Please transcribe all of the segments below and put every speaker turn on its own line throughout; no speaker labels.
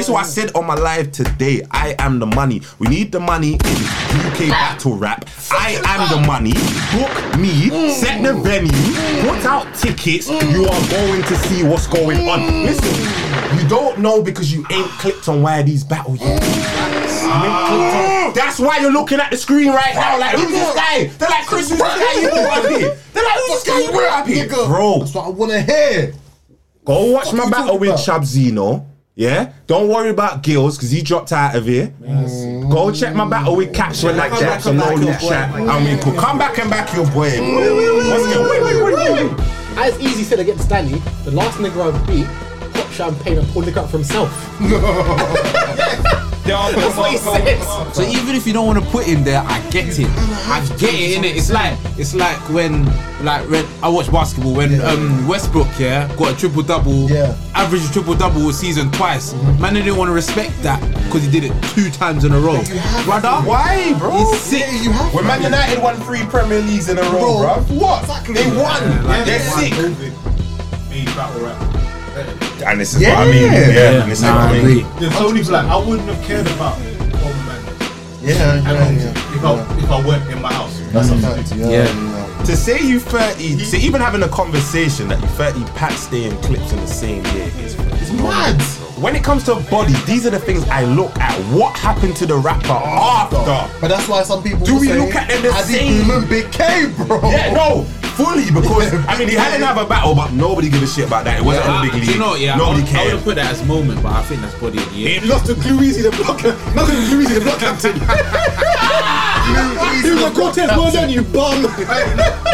is what I said on my live today. I am the money. We need the money in UK battle rap. I am the money. Book me, set the venue, put out tickets. You are going to see what's going on. Listen, you don't know because you ain't clicked on where these battle yet. You ain't clicked on- That's why you're looking at the screen right now, like who's this guy? They're like Chris, who's this guy you put up here? They're like who's this guy you put up here,
Nigga,
bro?
That's what I want to hear.
Go watch
Fuck
my
you
battle
talking
with
about?
Chabzino. Yeah, don't worry about Gills because he dropped out of here.
Mm.
Go check my battle with Caps when that
Come
drops
back
and
and
no
back
loop
your boy,
chat.
like-
And we could come back and back your boy. What's good? Wait, wait, wait, wait, wait.
As Easy said against Danny, the last nigga I beat popped champagne and poured liquor up for himself. That's what he says.
So even if you don't want to put him there, I get it. I get it in it. It's like it's like when like when I watch basketball when um Westbrook yeah got a triple double,
Yeah.
average triple double season twice. Man, they didn't want to respect that because he did it two times in a row. Brother,
Why, bro?
He's sick.
Yeah, you have
When
to.
Man United won three Premier Leagues in a row, bro. What?
Exactly.
They won.
Yeah, like
They're
they won.
sick.
Me, battle rap.
And this is what I mean. Yeah, and this is what I mean.
There's only black. I wouldn't have cared about Old Man
Yeah, yeah,
and
yeah.
if I if I weren't in my house.
That's a fact. Yeah.
Yeah.
yeah.
To say you 30, to even having a conversation that you 30 packs stay in clips in the same year is
It's mad.
When it comes to body, these are the things I look at. What happened to the rapper after?
But that's why some people
Do
will
we
say,
look at them the
"As he
same?"
human became, bro.
Yeah, no, fully because I mean he had another battle, but nobody gave a shit about that. It wasn't on
I-
the big
do
league.
you know what, yeah,
nobody
I, would- I would
cared.
have put that as moment, but I think that's body of the year.
He lost to Gluezy the blocker. Not to Gluezy the blocker.
He was like, Cortez, well done, you bum.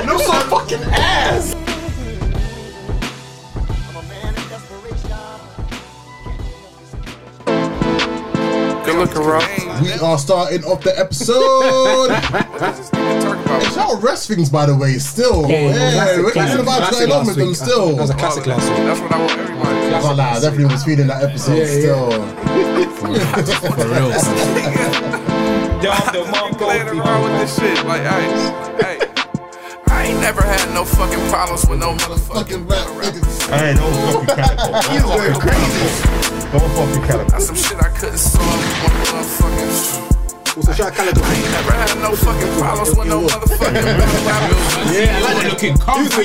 No, so fucking ass.
Good looking, Rob.
We are starting off the episode. Shout out rest things, by the way, still. Yeah,
classic,
we're thinking
classic,
about
classic
going on
last
with them
week.
still.
That was a classic last week.
That's what I want everybody.
Oh, nah, everyone was feeling that episode still.
For real.
I'm playing around with this shit. Like, hey, hey. I ain't never had no fucking problems with no
Fucking rap,
motherfucking battle rap.
niggas.
Hey, don't fuck with Calico. He's going crazy. Don't fuck with Calico.
That's some shit I couldn't solve with one motherfucking.
Also, shout out Calico.
I ain't never had no fucking problems with no motherfucking battle rap.
yeah, I like that looking comfy.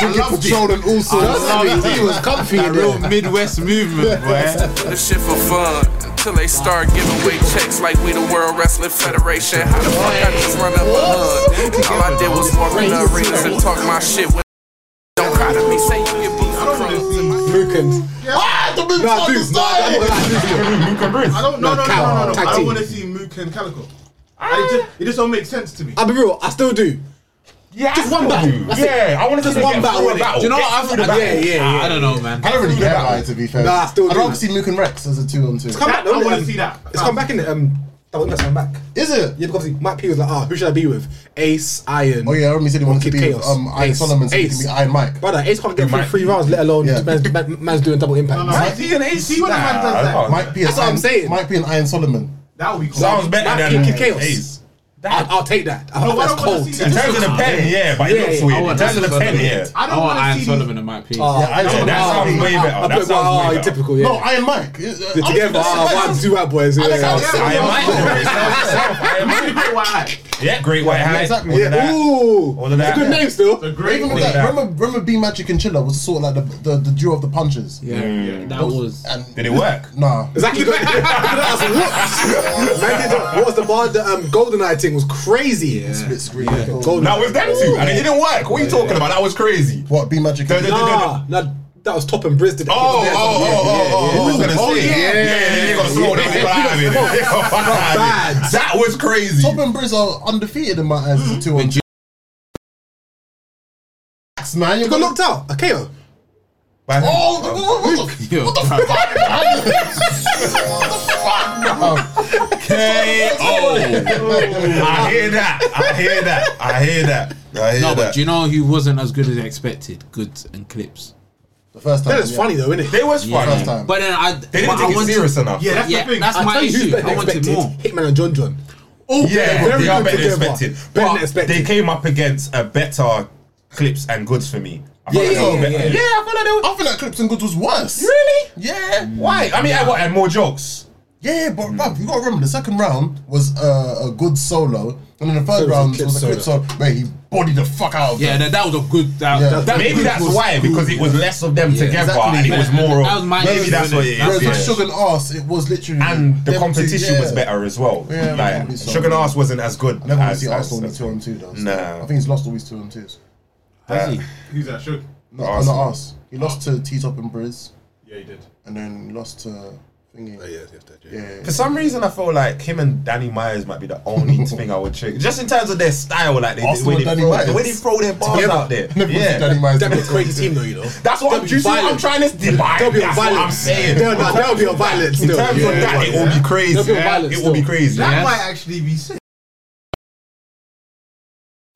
Drinking Patron and all sorts.
He was comfy. That real Midwest movement, boy.
This shit for fun until they start giving away checks like we the World Wrestling Federation. How the fuck I just run up a hood? All I did was walk in the arenas and talk my shit. When don't cry to me, say you get beat up from.
Mookins.
Ah, the move's
Nah,
not
dude, nah, I don't like this dude.
I don't. No,
No,
no, no,
Cal,
no, no, no.
tag
I
team.
don't want to see Mook and Calico. I just, it just don't make sense to me.
I'll be real, I still do.
Yeah,
Just one battle. That's it.
Yeah, I want to just
one battle, innit?
Do you know what? I've, I, yeah, yeah,
yeah.
I don't know, man.
I don't really care about it, to be fair.
Nah, I still
I'd
do.
rather see Luke and Rex as a two on two.
Come
That-
back,
I
no,
wanna
um,
see that.
It's come back in it. Um, double X come back.
Is it?
Yeah, because Mike P was like, ah, who should I be with? Ace, Iron.
Oh yeah, I remember he said he wanted to be
Kid
with,
Chaos.
um, Iron
Ace.
Solomon, so he
Ace.
could be Iron Mike.
Brother, Ace can't get through
Mike-
three rounds, let alone
Yeah.
man's, man- man's doing double impact.
No, no,
Mike-
see, and see when a man does that.
Mike P. and
That's what I'm
Iron-
saying.
Mike P. and Iron Solomon.
That would be cool.
Sounds better
Mike
than
Kid Chaos.
Ace.
I'll, I'll take that. I
No,
think
I
that's
don't wanna
cold.
see
In
that.
terms of the pen, yeah, but it looks
Yeah, yeah,
I
weird. In
want
terms of the
Iron
pen, yeah.
Solomon.
I
I
don't
want
want
Iron
to see.
Solomon
these-
and Mike P.
Oh,
Yeah, Iron
oh,
Solomon.
that
oh,
sounds way better.
oh, oh,
That sounds
oh,
way
oh,
better.
Typical, yeah.
No, Iron Mike. Is- uh, I
They're
was
together,
gonna say
ah,
Iron-
one, two bad boys. Yeah,
Alex,
yeah.
Alex,
I am Mike.
Why?
Yeah, great white
Yeah,
hat.
exactly.
All of that.
Ooh,
All of that.
it's a good name still.
The
Even
great
with
one.
that,
Yeah.
remember, remember B Magic and Chiller was sort of like the, the, the duo of the punches.
Yeah, that was.
And
Did it work?
nah,
Exactly. Look at that. That's what. Man, did that- What was the bar? The um, GoldenEye thing was crazy.
split screen. Cool.
Golden.
That was them two, and it didn't work. What are you talking about? That was crazy.
What B Magic?
No,
and
no, no.
Nah, nah, that was Top and Briz did that.
Oh, oh, oh, oh, oh, I was gonna
Oh,
say.
yeah.
Yeah, yeah, yeah, you got slow down.
Yeah.
Get out of here. Get out of here.
Bad.
That was crazy.
Top and Briz are undefeated in my eyes. as
Mm-hmm.
a Two on two. Man, you
He got knocked out. A KO.
Oh, what the- what the
Yo,
Okay. Oh, I hear that. I hear that. I hear that. I hear
no, but
that.
do you know who wasn't as good as expected? Goods and clips.
The first time.
That is
yeah.
funny though, isn't it?
They was
First
funny.
time.
But then I.
They didn't
but I
take it
wanted-
serious enough.
Yeah, that's
Yeah,
the thing.
that's
I-
my
who's
issue.
better than
I wanted
expected?
more.
Hitman and John John.
Oh,
Yeah,
very
they are
good
better than
together.
expected.
Better than
But
expected.
They came up against a better clips and goods for me. I
Yeah, yeah,
Oh,
yeah, yeah.
man.
Yeah, I feel like they were.
I feel like Clips and Goods was worse.
Really?
Yeah.
Why? I mean, I what? And more jokes.
Yeah, but bruv, you gotta remember the second round was uh, a good solo, and then the third
was a
round
Clip
was a clip solo
solo.
where he bodied the fuck out of
Yeah,
them.
that, that was a good. That,
Yeah.
that
Maybe
good
that's
was-
why, because it was less of them together
exactly.
and it was more
That was
of.
my
Maybe
issue,
that's
innit?
what it is.
That
Whereas
yeah.
with Sugar and Ass, it was literally
and the
them two-
competition
yeah.
was better as well.
Yeah,
like,
probably so.
Sugar and Ass wasn't as good.
Never want to
as-
see
as-
Arsenal in a two on two though. so.
Nah.
I think he's lost all his two on twos.
Has he?
Who's that? Shook?
No,
Arsenal.
not us. He lost to T Top and Briz,
Yeah, he did.
and then he lost to Thingy.
Oh, yeah, yeah, that, yeah.
Yeah.
For some reason, I feel like him and Danny Myers might be the only thing I would check. Just in terms of their style, like they, the,
Arsenal
way
and
they
Danny
throw,
Myers.
the way they throw their bars
Together.
out there.
Never
yeah.
see Danny Myers.
That'd be a
in a
crazy team, though, you know.
That's what I'm,
That'd
do
be
you see what I'm
violent.
trying to divide.
That'd be
That's
violent.
what I'm saying.
They'll- nah, That'll be a violent.
in terms of that, it will be crazy.
They'll be
Yeah,
violent
It will be
still.
crazy.
That
Yeah.
might actually be sick.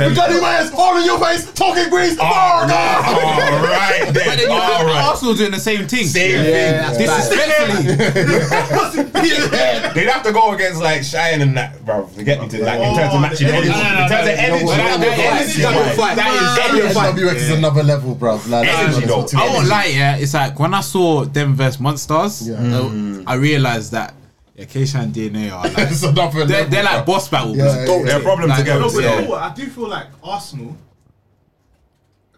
Danny Myers, all in your face, talking Briz.
All
Oh, God.
right,
But then
then.
you
All right.
Arsenal doing the same thing.
Same
Yeah,
thing.
that's
Disrespectfully.
Yeah, They'd have to go against like Shine and that, bro, to get me to like in terms of
Oh,
matching
the
energy.
energy.
In terms of energy,
no,
that
no,
that
no,
energy,
no, no,
right?
no,
that
no,
is
no,
energy.
no,
NWX is another level, bro. Like,
Energy, though.
I won't lie, yeah. It's like when I saw them versus Monstars,
Yeah.
uh,
Mm.
I realized that yeah, Keisha and DNA are like
It's another
they're,
level,
they're
bruv.
like boss battles.
Yeah, yeah,
They're a problem
Like,
together.
No, but
yeah.
you know what? I do feel like Arsenal.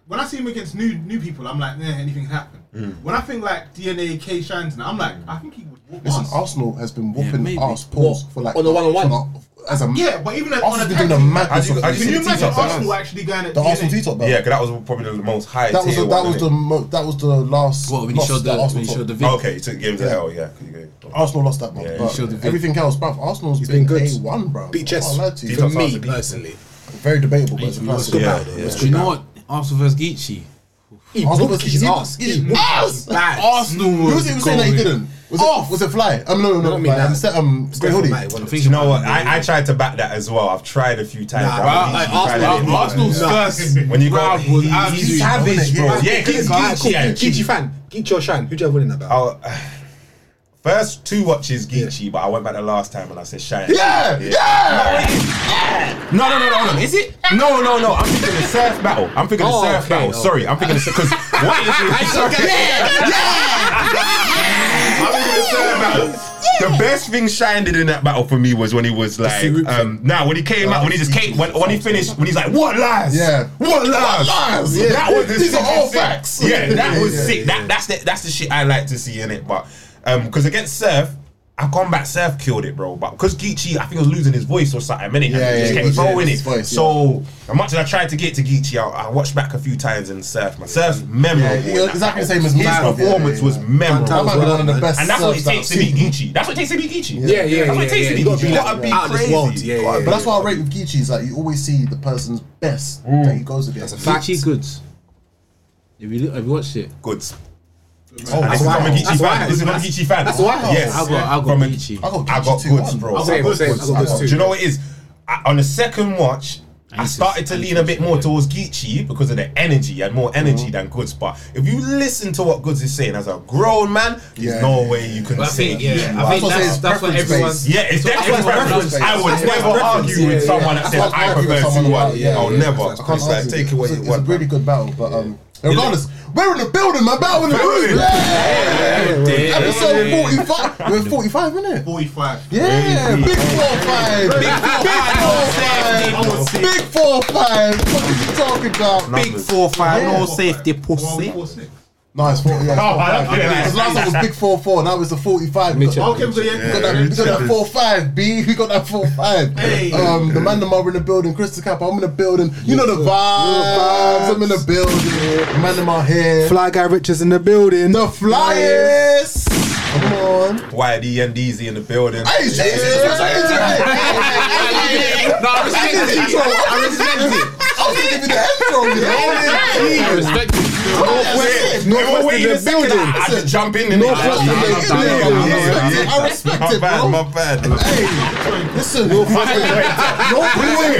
When I see him against new new people, I'm like, nah, anything can happen. When I think like DNA K Shines, now I'm like, I think he would walk
Listen,
us.
Arsenal has been whooping
maybe.
ass paws
What?
for like
On the one-on-one?
for like- as a
Yeah, but even at, on a
Arsenal's
tag
been doing a
team,
madness.
How do you-
of
how do
can you
recent
imagine
seasons.
Arsenal actually going at
the
DNA?
Arsenal T top?
Yeah, 'cause that was probably the most high.
That was
tier
the, that
one,
was
innit?
the mo- that was the last.
What when you
loss
showed
that
the
Arsenal
when you
took.
showed the video?
okay, you took games to hell. Yeah, you go.
Arsenal lost that one.
Yeah,
but
he
showed the video.
everything else, bruv. Arsenal's
He's
been,
been good.
day one, bruv.
Beat
I can't lie
chess.
to you.
For
Detox
me,
Arsenal.
personally.
Very debatable, but it's a
He was
classic.
good
Yeah,
about it.
yeah.
He was
Do you
good
know
about
what Arsenal versus Geechee?
it. He
Arsenal
whooped
versus
his
Geechee.
ass.
He
He
whooped
ass.
Arsenal
Who
was,
was it who was saying that he
going-
didn't? Was it was it Fly? Um, no, no, no.
don't mean
Fly.
that.
Um, set, um, Grey Hoodie.
I
Hoodie.
think
You know what? I, I tried to back that as well. I've tried a few times.
Nah,
I
bro,
haven't
like,
tried
Arsenal-
it anymore.
Arsenal's first
when you go,
round was
he-
absolutely
he's savage,
dominant,
bro.
yeah.
Yeah,
He's
Geechee,
cool.
yeah,
Geechee
Geechee.
fan. Geechee or Shan? Who'd you have winning that battle?
I'll- First two watches Geechee, but I went back the last time and I said Shine.
Yeah, yeah.
No, no, no, no, hold on. Is it? No, no, no. I'm thinking the surf battle. I'm thinking
Oh,
the surf
okay,
battle.
no.
Sorry, I'm thinking the because what is it? Sorry. I'm thinking the surf battle. The best thing Shine did in that battle for me was when he was like,
Sirupin.
um, nah, when he came out, when he just came, when, when he finished, when he's like, what lies?
Yeah.
what lies?
lies? Yeah.
That was the
These are
sickest
all
thing.
facts.
Yeah, that
Yeah,
was
yeah,
sick.
yeah.
That that's the that's the shit I like to see in it. But um, because against Surf, I gone back. Surf killed it, bro. But because Geechee, I think he was losing his voice or something. Minute,
Yeah,
yeah,
yeah,
just
he
kept
was, yeah,
throwing
his
it.
voice,
so as much as I tried to get to Geechee, I, I watched back a few times in Surf. My Surf's memorable.
Yeah, yeah, exactly the same as
his
mine, yeah,
performance
yeah,
was
yeah.
memorable.
That might be one of the
And
best.
And that's what it
serves that
takes to
I've
beat
seen.
Geechee. That's what it takes to beat Geechee.
Yeah, yeah,
That's what it
yeah,
takes to
yeah.
beat
You
Geechee.
gotta be
You
like
gotta be
out of this
crazy.
world. Yeah, yeah,
But that's why I rate with Geechee is that you always see the person's best that he goes against.
That's a fact.
Geechee goods. If you look, have you watched it?
Goods.
Oh,
And this is
why-
from a Geechee
that's why-
fan. This is from a Geechee fan.
that's why-
Yes.
I got I got
From a-
Geechee.
I got,
I got
Geechee 2-1.
goods, bro.
I got
Same, same. I got goods
Oh, Do
too.
you know what it is? I, on the second watch, I,
need to-
started to
I need
lean
to
a bit
see
more
it.
towards Geechee because of the energy. He had more
Mm-hmm.
energy than Goods. But if you listen to what Goods is saying as a grown man,
Yeah.
there's no way you can
But I
say
think
that Geechee was-
yeah, I think
That's what I say
that's
is
that's what
preference
everyone's.
based.
yeah, it's definitely
that's my
preference.
preference.
I would
That's my
never
preference.
argue with
Yeah,
someone
yeah.
that
That's
says
what
I
I argue with
prefer
someone
two one.
like, yeah,
I'll
yeah,
never.
that's
I can't
It's like
argue.
take away
It's a, it's a
what.
really good battle, but um, regardless, we're in the building, man. Battle in the
Building.
building. Yeah.
Yeah.
Episode 45. We're 45, innit?
45.
Yeah, big four five. Big four five. Big four five. What are you talking about?
Numbers.
Big four five,
Yeah.
no safety pussy.
One, four, six.
No, it's 40. Yeah,
Oh, okay,
it's 45. Because last time was big four four. Now it's a 45. We got
Mitchell.
Okay, so yeah,
that, we got that four five, B. We got that four five.
Hey.
Um, the man, the mother in the building. Chris the Cap, I'm in the building. You know the vibes. I'm in the building. The man, the mother here.
Fly guy Richards in the building.
The flyers. Come on.
Why D and DZ in the building?
Hey, Jesus, that's an intro. Hey, hey, hey, hey, hey, hey.
No, I
I did the
respect
intro.
it.
I respect it. I was gonna give you the intro. You know?
I respect it.
Northwest, Northwest in the building. I just jump in.
Northwest in the building. I respect it, bro.
My bad, my bad.
Hey, listen, no
Wait, wait, wait.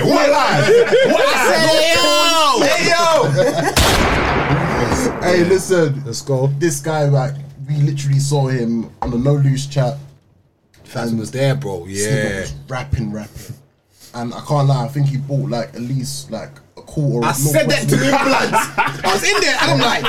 Wait, wait, What lies? What lies? Hey yo!
Hey, listen.
Let's go.
This guy, like, we literally saw him on the no loose chat.
Phantom was there, bro.
This nigga
Yeah.
was rapping, rapping, and I can't lie. I think he bought like at least like a cool or
I
it's not
said that to
questionable.
me blood. I was in there and I'm like,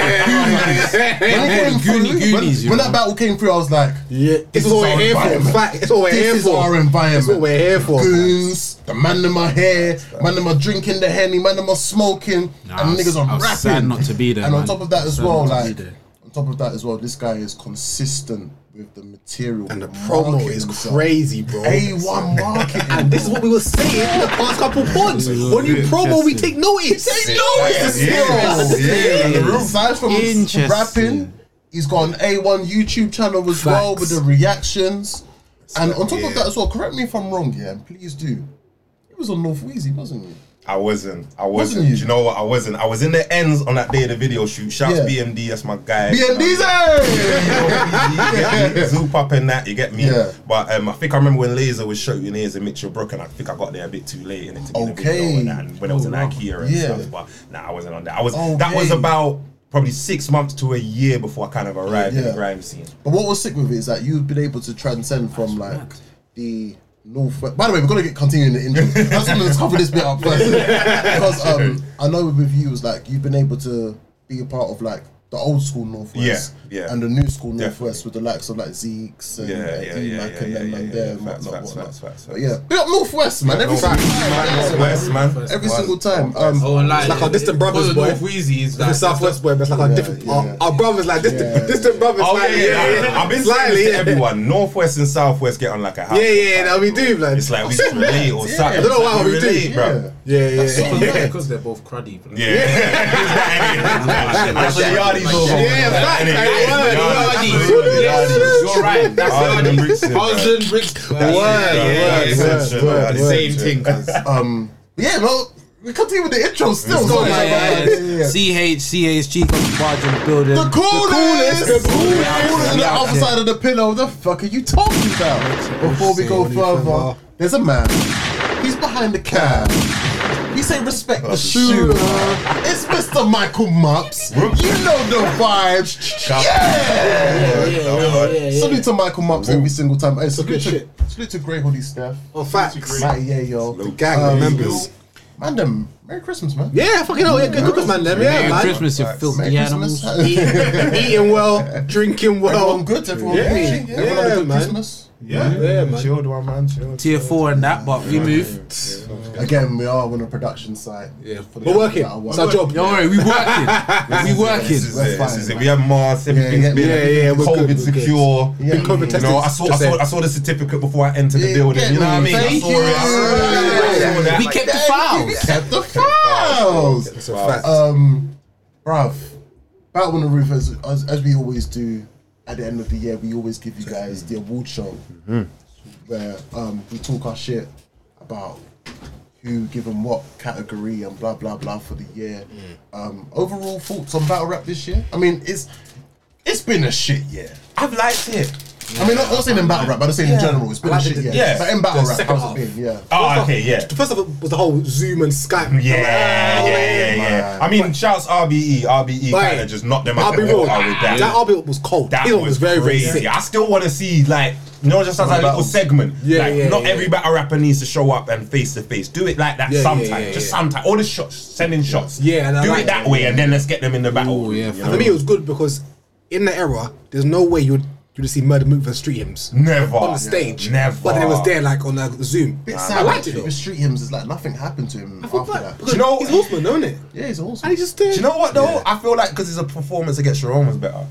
yeah.
When it
Hey,
came
Goonie-
through, when-
Goonies, you
when
know.
that battle came through, I was like,
yeah. This is what we're here for.
environment.
Fact. It's what we're here for.
This is our environment.
It's what we're here for.
Goons, the man in my hair, man in my drinking the henny, man in my smoking, and
Nah, I was-
niggas are
I was
rapping.
sad not to be there,
And on
man.
top of that as
Sad
well,
not to
like
be there.
on top of that as well, this guy is consistent with the material
And the promo is crazy, bro.
A one marketing.
And this is what we were saying in the past couple pods. When you promo, we take notice. Take notice.
Yes, yes. Aside from
Interesting.
rapping, he's got an A1 YouTube channel as well
Facts.
with the reactions. And on top of that as well, correct me if I'm wrong, yeah, and please do. He was on North Wheezy, wasn't he?
I wasn't. I
Wasn't
wasn't.
you?
you? know what? I wasn't. I was in the ends on that day of the video shoot. Shouts
Yeah.
BMD, that's my guy.
BND's hey!
Zoop up and that, you get me?
Yeah.
But um, I think I remember when Laser was shooting ears and Mitchell Brook, and I think I got there a bit too late in it to be in the
Okay.
video and, that, and when I was in
Oh,
IKEA and
Yeah. Oh,
stuff. But nah, I wasn't on that. I was. That was
Okay.
about probably six months to a year before I kind of arrived in
Yeah.
the grime scene.
But what was sick with it is that you've been able to transcend from like the northwest. By the way, we're gonna get continuing the intro. I just want to cover this bit up first because um, I know with you is like you've been able to be a part of like the old school northwest,
Yeah, yeah.
and the new school
Definitely.
northwest with the likes of like Zeke's and
Yeah,
uh,
yeah, yeah,
D-Mac
yeah,
and
yeah,
them
yeah,
and
yeah,
there
yeah.
and
Facts,
whatnot,
facts,
whatnot.
facts, facts,
But yeah, big up northwest man. Every single time, man.
Northwest, man.
Every single
Northwest.
time. Um,
Oh, like,
like our distant brothers,
because of
boy.
North Wheezy is
The
like
Southwest boy, but it's like our different,
yeah.
our, our brothers, like distant, distant brothers.
Oh, yeah,
like,
yeah, yeah, I've been saying
Slightly,
this to
yeah.
everyone. Northwest and Southwest get on like a house.
Yeah, yeah,
Like,
no, we
bro,
do, blood.
It's like we just relate or something.
I don't know
It's like
why we do.
relate,
Yeah.
bro.
Yeah, yeah, yeah.
because they're both cruddy.
Yeah. Actually, Yardies over.
Yeah, facts,
Innit?
like, word,
Yardies,
word.
absolutely Yardies.
You're right. That's
Yardies and bricks in, bro.
Thousand bricks. Word,
yeah, yeah, yeah, yeah, yeah,
Same
yeah.
thing. cuz.
um, yeah, well, we continue with the intro still. so, like,
Yeah, yeah,
yeah, yeah, yeah.
yeah. CH, CHG comes barging building.
The coolest, the coolest, on the
Yeah,
other
yeah.
side of the pillow. The fuck are you talking about? Before we go further, there's a man. He's behind the cab. He say respect
Oh,
the shooter. It's Mr. Michael Mupps. You know the vibes. Yeah. Salute to Michael Mupps every single time. Hey, salute to salute to Grey Hoodie Steph.
Oh, facts.
Matty, yeah, yo. Um,
The gang
Oh,
members.
Man, them. Merry Christmas, man.
Yeah, fucking hell, yeah, good cooking, man. Them, yeah,
Merry
man.
Christmas, you
Merry
filthy animals.
Christmas.
Eating well, drinking
Everyone
well.
good. Everyone
Yeah.
good.
Yeah,
Everyone had a good
man.
Christmas.
Yeah, man.
Chilled one, man. Chilled.
Tier four and that, but we move.
Again, we are on a production site. Yeah,
We're working. It's our job.
Don't worry, we working. we working.
This is
We're
it. This
fine,
is
man.
it. We have masks. Everything's
yeah,
been
yeah, yeah, we're
COVID
good, we're good.
secure.
Yeah. Been COVID
You know, I saw, I
tested,
saw, I saw the certificate before I entered the
Yeah,
building. You know what I mean? I
thank
saw it. I saw it. I saw that.
We
Like,
kept the files.
Kept the files.
It's a fact.
Um, bruv, Battle on the Roof, as, as, as we always do at the end of the year, we always give you guys the award show where um, we talk our shit about who given what category and blah blah blah for the year. Um, overall thoughts on battle rap this year? I mean, it's it's been a shit year.
I've liked it.
I mean, not, not saying in battle rap, but I'm saying in general, it's been a
Like
shit
the-
year.
yeah,
but in battle
the
rap,
second
how's it been? Yeah.
Oh, okay, yeah.
The first of it was the whole Zoom and Skype.
Yeah, yeah, yeah, yeah. I mean, shouts E. RBE, RBE
Right.
kind of just knocked them
I'll
out
be
the
real.
water with
That,
that.
RB was cold.
That
That was, very, very
crazy.
sick.
I still want to see like. You know, just as a little segment.
Yeah,
like,
yeah,
not
yeah.
every battle rapper needs to show up and face to face. Do it like that
Yeah, yeah,
sometimes.
yeah,
just
yeah.
sometimes. All the shots, sending shots.
Yeah, and I
Do
like
it that
that,
way and then let's get them in the battle.
Ooh, yeah,
You
for
know?
And for me, it was good because in the era, there's no way you'd you'd see murder move and street hymns
Never.
on the stage.
Never.
But then it was there like on a Zoom.
Bit
I
sad.
liked it
actually,
though.
with Street Hymns, it's like nothing happened to him after that.
Because
you know-
he's Wolfman, don't it?
Yeah, he's awesome.
And he just uh, did.
Do you know what though? I feel like because it's a performance against Sharon was better.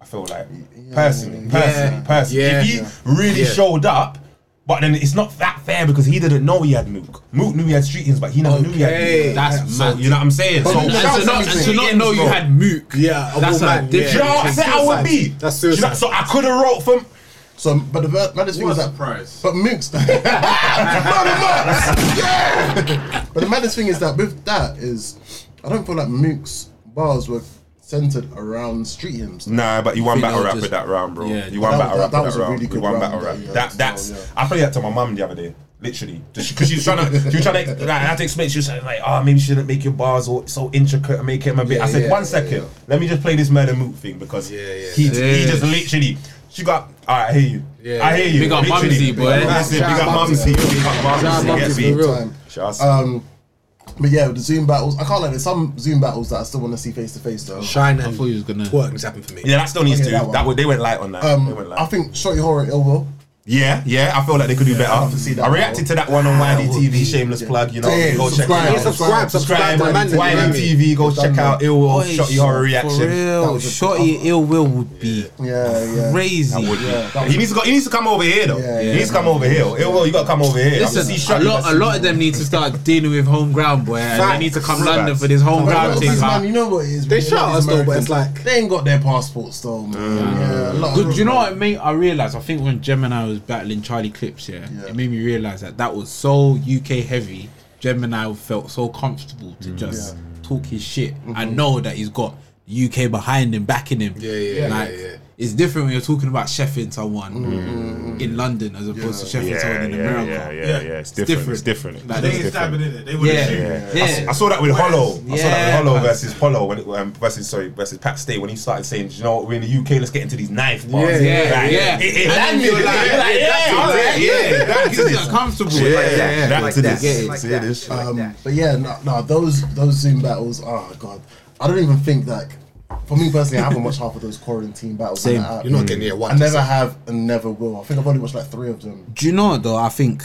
I feel like personally, personally, personally.
Yeah.
If he
Yeah.
really
Yeah.
showed up, but then it's not that fair because he didn't know he had Mook. Mook knew he had streetings, but he never knew he
Okay.
had Mook.
That's
So,
mad.
you know what I'm saying? So
And to
shouts
and to not, and to
Street
not
Ends,
know you
bro.
had Mook.
Yeah, a
that's
woman,
a
yeah.
Do you
different.
know how upset I would be?
That's
Do you know-
suicide.
so I could have wrote from.
So, but the bad- maddest thing
What
is
a
that.
surprise.
But mixed. yeah. But the maddest thing is that with that is, I don't feel like Mook's bars were centered around Street Hymns.
Nah, but you won
think
battle
that
rap
was
with
just-
that round, bro.
Yeah,
you won
that-
battle
that-
rap
that
with
was
that
a
round.
really
you
good
won
round
battle
that
rap.
year
That
as
that's.
well,
I played that to my mum the other day. Literally, because she was trying to, she was trying to, like, I had to explain. She was saying, like, "Oh, maybe you shouldn't make your bars all so intricate and make him a bit." I said,
yeah,
"One
yeah,
second,
yeah.
let me just play this murder moot thing because he he
yeah.
just literally." She got. All right, I hear you.
Yeah.
I hear you.
Big up
literally.
Mumsy, boy.
Listen,
Shout
big
out
up
Mumsy.
mumsy. Big up
Shout out
mumsy.
Mumsy
Get
for real.
me. Shout out.
Um, But yeah, the Zoom battles. I can't like. There's some Zoom battles that I still want to see face to face though.
Shine and
thought you was gonna-
twerk just happened for me.
Yeah, that still needs
Okay,
to.
that
That,
one.
would- they went light on that. they went
Um,
light.
I think Shotty Horror Ill Will.
yeah, yeah. I feel like they could do better.
I'd love to see that
I reacted to that one on YDTV. Shameless plug. You know,
Damn,
go check it
subscribe,
out.
Yeah, subscribe, E
subscribe to
man.
Amanda, you know what I mean?
YDTV. Go check out Ill Will
Oi,
Shot Your Horror
For
Reaction.
real,
was a-
Shotty ill will would be
Yeah, yeah.
crazy.
Yeah, that
He needs to go. He needs to come over here though.
Yeah,
he
yeah.
needs to come over here. Ill Will, you got to come over here.
Listen, a lot, a lot of them need to start dealing with home ground, boy. And they need to come
Facts.
London for this home
But
ground
it's
thing.
man,
man.
you know what it is.
They
man,
shout
these
us though, but it's
Americans,
like-
they ain't got their passports though, man. Yeah, a lot
Good,
of
do you know what it made? I realized. I think when Gemini was battling Charlie Clips, yeah,
Yeah.
it made me realize that that was so UK heavy. Gemini felt so comfortable to just talk his shit. I know that he's got UK behind him, backing him.
Yeah, yeah,
like,
yeah, yeah.
It's different when you're talking about chefing someone in London as opposed to chefing someone in America.
Yeah.
It's
different. Like,
They
it's
ain't stabbing in it. They wouldn't
Yeah,
shoot.
yeah.
I s- I, saw that with Hollow. I saw
Yeah,
that with Hollow
man.
versus Hollow when it, um, versus sorry versus Pat Stay when he started saying, "Do you know what, we're in the UK, let's get into these knife bars.
Yeah,
yeah,
Like,
yeah.
It, it
And then
landed.
you're
Like,
like,
like,
yeah,
yeah,
all
alright,
right,
yeah,
That
that's
gives you
it.
uncomfortable.
Yeah, back to this.
Like
See this.
Um, but yeah, no, no, those those Zoom battles. Oh god, I don't even think like for me personally, I haven't watched half of those quarantine battles. on
Same.
that app.
You're not getting near one.
I never have and never will. I think I've only watched like three of them.
Do you know what, though? I think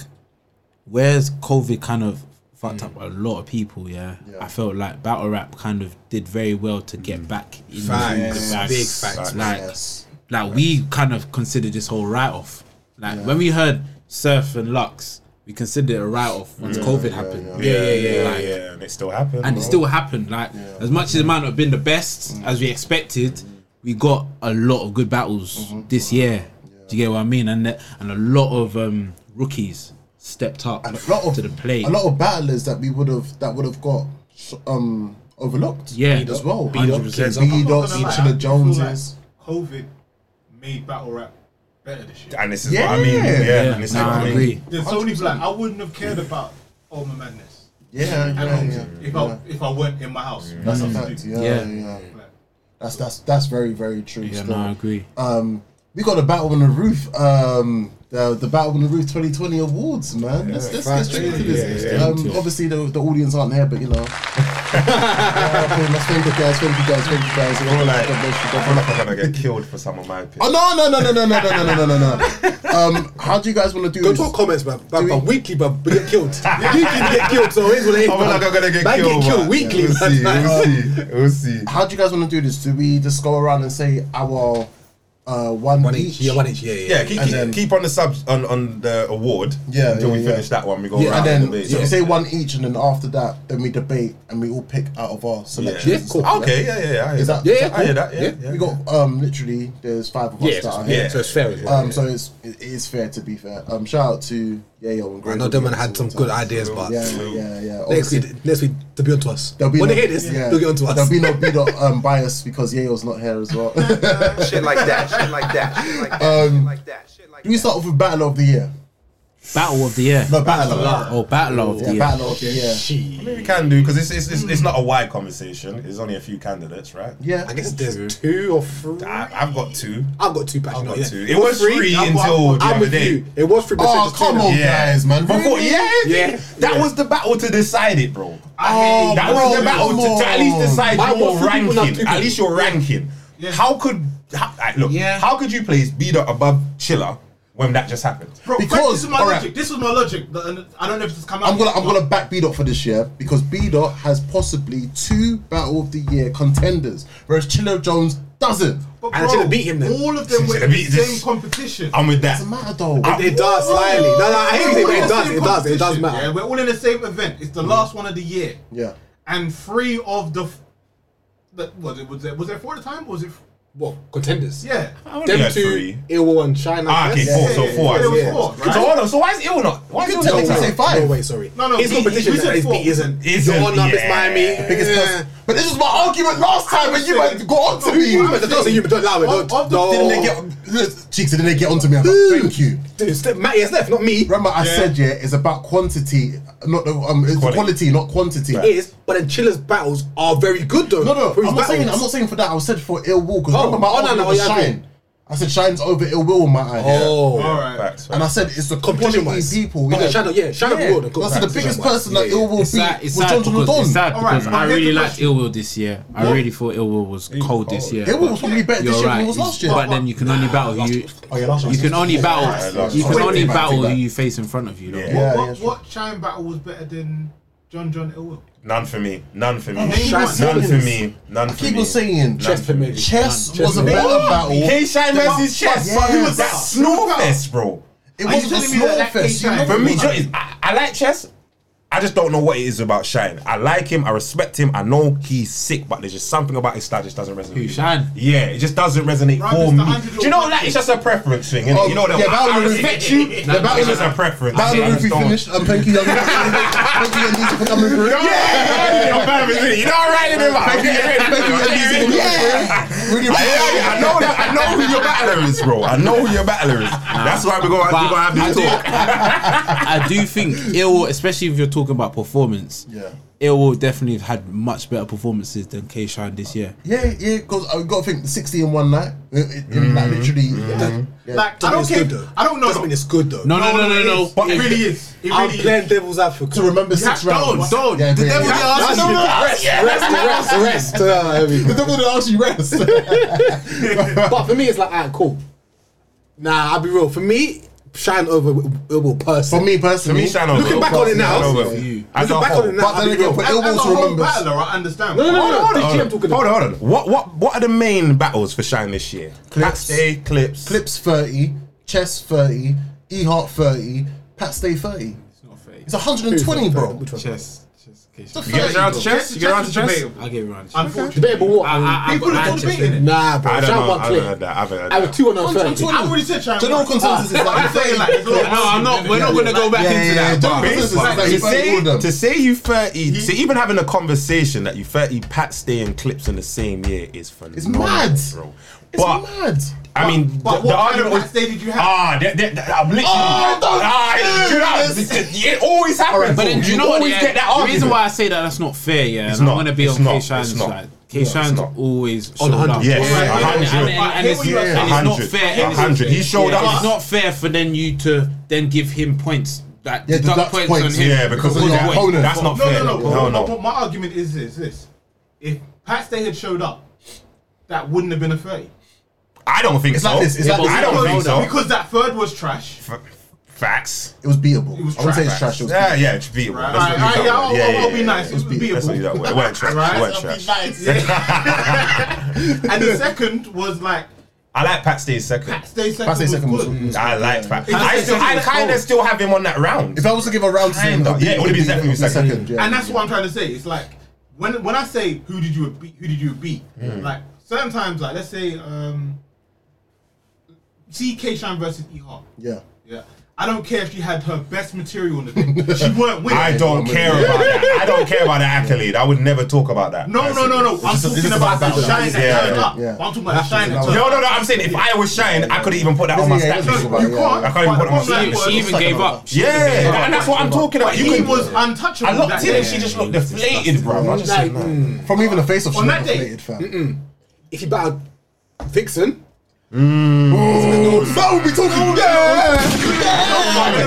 whereas COVID kind of fucked up a lot of people, yeah,
Yeah.
I felt like battle rap kind of did very well to get back in
Facts.
the bag.
Big facts,
Like,
Yes.
like we kind of considered this whole write off. Like when we heard Surf and Lux, we considered it a write off once COVID happened.
Yeah, yeah, yeah,
Like,
yeah, and it still happened.
and it
bro.
still happened. Like as much as it might not have been the best as we expected, we got a lot of good battles
Mm-hmm.
this year. Do you get what I mean? And the- and a lot of um, rookies stepped up
And a lot of
to the plate.
a lot of battlers that we would have that would have got sh- um overlooked.
Yeah.
as well.
Beat up,
Beat
kids
up,
up.
I'm
Beat
not
up,
gonna lie,
each
I
of the
feel like
Joneses.
COVID made battle rap better this year.
And this is what I mean. Yeah,
yeah,
and this
nah,
is what
I
I mean.
agree.
There's so many black. I wouldn't have cared about Alma Madness
Yeah,
at
yeah,
home
yeah,
if
yeah.
I if I weren't in my house.
That's a fact. Yeah,
Mm. Yeah.
yeah.
Like,
That's that's that's very very true.
Yeah,
still.
no, I agree.
Um, we got a battle on the roof. Um, the, the battle on the roof 2020 awards, man. let's let's get straight into this. um, obviously the, the audience aren't here, but you know. Uh, let's thank you guys, thank you guys, thank you guys.
I feel like,
God bless you,
I
God
feel
bless you.
like I'm gonna get killed for some of my opinions.
Oh no no no no no no no no no no no. Um, how do you guys want to do
Go
this?
to our comments, bruv. Bruv,
Do we-
bruv, weekly, bruv. We get killed. weekly, we get killed. So here's what it is.
I feel like I'm gonna get
Man
killed.
get killed
man.
weekly,
We'll
man.
see. We'll
Like,
see. We'll see.
How do you guys want to do this? Do we just go around and say our uh, one,
One inch.
each?
Yeah, one inch. Yeah, yeah.
Yeah, keep, keep,
then-
keep on the sub on, on the award.
Yeah,
until
yeah,
we
yeah.
finish that one. We go
Yeah,
around
and
the
then
base.
so we say one each, and then after that, then we debate and we all pick out of our selections.
Yeah,
and
cool.
stuff,
Okay, yeah, yeah, yeah. I hear
Is that-
yeah,
is that
I hear that. Yeah,
Yeah.
yeah.
We got um literally there's five of us
Yeah,
that
so-
are
yeah.
here.
So it's fair as well.
Um, so it's it is fair to be fair. Um, shout out to Yayo and Greg.
I know them man had some good ideas, but
Yeah, yeah, yeah.
next
Obviously,
week, next week they'll be onto us.
there'll
When
be
they
no-
hear this,
yeah,
they'll get onto us.
There'll be no be no um bias because Yayo's not here as well. Do
Shit like that, shit like that, shit like that,
Um,
shit like that, shit like
we start off with battle of the year?
Battle of the year.
No, battle of
Oh, battle of the
yeah,
year.
battle of the year.
I mean, we can do because it's, it's, it's, it's not a wide conversation. It's only a few candidates, right?
Yeah,
I guess there's two or three.
I, I've got two.
I've got two patches.
I've
no,
got
yeah.
two. It was three until the
I'm
other
with
day.
you. It was three. but
Oh,
it's just two
come
now.
on. Guys, man,
Before,
really?
yeah,
Yeah,
that
yeah.
was the battle to decide it, bro.
I
that
Oh, bro,
was the battle
come
to, to at least
on.
decide
Why
your
was the people not
ranking.
two
At least your ranking.
Yeah.
How could how, alright, look?
Yeah.
How could you place Bida above Chiller when that just happened?
Bro,
Because-
this is my
all right.
logic. This is my logic. The- and I don't know if this come out.
I'm gonna
yet,
I'm
but
gonna back B dot for this year because B dot has possibly two battle of the year contenders, whereas Chiller Jones doesn't.
And
But
I should have beat him then.
All of them
should
were in
have
the
beat this.
same competition.
I'm with that.
Doesn't matter though.
It does slightly. No, no, I hear you,
We're
but
all
it
in
does.
the
It
same
does. It does
competition, Yeah,
matter.
we're all in the same event. It's the last one of the year.
Mm. yeah.
And three of the, f- the was it was it was it four at the time? Or was it? f-
What contenders?
Yeah.
Yeah,
Them two,
three.
Ill and China.
Ah, okay, four. So
yeah,
four.
yeah,
I
it was
see.
four,
So
right?
hold on. So why is Ill not? Why is Ill
tell
not?
me
next
to
time?
say five.
No way, sorry.
No, no,
His
we-
competition
we
is
said
his
four.
beat isn't.
Isn't,
You're on up, it's
yeah.
Miami.
Biggest person- But this was my argument last time when you went got onto me.
No,
But don't say you, but don't lie.
Of-
Don't.
of the-
Didn't they
don't-
get listen, cheeks? Didn't they get onto me? I'm like, thank you.
Dude, it's- Matty has left, not me.
Remember, I said yeah, it's about quantity, not the um, it's
Quality.
quality, not quantity.
is, but then Chiller's battles are very good though.
No, no,
For his
I'm not saying
battles.
I'm not saying for that. I was said for ill will because
Oh,
remember my
oh, no,
argument
no,
was
yeah, I agree.
shine. I said Shine's over ill will in my eye.
Oh.
All right.
Facts,
And I
facts.
said it's the competition
Competition wise.
people.
Okay, Shadow, yeah, Shadow Ward and
That's the
competition
biggest
wise.
person
Yeah,
that ill will beat
It's sad, it's
was
sad
Jonathan
because, it's
Madon.
sad
Alright,
because I
here's
really
the
liked
question.
Ill Will this year. I really thought Ill Will was cold this year.
Ill will was probably better
You're
Oh, this year than
right.
it was last year.
But then you can only battle you.
Oh, yeah, last year.
You can only
Yeah,
yeah, yeah,
battle.
yeah.
You can
Wait,
only
wait,
battle
wait.
who you face in front of you. though.
Yeah.
Yeah,
what
yeah, sure.
what Shine battle was better than John John Illwill?
None for me. None for me.
Name
None
one.
for me. None for me.
Keep on saying
Chess for me.
chess was a
for me.
better battle.
K Shine versus Chess.
Yeah,
But who was that
bruh.
snore fest, bro?
It
Are you
wasn't a
telling me that
small
that
fest. you
K-Shine-
know
For
it
me,
wasn't.
Joe is. I, I like Chess. I just don't know what it is about Shine. I like him. I respect him. I know he's sick, but there's just something about his style that just doesn't resonate.
Who,
with me.
Shine?
Yeah, it just doesn't resonate
Bruh,
for
it's the
me.
100-year-old
Do you know that? It's just a preference thing. innit?
Oh,
you know that.
yeah,
I, I
Battle of the
respect
Roof-
you.
yeah,
but
Battle
it's
of
just
the-
a preference.
Battle
I
of the
just
Roof
don't-
finished. Um, thank you, young man. Thank you, young man, for coming through.
Yeah, embarrassing. You know what I'm writing about?
Thank you, thank you, young man. Really
I, I, I know that. I know who your battler is, bro. I know who your battler is. That's why we're gonna, we're
But
gonna have
I
this
do,
talk.
I, I do think Ill Will, especially if you're talking about performance,
Yeah.
Ill Will definitely have had much better performances than K Shine this year.
Yeah, yeah, because I've got to think 60 in one night. Uh, It, it, it- Like, literally. Yeah. Yeah.
Like I
Doesn't mean
don't
it's
care.
good, though.
I don't know.
Doesn't mean it's good though.
No, no, no, no,
it
no.
is. It really is. It
I'm
really is.
playing devil's advocate.
to remember six
Yeah, don't,
rounds.
don't.
Yeah,
The
yeah,
devil
yeah.
did ask
That's
you.
the-
Rest, rest, rest, rest. Ah, there we go.
The devil did ask you rest.
but for me, it's like, alright, cool. Nah, I'll be real. For me, shine over over person.
For me personally.
Me, Shine over.
Looking back on it now,
Looking
looking back on it now,
But
I'll
then
be
again,
real.
for
As,
ill
as a
will to
whole
remember.
battler, I understand.
No, no, no, no.
Hold on,
This
hold
GM
on.
talking
Hold
about.
on, hold on. What, what, what are the main battles for Shine this year? Pat
Clips.
Stay, Clips.
Clips 30, Chess 30, E Heart 30, Pat Stay 30. It's 120, bro.
Which one?
Chess, chess, K Shine.
You get around to chess? You get around to chess?
debatable.
I give it round. to Shine.
Unfortunately,
Debatable what?
I- I- I-
People
I-
have
I-
been beating it.
Nah, bro.
I don't
Shine
know. I
one
haven't heard
clear.
that. I haven't heard
I have
that.
two on our thirty.
I've already said Shine.
General
Ah.
consensus is
I'm
like
saying
30.
like there's a lot of
No, I'm not. We're not going to go back
Yeah,
into
yeah, yeah.
that.
Don't
but-
business is
but-
like-
to
you thirty
say,
all them.
to say you 30, to even having a conversation that you 30 Pat Stay and Clips in the same year is phenomenal.
mad.
Bro.
It's
But,
mad.
I mean,
But
the,
what
the
kind
argument
of
was.
match day did you have?
Ah, that, that, that, I'm literally.
Oh, don't
ah,
do
you know,
this.
it, it always happens.
But then, do you
You
know what?
always
yeah,
get that
the
argument.
reason why I say that that's not fair, yeah,
It's
and
not,
I want to be
it's
on
not,
K
it's
Shine's
not.
side. K
it's
Shine's
not.
always showed up.
Yes,
Right.
And, and, and,
100.
and it's,
Yeah,
and it's not fair. and it's-
100. He showed
yeah,
up.
It's not fair for then you to then give him points. Like
Yeah,
deduct,
deduct
points,
points,
on him.
Yeah, because
Because
of
of
that.
your opponent.
That's not
No,
fair.
no, no. but-
no.
but My argument is this: this. If Pat Stay had showed up, that wouldn't have been a thirty.
I don't think
It's
so.
like this. It's
Yeah,
like
but
this.
I don't think
Because-
so.
Because that third was trash.
F- Facts.
It was beatable.
It was
I wouldn't say it's
trash.
trash. It was
Yeah, yeah, it's beatable.
Right.
Let's not use that
Alright, alright,
word.
I'll-
Yeah,
I'll
yeah,
be
yeah, yeah.
nice. It was beatable.
Let's not use that word. It weren't trash. It
Right.
weren't
I'll be
trash.
nice, yeah. and the second was like
I like Pat Stay's second.
Stay second.
Pat Stay
was
second was-
good.
was-
I like Pat.
Pat
I
Stay's
still,
second
I
was
kind of
cold.
still have him on that round.
If I was to give a round to
Kinda.
him, I'd be-
Yeah, it would've been
I'd be-
second,
I'd be
second.
yeah.
and that's what I'm trying to say. It's like when when I say who did you beat, who did you beat?
Mm.
Like sometimes, like let's say, um, CK Shine versus E Heart.
Yeah.
Yeah, I don't care if she had her best material on the day. she weren't winning.
I don't care about that. I don't care about that accolade. I would never talk about that.
No, no, no, no. I'm
just- it's
talking
just
about
about
the shine
balance.
that
Yeah,
turned up.
yeah.
I'm talking about the shine that
just
turned
No,
up.
no, no. I'm saying if I was Shine, I couldn't even put that on my
Yeah, yeah,
stat sheet.
yeah.
You can't.
I can't even put it on my
But the
stat
point
sheet.
was-
She even gave up. She even gave up.
Yeah, and that's what I'm talking about. You
He
could-
was untouchable.
I looked
that
in
day.
and she just looked deflated, bro. I just said, no.
From even the face off, she
On
never
that day.
played, fam.
If you battled Vixen, Mm.
That would be talking. Yeah.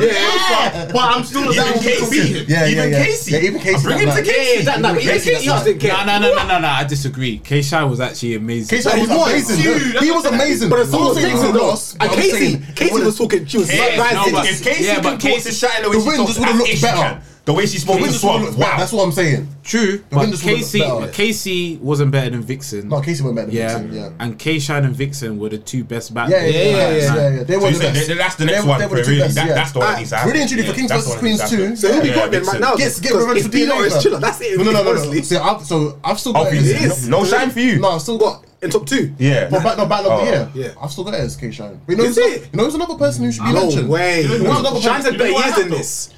Yeah, yeah. But I'm still a
Even
that
Casey.
beat him.
Yeah,
even
yeah, yeah.
Casey.
Yeah, even Casey
Bring
that
him to
night.
Casey.
that nah, but even Casey just didn't
No,
care.
no, no, no, no, no. I disagree. K Shine was actually amazing.
Casey was amazing. He was amazing.
But it's
I'm
all
not saying he
Vixen though.
lost, but
And
I'm
uh, Casey,
saying it
Casey
would've-
was talking. She was
Yeah,
like,
no, but-
if Casey
yeah,
can
but
talk
Casey-
to Shine the way
the
she
wins
talks,
would've
as
looked
if she
better.
can. The way she spoke
The
to
win just would've
Swap,
looked better.
wow.
That's what I'm saying.
True,
The
but
windows were
Casey,
better.
but Casey wasn't better than Vixen.
No, Casey went better than
yeah.
Vixen, yeah.
and K Shine and Vixen were the two best battlers.
Yeah, yeah, yeah, yeah, yeah, yeah. They
So
were
you
the
said
best.
that- that's the
They-
next
they
one
were
for it,
the two
really.
best,
That-
yeah.
That's the one that needs to happen.
Really and truly, for
Yeah,
Kings
that's the
versus
one that
Queens
needs to happen.
So who we
Yeah,
got then right
Vixen.
now?
Yes, get
Because
revenge
if
for
DNA
DNA,
is
bro.
chiller. That's it.
No, no, no, no, no.
honestly.
See, I've, so I've still got
Obviously,
it. as-
is.
no no shine for you.
No, I've still got.
What in top two?
Yeah.
Well, back, no, battle of
Oh.
the year.
Yeah.
I've still got it as K Shine. But you know,
Is
who's-
it?
you know who's another person who should be
No
mentioned?
way.
You know who's another
Shines
person-
had better years than this.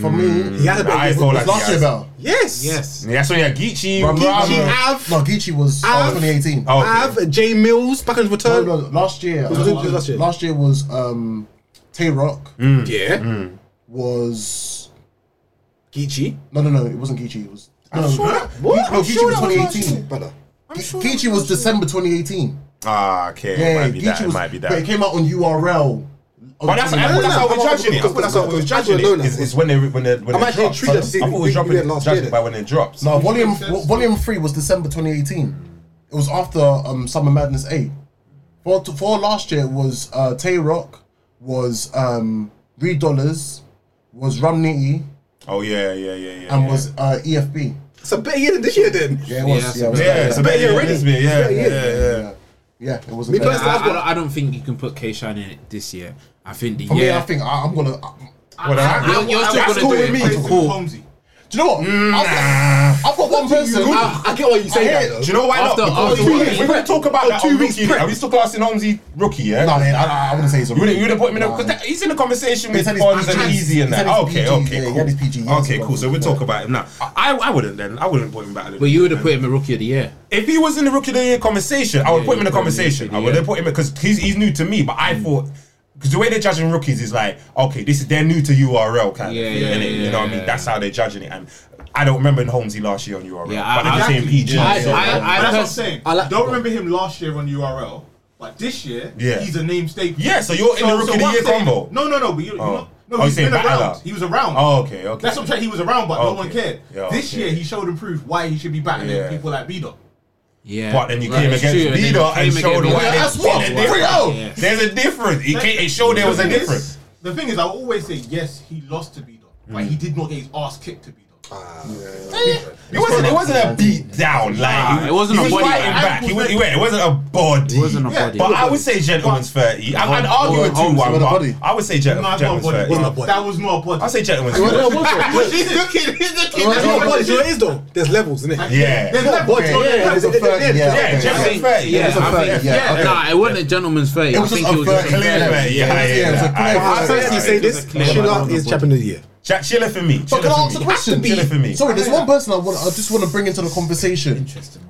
For me,
He had a better
I
years
thought
than
like
it's
this.
last year about.
Yes.
Yes.
Yeah, so yeah, Geechee.
Geechee,
Rama.
Av,
No, Geechee was uh,
Av.
2018.
Oh, okay.
Av, J Mills, back in his
No,
return.
no, last year. uh,
was- it was last year? Mm.
Last year was um, Tay Rock.
Yeah.
Hmm.
Was
Geechee.
no, no, no. It wasn't Geechee. It was. No, no,
sure
no,
that- what?
no,
I'm
Geechee
sure
was
that was last
2018,
year.
brother. Geechee was December 2018.
Ah, okay.
Yeah,
it might be
Geechee
that. It
was-
might be that.
But it came out on URL.
But that's,
On-
I
on-
thought that's how we're judging it. I thought that's how we're
Because
judging
I don't
it.
know
Is,
that.
is when they when they when
I'm
it
actually
drops.
intrigued
I
to see-
thought we're
we- we did
dropping
last
judging
year
it by when it drops.
No, volume
makes sense.
volume three was December 2018. It was after um, Summer Madness eight. For for last year was uh, Tay Rock, was um, Reed Dollars, was Rum Nitty,
Oh yeah, yeah, yeah, yeah.
and
yeah.
was uh, EFB.
It's a better year than this year, then.
Yeah, it was.
Yeah,
Yeah, it was
yeah,
that,
it's a better year
already.
this year. Yeah, yeah, yeah.
yeah. Yeah, it was. a
Me
better-
personally,
I,
I've
I,
got-
don't- I don't think you can put K Shine in it this year. I think the
For me,
year.
I think I, I'm gonna. I-
Well, that-
You're- you're still
that's
gonna
cool
do
with
it.
me.
It's cool.
Holmesy.
do you know what? I've, got, I've got one person.
I, I get why you say
I
that.
hear-
though.
Do you know why
After-
not?
after
Because
two
we-
weeks
we won't talk about
Or
that
two
on
weeks
rookie.
prep.
Are we still classing Holmesy rookie? Yeah.
no, man, I, I wouldn't say he's a.
You wouldn't, you wouldn't put him in
Nah.
because he's in the conversation with
He's had his
Bonds and
PG.
Easy and
He's
that.
had his
Okay,
PG,
okay,
yeah,
cool.
he had his PG, yeah,
okay,
so-
cool. So we'll talk about him now. I, I wouldn't then. I wouldn't put him back.
but you would have put him a rookie of the year.
If he was in the rookie of the year conversation, I would
Yeah,
put him in the
you'd put him in the
conversation.
rookie
I
of the
would
year.
have put him because he's he's new to me. But I
Mm.
thought because the way they're judging rookies is like okay, this is they're new to URL kind
Yeah,
of thing.
yeah,
innit? you
yeah,
know what I mean?
yeah.
That's how they're judging it. And I don't remember in Holmesy last year on URL.
Yeah,
but
I-
they're
I-
saying PG.
I-
so-
I- I-
But that's what I'm
pers-
saying.
I like-
don't remember him last year on URL, but this year,
Yeah.
he's a name staple.
Yeah, so you're in the rookie of the
what
year
I'm saying-
combo.
No, no, no. But you,
Oh.
you know,
Oh,
no, he's
you're saying
been around.
Battler.
He was around.
Oh, okay, okay.
That's what I'm saying. He was around, but no
Okay.
one cared.
Yeah,
this
okay.
year, he showed and proved why he should be back, and
Yeah.
then people like Bido.
Yeah.
But then you
Right,
came
it's
against
true, then you
Leader
came
and showed
against
why
Leader.
they-
That's what?
there's a difference.
3-0.
Yeah.
There's a difference. It, ca- it showed there was a difference.
The thing is, I always say yes. He lost to Bido, but
Mm.
he did not get his ass kicked to Bido.
Ah, It wasn't, it wasn't a beat down. Like
Nah, it wasn't
he
a
was
body
fighting
bang.
back. He was, he, went- it wasn't a body. It
wasn't a body.
But I would say gentleman's thirty. I, I'd
Or-
argue
or
with two
Holmes
one,
with a
but
body.
I would say gen-
No, it's not a
gentleman's
body.
thirty.
body.
That was not a body.
I say gentleman's
Well, no,
thirty.
what's that?
he's looking. He's looking.
You know what it is, you know what it is, though? There's levels, isn't it?
Yeah.
There's levels,
Body,
no,
yeah,
there's
there's
levels.
a-
Yeah,
Yeah,
yeah,
I
yeah.
gentleman's
think-
thirty.
yeah,
Yeah,
It's a
I
fair,
think-
yeah, okay.
Nah, it wasn't a gentleman's fate.
It was
I think
just a
it was
fair
just
clear fair. Yeah, I hear
it was a
that.
clear
I hear
I
that.
fair.
personally say this:
Clear
Sheila
button.
is champion of the year.
Jack, chiller for me.
But can I ask a question?
Chiller for me.
Sorry, there's one person I want. I just want to bring into the conversation. Interesting.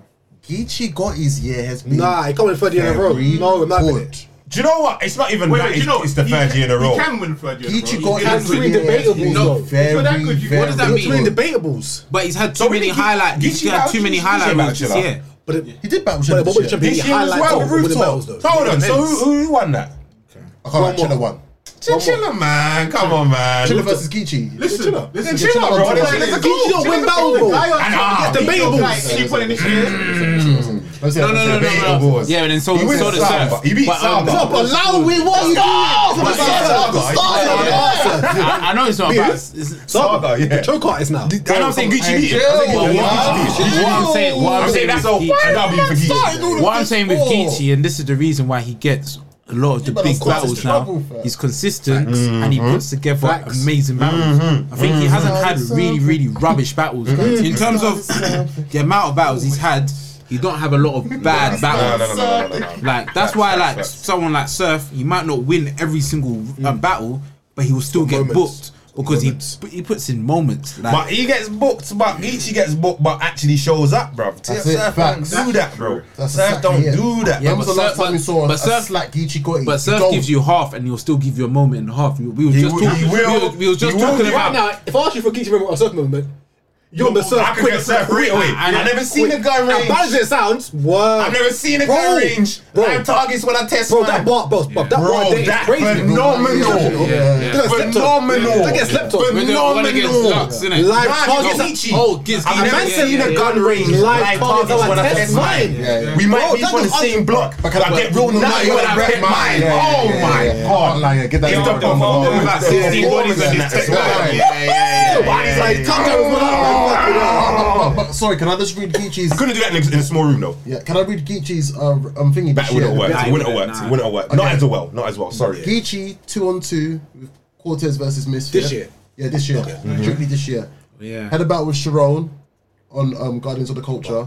Geechee got his year has been.
Nah, he coming third year in a row.
very
No, I'm not having
good.
it.
Do you know what? It's not even
Wait,
that.
wait, you
It's,
know
it's the
he
third year in a
can-
row.
He can win third year in a row.
Geechee
He
got
can
his
win.
three
year has
debatables,
been
though.
very,
So that could-
very
what does that
good.
mean?
Between debatables,
But he's had too
So we
many
didn't give-
highlights.
give
He's
you
had
that-
too many
give you that
highlights this
about
year.
but it,
He did battle
but
champions.
what was the
yeah.
champion?
This year as
highlights
well,
over the
rooftop.
medals, though.
So hold on. So
Events.
who, who won that?
I can't remember Chilla one.
Chiller, man. Come on, man.
Chilla versus Geechee.
Listen, listen,
Chill out, bro. There's there's a
Geechee
goal.
don't win battle, bro.
And, ah,
Debatables.
Keep winning this year.
No, no, no, no, no.
Wars.
Yeah, and then so
He
so
beat
the
Saba.
surf.
He beat
But, um,
Saba.
no, but
Allow me what you
But Saga,
I I know it's not about. it's-
Saga, yeah.
The choke artist now.
I know I'm saying Gucci beat him. I'm saying
But
Gucci
what,
beat him.
what I'm saying, what I'm,
I'm saying
saying,
that's
with
all.
Geechee-
I got beat for Gucci.
what I'm saying with Geechee, and this is the reason why he gets a lot of the
but
big
of course it's
battles now.
trouble, fam.
He's consistent and he
Mm-hmm.
puts together amazing battles. I think he hasn't had really, really rubbish battles
Mm-hmm.
in terms of the amount of battles he's had. He don't have a lot of bad
No, no,
battles.
no, no, no, no, no.
Like that's
Facts,
why,
facts,
like
facts. Mm.
someone like Surf, he might not win every single uh, battle, but he will still get
moments.
booked because he he puts in moments. Like,
But he gets booked, but Geechee gets booked, but actually shows up, bruv.
That's it,
Surf don't
facts.
do that, bro.
That's
Surf
exactly
don't
it.
do that.
When
bruv.
was the
but
last
Surf-
time we saw a
but Surf-
slack Geechee got it?
But Surf
Don't.
gives you half, and he'll still give you a moment and a half. We, we were
He
just
will- he
talking.
will-
we, were, we were just
he will
talking
be-
about.
Right
Now, if I ask you for Geechee moment or surf moment, you're on the surf.
I could get Surf right away.
I- I-
I've never seen a guy
As bad as
range.
it sounds, what?
I've never seen a
Bro,
guy range.
bro.
I have targets when I test
Bro,
mine.
that bar, bro, bro, that
Bro,
bar day is
that
crazy.
phenomenal.
Yeah, yeah.
Phenomenal.
Don't get slept on.
When they- when they get
Phenomenal.
Lux, innit?
Live
Nah,
targets.
Geechee.
Oh, Giz-
I've
Giz-
never
yeah,
seen
yeah,
a
yeah.
gun range
Live
live
targets
targets when I test mine. We might
Bro,
be on
that
the
was us-
same block, but
But-
I get real
but-
nutty when I pet mine. Oh my god!
Liar, get that
It's
nigga
the
off my
performance.
phone.
Like 16
Yeah,
bodies in
yeah,
this
yeah,
tech line.
yeah. Oh.
Bodies like Oh.
But- but- but- Sorry, can I just read Geechee's?
Couldn't do that in a, in a small room though.
Yeah, can I read Geechee's? Uh, I'm thinking.
That
this
wouldn't
year?
work.
nah,
It wouldn't have
nah.
worked. It wouldn't have worked. Not
Okay.
as well. Not as well. Sorry.
Geechee two on two with Cortez versus Misfit.
This year?
Yeah, this year. Mm-hmm. Strictly this year.
Yeah.
Had a battle with Sharon on um, Guardians of the Culture.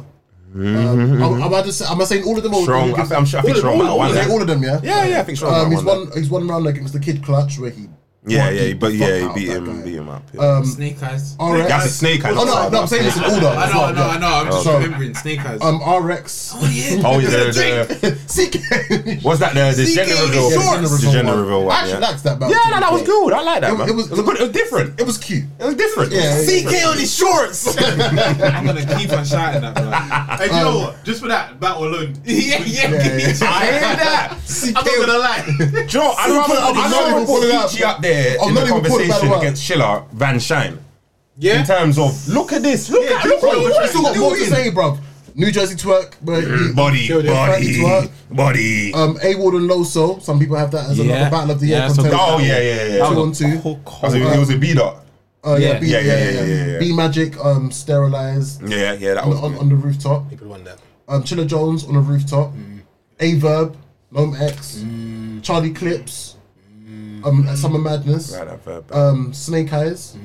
Um, am, am I just, am I saying all of them? or-
Strong. I think- I'm sure. I think strong might have
All,
won
all,
that.
of them, yeah.
Yeah, yeah. I think strong
Um,
might
he's
have won.
won. He's won round against the Kid Clutch where he
Yeah,
Mark
yeah,
beat
but
the
yeah,
fuck
he
out
beat
that
him,
guy.
beat him up. yeah.
Snake Eyes.
All right.
That's a snake.
Oh no, no, I'm saying this in order.
I know, I know, I know. I'm just
Sorry.
remembering Snake Eyes.
Um, RX.
oh yeah.
Oh yeah, the, the,
CK.
what's that? The, the gender reveal.
Yeah, the
The gender reveal
I
one.
actually
Yeah,
liked that battle.
yeah, no, that was good. I like that.
It-
man.
it was-
a good. It was different.
It was cute.
It was different.
Yeah, yeah.
CK on his shorts. I'm gonna keep on shouting that, bro.
Hey, do you
Um,
know what? Just for that battle alone.
yeah, yeah.
yeah.
I hear that.
I'm not gonna lie.
Joe, I'd rather,
I'm
I'd
not
rather
even
put
pulling out.
Geechee up there
I'm
in
Oh, not
the
even pulling out
conversation
the
against Schiller Van Shine. In
Yeah.
terms of, look at this, look at look what
We still got
you're
more to
doing.
say, bruv. New Jersey twerk, but
Body,
Yo, they're fighting to
body,
work.
body.
um, A Ward and Loso. Some people have that as
Yeah.
another battle of the year
Yeah, so-
contender.
Oh yeah, yeah, yeah.
Two
yeah.
on two.
Oh, so it was a beat up.
Uh, yeah, B,
Yeah, yeah, yeah, yeah, yeah.
B Magic, um, sterilized
Yeah, yeah, that
on,
was
on,
good.
on the rooftop.
People won that.
Um, Chiller Jones on the rooftop.
Mm.
A Verb, Lom X, Charlie Clips, um, Summer Madness,
Mm. Right, Mm. that verb.
um, Snake Eyes,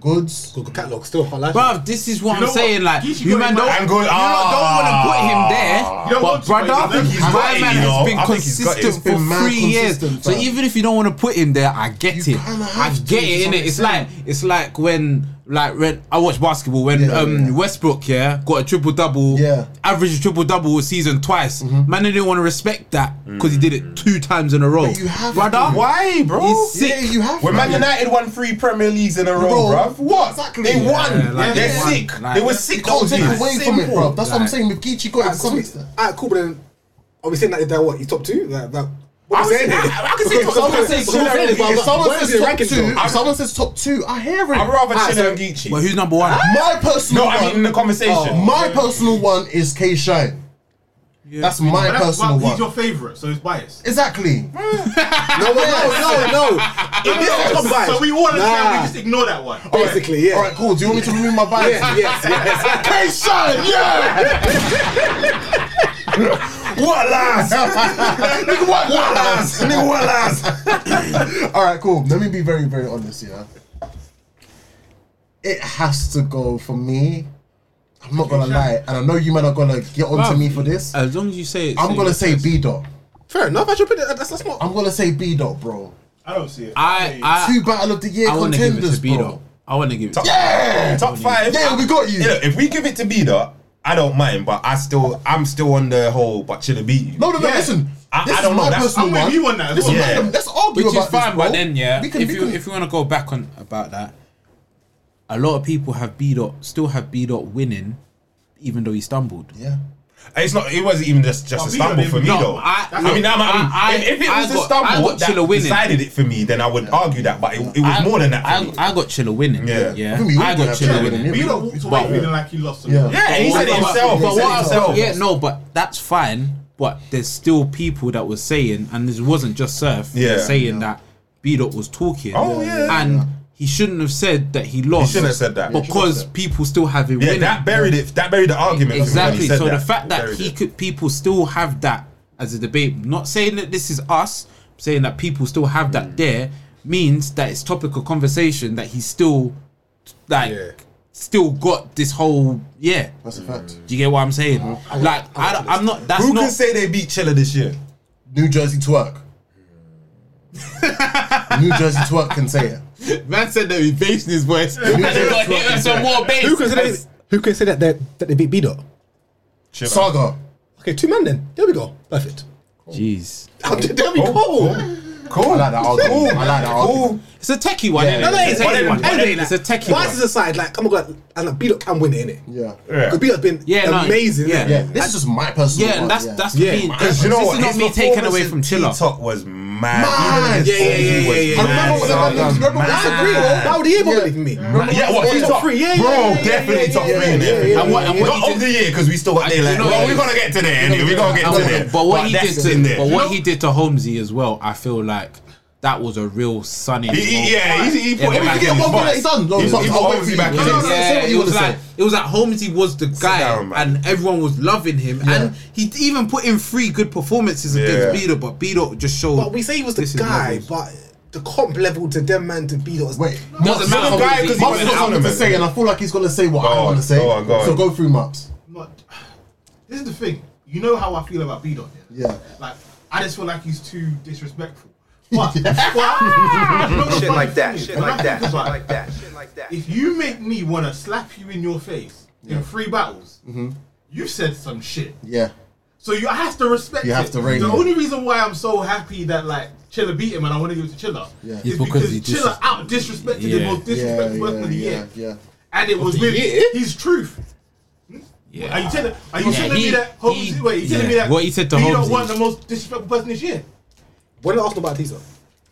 Goods.
Google catalog still. I like
Bruv, this is what
know
I'm
what?
saying. Like,
Geechee
you
got
man
him
don't,
back.
I'm going,
you lot
ah.
don't
don't
want
want
to
to,
put him there, but brother,
but I think he's
my
got it,
man
you know.
has been
I think he's got it.
consistent
It's been
for
mad
three years.
consistent,
So
fam.
even if you don't want to put him there, I get
You
it.
kinda
I
have to,
get
it's
it.
what
Innit?
I'm
It's like it's like when like when I watch basketball when
Yeah,
um
yeah.
Westbrook yeah got a triple double,
Yeah. Mm-hmm.
average triple double season twice. Man, they didn't want to respect that because he did it two times in a row.
But you have
brother,
to.
Why, bro?
He's sick.
Yeah, you have
When
to.
Man United won three Premier Leagues in a row,
Bro,
bruv. What?
exactly.
They won.
Yeah, like,
They're
they won.
sick.
Like,
they were sick.
Can't
those
take
years.
away from it,
Simple.
bruv. That's what I'm
Like-
saying. With Geechee got it, to some extent.
Alright, cool, but then are we saying that that what? He's top two? That, that, what
I
I'm
would
saying
say-
here-
I- I could say
because-
top- I would
because-
say
because-
top
because-
three,
because-
If someone
where is
says
the
top
rankings,
two,
though?
if someone says top two, I hear it.
I'd rather
Ah,
chill
so-
and Geechee.
but who's number one?
My personal
No, I mean
one-
in the conversation.
Oh, My personal one is K Shine. That's my
But that's why
personal
he's
one.
your favorite, so it's biased.
exactly.
No, no, no, no. If this is top five,
So we all understand. We
nah,
just ignore that one.
basically, yeah.
All right, cool. Do you want me to remove my bias?
Yes, yes, yes.
Hey, son, yeah! what last? Nigga, what last? Nigga, what last?
All right, cool. Let me be very, very honest. Yeah, it has to go for me. I'm not gonna lie, and I know you men are gonna get onto
Bruv,
me for this.
As long as you say it,
I'm gonna
it
say
first.
B dot.
Fair enough. I should put it. That's, that's not.
I'm gonna say B dot, bro.
I don't see it.
I
Two
I
battle of the year
I want to give it
contenders,
to B
bro.
though. I want to give it.
Top,
to
yeah, top five.
Yeah, we got you.
Yeah, if we give it to Bida, I don't mind, but I still, I'm still on the whole. But should have beat you.
No, no, no. Listen,
I-
this
I
is
don't know,
my
that's-
personal
I'm with
one.
you on that as
Listen,
well.
Yeah.
let's argue
Which is
about this,
fine,
bro.
but then yeah,
we can,
if
we
you
can-
if you want to go back on about that, a lot of people have B dot still have B dot winning, even though he stumbled.
yeah.
It's not. It wasn't even just just
Well,
a
Bida
stumble for
didn't-
me
no,
though.
I-
I, mean, I'm-
I-
I,
I-
mean, if, if it
I
was
got-
a stumble
I got Chilla
that
winning.
decided it for me, then I would argue that. But it, it was
I-
more than that.
I,
for me.
I got Chilla winning.
Yeah.
Yeah,
I
yeah.
think we all
I
do
got
have
Chilla
Chilla
winning.
winning.
You don't walk away feeling like you lost.
Yeah.
Yeah.
yeah, he said it himself. he
But
said
what
it
I'm-
himself.
Yeah, no, but that's fine. But there's still people that were saying, and this wasn't just Surf.
Yeah.
saying that B dot was talking.
Oh, yeah.
and he shouldn't have said that he lost.
shouldn't have said that. Yeah, he
shouldn't have
because
said
people still have him
Yeah,
winning.
that buried it. That buried the argument. for me when he
Exactly.
said
So
that.
the fact that
Buried
he
it.
could, people still have that as a debate. Not saying that this is us, saying that people still have that there means that it's topic of conversation that he's still, like,
Yeah.
still got this whole yeah.
That's a fact.
Do you get what I'm saying? Like I, I'm not. That's
Who
not.
can say they beat Chilla this year?
New Jersey twerk. New Jersey twerk can say it.
man said that he based his voice. and
they got hit with
some more bass.
Who can say that? Who can say that they that they beat B dot?
Chilla.
Saga.
Okay, two men then. There we go. Perfect. Oh.
Jeez,
there we go.
Cool. I like that argument. I like that argument.
Cool.
it's a techie one.
Yeah,
innit?
yeah, yeah.
It's a
But
techie
then-
one.
but then-
It's a techie
Why is
one.
this aside? Like, oh my god, and like, B dot can win it, innit?
Yeah.
Yeah.
Because B dot's been
Yeah, no,
amazing.
yeah.
innit?
Yeah. This is just my personal
Yeah,
one,
and that's that's
Yeah.
me.
Because
This
you know
is
what?
not
His
me taking away
performance
from
in
Chiller.
TikTok was mad.
Mad.
Even in
Yeah, yeah,
his
yeah,
was
yeah, yeah.
mad.
I remember what the
Saga
man named- remember what
mad.
the
That's agree. That would be believe in me.
Yeah, what?
Yeah,
he's
top three, yeah, yeah,
Bro,
yeah, yeah,
definitely
yeah,
top
yeah,
three in
yeah,
there.
yeah,
And what- and what
Not
he
of the year because we still got there. Like,
know
well,
what?
we're gonna get to there. Anyway, we're gonna get to there.
But what he
that's
did to
in there.
but what he did to Holmesy as well, I feel like that was a real sunny.
He- he- yeah, he, he put
Yeah, but
him back
You
like
in
get
his
one
box.
bullet, it's done. No,
He
it's
put
not- I'll wait
Holmesy
for you.
back in
No, no,
his
no. say
Yeah,
what
it
you
was
wanna
like it was like Holmesy was the guy,
down, man.
and everyone was loving him, and he even put in three good performances
Yeah.
against Beto, but Beto just showed.
But we say he was the
this is
guy,
levels.
but the comp level to them man to B dot.
Wait.
Doesn't
You're
matter
the guy
what
'cause
he
he went
Mups
did.
got
out
something
of
to
it.
say, and I feel like he's gonna say what I
on,
want to say.
go on, go on.
So go through Mups.
Not. This is the thing. You know how I feel about B dot.
Yeah.
Like I just feel like he's too disrespectful. But, but you know the
Shit
funny
like that.
thing is,
Shit
when I
like
think
that. Shit
about
like
it,
that. Shit like that.
If you make me want to slap you in your face in three battles, you said some shit.
Mm-hmm. Yeah.
So you have to respect.
You have
it.
to rein
The
it.
only reason why I'm so happy that like Chiller beat him and I want to give it to Chiller
Yeah.
is
It's
because,
because he
Chiller
dis-
out disrespected the
Yeah.
most
Yeah,
disrespectful person
yeah,
of the
yeah,
year,
yeah.
and it was with his truth.
Yeah.
Are you telling? Are you
Yeah,
telling me
he-
that? Holmes,
he-
wait, you telling
yeah.
me that?
What he said to
he
Holmes
don't want
is-
the most disrespectful person this year.
When did Arsenal buy Tisa?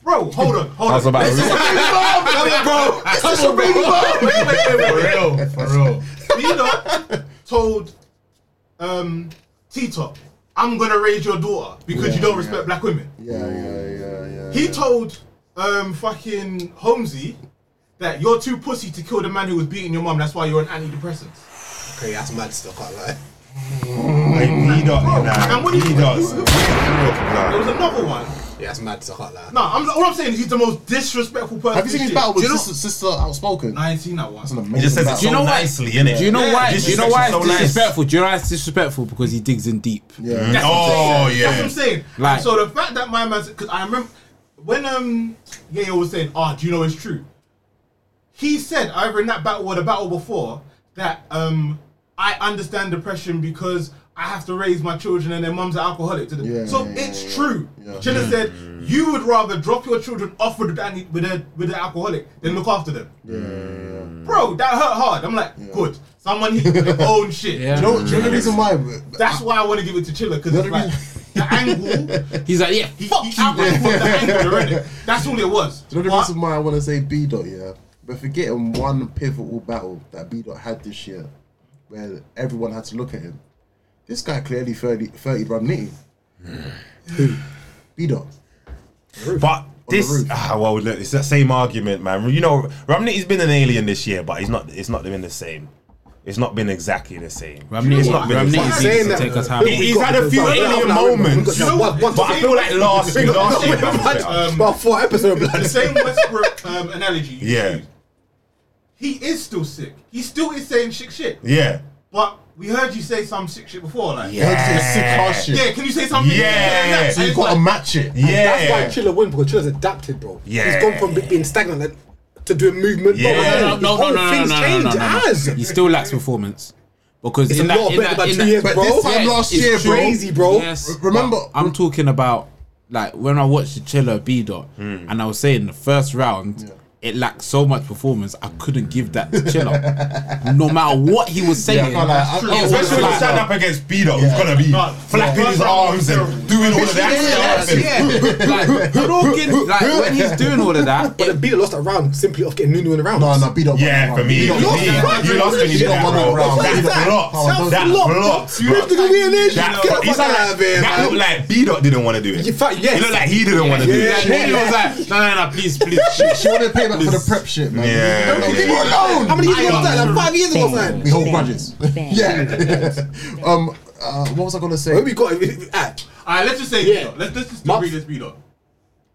Bro, hold on, hold
That's
on.
about
Listen,
it.
bro, that's your baby mom. Wait, wait, wait, wait.
real, for real.
Nina told um, T Top, I'm gonna raise your daughter because you don't respect black women.
Yeah, yeah, yeah, yeah.
He told um, fucking Holmesy that you're too pussy to kill the man who was beating your mum, that's why you're on antidepressants.
Okay, that's mad stuff. I can't lie.
Like, he does.
Bro,
Nah,
and what he-
he does.
who- There
Nah.
was another one.
Yeah, that's mad stuff. I can't lie.
No, I'm, all I'm saying is he's the most disrespectful person.
Have you seen
this
his
year.
battle with
Do you know-
sister, sister Outspoken?
I ain't seen that one.
That's an amazing
He just says it
battle.
so
you know what?
nicely, innit?
Do you know why? Do you know why it's
Disrespectful, so nice.
disrespectful? Do you know why it's disrespectful? Because he digs in deep.
Yeah.
That's what I'm
Oh,
saying.
yeah.
That's what I'm saying.
Like-
so the fact that my man, because I remember when um Yayo was saying, "Ah, do you know it's true?" He said either in that battle or the battle before that um I understand depression because I have to raise my children and their mums are alcoholic. to the-
Yeah,
so
yeah,
it's
yeah,
true.
yeah.
Chilla said you would rather drop your children off with an, with a with an alcoholic than look after them. Bro, that hurt hard. I'm like, good. Someone hit their own shit.
Yeah.
You know, do you know the reason why?
That's why I want to give it to Chiller because
The
it's
other
like the angle.
He's like, yeah,
He,
fuck
he,
you.
he went for the angle already. That's all it was.
Do you know the
But
reason why I want to say B dot? Yeah, but forgetting one pivotal battle that B dot had this year, where everyone had to look at him. This guy clearly 30 30 run nitty. Who? B dot.
But this,
roof.
ah, well, look, it's that same argument, man. You know, Ramney's been an alien this year, but he's not. It's not been the same. It's not been exactly the same.
Ramney,
it's not been
Ramney
the
is
same.
saying
easy to
that-
take us out.
He- He's had a few
But-
alien
No, no, no,
moments,
no,
what?
one- one-
but I feel like last year, last year, that was better.
Um,
About four episodes.
the same Westbrook um, analogy. you
Yeah.
used, He is still sick. He still is saying sick shit.
yeah,
But we heard you say some sick shit before, like
Yeah. That's sick harsh shit.
Yeah, can you say something?
Yeah.
And
So you
it's
got to
like,
match it.
That's why
yeah.
Chiller won because Chiller's adapted, bro.
Yeah.
He's gone from be- being stagnant and- to doing movement.
Yeah.
No, no, no, no, no, no,
things
no,
changed.
no, no, no.
As
He still lacks performance because
It's
in
a
that,
lot
in
better
that,
than
in
two
that-
years,
But
bro.
this time last
it's
year,
true.
bro.
Crazy, bro.
Yes,
R- remember-
but I'm talking about like when I watched the Chiller B dot, and I was saying the first round. It lacked so much performance. I couldn't give that to Chiller, no matter what he was saying.
I can't lie, I-
it
I-
was
Especially when you
like-
stand up against Speedo, who's gonna be
Nah,
flapping
yeah.
his arms and doing all of that stuff.
yeah, like, talking, like when he's doing all of that,
But the
it
beat lost that round simply off getting Nunu in the round.
No, no, B dot.
Yeah, for me,
B
for me,
dot.
lost that round.
you lost when you
She
did that,
got one
bro.
round.
That
She got-
blocked.
Sounds
That
blocked.
blocked.
You
bro.
have to go in there.
That
Get the
he's
fuck
like-
out of here,
that
man.
looked like B dot didn't want to do it.
In fact, yes.
It looked like he didn't want to do
yeah,
it.
yeah, he was like, no, no, no, please, please.
She wanted to pay back for the prep shit, man.
Yeah,
Don't
yeah,
leave
yeah.
her alone.
How many years ago was that? Like five years ago, man.
We hold grudges. yeah. um. Uh, what was I gonna say?
Who we got? Who- ah,
all right, let's just say,
Yeah.
yeah. let's, let's just
Must-
read this beat up.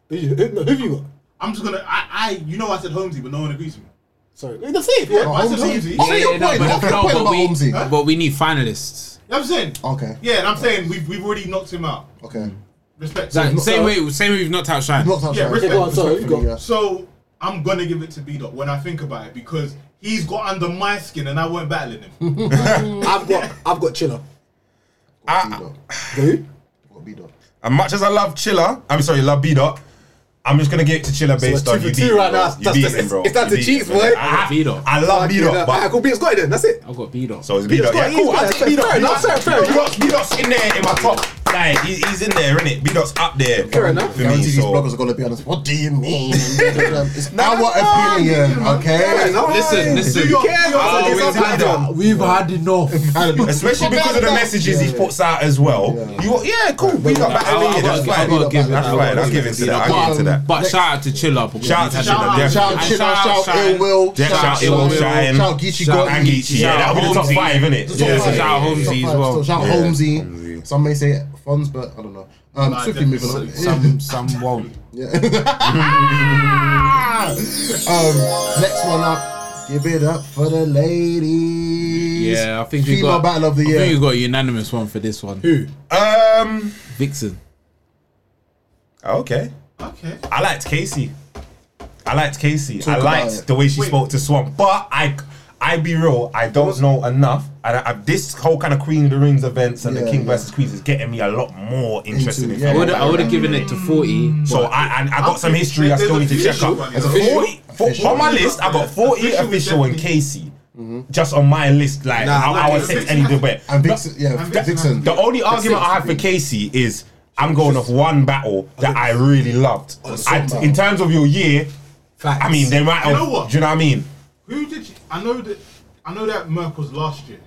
Who you- who- no, who you got?
I'm just gonna, I, I, you know, I said Holmesy, but no one agrees with me.
Sorry. That's it.
But I said
Holmesy?
Holmesy.
Yeah. your
no,
point,
but,
that's your
no,
point
but
about
we,
Holmesy.
but we need finalists.
You know what I'm saying?
Okay.
Yeah, and I'm saying we've, we've already knocked him out.
Okay.
Respect.
Like,
So-
same way, same way we've knocked out Shine.
Knocked out
Yeah,
Shaq.
respect.
Yeah, go on, sorry, you go.
So I'm gonna give it to B Dot when I think about it because he's got under my skin and I weren't battling him.
I've got, I've got Chiller.
I-
Go Who?
Got B dot.
As much as I love Chiller, I'm sorry, love B dot. I'm just gonna give it to Chiller based
two
on
for
you
two
beat him,
right
bro.
now.
You
That's-
beat
that's-
him, bro.
it's down
You
to
beat
cheese,
him, bro.
boy.
I-
B-Dot.
I love B dot,
Alright,
but
cool. Uh, Beat's got it then. That's it.
I've got B dot.
so it's B
B-Dot's
dot. Yeah,
got it,
cool.
he's
I
got
take
it.
B dot.
Fair enough, fair, fair
B dot's B dot's in there in my top. Like he- he's in there, isn't it? B dot's up there.
Fair enough.
For me,
Guarantee these bloggers
so
are gonna be honest. What do you mean? it's our opinion, okay?
Listen, listen.
Do your- do your-
Oh,
do your-
it's like that.
We've had enough.
Especially because of the messages he puts out as well. You, yeah, cool. We got back
I'll- I'll-
in That's
I'll- I'll give
fine.
it-
That's
I'll
fine. I'll
give
give
it
it
to
to that.
But,
I'll give it to that.
but shout out to Chiller because
Shout out
we've
to
had
Chiller,
enough.
yeah.
Shout
And
Chilla, shout Ill Will,
Yeah, shout
um,
Ill Will, Shine,
shout Geechee
shout
Gotti,
And Geechee. Yeah, that'll be the top
Holmesy.
five, innit?
Yeah,
Yeah,
so shout out Holmesy as well.
Shout
Yeah.
Holmesy.
Holmesy.
Some may say Fons, but I don't know. Um,
Nah,
swiftly moving on.
definitely.
Some, some won't.
um, next one up. Give it up for the ladies.
Yeah, I think we
female
got
battle of the
I think
year.
we got a unanimous one for this one.
Who?
Um.
Vixen.
Okay.
Okay.
I liked Casey. I liked Casey. I
about
liked
it.
the way she
Wait.
spoke to Swamp. But I, I be real, I don't know enough. And I, I, this whole kind of Queen of the Rings events and the
Yeah,
King
yeah.
versus Queens is getting me a lot more interested
Into-
in.
yeah.
I
film.
would I would have given it to forty.
So I, and I got some history I still need to check out.
There's
official? Mm-hmm.
40, for, on my list, I got 40
Official
official,
is
and
definitely-
Casey. Just on my list, like
Nah,
I,
nah,
I would
nah,
say
nah.
any debate.
And Vixen, yeah,
and Vixen.
Vixen.
The only argument I have for Casey is I'm going off one battle that I really loved. I,
battle.
in terms of your year,
Facts.
I mean, they might have.
You know what?
Do you know what I mean?
Who did you, I know that? I know that Merck was last year.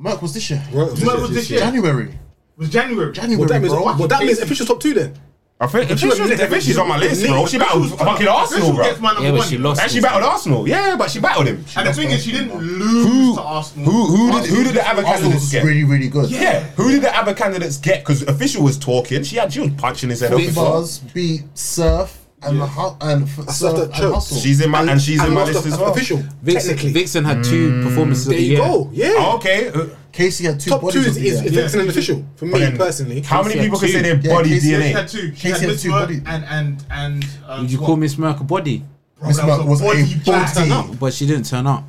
Merck was this year.
Merck was this year.
January.
Was January.
January,
Well, that means,
bro.
well, that means official top two then.
I think if she's,
Official-
if she's on my list, bro, she battled
Official-
fucking Arsenal,
Official
bro.
gets my number
Yeah, but
one.
she lost.
And she battled Arsenal, yeah, but she battled him.
And the thing is, she didn't lose to Arsenal.
Who who did who did the other
Arsenal
candidates
was
get?
really, really good.
Yeah, who did the other candidates get? Because official was talking. She had she was punching his head off.
Big Bars beat Surf and the hu- and f- Surf
that
and
chirp.
Hustle.
She's in my and, she's in my
what's
list
the
as well.
Official,
Vixen,
technically.
Vixen had two performances.
there
of the
you
year.
go. Yeah.
Oh, okay. uh,
Casey had two
top two
bodies
is,
of the
is,
year.
is Vixen an official for me
but then
personally.
How many
Casey
people
had
can say
two.
their
Yeah,
body
Casey had-
She
DNA?
had two. She
Casey
had
had
Miss
two
Merck
body-
and and and. um,
Would you
what?
call Miss Merck a body?
Bro,
Miss
that
Merck was a
body
body.
bag.
But she didn't turn up.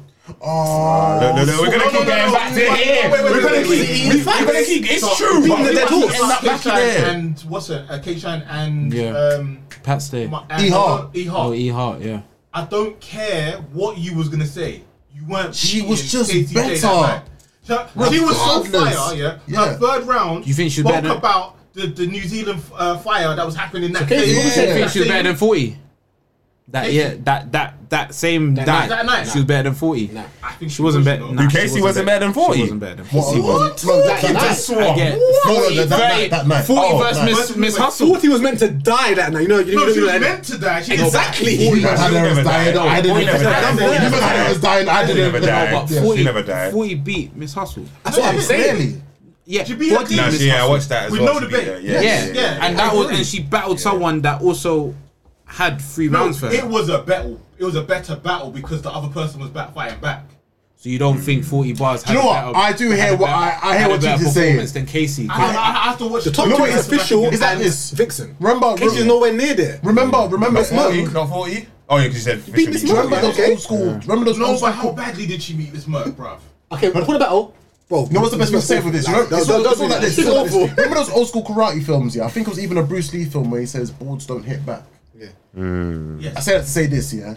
Oh,
No, no, no, we're gonna
No, no,
keep
no,
getting
no,
back to
wait, wait,
here.
wait, wait,
We're
wait,
gonna
wait, wait,
keep.
wait.
we- We're gonna keep. It's true.
beating
but
the
we
dead
might
horse.
end up back in
K-Shine
there.
And what's it? Uh, K-Shine and
Yeah.
um,
Pat's there.
my-
E.
and
Hart.
E. Hart.
Oh, E Hart. Yeah.
I don't care what you was gonna say. You weren't.
She
beating
was just
KTJ that
better.
night. She, she was so
Regardless.
fire. Yeah.
Yeah.
Her third round.
You think she was
spoke
better than-
about the, the New Zealand uh, fire that was happening in that
Okay,
same-
you
She
that
thinks she was
same-
better than forty. That
Casey.
yeah, that that that same that,
night. That night.
she was better than forty.
Nah.
I think
She wasn't better.
though.
Nah, she
Casey wasn't better than 40?
She wasn't better than forty.
What? what? No, that,
Keep
that,
it
night.
Swamp.
I get
No, no,
40,
that- that night, that night.
40
Oh,
versus
that-
Miss, Miss Hustle.
Forty was meant to die that night. You know, you
No,
didn't
she
do
was
that.
meant to die. She
Exactly.
She
Forty
Nah,
versus
she
Hannah
never
was
died.
dying. I
She
didn't
never
even-
died.
Even
She never
Hannah was dying. I
She
didn't
never
even
died.
know
But
about this.
She
40,
never died.
40 beat Miss Hustle.
That's what I'm saying.
Really?
Yeah,
beat her
40
team.
No,
Miss
she, yeah, I
Hustle.
watched that as
We
well.
know
She
the
beat
bit.
her,
Yeah,
Yeah, yeah, yeah.
yeah,
and that was
agree.
and she battled someone that also had three rounds for her.
It was a battle. It was a better battle because the other person was back fighting back.
so you don't think 40 bars?
you
had
know
a
what?
better-
I do
had
hear
a
what-
better-
I- I hear
had a
what
better
you're saying.
performance Than Casey.
I, I, I have to watch
The top
No,
two
wait,
is
it's
official.
back
Is that
and
this?
Vixen?
Remember-
Casey's
remember-
nowhere near there.
Remember, remember,
Miss Merck.
Not 40? Oh, yeah, because you said.
beat Miss Merck,
remember
Yeah.
those old school. Remember those
No,
old
but
school.
how badly did she meet this Merc, bruv?
Okay, but for the battle, bro.
No, what's the best way to say it with this? You know,
Like,
it's
no,
all,
no,
it's all
no,
like this.
it's
it's all like
awful.
this. Remember those old school karate films? Yeah, I think it was even a Bruce Lee film where he says boards don't hit back. I
Yes.
say that to say this, yeah.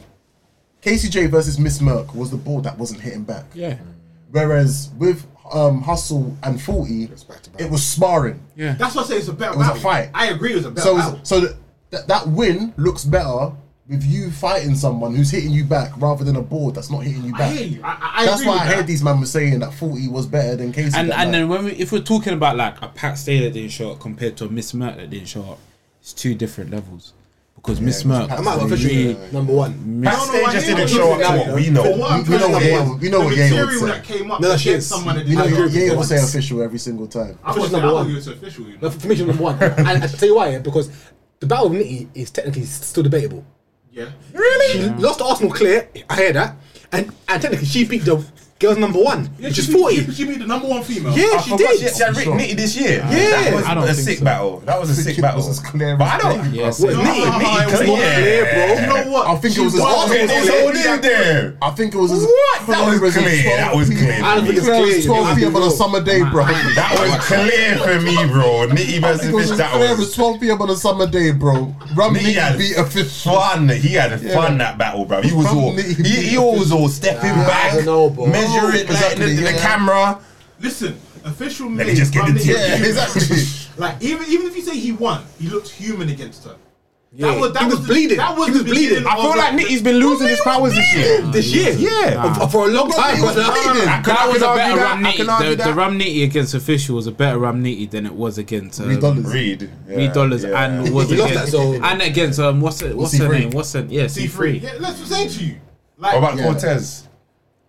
KCJ versus Miss Merck was the board that wasn't hitting back.
yeah,
Whereas with um, Hustle and Forty, it was sparring.
yeah.
That's why I say it's a better
It was a
battle.
fight.
I agree, it was a better
So
battle.
it's- so th- that that win looks better with you fighting someone who's hitting you back rather than a board that's not hitting you
I
back.
hear you. I, I, I
That's
agree
why
with
I heard
that.
these men were saying that Forty was better than KC.
And
that
and
night.
then when we, if we're talking about like a Pat Stay that didn't show up compared to a Miss Mert that didn't show up, it's two different levels. Because Miss Mert,
Pat
I'm out of official
really-
number one.
Pat
No, no, I
Stay just
hear
didn't
what
show
you're
up to
saying.
what we
But
know.
what I'm
We know
trying to
what
say
Yale-
is
we know what
the
Yale would
material
say.
that came up
No, that
against
shit is-
someone that
you know,
didn't
yeah,
agree
yeah,
with
will
them.
say official every single time.
I would
Official's
say
number
I
one.
argue it's official. You
No,
know?
for for me, she's number one. and I tell you why, yeah, because the battle of Nitty is technically still debatable.
Yeah.
Really? She lost to Arsenal clear. I hear that. And and technically, she beat the girls number one, which is
she,
forty.
She, she beat the number one female.
Yeah,
I
she
forgot
did.
Oh, She had Rick Nitty this year. That was
I don't
a
think
sick
so.
battle. That was a sick
it
battle.
was as clear as
But I don't.
day.
Yeah,
Yes.
so-
Nitty,
Ah,
Nitty,
it was
come
not
on.
clear, bro.
You know what?
I think
She
it was as-
won.
Okay,
She
there's
won.
all in there.
I think it was as
What? That was
as
clear.
12
That was
p.m.
clear.
I don't think it's
It
clear.
was 12 p.m. on a
bro.
summer day, bro.
That was clear for me, bro. Nitty versus
It was
Fish.
as
That
clear
was
as 12 p.m. on a summer day, bro. Rum
Nitty
Nitty
had
beat official.
fun. He had fun that battle, bro. He was
From
all
Nitty
he, he
beat
was all stepping
Nah, I
back,
don't know, bro.
measuring like,
Exactly,
the, the
yeah.
camera.
Listen, official
Let
made.
me just get
Romney
the tip.
is
Yeah,
human.
exactly.
Like even even if you say he won, he looked human against her.
Yeah. He was
the-
bleeding.
That was
He
the
was bleeding.
beginning
I
of
feel
the-
like Nitty's been losing his powers this year.
This year,
Yeah.
For- for a long time.
was
brother.
bleeding.
I could- I
That
could
was a
argue
better
that.
Ram
I could argue
Nitty. The, the
that.
Ram Nitty against official was a better Ram Nitty than it was against um,
Three dollars.
Reed.
Reed Dollars
Yeah.
and was
He lost
against
that, so-
and against um what's her, what's her
C3.
name what's her yeah C three
Yeah, that's what I'm saying to you.
What
Like
about
Yeah.
Cortez?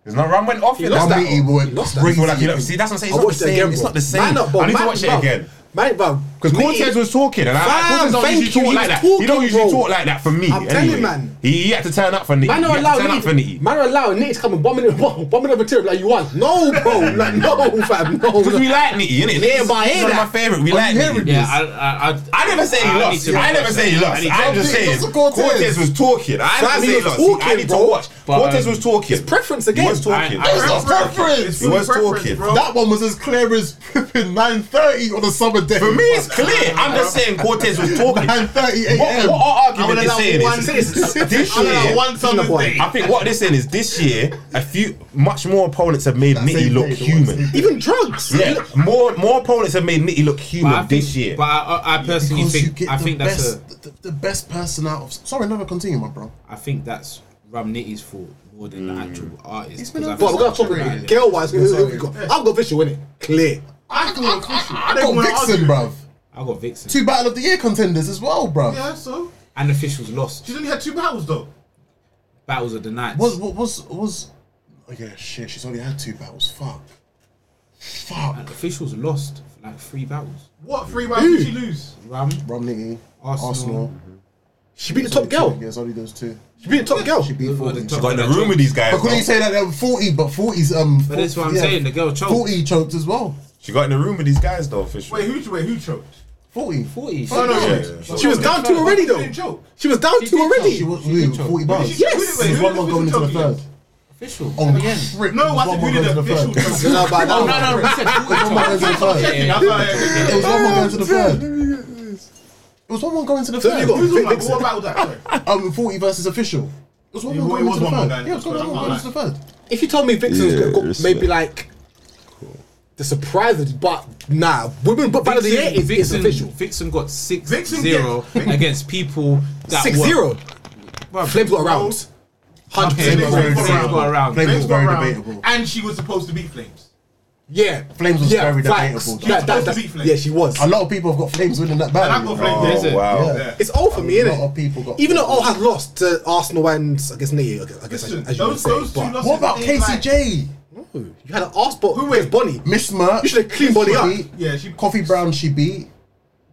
It's not Ram went off. He
Rum
lost that.
Nitty
He
went
lost that.
Well, like, you know,
crazy.
see, that's what I'm saying. It's not
I
the
watched it
same.
again.
It's
bro.
not the same.
Man up, bro.
I need to
Man
watch it
up.
again.
Man, bro,
Because Cortez was talking, and I, I Cortez don't
thank
usually
you,
talk like
he was
that. he
talking,
don't usually
bro.
talk like that for me.
I'm telling
anyway.
you, man.
He, he had to turn up for Nitty.
Man
he had
are
to turn
allowing
up for Nitty.
man are allowing niggas coming bombing the bombing the material like you want. No, bro, like no, fam, no.
Because we like Nitty, innit?
Yeah, but I hear
He's one of
that.
my favourite. We
But
like
you hear
Nitty.
it.
Yeah, I, I, I,
I never say he
I
lost.
need to
I never
watch
say he
that.
lost.
I need to
I'm
watch
just
that.
saying.
That's Cortez.
Cortez was talking. I
Fam,
never say
he
he
was
lost.
talking,
I need to
bro.
watch.
But,
Cortez
um,
was talking.
It's preference
He
again.
was talking.
I- I-
That's preference.
He was talking.
That one was as clear as 9.30 on a summer day.
For me, it's clear. I'm just saying Cortez was talking.
9.30
What, what
a.m.
our
I would
argument is saying
allow one.
is this
I would allow
year.
one summer's
one.
day.
I think what they're saying is this year, a few much more opponents have made Nitty
same
look
day, the
human.
ones-
Even drugs.
Yeah, more more opponents have made Nitty look
But I
human
think-
this year.
But I, I personally
Because you
think
get
I
the
think that's a,
best, the, the best person out of. Sorry, never continue, my bro.
I think that's Ram Nitty's fault more than
Mm.
the actual artist.
It's been
because
a-
I
But
think
we're gonna talk
about
about
it.
girl wise. I've got visual in it. Clear.
I, I, I, I,
don't wanna
got Vixen,
argue.
bruv.
I got Vixen.
Two Battle of the Year contenders as well, bruv.
Yeah, so
And officials lost.
she's only had two battles though.
Battles of the night.
Was what was was? Oh yeah, shit. She's only had two battles. Fuck.
And
Fuck.
officials lost for like three battles.
What three rounds did she lose?
Ram.
Romney,
Arsenal.
Arsenal.
She beat the top girl.
Yeah, it's only those two.
She beat the top girl.
She beat
were the
forty.
top-
Got in the room with these guys.
But couldn't
though.
you say that they were forty? But forties um.
But that's what I'm saying. The girl choked.
Forty choked as well.
She got in the room with these guys though, official.
Wait, who? Wait, who choked?
Forty.
Forty.
Oh, No, no,
Yeah,
wait.
yeah,
But
She was down two already
She didn't
though.
choke.
She was down two already.
She was
She did
Ooh,
choke.
forty bars.
Yes.
There was
Who
one
did
more
she
going into the
choke
third. Oh,
again?
Official.
On trip.
No, I
one
said
more
who
going
did
to
the
the
official
third.
choke?
No, no, but
Oh,
that
no,
one-
no, we said
One more going to the third.
Yeah,
Yeah.
that's why I-
It was one more going to the third. It was one more going to the
So you
third.
got
Who's on my what battle that? sorry?
Um, 40 versus official. It was one
Yeah,
more
well, it
going
was
to the
one more
third.
going
Yeah, it was
to
one
the
more
third.
going to the third.
If you told me Vixen's
Yeah,
gonna go,
respect.
maybe like the surprises, but nah, women but battle of the year is, is
Vixen,
official.
Vixen got 6-0
Vixen
against people that
Six
were...
zero.
Bruv,
Flames got around. Hundred
Okay,
percent.
Flames
Flames
got around.
got around.
Flames
Flames
was
got
very
round,
debatable.
and she was supposed to beat Flames.
Yeah,
Flames was
yeah,
very
facts.
debatable.
That, that,
Supposed to
that-
be Flames.
yeah, she was.
A lot of people have got flames winning that
And I
battle.
got Flames.
Oh,
yeah.
wow.
Yeah.
It's all for me,
A
innit?
lot of people got.
Even though all has lost to Arsenal and I guess Nate, I guess, I guess
Listen,
as you would
those-
say,
those two
but
losses-
What about
They like-
KCJ?
you had an Arsenal
Who
who is
win?
Bonnie?
Miss Merck.
You should have cleaned body
she
up.
beat.
Yeah, she-
Coffee Brown she beat.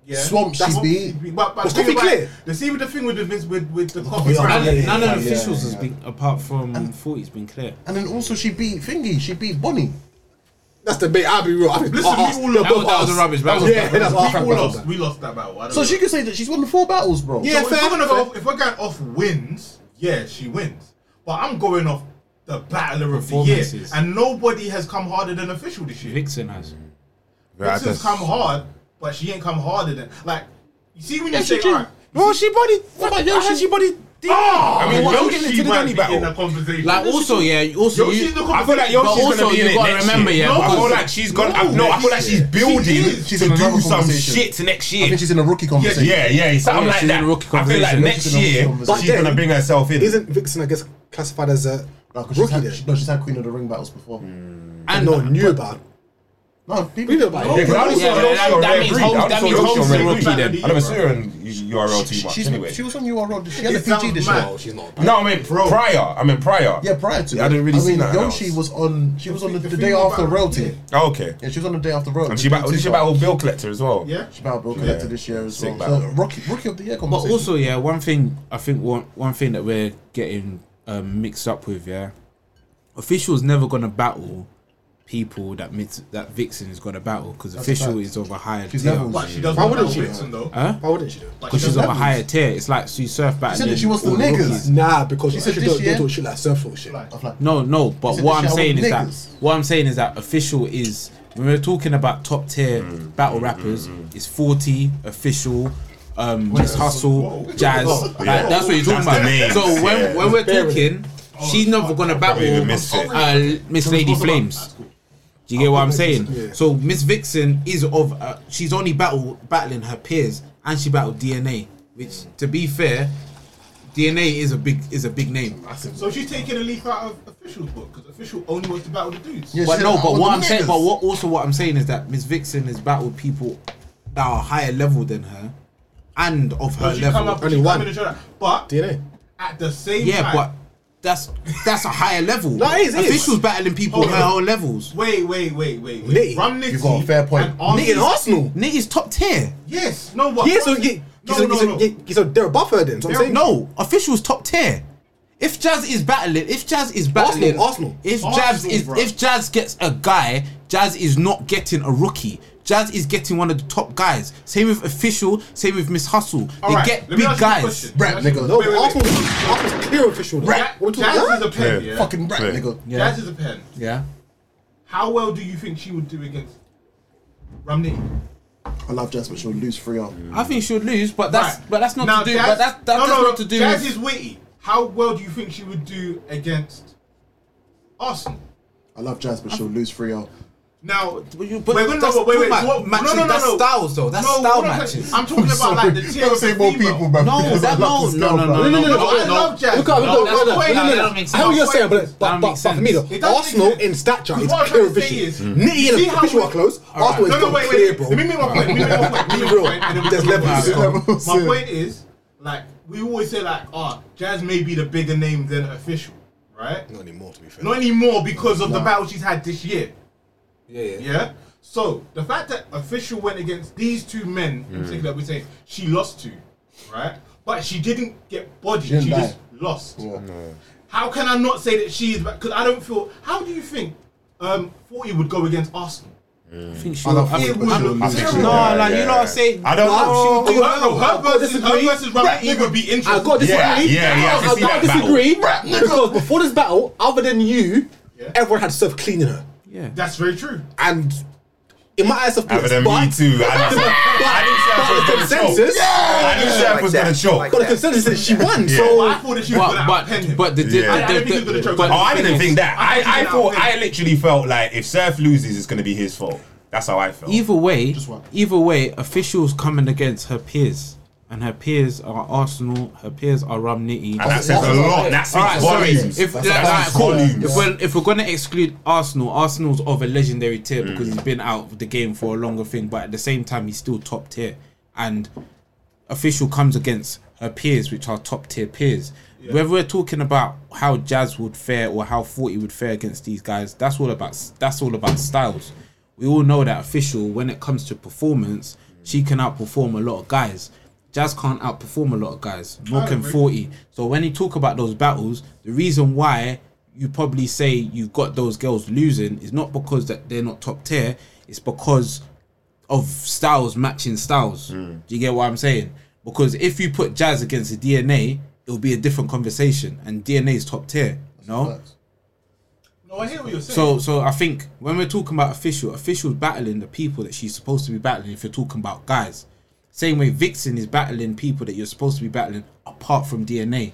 Yeah.
Swamp she
That's-
beat.
But, but
Was
the thing
Coffee
about-
clear?
The see with the thing with the with, with, with the coffee.
yeah,
brown-
None,
yeah,
none of the
yeah,
officials
yeah,
has been, apart from 40, has been clear.
And then also she beat Thingy. She beat Bonnie.
That's the bait. I'll be real. I think
Listen, we all
they're
lost.
That was,
both
that was a
us.
rubbish
That
battle.
was- Yeah, that's
we all
Arsenal.
lost. We lost that battle. I don't
So
know.
she could say that she's won the four battles, bro.
Yeah,
if,
fair,
we're going
fair.
off, if we're going off wins, yeah, she wins. But I'm going off the battler of the year,
Performances.
and nobody has come harder than official this year.
Vixen has.
Yeah, I
Vixen's
just-
come hard, but she ain't come harder than like. You see when you say,
did.
alright,
Well, she body... What
about Yoshi?
She body...
I mean, Yoshi might be in
in a
the
conversation.
Like, also, yeah, also...
Yoshi's
you-
the
I feel like Yoshi's
But also,
gonna be in
you
it
gotta
next
remember,
year.
yeah,
I feel
because-
like she's gonna. I, no, I feel like she's building
is.
She's
to
in
do
another
some
conversation.
shit next
I
year.
think she's in a rookie conversation.
Yeah, yeah, it's something
yeah,
like
she's in
that.
a rookie
I feel like
conversation.
next
She's in a
year
rookie conversation.
she's
But
gonna
then-
bring herself in.
Isn't Vixen, I guess, classified as a
No, 'cause she's
rookie
had,
then?
she- no, she's had Queen of the Ring battles before.
And
No, knew about.
No, people
We know about it.
no,
Yeah, 'cause I
no,
only
Yeah,
saw
that-
Yoshi
that-
on
that
Red
means
Breed.
Holmes-
I only
that
saw
means
Yoshi on
Holmes
Red
is rookie
Breed.
then.
I never saw her in URL too much
She's,
anyway.
she was on URL. She had
It
a PG
sounds
this
mad.
year.
She's not.
No, I mean prior. I mean prior.
Yeah, prior to.
I didn't really
I
see
mean,
nothing
Yoshi
else.
was on. She was on the, the,
The
day
female
after
battle,
royalty.
Oh, okay.
Yeah, she was on the day after royalty.
And she battled. She battled Bill Collector as well.
yeah,
She battled Bill Collector this year as
Sick
well.
battle.
So, rookie, rookie of the year
But
conversation.
also, yeah, one thing I think one one thing that we're getting um, mixed up with, yeah, officials never gonna battle people that mix, that Vixen is gonna battle because official
fact.
is of a higher
She's
tier.
levels.
but she doesn't.
Why wouldn't
battle
she?
Vixen, though.
Huh?
Why wouldn't she do?
Like,
Because
she
she's
doesn't
of a higher tier. It's like she surf back.
said that she wants the niggas.
Nah, because she
said
said she
this
don't,
year-
don't do shit like surfing shit.
Like,
Of like,
No, no. But
said
what
that
I'm
she
saying is
had
that
niggas.
what I'm saying is that official is when we're talking about top tier
Mm,
battle rappers, it's forty official. Um, Miss Hustle,
Whoa.
Jazz,
Whoa.
like, that's what you're
That's
talking
the
about.
names,
so when
yeah.
when we're talking, she's never gonna
Probably
battle
even missed it.
uh, Miss Lady Flames. Do you get what I'm saying? So Miss Vixen is of uh, she's only battle battling her peers, and she battled DNA, which to be fair, DNA is a big is a big name.
So she's taking a leaf out of official's book because official only wants to battle the dudes.
Yeah,
But
she
no,
said,
but
"I
what I'm
want the
saying,
niggas."
but what also what I'm saying is that Miss Vixen has battled people that are higher level than her, and of her
So she come
level.
up,
Only
she come
one.
in and show that. But
DNA.
at the same
yeah,
time,
but that's that's a higher level. No,
it is, it is.
Officials battling people
Hold
at
on.
higher levels.
Wait, wait, wait, wait.
Nitty.
wait. Rum Nitty.
You've got a fair point.
and Arsenal-
Nigga, in Arsenal.
Niggas top tier.
Yes. No, what?
Yeah, so yeah,
No,
so,
no,
so,
no.
yeah, so they're a buffer then. So I'm saying
No, officials top tier. If Jazz is battling, if Jazz is battling,
Arsenal.
If Jazz
Arsenal,
is,
bruh.
if Jazz gets a guy, Jazz is not getting a rookie. Jazz is getting one of the top guys. Same with official. Same with Miss Hustle.
All
they
right,
get
let me
big
ask you a
guys.
question. Let me ask you-
nigga.
No,
Wait,
but
wait, wait.
Arsenal's, Arsenal's clear official. though.
Rat.
What are we talking
Jazz
about?
is a pen,
Yeah.
yeah.
Fucking rat,
Yeah.
nigga.
Yeah.
Jazz is a pen.
Yeah.
How well do you think she would do against Romney?
I love Jazz, but she'll lose 3 arm.
I think she'll lose, but that's
Right.
but that's not
Now,
to do.
Jazz-
but that's that,
no,
that's
no,
not to do.
Jazz
with,
is witty. How well do you think she would do against Arsenal?
I love Jazz, but she'll lose 3 arm.
Now,
but you-
wait,
but
wait, wait,
that's
no, wait, wait.
format
so what-
matches,
no, no, no,
that's
no.
styles though, that's
No,
style
what I'm-
matches.
I'm talking about like the tier
Don't
of
say
the
more
female.
people, man.
No,
because I
that-
love
no,
this
no,
girl,
no,
man.
no, no,
No, no, no,
I
no, no.
love Jazz.
Look at-
No,
look at-
that's
look at-
quite-
no, no,
that
no.
don't make
I hear what you're
sense.
saying, but,
That
but, but,
makes
but for me,
sense.
It
though,
does make
Arsenal
sense.
in stature
Because
is
what I'm
clear
trying to say
official.
is-
Nitty
you
and
see how
official
we-
are close. Arsenal is
No, no,
done
wait,
clear,
wait.
bro.
Let me make my point. Let me make my point. Let me make
Be real.
my point, and then we
There's
can talk
levels.
about it.
Levels,
My
yeah.
point is, like, we always say, like, ah, Jazz may be the bigger name than official, right?
Not anymore, to be fair.
Not anymore because of the battle she's had this year.
Yeah, yeah.
Yeah. So the fact that official went against these two men
Hmm.
in particular, we're saying she lost to, right? But she didn't get bodied.
Didn't
she
die.
just lost.
Yeah.
How can I not say that she is? Because I don't feel. How do you think um, Forty would go against Arsenal?
I think
I
she'll.
love
I
Forty,
think-
but
I
she'll
think-
lose
No,
three
No,
arm.
Yeah,
like you
yeah.
know what I'm saying.
I don't know.
She'll do
Her, no, her versus her
disagree.
versus Ramsey would be interesting.
I got to disagree.
Yeah, yeah, yeah, I can
I
see
got
that
to disagree
battle.
because before this battle, other than you,
Yeah.
everyone had stuff cleaning her,
Yeah.
That's very true.
and in my eyes, of
Other
course,
than
but
me too. I didn't say I didn't say I was
but the
gonna choke.
consensus,
I knew Chef
Like
was
that.
gonna choke.
but the consensus is she won.
Yeah.
But
So
I thought that she was
But
gonna outpen
but
him.
but the, the,
Yeah. I- I
don't think
the,
he's
the,
gonna choke.
but
Oh,
the
I
thing
didn't
is,
think that.
I
I, I
think
thought
that-
I literally felt like if Surf loses, it's gonna be his fault. That's how I felt.
Either way,
one.
either way, officials coming against her peers, and her peers are Arsenal. Her peers are Ramniti.
and that says a lot. That
All
speaks
right, sorry.
volumes.
If,
That
yeah,
speaks
all right, cool.
volumes.
if we're if we're gonna exclude Arsenal, Arsenal's of a legendary tier because he's been out of the game for a longer thing, but at the same time he's still top tier. And official comes against her peers, which are top tier peers. Whether we're talking about how Jazz would fare or how Forty would fare against these guys, that's all about that's all about styles. We all know that official, when it comes to performance, she can outperform a lot of guys. Jazz can't outperform a lot of guys, nor can Forty. So when you talk about those battles, the reason why you probably say you've got those girls losing is not because that they're not top tier. It's because of styles matching styles.
Mm.
Do you get what I'm saying? Because if you put Jazz against the DNA, it'll be a different conversation, and DNA is top tier. No,
No, I hear what you're saying.
so so I think when we're talking about official, officials battling the people that she's supposed to be battling. If you're talking about guys, same way Vixen is battling people that you're supposed to be battling apart from DNA.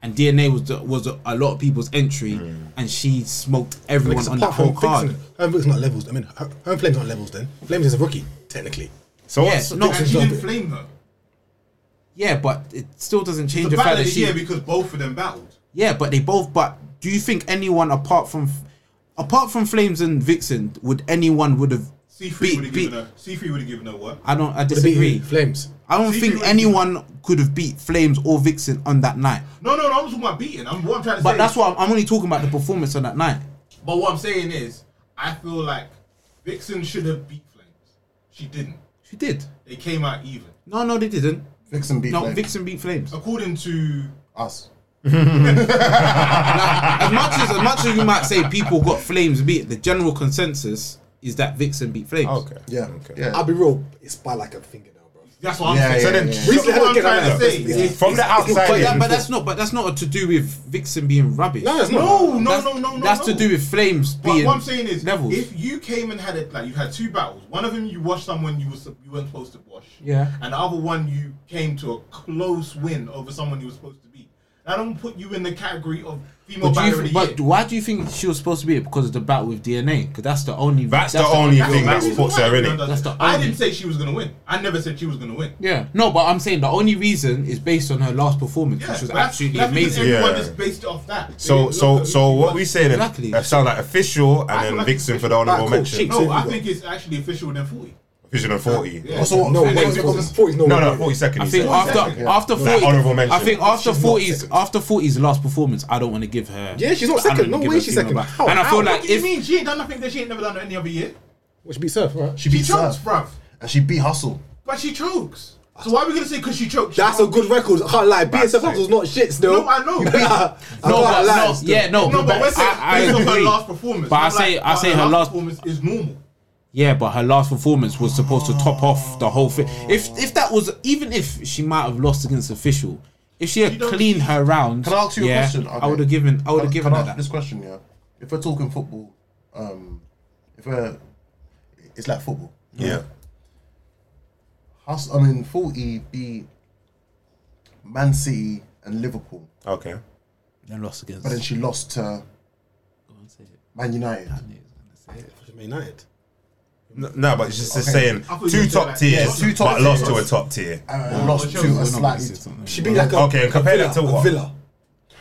And DNA was the, was a, a lot of people's entry,
Mm.
and she smoked everyone
Because
on that
apart
whole
from
card.
Vixen, Home Vixen's not levels. I mean, Ho- Home Flame's not levels then. Flames is a rookie, technically.
So
Yeah,
what's-
no,
and she didn't flame her.
yeah, but it still doesn't change
The
the fact
battle
that
of the
she
year because both of them battled.
Yeah, but they both. But do you think anyone apart from apart from Flames and Vixen would anyone would have
C3
beat-
would have
beat-
given her. C3 would have given her what?
I don't. I
Would it be
disagree.
Flames.
I don't
C3
think
would've
anyone could have beat Flames or Vixen on that night.
No, no, no. I'm talking about beating. I'm what I'm trying to
But
say.
that's what I'm, I'm only talking about the performance on that night.
But what I'm saying is, I feel like Vixen should have beat Flames. She didn't.
She did.
They came out even,
No, no, they didn't.
Vixen beat
no,
Flames.
Vixen beat Flames.
according to.
Us.
Like, as much as as much as you might say people got Flames beat, the general consensus is that Vixen beat Flames.
Okay.
Yeah.
Okay.
Yeah.
I'll be real. It's by like a fingernail, bro.
That's what I'm
Yeah,
saying.
yeah,
so then,
yeah.
so
Recently,
what I'm
I don't
trying to
get
say
that.
is,
From the
But,
outside,
that,
in,
but that's not. But that's not to do with Vixen being rubbish.
No, it's not.
no, no,
that's,
no, no, no.
That's
no.
to do with Flames
But
being.
what I'm saying is,
levels.
if you came and had it like you had two battles, one of them you washed someone you was you weren't supposed to wash,
Yeah.
and the other one you came to a close win over someone you were supposed to beat. I don't put you in the category of
But,
female
do
battle
you,
of the
but
year.
why do you think she was supposed to be it? Because of the battle with DNA? Because that's the only.
that's the only thing that
reason
puts
why
her in
everyone
it.
does
That's the
I
only-
didn't say she was gonna win. I never said she was gonna win.
Yeah. No, but I'm saying the only reason is based on her last performance,
Yeah,
which was
but that's-
absolutely
that's because
amazing.
Everyone
Yeah.
just based it off that. They
So
didn't look
so
at
so
who
what
was.
we saying?
Exactly.
Exactly. That sound like official and
I
then
like
Vixen
official.
for the honourable
Alright, cool.
mention.
Cheeks.
No, I think it's actually official than forty.
Vision of 40.
Also, what?
No,
Fenix
wait,
was-
it's 40, no,
No, no,
wait.
40 second.
I
he
think
said.
after after
Like,
forty,
honourable mention.
I think after
She's not
forties,
second.
after forties last performance, I don't want to give her.
Yeah, she's not
I don't
second. No
give
way
her
she's
female
second.
back.
How-
And I
how?
feel
What
like
do you
if
mean? She ain't done nothing that she ain't never done any other year.
What should be surf, right?
She
She
uh,
beat
chokes,
Surf.
bruv.
And she beat Hustle.
But she chokes. So why are we gonna say because she chokes? she
That's a
can't
good
beat-
record. I can't lie.
That's
BSF was not shit still.
No, I know.
You beat her. I
no, but
can't lie.
no, yeah, no,
No, but we're saying
I, I
based on her
agree.
last performance.
But I
I'm
say,
like,
I
but
say her last,
performance is normal.
yeah, but her last performance was supposed to top off the whole thing. If if that was, even if she might have lost against official, if she had
don't-
cleaned her round,
Can I ask you a
yeah,
question?
I
Okay.
would have given, I would have
Can-
given
can I ask
her that.
This question, yeah. If we're talking football, um, if we're, it's like football.
Yeah.
Hus- I mean, forty beat Man City and Liverpool,
Okay.
Then lost against.
but then she lost to Man United.
United.
No, no, but it's just saying
I thought you
two
said
top
that.
tiers,
Yeah, two top
but lost to a
tiers.
top tier.
And Uh, lost
Chelsea
to
were
a
not
slightly.
She beat like a
Okay, and compare that to
a
what?
Villa.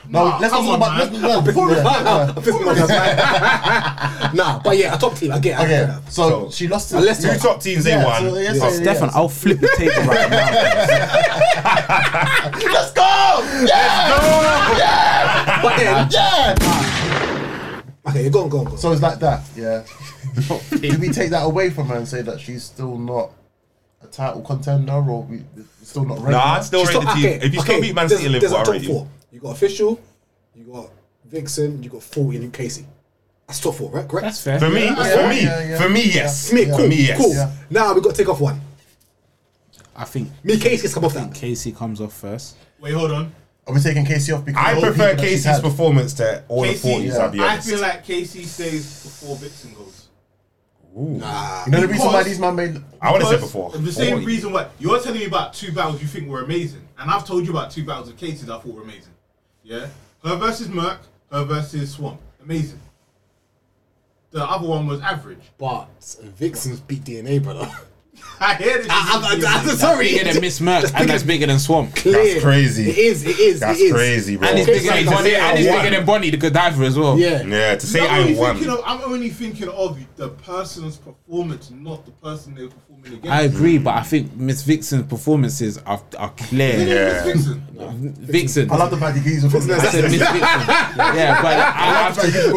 No,
Nah,
let's not
come
talk
on,
about.
man.
Let's, no, before we-
I think it was like- nah, but yeah, a top team. I get, I get
Okay,
that.
so
So-
she lost to
Unless
Two
Yeah.
top teams, they
Yeah,
won.
so yes,
Oh,
yes,
Stefan, I'll flip the table right now.
Let's go! Yeah!
But
Uh-huh.
then,
Yeah!
Ah. okay, go on, go on, go on.
So it's like that, yeah. Do we take that away from her and say that she's still not a title contender, or we we're still not ready?
No, I'd still rate
She's
the
still-
team.
okay,
If you still
okay,
beat Man
there's-
City and
there's a
Liverpool, I
top
rate you.
four. You got official, you got Vixen, you got Forty, and Casey. That's top four, right? Correct.
That's fair.
For me,
Yeah,
for me,
yeah, yeah.
for me, yes.
Smith,
For
cool,
me, yes.
cool.
Yeah.
Now we got to take off one.
I think
Me, Casey's come off that.
Casey comes off first.
Wait, hold on.
Are we taking Casey off because
I
of all the
prefer
people that she's
Casey's
had?
performance to all the
Casey,
forties. I'll be
I
honest.
feel like Casey stays before Vixen goes.
You know the reason why
Because-
these man made.
I would have said
Because
before.
The same
40.
reason why you're telling me about two battles you think were amazing, and I've told you about two battles of Casey that I thought were amazing. Yeah, her versus Merck, her versus Swamp, amazing. The other one was average.
But Vixen's beat DNA, brother.
I
Ah,
hear this.
I, I, am
That's
sorry.
bigger than Miss Merck, and that's bigger than Swamp.
Clear.
That's crazy.
It is. It is.
That's
it is.
crazy, bro.
And he's
Okay,
bigger than
so
Bonnie,
I
and he's
won.
bigger than Bonnie, the good diver as well.
Yeah.
Yeah, to say
I'm
I
only,
won.
thinking of, I'm only thinking of the person's performance, not the person they're performing against.
I agree, but I think Miss Vixen's performances are, are clear.
Yeah.
Vixen.
I love the fact that he's a
I said Miss Vixen. Yeah, but I,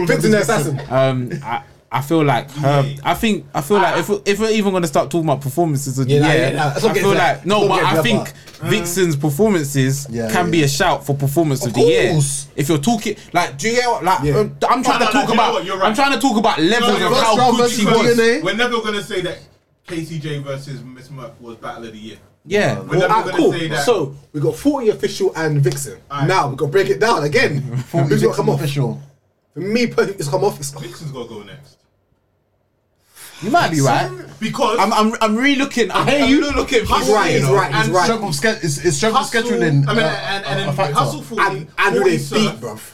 I,
Vixen the assassin.
um, I, I feel like her. I think I feel like if we- if we're even gonna start talking about performances of the
Yeah, nah,
year,
yeah, nah, let's not
I
get
feel
into that.
like no,
Let's not
but
get
I
into
think
that
Vixen's performances
Yeah,
can
yeah,
be
yeah.
a shout for performance of, the year.
course.
If you're talking like, do you get what, like?
Yeah.
um, I'm trying
no,
to
no,
talk
you know
about.
what, you're right.
I'm trying to talk about levels
no,
of
first
how
round
good
versus
she was.
DNA.
We're never going to say that KCJ versus Miss Merck was battle of the year.
Yeah,
We're never
Ah,
going to
cool.
say that.
So we got 40 official and Vixen.
Alright.
Now we got to break it down again. Who's got to come off?
official.
For me, per- it's come off. It's
Vixen's got to go next.
you might be right.
Because
I'm I'm I'm re-looking. I hear you looking.
He's right. He's right. He's
And
right.
Strength of ske- is, is strength
hustle,
of scheduling.
I mean,
uh,
and, and,
a-
and
a factor?
hustle 40,
And and who
40
they
surf.
beat, bruv.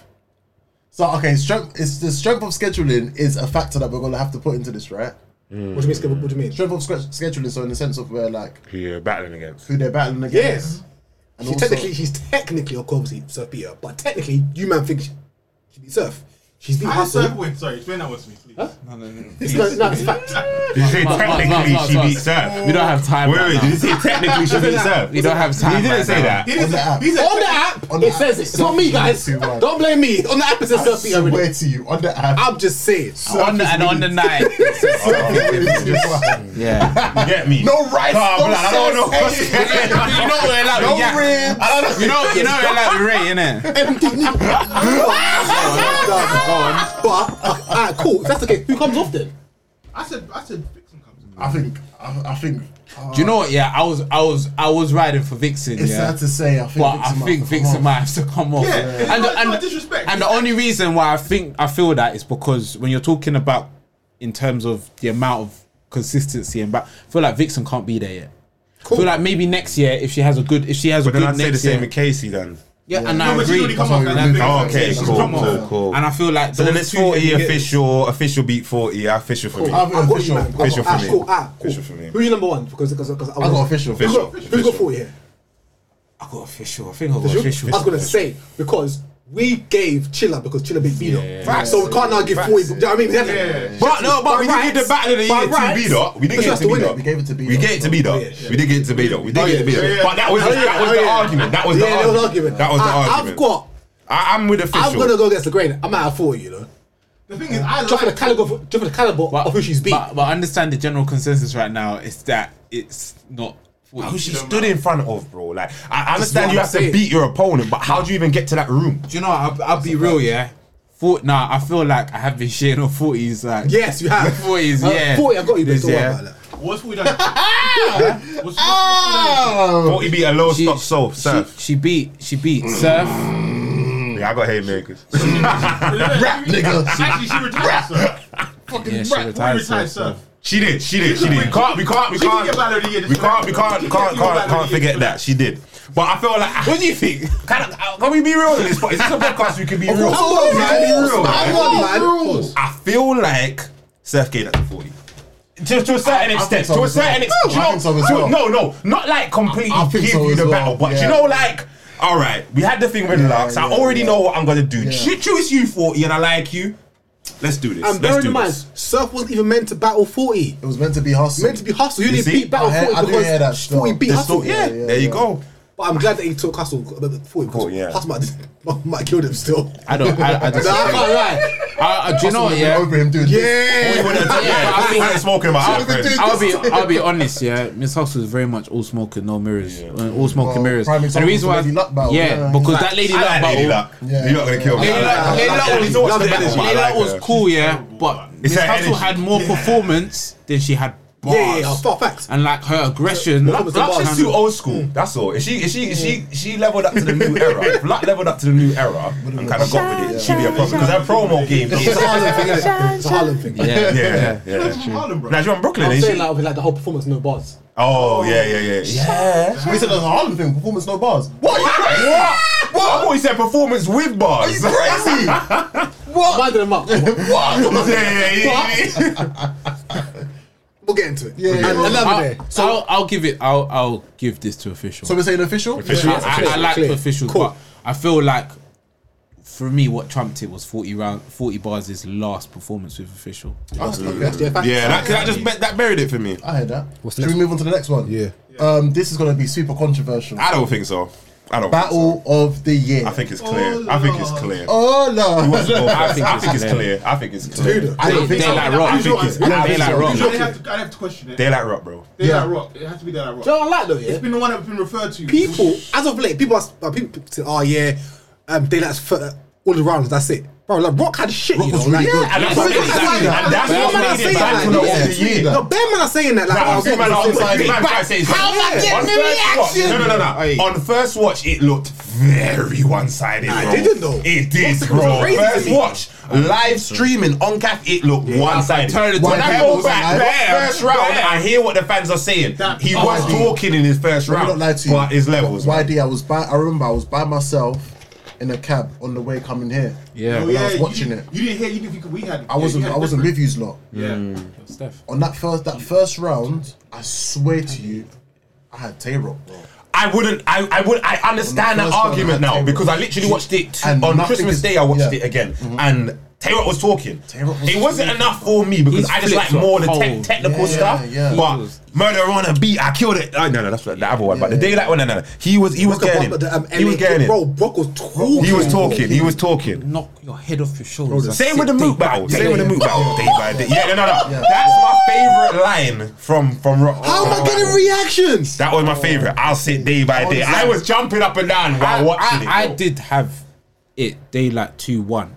So okay, strength is the strength of scheduling is a factor that we're gonna have to put into this, right?
What do you mean? What do you mean?
Strength of sch- scheduling, so in the sense of where like
Who you're battling against?
who they're battling against.
Yes.
And
She
also-
technically, she's technically, of course, he's Surf beat her, but technically, you man think she, she beat Surf. She's beat
How did Surf
Hustle.
win? Sorry, explain that one to me, please.
It's no, no, it's fact.
Did you say
Mark, Mark,
technically
Mark,
she
Mark.
beat Surf?
We don't have time.
Wait,
right
wait,
now.
did you say technically she beat Surf?
We don't have time.
He didn't
right
say
now.
that.
He didn't
On
say-
the app.
he said-
On the app,
On the
it
app,
says it. It's not me, guys.
too right.
Don't blame me. On the app, it says
I
Surf beat her. already.
swear to you, on the app.
I'm just saying.
On the, and on the night. yeah.
You get me?
No rice,
Nah,
no
blood, I don't know what's
sausage.
you know we're like
No
with Yak.
ribs.
I don't know.
You know, you know we're like with Ray, innit?
But, uh, alright, cool. If that's okay, who comes off then?
I said, I said, Vixen comes. in.
I think, I, I think.
Do you know what? Yeah, I was, I was, I was riding for Vixen.
It's
yeah.
sad to say. I think
But I
Vixen might
think
have
Vixen
come
might
off.
have to come off.
Yeah, it's
And,
not- it's
and-
not disrespect.
and the only reason why I think I feel that is because when you're talking about in terms of the amount of consistency and back, I feel like Vixen can't be there yet. I
Oh.
feel like maybe next year if she has a good, if she has
But
a
then
good
I'd say the
next
same
year.
with Casey then.
Yeah, and
No,
I
but she's
agree.
already come
That's
off.
how we do it.
and that's Vixen.
Oh, okay,
She's
cool,
come off.
cool, cool.
And I feel like
So then
those
it's
two you
40
get-
official, official beat 40, official for me.
I have an
I've got you,
official.
man.
Official
Ah,
for me.
cool. Ah, cool.
Official for me.
Who's your number one? Because because because I
I
was-
got official.
Who's got,
Official.
who's got forty here?
I got official. I think I got
I was
official.
gonna say because we gave Chilla because Chilla beat Beano.
Yeah.
Facts.
So we can't now give
Facts.
40. Do you know what I mean? We have to-
Yeah.
But no, but we
By
did give the
rights-
battle of the
by
year to
rights,
B dot. We did give
because you
it
have
to
to
B
win
dot.
it.
We gave it to B
We
dot.
gave it to B dot.
yeah, yeah.
We did give it to B dot. We did
Oh,
give it to
yeah,
B
yeah,
dot.
yeah.
But that was
Oh, yeah,
that was
oh,
the
yeah.
argument. That was the
Yeah, that was the
argument.
argument.
That was the
I-
argument.
I've got.
I, I'm with
I'm gonna
official.
go against the grain. I'm out of four, you know.
The thing is, I
Just for the
like.
caliber, of, just for the caliber of who she's beat.
But, but understand the general consensus right now is that it's not.
Who
40.
she
Don't
stood in front of, bro? Like I
what
understand you
I'm
have to
saying.
beat your opponent, but how do you even get to that room?
Do you know? I'll, I'll be real, yeah. Fort, nah, I feel like I have been shitting on forties. Like
yes, you have.
forties,
Uh,
yeah.
40, I got you, but
This,
don't worry
yeah.
about that.
What's we done? What's- what's-
Ah.
what's-
Forty beat a low stock soul,
she,
surf.
she beat, she beat surf.
Yeah, I got haymakers.
Rap nigga. Actually, she retired, sir.
Yeah, she
Rap,
retired.
retired,
surf.
sir.
She did, she did, she did. Can't, we can't, we
She did
can't,
get Battle of the Year this
we
year.
can't, we can't,
She
can't,
did get Battle
can't,
of the Year
can't
for
forget
that.
that she did. But I feel like, what do you think? Can, I- can we be real in this? But is this a podcast we can be real?
course,
We can be real.
I won, man. Of course.
I feel like Surf gave that to 40. To, to a certain extent,
so
to a
as
certain
well.
extent,
I
no,
think so as well.
no, no, not like completely
I
give
think so
you
as
the
well,
battle, but
yeah.
you know, like, all right, we had the thing with
Yeah,
Lux. I
yeah,
already
yeah.
know what I'm gonna do. Choo choo, it's you 40, and I like you. Let's do this.
And
Let's
bearing
do
in mind,
this.
Surf wasn't even meant to battle 40.
It was meant to be hustle.
Meant to be Hustle. You,
You
didn't
see?
beat Battle
I heard-
40
I did
because
hear that still.
40 beat
There's
Hustle.
still- yeah,
yeah,
there you
yeah.
go.
But I'm glad that he took Hustle. but 40 because
Oh, yeah.
Hustle might, might kill him still.
I don't. I, I just.
Nah, I can't
I,
lie.
I, do you know?
Hustle
what,
was
Yeah.
Over him doing
Yeah.
Yeah,
I
I
mean-
ain't smoking
I
my
was doing-
friend.
I'll be I'll be honest, yeah. Miss Hustle is very much all smoke and no mirrors, Uh, all smoke and
Well,
mirrors.
prime
And the
example
reason
is
why,
Lady Luck battle,
yeah,
yeah,
because
yeah.
that Lady
I
Luck
like Lady
battle,
Luck.
Yeah.
You're not gonna kill me.
Lady Luck, Lady Luck was-
Love the
Lady
energy.
Luck was cool, yeah, but Miss
her
Hustle
energy.
had more performance than she had bars.
Yeah, yeah, yeah. Fuck facts.
And like her aggression,
Luck
was the
Luck's
bar
just too old school. That's all. If she, if she, if she, she leveled up to the new era. If Luck leveled up to the new era and kind of got with it, she'd be a problem because her promo game.
It's
is-
a Harlem thing, isn't it? It's a Harlem thing.
yeah,
Yeah, yeah.
From Harlem, bro.
Now you're in Brooklyn,
I'm
is
saying
she?
like, with, like the whole performance, no bars.
Oh yeah, yeah, yeah, yeah.
We said there's a Harlem thing. Performance no bars.
What? What? What? I thought you said performance with bars.
Crazy.
What? Mind them up.
Yeah, yeah, yeah.
We'll get into it.
Yeah, yeah,
And
yeah.
another day.
I'll, I'll, I'll give it. I'll, I'll give this to official.
So we're saying official.
Official.
Yeah.
I, I, I like
Clear.
the officials,
Cool.
but I feel like for me, what trumped it was forty round, forty bars. His last performance with official.
Oh,
That's their fact.
Yeah, that, that just that buried it for me.
I heard that.
What's the
Should we
next
move on to the next one?
Yeah.
Um, this is gonna be super controversial.
I don't think so. I don't.
Battle of the year.
I think it's clear. I think it's clear.
Oh no.
I think, it's clear. I think it's clear.
I don't think so.
Daylight Rock.
I think it's- I don't think
Daylight
so.
Rock.
You know, they have to, I have to question it.
Daylight Rock, bro.
They
Yeah.
like rock. It has to be that rock.
Do you know what I like though, yeah?
It's been the one that's been referred to.
people as of late, people are uh, people say, "Oh yeah, um, daylight's for all the rounds. That's it." Bro, like Rock had shit. you know, like,
good. And that's
so
what
it's
made it
like-
exactly- and that's
bare
what
man
made
are
it
saying
back
that,
to the
yeah.
end of the year.
No, bare man are saying that. Like,
Nah,
oh,
I'm saying,
God,
man, I'm
it's
saying,
like-
man, I'm saying,
How am I
yeah. On
getting the
first watch-
reaction?
No, no, no, no. On first watch, it looked very one-sided.
it
bro.
didn't, though.
It did,
Toxic was
bro.
crazy to
First
me.
watch, live streaming on CAF, it looked one-sided.
Turn it
When
to-
I
Bam
go
was
back,
alive.
first round, I hear what the fans are saying.
That-
He
Oh,
was
yeah.
talking in his first
I'm
round,
not lie to you.
but his levels. man.
YD, I was by. I remember I was by myself in a cab on the way coming here.
Yeah.
Oh,
when I was
you
watching
didn't-
it.
You didn't hear. You didn't think we had.
I wasn't. I wasn't with yous lot.
Yeah.
Steph.
On that first that first round, I swear to you, I had Tay Rock, bro.
I wouldn't. I, I would. I understand
On the
that
first one,
argument
I had
now
Tay-Rock.
because I literally watched it t-
And
on
nothing
Christmas
is-
Day. I watched
yeah.
it again, and Tay-Rock was talking.
Tay-Rock was
it wasn't
talking.
enough for me because
His
I just
flips
like more
were
the te-
cold.
technical
Yeah,
stuff.
yeah.
was-
But murder on a beat, I killed it. Oh, no, no, that's what, the other one. But the daylight one, no, no, no. He was. He was
Rock and
getting.
Rock,
it.
but, um,
He was
LA
getting
Bro,
it.
Brock was talking.
He was talking. He was talking.
Knock your head off your shoulders. I
Same
sit
with the
day
moot
by
battle.
day.
Same with the moot battle. Day by day. Yeah, no, no, no. That's my favorite line from from Rock.
How am I getting reactions?
That
Oh.
was my favorite. I'll sit day by day. I was jumping up and down while
I,
watching it.
I, I
bro.
did have it daylight two one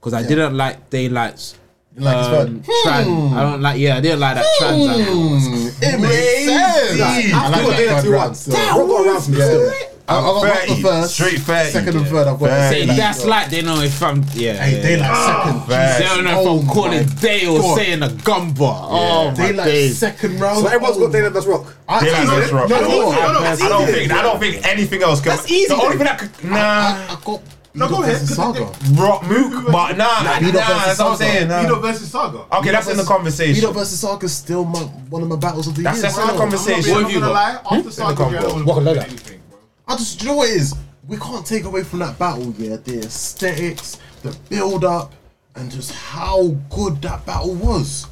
because I didn't like daylight's.
Like it's bad.
Um, tran. I don't like. Yeah, I didn't like that trans. angle.
It makes sense.
Crazy.
I like
Still
that
did
third
two
round,
one.
still.
Damn, Rock got around from me still.
I, I got Rock
30,
the first,
straight 30.
second and third. I've got
Fair.
Say
Daylight.
that's like they know if I'm yeah.
Hey,
yeah.
daylight second.
Fair.
They don't know if
Oh
I'm calling
my
day or
God.
saying a gumbar. Oh my
Daylight
days.
second round.
So everyone's
Oh.
got daylight that's Rock.
I-
Daylight
I-
first round.
No,
I
no,
don't-
no, no.
I don't think. I don't think anything else can.
That's easy
The only thing
then.
that could nah.
I got.
No, go ahead.
Saga.
Rock Mook, but nah, nah.
Beat up versus
That's what I'm
Saga.
saying. nah.
um,
Vito versus Saga.
Okay, that's in the
Vito
conversation.
versus Saga is still my, one of my battles of the
That's
year.
that's in the
bro. Hmm?
I'm not
conversation.
being- I'm not gonna lie. After Saga,
combo.
I don't
What a
want to
leather.
anything, bro.
I just, do you know what it is? we can't take away from that battle, yeah, the aesthetics, the build up, and just how good that battle was.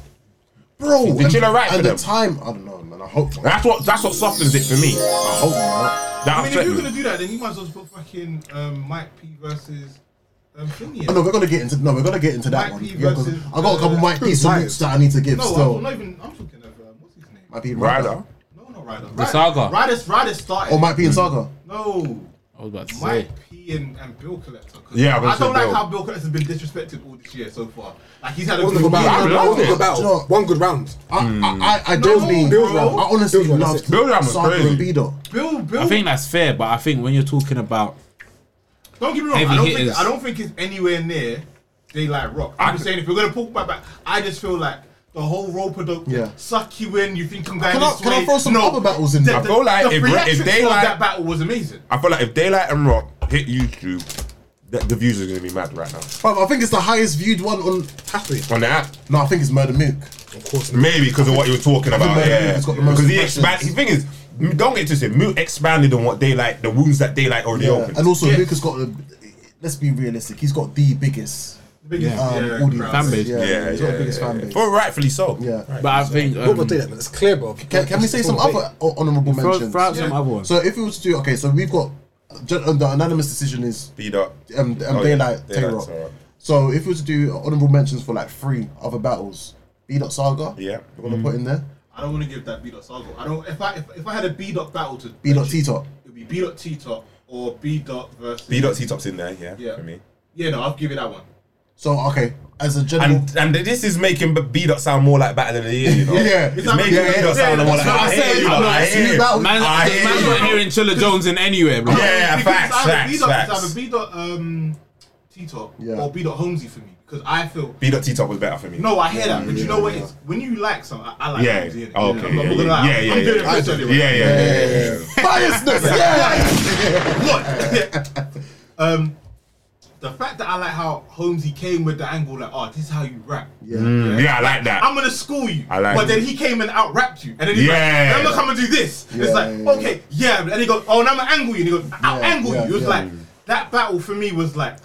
Bro,
Did
and-
Chilla write for
and the
them?
time, I don't know, man. I hope not.
That's what that's what softens it for me.
I hope not.
That
I mean, if
upset
you're
me.
gonna do that, then you might as well just put fucking um, Mike P versus um, Thingy. in.
Oh, no, we're gonna get into no, we're gonna get into that
Might
one.
be
Yeah, 'cause
versus,
I got a couple
uh,
Mike P
who's
salutes
Myers?
that I need to give
no,
still.
I'm not even. I'm talking of um, what's his name?
Might be
Ryder.
No, not Ryder.
The Saga.
Ryder's Ryder started.
Oh,
or
Mm.
Might P and Saga.
No,
I was about to say.
Mike P and, and Bill Collector. 'cause
Yeah, I was gonna
I don't
say
like
Bill.
how Bill Collector's been disrespected all this year so far. Like he's had a
One
good
good
year.
I
battle.
love
One
it.
good battle. One good round.
I,
Mm.
I, I, I definitely,
Bill's
I
round.
honestly
Bill's round, that's
loved
it.
Bill's round was
Saga and
crazy.
Bido.
Bill, Bill.
I think that's fair, but I think when you're talking about
don't get me wrong.
heavy
I don't,
hitters.
think, I don't think it's anywhere near Daylight Rock. I'm just saying if we're gonna talk about that, I just feel like. The whole role product
Yeah.
suck you in. You think I'm going
Can I-
this
can I
way.
throw some
no.
other battles in
The,
there?
the,
I feel like
the
if- if
theatrics of
Daylight-
that battle was amazing.
I feel like if Daylight and Rock hit YouTube, the, the views are gonna be mad right now.
Bro, I think it's the highest viewed one on.
Happy.
On the app,
No, I think it's Murder Milk.
Of course.
maybe because of what you were talking about.
Murder
Yeah,
Milk's got the most
because he
impressions.
expanded. The thing is, m- don't get it twisted. Moot expanded on what Daylight, the wounds that Daylight already
Yeah.
opened.
And also, Luke has got. The, let's be realistic. He's got the biggest
Biggest,
um,
yeah,
audience.
crowd.
Fan base.
Yeah,
yeah, yeah,
he's got the
yeah,
biggest fan
yeah.
base.
For rightfully so.
Yeah.
but I think um,
What about that? It's clear, bro.
Can, can we say some other ho- honourable
throw,
mentions?
throw out some other ones.
So if we were to do okay, so we've got ju- uh, the anonymous decision is
Speed up.
um, um,
Oh, yeah.
daylight
Daylight's
terror.
alright.
So if we were to do honourable mentions for like three other battles, B dot saga.
Yeah. Mm.
we're gonna put in there.
I don't want to give that B dot Sago. I don't. If I if, if I had a B dot battle to
B dot T top.
it'd be B dot T top or B dot versus
B dot T tops in there. Yeah,
Yeah.
for me.
Yeah, no, I'll give it that one.
So okay, as a general,
And and this is making B dot sound more like Battle of the Year, you know.
Yeah.
it's making
Yeah,
B
yeah,
dot sound
yeah,
more like.
that's
what
I
I'm
hear
saying.
you,
I'm
man,
not
I hear
saying
you.
that-
man's,
I hear
man's
you.
not hearing Chilla Jones in anywhere, bro.
Ah, Yeah,
Because
facts,
it's either
facts,
B dot,
facts.
It's either B dot um T top
Yeah.
or B dot Holmesy for me because I feel.
B dot T top was better for me.
No, I hear that, but you know what? It's, when you like something, I, I like
Yeah.
Holmesy. innit?
Okay.
I'm not gonna lie.
Yeah, yeah,
I'm doing it
yeah.
personally,
Yeah,
right?
yeah, yeah, yeah, yeah.
biasness. yeah.
What? um, the fact that I like how Holmesy came with the angle, like, oh, this is how you rap.
Yeah.
Mm, Yeah, I like that.
I'm gonna school you.
I like
but then
it.
he came and out rapped you. And then he's
Yeah.
like, now look, I'm gonna do this.
Yeah,
it's like,
yeah,
okay, yeah. And he goes, oh, now I'm gonna angle you. And he goes, I'll
Yeah,
angle
yeah,
you. It was
yeah.
like, that battle for me was like,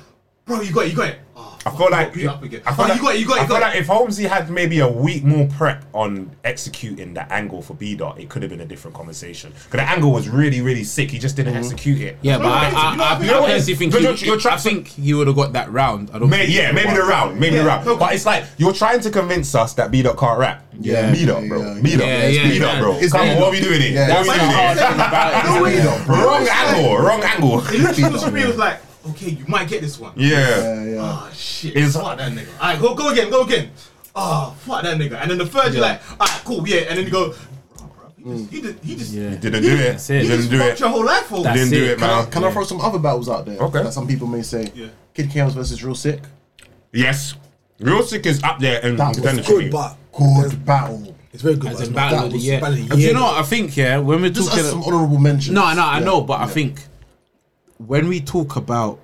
bro, you got it, you got it. Oh,
I
fuck,
feel
got
like
beat up again.
I
oh,
feel like,
you got it, you got it,
I
you
feel
got
like
it.
if Holmesy had maybe a week more prep on executing the angle for B dot, it could have been a different conversation. Because the angle was really, really sick. He just didn't execute it.
Yeah, but I, I,
you know what I
I,
mean?
I,
You're-
personally think
you're-
he,
you're
I
trapped-
think he would have got that round. I don't.
May,
think he
yeah,
would've
maybe the
won.
round, maybe the
Yeah,
round.
no,
but it's like you're trying to convince us that B dot can't rap.
Yeah,
B dot,
yeah,
bro.
yeah,
B dot,
yeah, yeah,
B dot,
yeah.
bro.
It's
Come on,
B-Dot.
what are we doing here?
Yeah.
What are we
But
doing
I was
here?
saying about it.
B dot, bro.
Wrong angle, wrong angle.
It literally was for me, it was like, okay, you might get this one.
Yeah.
Yeah, yeah.
Oh shit!
It's-
fuck that nigga. All right, go go again, go again. Oh fuck that nigga. And then the third, you're
Yeah.
like, all right, cool, yeah. And then you go, "Oh, bro, he just, he just, he just,
Yeah.
Didn't do it.
That's it.
he
Didn't
just
do
fucked
it.
your whole life over.
That's
Didn't do
it.
it,
Can, I,
man.
can I throw some other battles out there
Okay.
that some people may say?
Yeah.
Kid Chaos versus Real Sick.
Yes. Real sick is up there and
That was
Good, but
Good battle.
it's very good.
As
but
a
it's
battle
not-
of
that
the
was
year.
battle of the
Do you
year.
know what I think? Yeah, when we're
Just as
talking,
some honourable mentions.
no, no, I
Yeah.
know, but I think when we talk about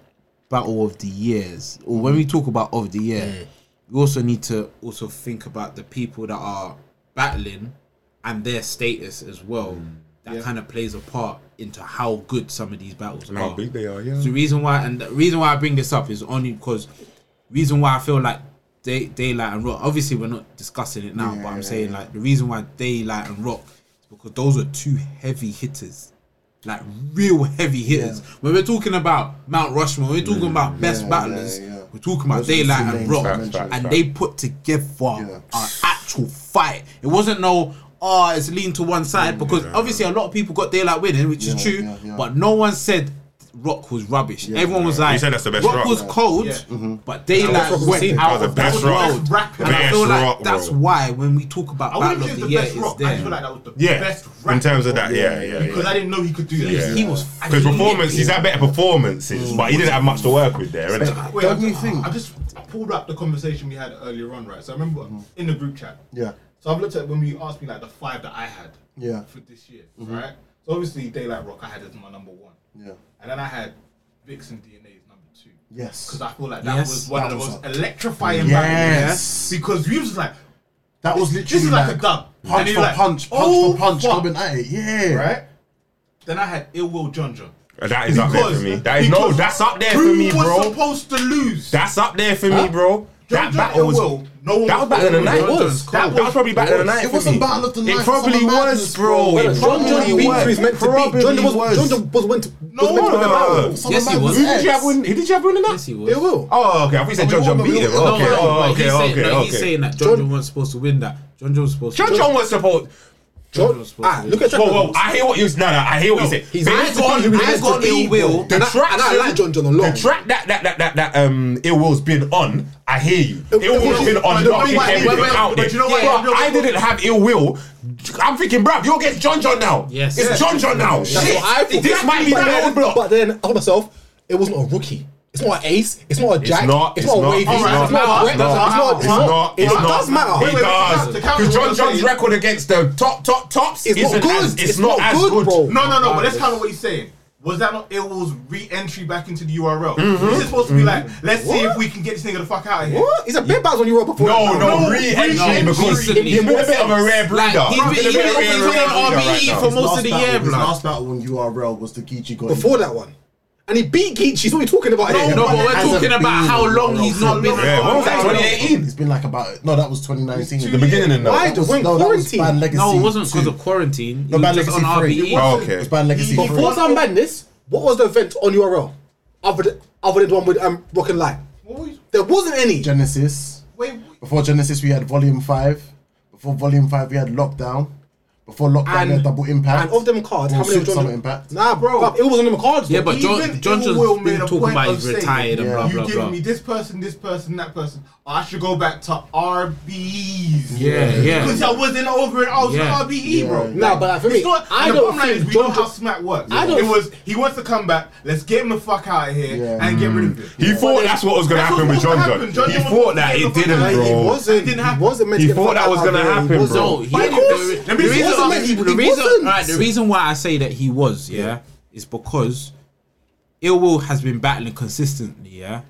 battle of the years, or when we talk about of the year, we also need to also think about the people that are battling and their status as well. That kind of plays a part into how good some of these battles are.
they are,
So the reason why, and the reason why I bring this up is only because reason why I feel like day, daylight and rock. Obviously, we're not discussing it now, but I'm saying like the reason why daylight and rock is because those are two heavy hitters, like real heavy hitters. When we're talking about Mount Rushmore, we're talking about best
Yeah,
battlers.
yeah, yeah.
We're talking about
Those are the two
daylight and
names
rock,
I
mentioned. Facts,
and
facts,
they put together
Yeah.
an actual fight. It wasn't no. Oh, it's lean to one side because obviously a lot of people got daylight winning, which
Yeah,
is true.
yeah, yeah.
But no one said Rock was rubbish. Everyone was like,
You said that's the best
Rock,
Rock."
was
Yeah.
cold,
Yeah.
but daylight
was
went
the same.
out
That was
of
the
this
best Rock.
world.
Best
And I feel like
Rock,
that's
bro.
why when we talk about
I
Battle
wouldn't
of
choose
the,
the
Year,
best
it's
rock. I
there.
just feel like that was the
Yeah.
best rap
In terms of that, yeah, yeah.
because I didn't know he could do that.
Yeah.
he was
I
Because
didn't-
performance, he's had better performances, but he didn't have much to work with there, innit?
Wait,
Don't
I,
you think-
I just I pulled up the conversation we had earlier on, right? So I remember
Mm-hmm.
in the group chat.
Yeah.
So I've looked at when we asked me like the five that I had.
Yeah. Mm-hmm.
For this year, right? So obviously Daylight Rock I had as my number one.
Yeah.
And then I had Vixen DNA as number two.
Yes.
Because I feel like that
Yes.
was one
That
of the
was
most electrifying
Yes.
battles. Because we was like,
That was
this-
literally
This is like,
like
a dub. And
Punch
he
for
was like,
punch, punch
oh,
for punch,
fuck,
coming at it. Yeah.
Right? Then I had Ill Will John John.
That is up there for me. That is no.
because
That's up there for
who
me,
was
bro.
supposed to lose?
That's up there for me, bro. That
John
battle was.
Will, no one
that was back in the
John
night.
Jones.
Was. That, was probably back in the night.
It
for
wasn't
me.
battle of the night,
It
it's
probably
summer
was,
madness,
bro.
bro.
It
John
probably
Jones
was.
beat who he's
meant to
probably
beat. John was,
was.
John was went to.
No, no, no, no.
Some
Yes,
of
he
my
was.
Who did you have
ex.
win? Who did you have winning that?
Yes, he was.
They will.
Oh, okay. I thought you said
Oh,
John
we
John
won the
beat him.
real-
No,
Okay.
no,
Oh,
but
okay.
he's saying-
Okay.
no, He's saying
Okay.
that John John was supposed to win that. John John was supposed to.
John John was supposed.
John was supposed
Ah,
to.
look at John.
Whoa, whoa! I hear what you. No, no. I hear what you say.
he's-
Based
I got-
on-
I
based
got
on
ill will.
The
And I-
track,
and I like John John a
The
lot.
track that that that that that um ill will's been on. I hear you.
It-
Ill
it
will's
was-
been on.
but the
knocking
thing was-
everything
but- but-
out
but
there.
you know what?
Yeah,
Ill Will-
I didn't have ill will. I'm thinking, bruv, you're against John John now.
Yes.
it's
Yeah.
John John now. Shit,
what I thought.
this might be the
But then-
roadblock.
But then, I told myself, it wasn't a rookie. It's not an ace. It's not a jack.
not,
It's
it's
not a
not,
wavy.
it's
It's
not,
not a
it's
wet. It's
not,
not.
it's
It's not.
It's
It
not.
does matter.
It
wait,
does.
to
Because
count what
John
I'm
John's
saying-
record against the top, top, tops
It's
isn't
not good.
as it's not as good.
bro.
No, no, no. But that's kind of what he's saying. Was that not Ill's re-entry back into the URL? This is supposed to be like, let's see if we can get this nigga the fuck out of here.
Mm-hmm. What? He's a bit bad on Europe before.
No, no,
No,
re-entry
re-entry.
because he's been a bit of a rare breeder.
Like, he's been-
He's been a
he's
bit of a rare
been- he's been on
breeder right
RBE
now.
for most
Last
of the
battle-
year,
His
blood.
last battle on URL was the Geechee guy.
Before that one. And he beat Geechees. What are you talking about here?
No, but we're
Hasn't
talking about
been
how
on
long
the
he's not been.
Yeah,
Yeah, what was that?
No, no, no.
2018.
It's been like about no, that was 2019.
The beginning and
Why
now.
That was,
When
no, that was
quarantine.
Bad Legacy.
No, it wasn't because
two.
of quarantine. He
No, Bad
was just
Legacy
on E.
three.
RBE.
Oh,
It
okay.
was Bad Legacy.
Before
three.
Before Sound Madness, what was the event on URL? Other than, other than the one with um, Rock and Light.
What was-
There wasn't any.
Genesis.
Wait,
Before Genesis, we had Volume Five. Before Volume Five, we had Lockdown. Before Lockdown,
And-
we had Double Impact.
And of them cards, how
Well, Super
many was John
Summer
John-
Impact.
Nah, bro. It was on them cards.
Yeah,
bro.
but John
even
John
Ill
John's
Will
been
made a
talking
point
about
of
he's
saying,
retired and
yeah.
blah
you
blah
giving
blah.
me this person, this person, that person. I should go back to RBEs.
Yeah, yeah.
Because I wasn't over it. I was
Yeah.
an RBE, bro.
Nah, but like, for me,
It's not,
I
the
don't
bottom line
think
is we
John
know how
Jones-
smack works.
I don't-
It was he wants to come back. Let's get him the fuck out of here
Yeah.
and get rid
Mm.
of him.
He thought that's what was going to
That's
happen
what
with
was
John
gonna
John.
happen. John
He
John
thought
was
that
gonna
it
get the fuck
didn't,
out.
He
bro.
wasn't.
Didn't
He
happen.
wasn't meant
He
to get
thought
fucked
that
out
was
of
gonna
there. He
happen, bro.
wasn't.
No, he
Why
didn't.
not?
The re-
Let
the
me-
reason,
wasn't
meant he-
the
he
reason-
wasn't.
right, the reason why I say that he was, yeah, is because Ill Will has been battling consistently, yeah.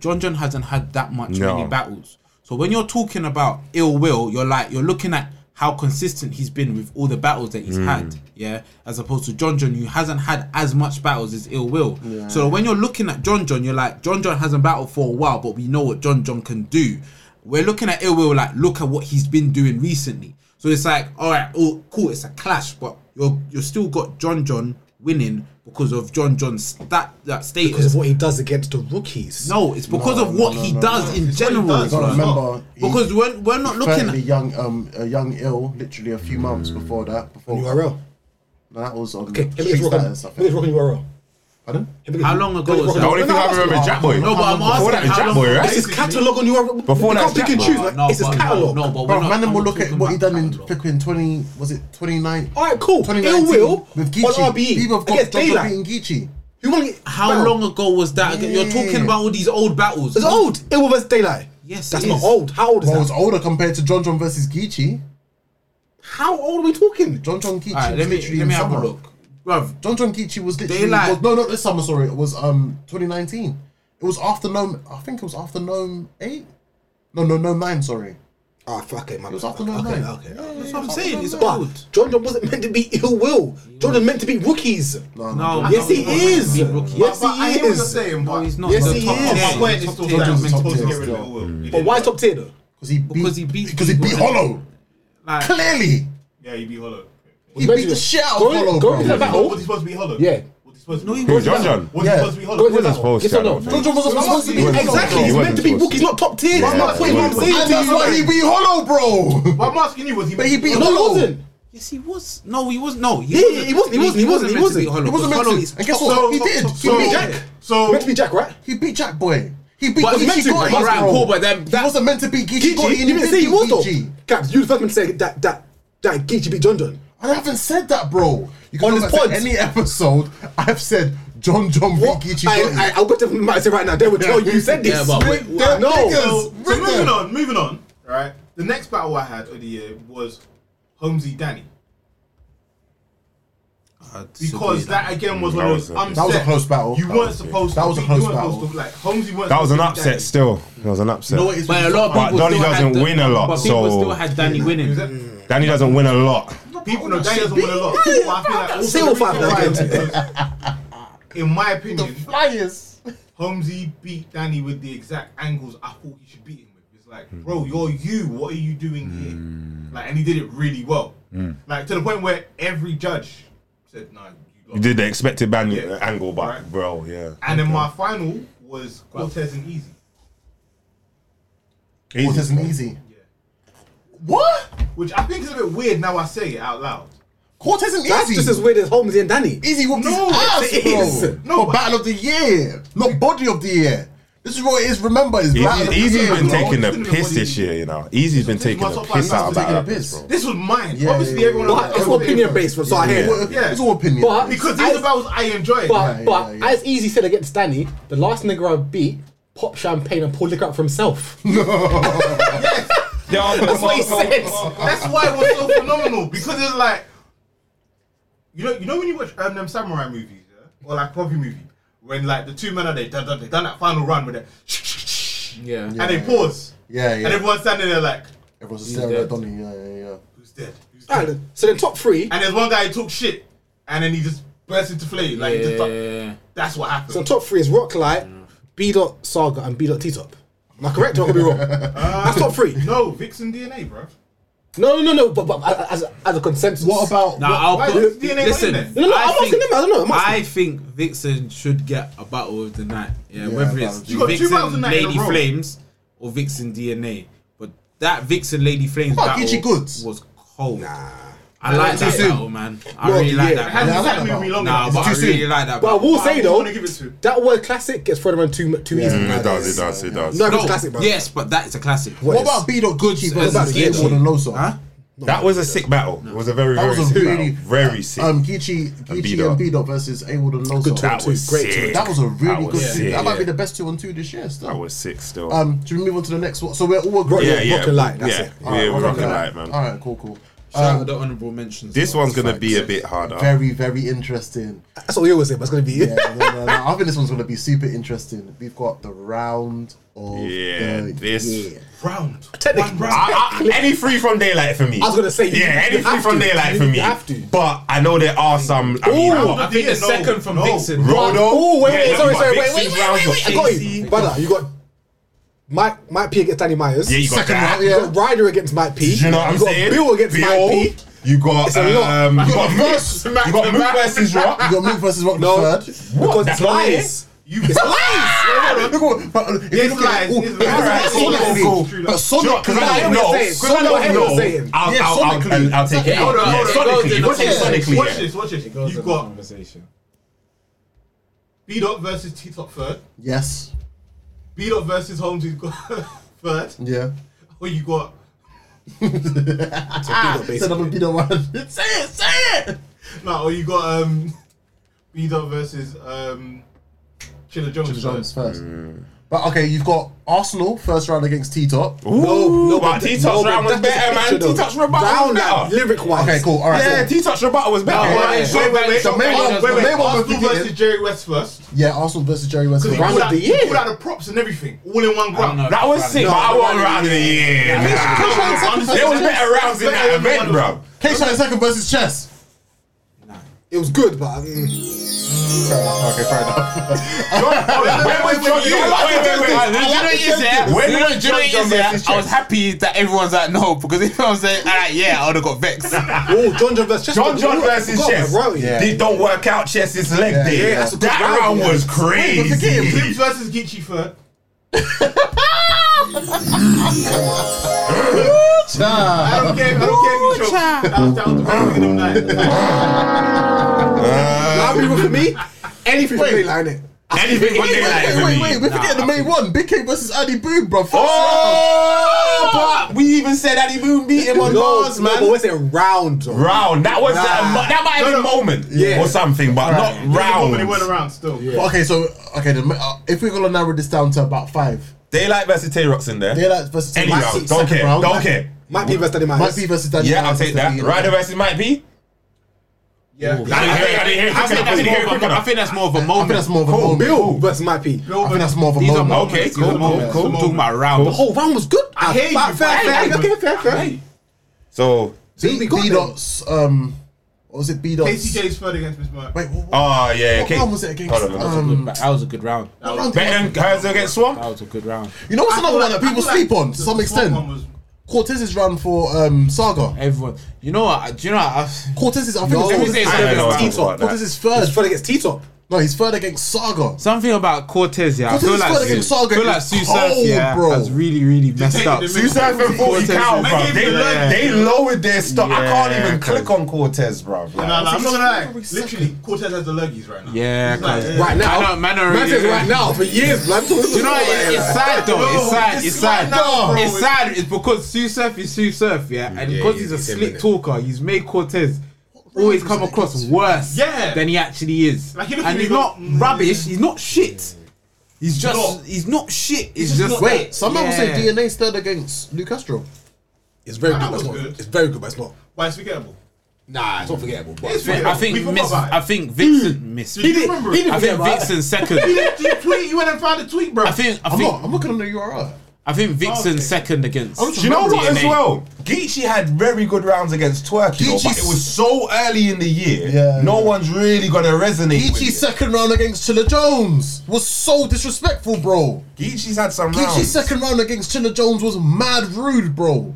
John John hasn't had that much
No.
many battles. So when you're talking about Ill Will, you're like you're looking at how consistent he's been with all the battles that he's had, yeah, as opposed to John John, who hasn't had as much battles as Ill Will. So when you're looking at John John, you're like John John hasn't battled for a while, but we know what John John can do. We're looking at Ill Will like look at what he's been doing recently. So it's like all right, oh cool, it's a clash, but you're you're still got John John winning because of John John's that that status.
Because of what he does against the rookies.
No, it's because of what he does in
what he
general.
does,
Gotta
bro.
bro.
remember, he-
because we're, we're not looking
fairly
at.
young, um, a young ill, literally a few months before that. Before
URL.
No, that was on
Okay,
okay,
let me get
street
rock on
status. I think.
URL.
Pardon?
How long ago was that?
The only thing I remember is Jack Boy.
No, but I'm
Before that
asking
is
how
Jack
long-
Boy,
This
right?
is catalog on URL.
Before
you
that
can't pick and
Jack-
choose. Like,
No,
it's his
but-
catalog.
No, but we're
Bro,
not.
man, them
I'm
will
not
look at
talking
what he
about
done in
catalog.
flipping 20, was it 29?
All right, cool. Oh, Ill
2019
will
with
on
Geechee.
RBE
People have got
against
John John
Daylight.
beating Geechee.
You want to
How long ago was that? again? You're talking about all these old battles.
It's old. Ill will versus Daylight.
Yes,
that's
it
not
is.
old. How old is
Well, it's
that?
older compared to John John versus Geechee.
How old are we talking?
John John Geechee
All right,
was
let me
literally
let
in
me have a
summer.
look, bruv.
John John Geechee was literally
Daylight.
was- no no this summer sorry it was um 2019. It was after Gnome I think it was after Gnome 8. No no Gnome 9 sorry.
Ah, fuck it, man. It
was after nine
Okay,
nine.
okay.
That's what I'm saying. It's
But
old.
John John wasn't meant to be ill will. John John meant to be rookies.
No
No,
Yes,
no,
he
no, no, no,
is.
he's rookie.
Yes,
But I
he
hear what you're
is.
saying,
No,
but
he's not.
Yes,
The
he
top
is.
My
ten.
point is
Top
still
ten. Mm.
that
John's
we're supposed to
top
get
ten
rid of
still.
Ill Will. He
But
did.
why is top tier though?
because he beat
Because he beat
because he
people
beat
and-
Hollow.
Like-
Clearly.
Yeah, he beat Hollow.
He beat the shit out of
Going-
Hollow.
going
bro.
to the battle-
Was he supposed to be Hollow?
Yeah.
Was he supposed to be
Who, John John?
Was he
Yeah.
supposed to be
Go into
Hollow?
that
supposed
Yes
to,
or
I
no?
don't
John
think.
John wasn't supposed to be.
wasn't
Exactly.
supposed
He's
to.
meant to be
He wasn't
rookies, not top tier. That's
Yeah,
my point.
he
I'm
wasn't.
saying
And
to
that's
you.
why he beat Hollow, bro.
But I'm asking you, was he?
But he beat
No, he
Hollow.
wasn't.
Yes, he was. No, he was. No,
Yeah, yeah, he wasn't, he wasn't, he wasn't, he
meant to
wasn't.
be Hollow,
He wasn't
because
meant to.
Hollow is
And guess
top-
what?
So-
He did.
so-
He beat
so-
Jack.
So
You're meant to be Jack, right?
He beat Jack Boy. He beat
But he meant
Geechee
to,
Gotti,
but
right,
bro.
cool, but then that-
he wasn't meant to beat Geechee
Geechee,
Gotti.
you didn't
did
say he
beat
was though.
Geechee.
Gabs, you the first man to say that that that Geechee beat John John.
I haven't said that, bro. You
On
can
this
go back
pod.
to any episode, I've said John John beat
What?
Geechee
I, I,
Gotti.
I'll bet you might say right now. They would tell you you said this.
Yeah, but wait,
They- no.
So, so moving on, moving on. Right, the next battle I had of the year was Holmesy Danny
I'd disagree
because
with
that again was
Mm, That
one of
was
those
a-
unset.
That was a close battle.
You
That
weren't
was big.
supposed.
That
to
was a
be-
close
you weren't
battle.
supposed to- Like Holmesy weren't.
That was an
supposed to be
upset.
Danny.
Still, that was an upset.
But a lot of
But
people
Donny
still had
doesn't
the-
win a lot,
But people
so-
still had Danny
Is
winning.
that-
Danny doesn't win a lot.
People know Danny doesn't win a lot. People, I feel like "Oh, also
Say all
the
five
reason
now,
why-
again.
because in my opinion,
Flyers.
Holmesy beat Danny with the exact angles I thought he should beat him with. It's like, bro, you're you. What are you doing
Hmm.
here? Like, and he did it really well. Like to the point where every judge said, "No, you
You
lost."
did the expected ban-
Yeah.
angle, but
Right.
bro, yeah.
And then my final was Cortez and Easy.
Easy.
It isn't easy.
What? Which I think is a bit weird now I say it out loud.
Cortez isn't
That's
easy.
just as weird as Holmesy and Danny.
Easy whooped
No,
his
it
ass, bro.
is.
No,
No,
but-
battle of the year, not body of the year. This is what it is. Remember, it's
Easy,
battle of the
Easy's
year.
been
bro.
taking the
Easy been
piss
winning.
this year, you know. Easy's been
This
taking
was
the
my top
piss
five,
out
this was
about
taking
us,
a piss.
bro.
This was mine.
Yeah,
Obviously,
yeah,
everyone
yeah.
else
But
it's
was
all opinion
different.
based, so I hear. it.
It's all- It's all opinion.
But-
Because these
I-
are battles I enjoyed.
yeah,
But but
yeah.
as Easy said against Danny, the last nigga I beat popped champagne and pulled liquor up for himself. That's what he said.
That's why it was so phenomenal because it's like, you know, you know when you watch um, them samurai movies yeah? or like property movie when like the two men are they done done they done that final run with it,
Yeah.
and they pause,
yeah,
and
yeah.
everyone's standing there like,
Everyone's staring
dead.
at Donny. Yeah, yeah, yeah.
who's dead? Who's dead?
Alright, so then top three.
And there's one guy who talks shit, and then he just bursts into flame like he just done-
Yeah.
that's what happened.
So top three is Rock Light, B dot Saga, and B dot T Top. Am I correct or I could be wrong? That's top three.
no, Vixen DNA, bro.
No, no, no. But, but as, as a consensus,
What about?
Nah, I'll
why
put,
is DNA not
listen.
in there?
No, no, I'm asking him, I don't know, I'm asking.
I think Vixen should get a battle of the night. Yeah, whether
battle
it's
of the- You
got two
Vixen
battles of the night in a
Lady
row.
Flames or Vixen DNA, but that Vixen Lady Flames
Fuck,
battle
Itchy Goods.
was cold. Nah, I like that battle, man. I
Well,
really like
yeah.
It
that.
hasn't
Yeah, I like
Battle.
sat
that
with me
battle.
long
Nah,
enough.
but I
too
really
soon.
like that.
But I
battle.
will
But I
say
wouldn't
though,
wanna give it to him.
that word classic gets thrown around too mu- too easily.
Mm, it does,
nowadays.
it does, it does.
No,
No,
it's classic, bro.
yes, but that's a classic.
What about B. Dot Gucci versus
about
Gator and Loso?
Huh?
That was a sick battle. It was a very,
That
very
was a
sick
really
battle. Very sick.
Um, Geechee,
And
Geechee
B-Dot.
and B Dot versus Awol and Loso.
that was
great
sick.
That was a
That
really
was
good.
sick.
That might be
Yeah.
the best two on two this year. Still.
That was sick still.
Um, do we move on to the next one? So we're all agreeing.
yeah, yeah.
Rocket Light, that's
yeah,
it.
yeah, we're rocking light, man.
Oh, All right, cool, cool.
Shout
Um,
out the honourable mentions.
This
though.
one's gonna be a bit harder.
very, very interesting.
That's what you always say, but it's gonna be
Yeah, no, no, no. I think this one's going to be super interesting. We've got the round of
Yeah,
the
this-
year.
Round.
Technically,
I, I, any free from daylight for me.
I was gonna say, you-
yeah,
you
any free
have
from
to.
daylight
You
for me.
have to.
But I know there are some. I mean,
Ooh.
I-
I think the
No,
second from
no.
Vixen.
Rodo.
Oh wait,
Yeah,
wait,
you
sorry,
got
sorry, wait,
Vixen's
wait, wait,
rounds,
wait,
you
wait,
got
I got
Casey.
you, brother. You got Mike, Mike P against Danny Myers.
Yeah, you got
Second
that.
round, yeah.
You got Ryder against Mike P.
Do you know what I'm
you got
saying?
Bill against
Bill.
Mike P.
You got
a lot.
um, you got
Back to
Moose. You got Moose versus Rock.
You got Mook versus Rock
No,
the
because
third.
That's not
it's
it?
lies.
You lies.
Look what- but if you
It's
look at
lies,
it, oh,
it's
it
lies.
doesn't matter
It's
sonically,
true,
but
like-
sonically,
Because I
hear
don't
what
know.
you're saying.
Because I
Sonically, I hear what
don't
you're
know.
saying.
I'll,
Yeah,
I'll, I'll,
sonically.
I'll, I'll take it.
Hold on,
Yeah,
hold on.
sonically. What's it sonically?
Watch
yeah.
this, watch this. You got
conversation.
B Dot versus T Top third.
Yes.
B Dot versus Holmes you got third.
Yeah.
Or you got
Ah, it's another be the one. say it, say it.
no, or you got um B Dot versus um Chiller Jones.
Chris
Mm.
Jones
Jones.
first. But okay, you've got Arsenal first round against T Top.
Ooh,
no,
but
but-
T-Touch
no, but
round was
that's just
better, man.
picture, though.
T-Touch rebuttal was
Round that
better.
lyric wise.
Okay, cool. All right.
Yeah,
cool.
T-Touch rebuttal was better.
yeah,
right?
yeah.
So-
Wait, wait, wait,
The main
wait,
one-
wait,
the
wait.
main one was
Arsenal
the
versus
kid.
Jerry West first.
yeah, Arsenal versus Jerry West.
Because
Round
all
of the year.
out the props and everything, all in one
I don't know.
grab.
That was sick, but I want round of the year. man. There was better rounds in that event, bro.
K-Shine second versus Chess.
It was good, but mm,
Okay, fair enough.
When was John? You know what? Wait, wait, wait. When
you know,
was
do you know
John
what it
John
is, yeah?
versus
I was
Chess?
happy that everyone's like, no, because if I was like, all right, yeah, I would have got vexed.
oh, John John versus Chester.
John John
Ooh, I
versus
forgot,
Chess.
bro. Yeah.
This don't work out. Chess's leg
Yeah,
day.
yeah, that's a good
that
round,
round
yeah.
was
Gibbs
crazy.
versus Geechee third. I don't care. I don't care if you choke. That was, that was the best thing of the night.
I'll be with me. Anything for me, line it.
Anything but
Wait,
daylight
wait,
for
wait,
me.
wait, we're forgetting the main one. Big K versus Addy Boom, bro. First
Oh, but we even said Addy Boon beat him on Mars,
no, but
man.
what's it round? John?
Round. That was that.
Nah.
mo- That might have been moment or something, but not
But it went
round.
around still.
round. Okay, so okay, the, uh, if we're gonna narrow this down to about five,
Daylight versus Tay Rocks in there.
Daylight versus
Any
Might
round.
Be
Don't
second
care.
round.
Don't care.
Might be versus Danny Myers.
Might be versus Danny.
Yeah, I'll
Myers
take
versus
that.
Lee.
Ryder versus Mike B.
Yeah.
I didn't hear it. I didn't hear it.
I think
I
that's
didn't hear it
more
quick
of a, I
enough.
think that's more of a
I think
moment.
that's more of a moment.
Bill versus Mike P.
I think that's more of a
These are
moment.
moments.
Okay,
These
cool,
are moments.
cool,
I'm
cool.
talking about round.
The whole round was good.
I hear you,
Fair,
but I
fair,
hear you.
okay, fair, fair.
So
Who we got
B
then?
dots. Um, Or was it B dot?
KCJ's third against Miss Merck.
Wait, what, what,
Oh, yeah,
what
okay.
round was it against?
Hold on, hold on.
Um,
But that was a good round. That
what round did-
Better than Herzog against Swamp?
was a good round.
you know what's
I feel
another one
like-
that
I
people
feel like
sleep on to
the
some
Swamp
extent?
one was-
Cortez's run for um, Saga.
Everyone, you know what? Do you know what? I've,
Cortez is, I think,
Let me
it's
say
Cortez,
I don't know what
Cortez,
happened about that.
is third.
It's trying to get T top.
No, he's third against Saga.
something about Cortez, yeah. I
Cortez
feel
is
like,
fucking Saga
feel like
is
Sue
cold,
Surf, yeah,
bro.
has really, really messed
taking
up.
the
Two seven and forty
Cortez
cow,
is-
bro. They,
Yeah.
lo- they lowered their stock. I can't
Yeah,
even
cause-
click on Cortez, bro.
Nah, nah, I'm not gonna lie. Literally, Cortez has the lurgies right now.
Yeah,
It's like,
cause-
yeah.
Right now.
Man are- man are
Man says
really-
right now for years, blood.
You know, it, it's sad though. It's
No,
sad.
it's
It's sad.
sad now, bro.
It's sad. It's because Sue Surf is Sue Surf, yeah, and
Yeah,
because he's
he's
a
a ten
slick
minute.
talker, he's made Cortez always come across worse
Yeah.
than he actually is.
Like, he looks
and
at
he's
me
not
and goes,
rubbish. He's not shit. He's just.
not.
He's not shit. He's,
just
just.
not
Wait, some people say
Yeah.
DNA's third against Lou Castro.
It's very good,
That
but it's
was
not.
good.
It's very good, but it's not.
Why it's forgettable?
Nah, it's not forgettable. But
It's
I
forgettable. We
think
forgot
Miss.
about it.
I think Vincent missed.
Did you remember it?
I think Vixen's second.
You didn't- you tweet. You went and found the tweet, bro.
I think. I
I'm
think.
not. I'm looking on the URL.
I think Vixen's
Okay.
second against.
I'm just
Do you know what as
DNA.
well? Geechee had very good rounds against Turkey, though, but
Geechee's-
it was so early in the year.
Yeah.
no one's really gonna resonate.
Geechee's
with
second round against Chilla Jones was so disrespectful, bro.
it. Geechee's had some
Geechee's
rounds.
second round against Chilla Jones was mad rude, bro.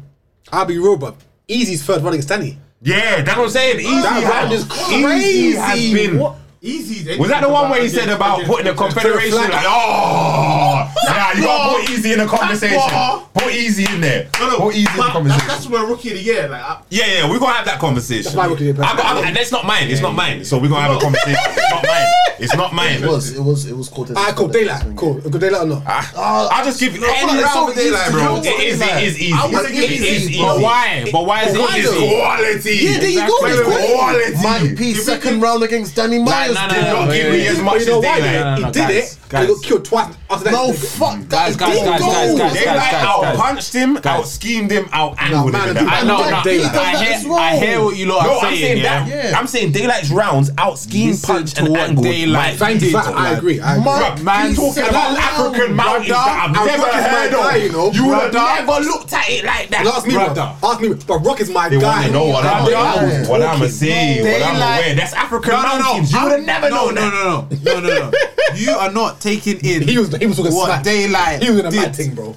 I'll be real, but Easy's third running Stanley.
Yeah, that's what I'm saying. Easy,
That round
has,
is crazy.
Easy has been.
Easy.
Was that the one where he said about putting the confederation? Like, oh, nah, you gotta put Easy in the conversation.
ball.
Put Easy in there.
No, no.
Put Easy in the
but
conversation.
That's, that's where rookie of the year. Like, I,
Yeah, yeah, we're gonna have that conversation.
why we're doing it.
I got- I- and that's not mine. It's not mine. So we're gonna have a conversation. It's not mine. It's not
It
mine.
was. It was. It was Cortez.
Ah, cool. Daylight. Cool. Good daylight or no?
I'll just give any
it's so
round for daylight,
easy.
bro.
You know
It is. It is easy.
I wouldn't give
It
it
is
easy,
easy.
bro.
But why? But why is it
It's
easy?
quality.
Yeah, there you go.
Exactly.
It's
Quality.
My P second round against Danny Myers.
nah, nah,
dude.
nah,
Don't give me as much as
you know why?
daylight.
he
no,
did
guys,
it. and he
guys.
got killed twice after that.
No, fuck,
Guys, guys,
Didn't
guys,
go.
guys, guys,
Daylight
guys, guys,
out
guys.
punched him, out schemed him, out angled him.
man, I do-
I
I
know.
know.
Like,
No,
he does
I
that
hear.
as well.
I hear what you lot
No,
are
I'm saying
saying.
that.
Yeah.
Yeah.
I'm saying daylight's rounds out schemed,
Listen
punched,
to
and
what
angled.
Daylight
My
Thank you.
people.
That, I agree. I agree.
Mark,
Bruh, man,
he's
talking
said
about
that
African
loud.
mountains that I've
Brother,
never
Rock is
heard
my guy,
of.
you know.
You would have
Brother.
never looked at it like that.
Ask me,
Brother.
bro. Ask me, but Rock is my
They
guy.
want to know what I'm
Daylight.
doing. What I'm going to say, what I'm
Daylight.
aware. That's African
No, no, no.
mountains. You would have never
no,
known
no,
that.
no, no, no, no, no. You are not taking in
He was, he was talking
what
smack.
daylight
He was in a
did
mad thing, bro.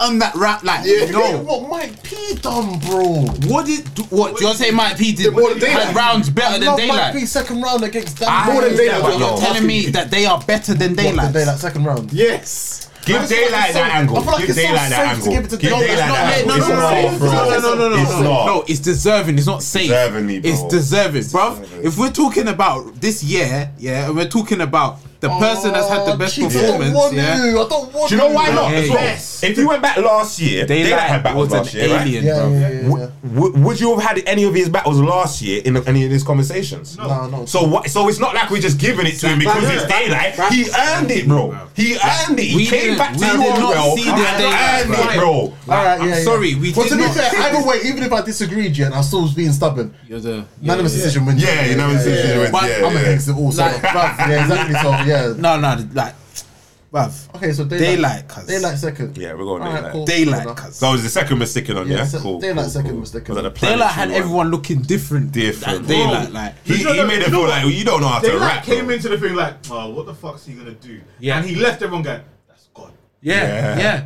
on that rap. Like, no.
What Mike P done, bro?
What did what? You're saying Mike P did
more than Daylight.
had rounds better than
Love Mike P
daylight?
second round against Danny
I-
Myers.
More than Daylight.
but
bro.
no.
You're telling me that they are better than
What,
daylight?
the daylight second round.
Yes.
Give
I feel like
daylight
it's so-
that
I
angle.
feel like
Give
it's so
daylight that
safe to
angle.
give it to
Give
Daylight.
daylight
No,
that
no,
angle.
no,
It's
no,
not,
no, no,
bro.
no,
No, no, no, no,
It's
no.
not.
No, it's deserving. It's not safe.
Deservingly, bro.
It's deserving, bro. If we're talking about this year, yeah, and we're talking about the person that's had the best
Chief, I don't
performance,
want
yeah.
Oh, you. I don't want
Do you know why not?
Hey.
As well?
Yes.
If you went back last year, daylight,
Daylight
had battles
was an
last year, right?
alien,
Yeah,
bro.
yeah, yeah, yeah.
W- w- would you have had any of his battles last year in any of these conversations? No,
Nah, no.
So what? So it's not like we're just giving it to him because it's daylight. He earned it, bro. He earned it. He
We
came
didn't-
back to
we
the
did not
Royal
see
and
the daylight,
earned it,
bro.
bro.
All right,
I'm
yeah, yeah.
sorry, we
Well,
did
to be
not-
fair, either way, even if I disagreed, yeah, and I still was being stubborn,
You're the-
unanimous decision wins.
Yeah, you know what I'm saying.
But
Yeah,
I'm
yeah.
against it all, so
Like-
bruv, yeah, exactly. So yeah.
No, no, like, bruv.
Okay, so daylight,
Daylight, cuz.
daylight second.
Yeah, we're going
All right,
daylight.
cool.
Daylight,
Fair
cuz.
So it was the second mistaken on,
Yeah,
yeah?
se-
cool.
daylight
cool,
second
cool.
mistaken.
Was that the plan
Daylight
that
had
you were-
everyone looking different.
Different,
That
bro.
daylight, like.
He,
You know
he
that-
made it
you know
feel
what?
like you don't know how to
They like
rap.
came
bro.
into the thing like, oh, what the fuck's he gonna do?
Yeah.
And he left everyone going, that's God.
Yeah,
Yeah.
yeah.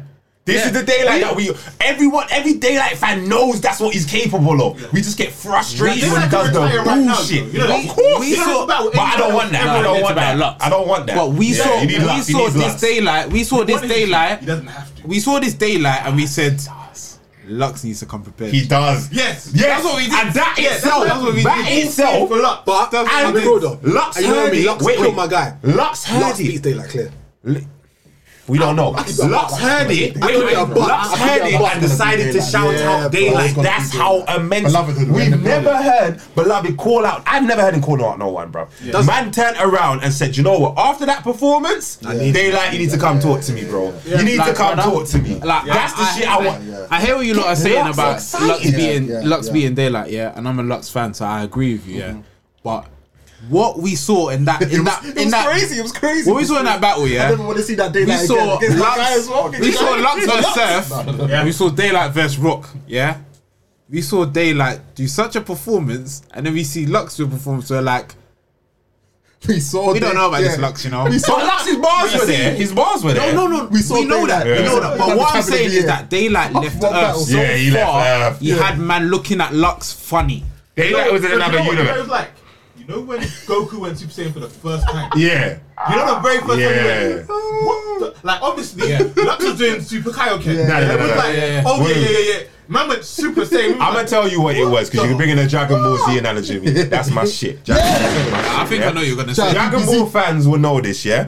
This
Yeah.
is the daylight that we everyone every daylight fan knows that's what he's capable of. We just get frustrated
Yeah,
when he
Daylight
does
can
the
retire right now,
bullshit.
though. You know,
of
we-
course,
we
you know,
saw-
but I don't want that.
No,
I don't
it's
want
about
that.
luck.
I don't want that.
But we
Yeah,
saw
you need
we
luck, you
saw
need
this
luck.
daylight. We saw this
What is he?
daylight.
He doesn't have to.
We saw this daylight, and we said, Lux needs to come prepared.
He does.
Yes.
Yes.
That's what we did.
And that
Yeah, that's
itself,
what- that's what we
that
did.
itself,
For luck.
But
That's
I'll be
what
real
it
though.
Lux
You know what I
heard
mean?
it.
Lux
Wait,
killed
wait.
my guy.
Lux heard
Lux
it.
beats daylight clear.
we don't know.
that
Lux
Lux
heard it.
I could be a bus. I
Lux
could be
heard
a
it
bus
and
gonna
decided to
daylight.
shout
Yeah,
out
bro, it's
daylight.
gonna
That's
be
how
daylight.
immense.
Beloved would
We've
win the
never heard beloved call out. I've never heard him call out no one, bro. Man turned around and said, "You know what? After that performance, daylight, you need to come talk to me, bro. You need to
Like,
come
brother,
talk to me.
like,
That's the
I-
shit I want."
I hear what you lot are saying
Lux
about
excited.
Lux
Yeah,
being
yeah,
Lux
yeah. Mm-hmm.
being daylight, yeah, and I'm a Lux fan, so I agree with you, yeah. But what we saw in that in that
It
in
was
that
crazy. It was crazy.
what we saw in that battle,
I
yeah,
didn't want to see that daylight again.
we saw
against that guy
Lux,
as well.
we saw Lux versus Surf,
no.
we saw daylight versus Rock, yeah. we saw Daylight do such a performance, and then we see Lux do a performance. We're like,
We saw.
we don't
that,
know about
yeah.
this Lux, you know.
We saw
His bars were there. His bars were there.
No, no, no.
We
We,
saw Daylight.
know that. We
Yeah.
know that.
Like
But
the
what
time
I'm
of the
saying
year.
is that Daylight left
one
Earth
battle,
so
Yeah, he left
far.
Earth.
He had man looking at Lux funny.
They-
You know-
That was in
you know
another
what It was
universe.
like, you know when Goku went Super Saiyan for the first time?
Yeah.
You know the very first time he
Yeah.
went, what the? Like, obviously, Lux was doing Super Kaioken.
No,
Yeah.
no,
It
no,
was
no.
like,
Yeah, yeah.
oh, yeah,
Wait.
yeah, yeah, yeah. Man went Super Saiyan.
I'm gonna tell you what it was because you can bring in a Dragon Ball Z analogy. That's my shit. Dragon
I think I know you're gonna say.
Dragon Ball fans will know this, yeah?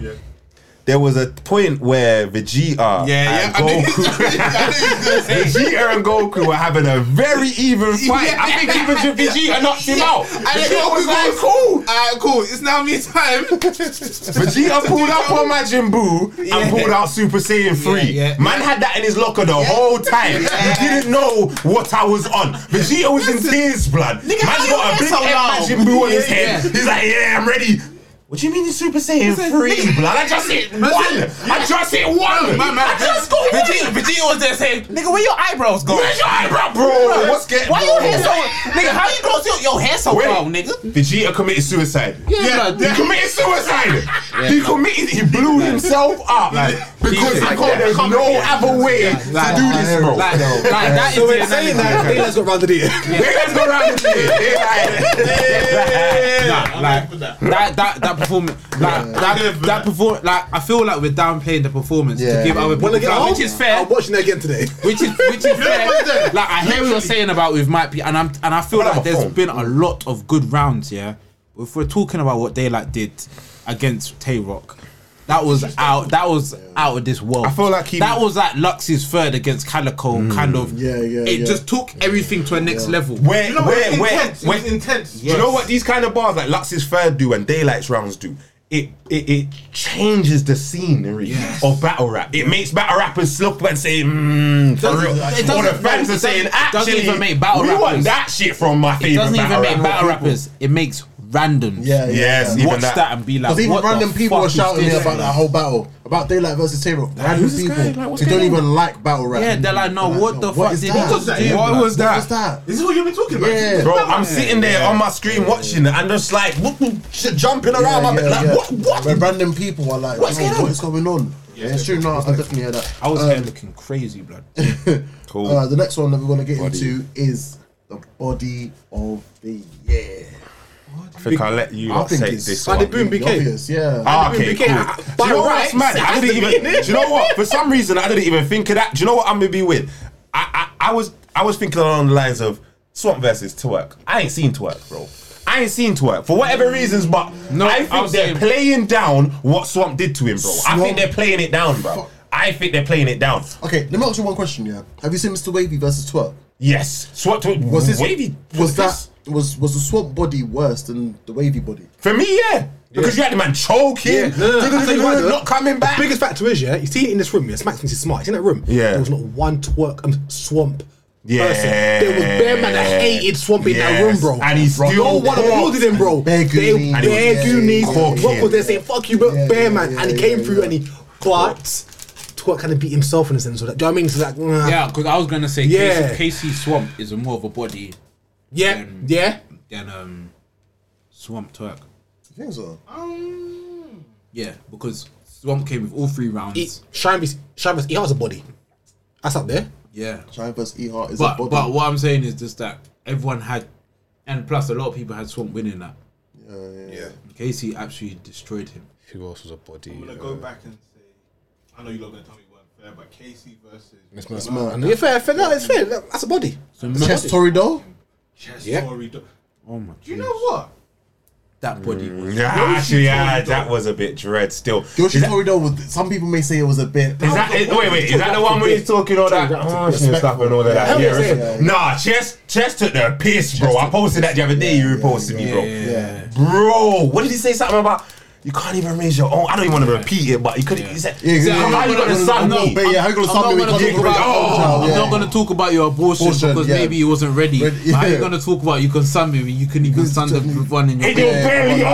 There was a point where Vegeta
Yeah,
and
yeah, I knew-
Goku, Vegeta and Goku were having a very even fight. I think even Vegeta knocked him out. Vegeta was like, cool.
Alright, cool. It's now me time.
Vegeta pulled up on Majin Buu and pulled out Super Saiyan 3.
yeah,
Man had that in his locker the whole time. He didn't know what I was on. Vegeta was in tears, blood. Man got a big head Majin Buu on his head. He's like, yeah, I'm ready. What do you mean it's Super Saiyan 3, blood? I just hit one. I just hit one. I just got one.
Vegeta, Vegeta was there saying, "Nigga, where your eyebrows going?
Where's your eyebrow, bro? What's getting
Why
bro?
your hair so? Nigga, how you grow your, your hair so
Wait.
long, nigga?
Vegeta committed suicide. Yeah, he committed suicide. He committed. He blew himself up like, because he thought there's no other way to do this, bro.
Like, like that
So
is
we're
the
saying
analogy.
that Daylight's got rounded it.
They guys go around this shit. They like,
Nah, like that that that performance, like
Yeah,
that
but-
that perform, like I feel like we're downplaying the performance
Yeah.
to give other
When I
people
get
clout,
home,
which is fair,
I'm watching that again today.
which is which is fair. Like I hear what you're saying about with Mike P, and I'm and I feel
Hold
like
up,
there's
phone.
been a lot of good rounds. Yeah, if we're talking about what Daylight did against Tay Rock. That was out. That was out of this world. I
feel like he-
that was like Lux's third against Calico. Kind of.
Yeah, yeah,
It
yeah.
just took everything to a next level.
where,
You know what?
where,
It's
where,
intense.
where,
It's intense.
Do you know what these kind of bars like Lux's Third do and Daylight's rounds do? It it, it changes the scenery of battle rap. It makes battle rappers look and say, mm, for
Doesn't-
real.
it
Or the
doesn't-
fans
it
are
doesn't-
saying,
it doesn't
actually,
even make battle
we want
rappers.
that shit from my
It
favorite
doesn't even
battle
make
rapper.
battle rappers. It makes random.
Yeah, yeah.
Yes,
yeah.
even
watch that. and be like,
Because even
what the
random people
fuck
were
is
shouting
this?
me about that whole battle, about Daylight versus Table. Random
who's this
people
guy? Like, what's
who don't
going on?
even like battle rap.
Yeah, they're like, no, what the fuck
is
did
that?
he just
What
do?
was
What was
What
that?
was that?
Is this what you've been talking about?
Yeah.
Bro, I'm sitting there on my screen watching it and just like whoop, whoop, shit, jumping
Yeah,
around. my
yeah,
bed, like,
yeah.
what?
Where
What?
random people are like, what's,
going on?
what's going on? Yeah, it's true. No, I definitely hear that.
I was
Um,
there looking crazy, blood.
Cool.
Uh, the next one that we're gonna get into is the body of the year.
I think I'll let you
I think
take
it's
this
by
one.
the
boom
The Obvious, yeah.
Ah, okay,
became-
cool.
I-
Do
by
you know what's
rights,
mad?
it
I
has
didn't
to
even. Do you know what? For some reason, I didn't even think of that. Do you know what? I'm gonna be with. I, I I was I was thinking along the lines of Swamp versus Twerk. I ain't seen Twerk, bro. I ain't seen Twerk for whatever reasons, but
No,
I think
I was
they're
saying-
playing down what Swamp did to him, bro. I think
Swamp-
they're playing it down, bro. I think they're playing it down.
Okay, let me ask you one question. Yeah, have you seen Mr. Wavy versus Twerk?
Yes, Swamp Twerk was
Was this
wavy.
was that was was the swamp body worse than the wavy body?
for me? Yeah, because you had the man
Yeah.
choking,
No, no, no. I tell you what, though.
not coming back.
Biggest factor is, yeah, you see in this room, yeah, Smack thinks he's smart. He's in that room.
Yeah.
There was not one twerk um, swamp.
Yeah.
Person. There was bare man that hated Swamp in that
Yes.
room, bro.
And he
no
still
one
walked.
applauded him, bro.
Bare Goonies.
They,
And
he was
bare Goonies.
walking.
Rock was there saying, "Fuck you, but
Yeah, yeah,
bare man,"
yeah,
and he
yeah,
came
yeah.
through and he but twerk kind of beat himself in a sense. of that. Do you know what I mean? So like, nah.
Yeah, because I was gonna say,
Yeah.
Casey, Casey Swamp is more of a body
yeah, yeah.
than um, Swamp Turk.
I think so.
Yeah, because Swamp came with all three rounds.
He, Shine versus Shine versus he has a body. That's up there.
yeah,
Giant versus E Heart is a
but
body.
but what I'm saying is just that everyone had, and plus a lot of people had Swamp winning that. Yeah, yeah. Casey absolutely destroyed him.
Who else was a body?
I'm gonna go back and say, I know you're not gonna tell me it wasn't fair, but Casey versus
It's
uh,
mad.
Yeah, fair, fair. No, it's fair. Look, That's a body.
Chest Torridor.
Chess
Yeah.
Torridor.
Oh my!
Do you know what?
that body? was-
Yeah, actually, yeah, that was a bit dread. Still,
Yoshi
Is that-
Torridor was. Some people may say it was a bit.
is that- is- wait, wait, is that the one where he's talking all that oh, shit and stuff and all of that?
Hell
Yeah,
yeah,
listen.
yeah, yeah.
Nah, Chess, Chess took the piss, bro. I posted that the other day. you reposted me, bro.
yeah.
Bro, what did he say? Something about you can't even raise your own. I don't even want to repeat it, but he could. He said,
Yeah, exactly.
"How you gonna
I'm
sign
not-
me?"
but yeah, how you gonna
I'm
sign
not
me? We
gonna
can't
talk
even
about. Oh,
raise our own
I'm
child,
not gonna talk about your abortion,
Abortion,
because
yeah.
maybe you wasn't ready.
Ready,
But How are you
yeah.
gonna talk about you can sun me? when You couldn't even sun the one in your
In your
bed.
belly. Oh my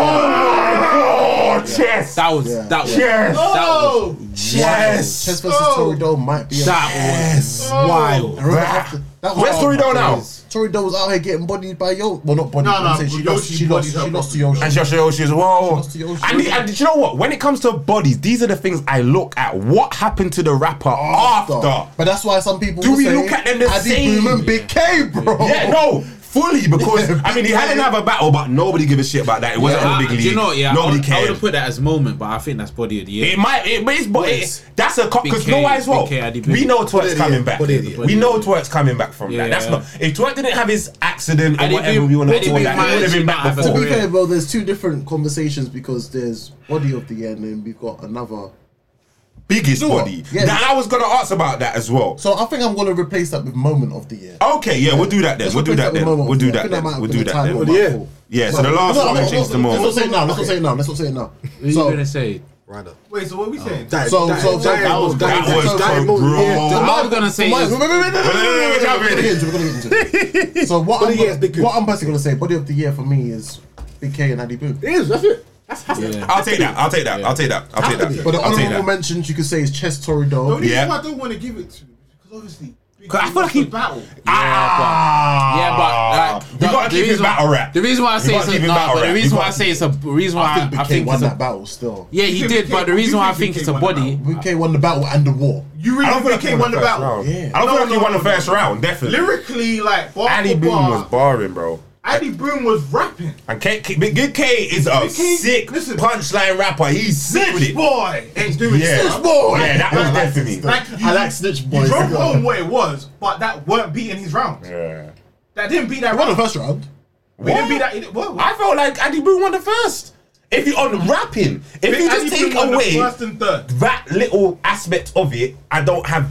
god, Chess.
That was that was
Yes.
that was
Oh,
Chest
Chess.
versus Torridor might be. a-
that was
Yes.
I remember
Bruh.
after- that was
Where's
hard
Torridor
after
now?
this. Tori was out here getting bodied by Yo. Well, not bodied.
No,
I'm
no,
saying she
Yoshi
lost. She lost.
bodied her,
She lost to
bro.
Yoshi.
And Joshua Yoshi as well.
lost to Yoshi.
And, the, and do you know what? When it comes to bodies, these are the things I look at. What happened to the rapper after?
But that's why some people
Do
will
we
say,
look at them the
Adi
same?
Boom and Big K, bro.
Yeah, no, fully because I mean he had another battle, but nobody give a shit about that. It wasn't on
I-
the big
do
league.
you know what? Yeah,
nobody
I, would- I would
cared.
have put that as moment, but I think that's body of the year.
it might, it, but it's, but
Yes.
it, that's a
Big
because
K,
no why as well.
Big K, Adi Boom.
we know Twerk's coming back.
Body of the year.
We know Twerk's coming back from that. That's
Yeah.
not if Twerk didn't have his accident or
Adi
whatever
Boom-
we want to
Adi
call
Boom
that,
might
he would have been
actually
back
not have
To
before.
be
Yeah.
fair, bro, there's two different conversations because there's body of the year and then we've got another.
Biggest
You know what?
body.
Yeah.
That I was gonna ask about that as well.
So I think I'm gonna replace that with moment of the year.
Okay, yeah, we'll do that then.
Let's
We'll do
replace
that
with
then.
moment
We'll
of
do
the year. I
that
think
then.
might have
We'll
been
do
a
that
time
then.
on my
Yeah.
fault.
Yeah, so
No,
the last
no,
one
no,
we
no,
changed
no,
them
Let's
all.
not say it now. Let's not say it now. Let's not say it now.
What are you
So,
gonna say?
Rider.
Wait, so what are
Oh.
we saying?
That,
So-
that,
so-
that,
so-
was
that
that,
was
was
so
that moment.
bro.
Yeah,
I
that-
was gonna say
Wait,
is-
wait, wait, wait, wait, wait, wait, wait,
Jump in.
wait, we're gonna get into it, we're gonna get into it. So what
Body
I'm,
of the year is Big K.
what I'm basically gonna say, body of the year for me is Big K and Addy Boo.
It is. That's it. That's that's it.
I'll take that. I'll take that. I'll take that. I'll take that.
But the
I'll take
honourable
that.
mentions you could say is Chess Torridor.
The only
Yeah.
reason why I don't want to give it to because obviously.
Cause I feel like
the
he-
battle.
Ah,
Yeah, but like,
we
the-
Ah. gotta
the
keep it
reason-
battle rap.
The reason why I
We
say
gotta
it's
keep
a,
it
no,
battle
but the
rap.
reason
We
why I
gotta-
say it's a reason why
I think Big
I
K
think
won
it's
that
a
battle still.
yeah he
You think
did,
Big
but
K-
the
you
reason why I
think Big
think
K
it's a
won that
body.
Big K won the battle and the war.
You
I
really
don't
think he
feel like
won the battle?
Yeah.
I don't feel
No,
like he
no,
won the
no.
first round. Definitely.
Lyrically, like bar
Addy
for
Boom
bar,
was barring, bro.
Addy Boom was rapping.
And K, K, Big Big K is a
Big K-
sick
listen.
punchline rapper. He's sick with
Snitch
it.
boy, ain't doing
Yeah.
stuff.
Snitch boy. Yeah, that was
Like-
definitely-
Like you,
I like Snitch Boy.
You drove home what it was, but that weren't beating his rounds.
Yeah.
That didn't beat that
He won the
round.
first round.
We didn't beat that. It, what?
I felt like Addy Boom won the first. If you on rapping, if you just
Addy Boom
take
won the
away
first and third.
that little aspect of it, I don't have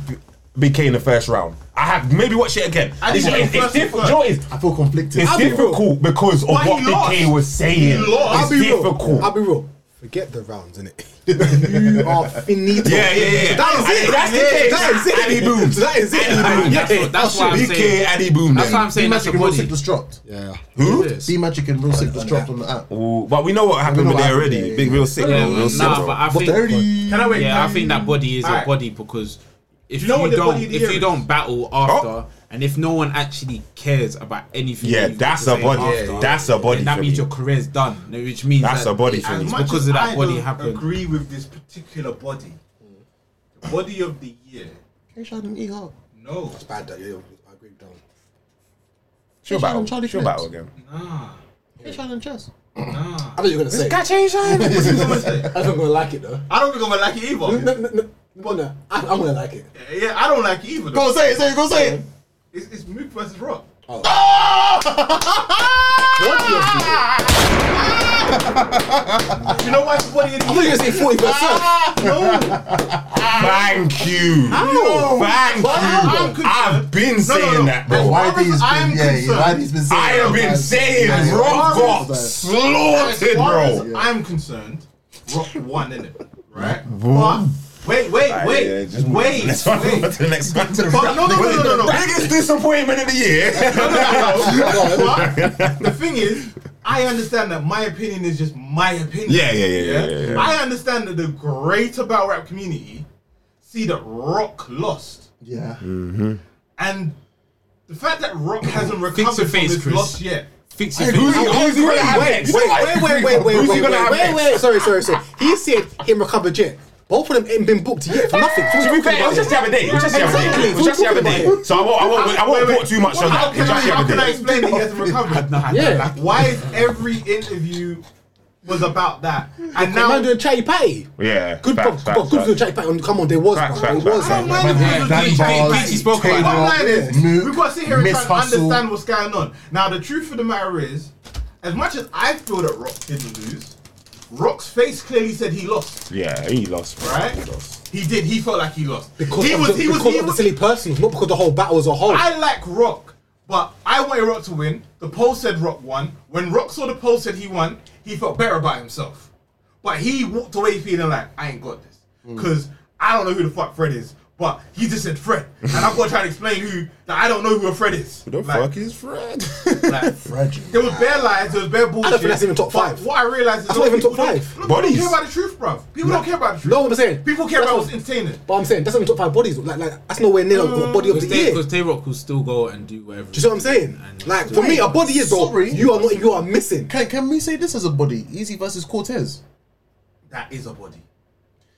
BK in the first round. I have maybe watch it again.
I
It's, it's,
didn't watch
it's
the first
different.
one.
You know what it is?
I feel conflicted.
It's
I'll be real.
difficult because of
But
what
he lost.
BK was saying.
He lost.
It's
I'll be
real.
difficult.
I'll be real. Forget the rounds, innit? you are finito.
Yeah, yeah, yeah.
That is it.
That's the
Yeah,
case.
That is it.
Addy Boom.
That is it.
Addy Boom.
That's what- that's why I'm
BK
saying-
Addy Boom.
That's
then.
why I'm saying that's a
B-Magic and Real
body.
Sick was dropped.
Yeah.
Who?
B-Magic and Real Sick was dropped on the app.
Ooh, but we know what happened
know
with
what
it
happened,
already.
yeah, yeah,
Big, real sick,
Yeah,
bro. Real sick,
nah,
bro.
but I
But
think
dirty.
Can I wait?
yeah,
can
I think that body is
Alright.
a body because if
You
you,
know what the
don't,
body of the
if
year
you
is?
don't battle
Oh.
after, and if no one actually cares about anything,
Yeah,
that you've got
that's
to
a
say
body.
after,
Yeah, that's a body
then That
for
means
me.
your career's done, which means
That's
that
a body for
As
me.
It's
much
because
as
of that
I
body
don't
happened.
agree with this particular body. The body of the year.
K-Shine and E-Hop.
No.
Bad that, yeah. I agree with that one.
She'll
Charlie
battle.
Flex.
She'll battle again.
Nah.
K-Shine and Chess.
I thought you were going to say. I
What you gonna say?
don't going to like it, though.
I don't think I'm gonna like it
No, no,
either.
no, no. no, no. I, I'm going to like it.
Yeah, I don't like it either.
Go
though.
on, say it, say it, go on, say it.
It's, it's Mook versus Rock.
What do you think?
You know why it's the body of the
I thought you
year?
were going to say 40%.
Thank you.
Ow.
Thank you.
But I'm concerned.
I've been
No, no,
saying
no.
that, bro.
Why
Why these
I am
been, yeah,
concerned.
why these been saying
I have been saying
Yeah, yeah.
Rock got
Yeah.
As
slaughtered,
far as
bro.
I'm concerned, Rock won, innit? Right? But, wait, wait, wait,
Yeah, just move.
wait,
Let's run
wait.
over to the next one.
But no, no, no, no, no, no.
Biggest disappointment of the year.
But the thing is, I understand that my opinion is just my opinion.
Yeah, yeah, yeah, yeah, yeah, yeah.
I understand that the greater battle rap community see that Rock lost,
Yeah.
and the fact that Rock hasn't
your
recovered from
face,
his
Chris.
loss yet.
Fix
Who's
your
he-
face.
who's he gonna have next?
Wait, wait, wait, wait, wait,
Who's he
wait,
gonna
wait,
have
wait,
next?
wait. Sorry, sorry, sorry. He said him recover jet. Both of them ain't been booked yet for nothing. So
To be
we
fair, it was just the other day. It was just the other day.
Exactly.
It was just the other day. So I won't, I won't, I won't talk too much on
How
that. It
can,
was
I,
just the
how
other
can I
day.
explain that he hasn't recovered?
Yeah.
Why is every interview was about that? And
Now man
now
doing chatty patty.
Yeah.
Good,
facts,
facts,
facts,
good, good,
facts.
good chatty patty. Come on, there was,
Facts,
bro.
facts,
There was.
facts,
bro.
I don't mind if it was
Dan Bar-
a good
Bars,
thing.
Peachy spoke about it.
Bottom line is,
Mook,
we've got to sit here and
Miss
try and
Hustle.
understand what's going on. Now, the truth of the matter is, as much as I feel that Rock didn't lose, Rock's face clearly said he lost,
Yeah, he lost. bro.
right?
He lost.
He did. He felt like he lost.
Because
he
of
was.
the,
He was.
because
He
of the
was.
silly personals, not because the whole battle as a whole.
I like Rock, but I wanted Rock to win. The poll said Rock won. When Rock saw the poll said he won, he felt better about
Mm.
himself. But he walked away feeling like I ain't got this because I don't know who the fuck Fred is. But he just said Fred, and I've got to try to explain who that I don't know who a Fred is.
Who the
Like,
fuck is Fred?
like, there was bare lies, there was bare bullshit.
think that's even top
but
five.
What I realized is
That's not even
people
top five.
don't- No, people
Bodies.
care about the truth, bruv. People don't care about the truth.
No, what I'm saying.
People care
That's
about
what-
what's entertaining.
But I'm saying that's not even top five bodies. Like, like that's nowhere near like, body of the year. Do
Because Tay Rock will still go and do whatever.
you see what I'm saying?
And-
Like for me, a body is though.
Sorry.
You are not. You are missing.
Can, can we say this as a body? Easy versus Cortez.
That is a body.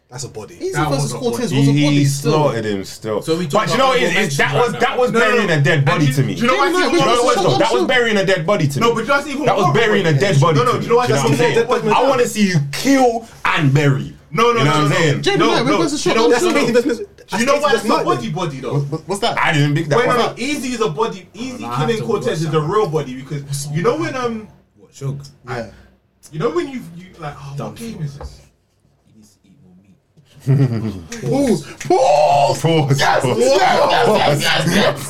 That's a body.
Easy
That
versus
was a
Cortez
He,
was a body
he
still.
slaughtered him still.
So we talk
but you
about
know, what it is,
honorable
It's- that was
mentions right
that
now.
was burying a
No, no, no.
dead
And
body
you-
to me.
do you know why I
No,
think
it
Cortez-
was though. That was
Shut
burying a dead body to me.
No, but that's even
that was
more
burying a
horrible.
dead body.
No,
to
no, do
me.
you know why
Do you know
that's
what I'm
even more
saying?
horrible?
I want to see you kill and bury.
No, no,
you know
no,
what I'm
no,
saying?
no,
Jamie,
no,
like,
no,
where's the shot?
no,
That's
no,
Katie
no.
Business-
Do you know
Katie
why that's
Business
not body body though?
What- What's that?
I didn't think that.
Wait, no,
was
no, Easy is a body. Easy
Nah, I have
killing
to
Cortez
watch
is
that.
a real body because you know when um
What, Shug?
Yeah.
you know when you you like oh, what game is this?
He needs to eat more meat.
Pause. Pause. Pause. Pause.
Yes, yes,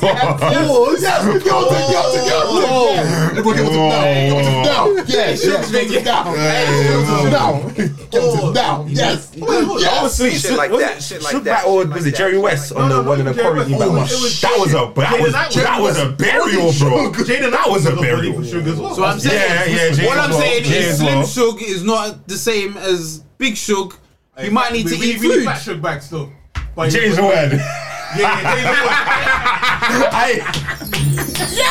yes, yes, yes. Everybody give it to
Oh.
now. Give it to now. Yeah, yes, give it to now. Hey, give it to now. Give it to now. Yes. Yes.
Honestly,
Shit
Shook-
like
was
that,
it
shit
Shook
like that,
back or
shit
was
like
it Jerry
that.
West
No,
on
no,
the
it
one in the
was Jerry
quarantine
West.
battle?
It was
That was a that
Jaden
was
Ivey.
that was a burial, bro.
Jaden
That was a burial.
for sugar as well.
So I'm saying,
Yeah, yeah, Jay
what
as
I'm
well.
saying
Jay
is
as
Slim
well.
Shug is not the same as Big Shug. You might need
we,
to
we,
eat
we need
food.
fat sugar back still. But
Change the word.
Yeah, yeah, yeah, yeah.
I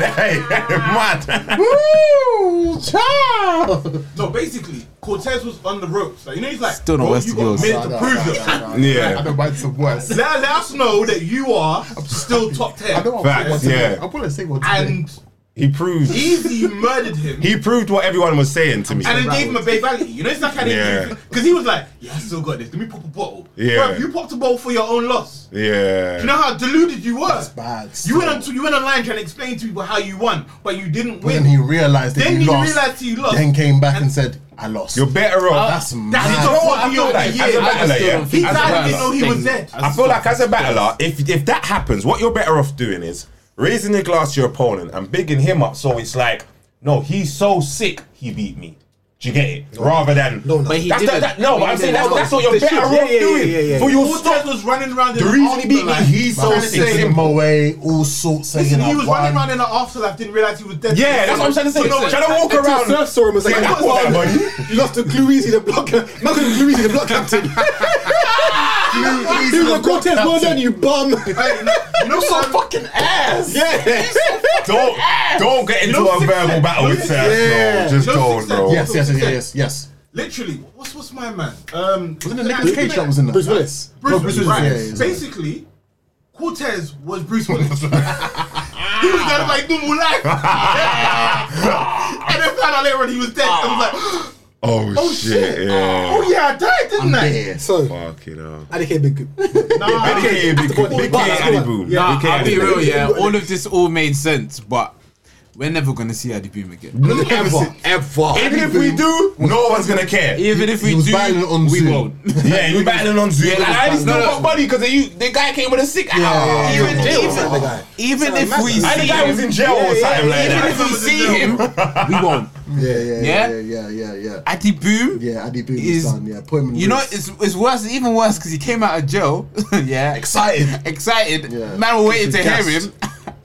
yes, man, man, hey, man.
Woo, child.
No, basically, Cortez was on the ropes. Like, you know, he's like,
Still not
bro,
West
you
to
got
yours.
minutes to
Nah,
prove
nah,
yourself.
I
Yeah,
know mine's the worst.
Let, let us know that you are still top
I
10.
know I'm
Facts,
one today.
yeah.
I'm gonna say one today.
And
he proved
Easy murdered him.
he proved what everyone was saying to me.
and then gave him a babality. You know, it's like I
Yeah.
didn't because he was like, "Yeah, I still got this. Let me pop a bottle."
Yeah.
Bruv, you popped a bottle for your own loss. You know
Yeah,
how deluded you were. That's
bad
You went
still.
on you went online trying to explain to people how you won, but you didn't
But
win.
then he realized that
Then
he
he
lost.
realized he lost.
Then came back and said, "I lost."
you're better off.
That's
That's
mad.
the
know what? I
fucking
feel
of
like
the
as a
year.
battler,
I still
yeah.
don't
He
think
As a
that's
died and
battler.
didn't know he was dead.
I feel like as a battler, if if that happens, what you're better off doing is raising the glass to your opponent and bigging him up. So it's like, no, he's so sick, he beat me. Do you get it? Rather than no,
But he
that's
didn't.
that, that, no, but I'm saying that's, that's what you're better off
yeah, yeah,
doing.
yeah, yeah,
For
All
your
Tez
stock,
was running around. In
the reason he beat me,
afterlife
he's so
trying to
sick.
say-
Him.
away, all sorts saying
Listen, he
I
was
won.
running around in the afterlife, didn't realize he was dead.
Yeah, that's what I'm trying to say.
So no,
Trying to walk around.
Surf saw him as like,
Say, "That was that, buddy."
you lost to Gluezy, the block.
uh,
Malcolm Gluezy, the block captain. He was like, Cortez, well done, you bum.
you know so fucking ass.
Yeah.
Don't don't get into
know,
a
six
verbal
cents.
battle with
Yeah.
Seth. No, just
You know,
don't,
six cents.
bro.
Yeah.
Yes, yes, yes, yes, yes.
Literally, what's what's my man? Um,
Wasn't it Nicolas Cage that was in that?
Bruce Willis.
Bruce,
No, Bruce Willis,
right.
yeah, yeah, yeah.
Basically, Cortez was Bruce Willis. he was gonna like normal life, and then found out later on he was dead. I was like,
Oh, shit! Yeah.
oh yeah, I died, didn't I?
So,
Fuck it up.
Adike Big Goop.
Nah,
Okay, big
point,
big
big point, that's
Addy
the
boom.
Nah,
Big K
I'll
Addy
be
boom.
real, yeah. All of this all made sense, but we're never gonna see Adi Boom again.
Ever. Ever.
Even if we do, no one's gonna care.
Even if
He
we
was
do,
battling on
we
Zoom.
won't.
Yeah, you battling on Zoom. Like, I just know
No, no.
what buddy because the guy came with a sick hour.
Even
Yeah,
if-
yeah, the guy.
Even if we
And the
see
guy was in
him,
jail or something like
even if
that.
we see him, we won't.
Yeah, yeah, yeah,
Yeah?
yeah, yeah, yeah.
Adi Boom.
Yeah, Addy Boom is
Is-
done. Yeah, put him in.
You know, it's it's worse, even worse, because he came out of jail. yeah,
excited.
excited.
Yeah.
Man, we're waiting to hear
Gassed.
him.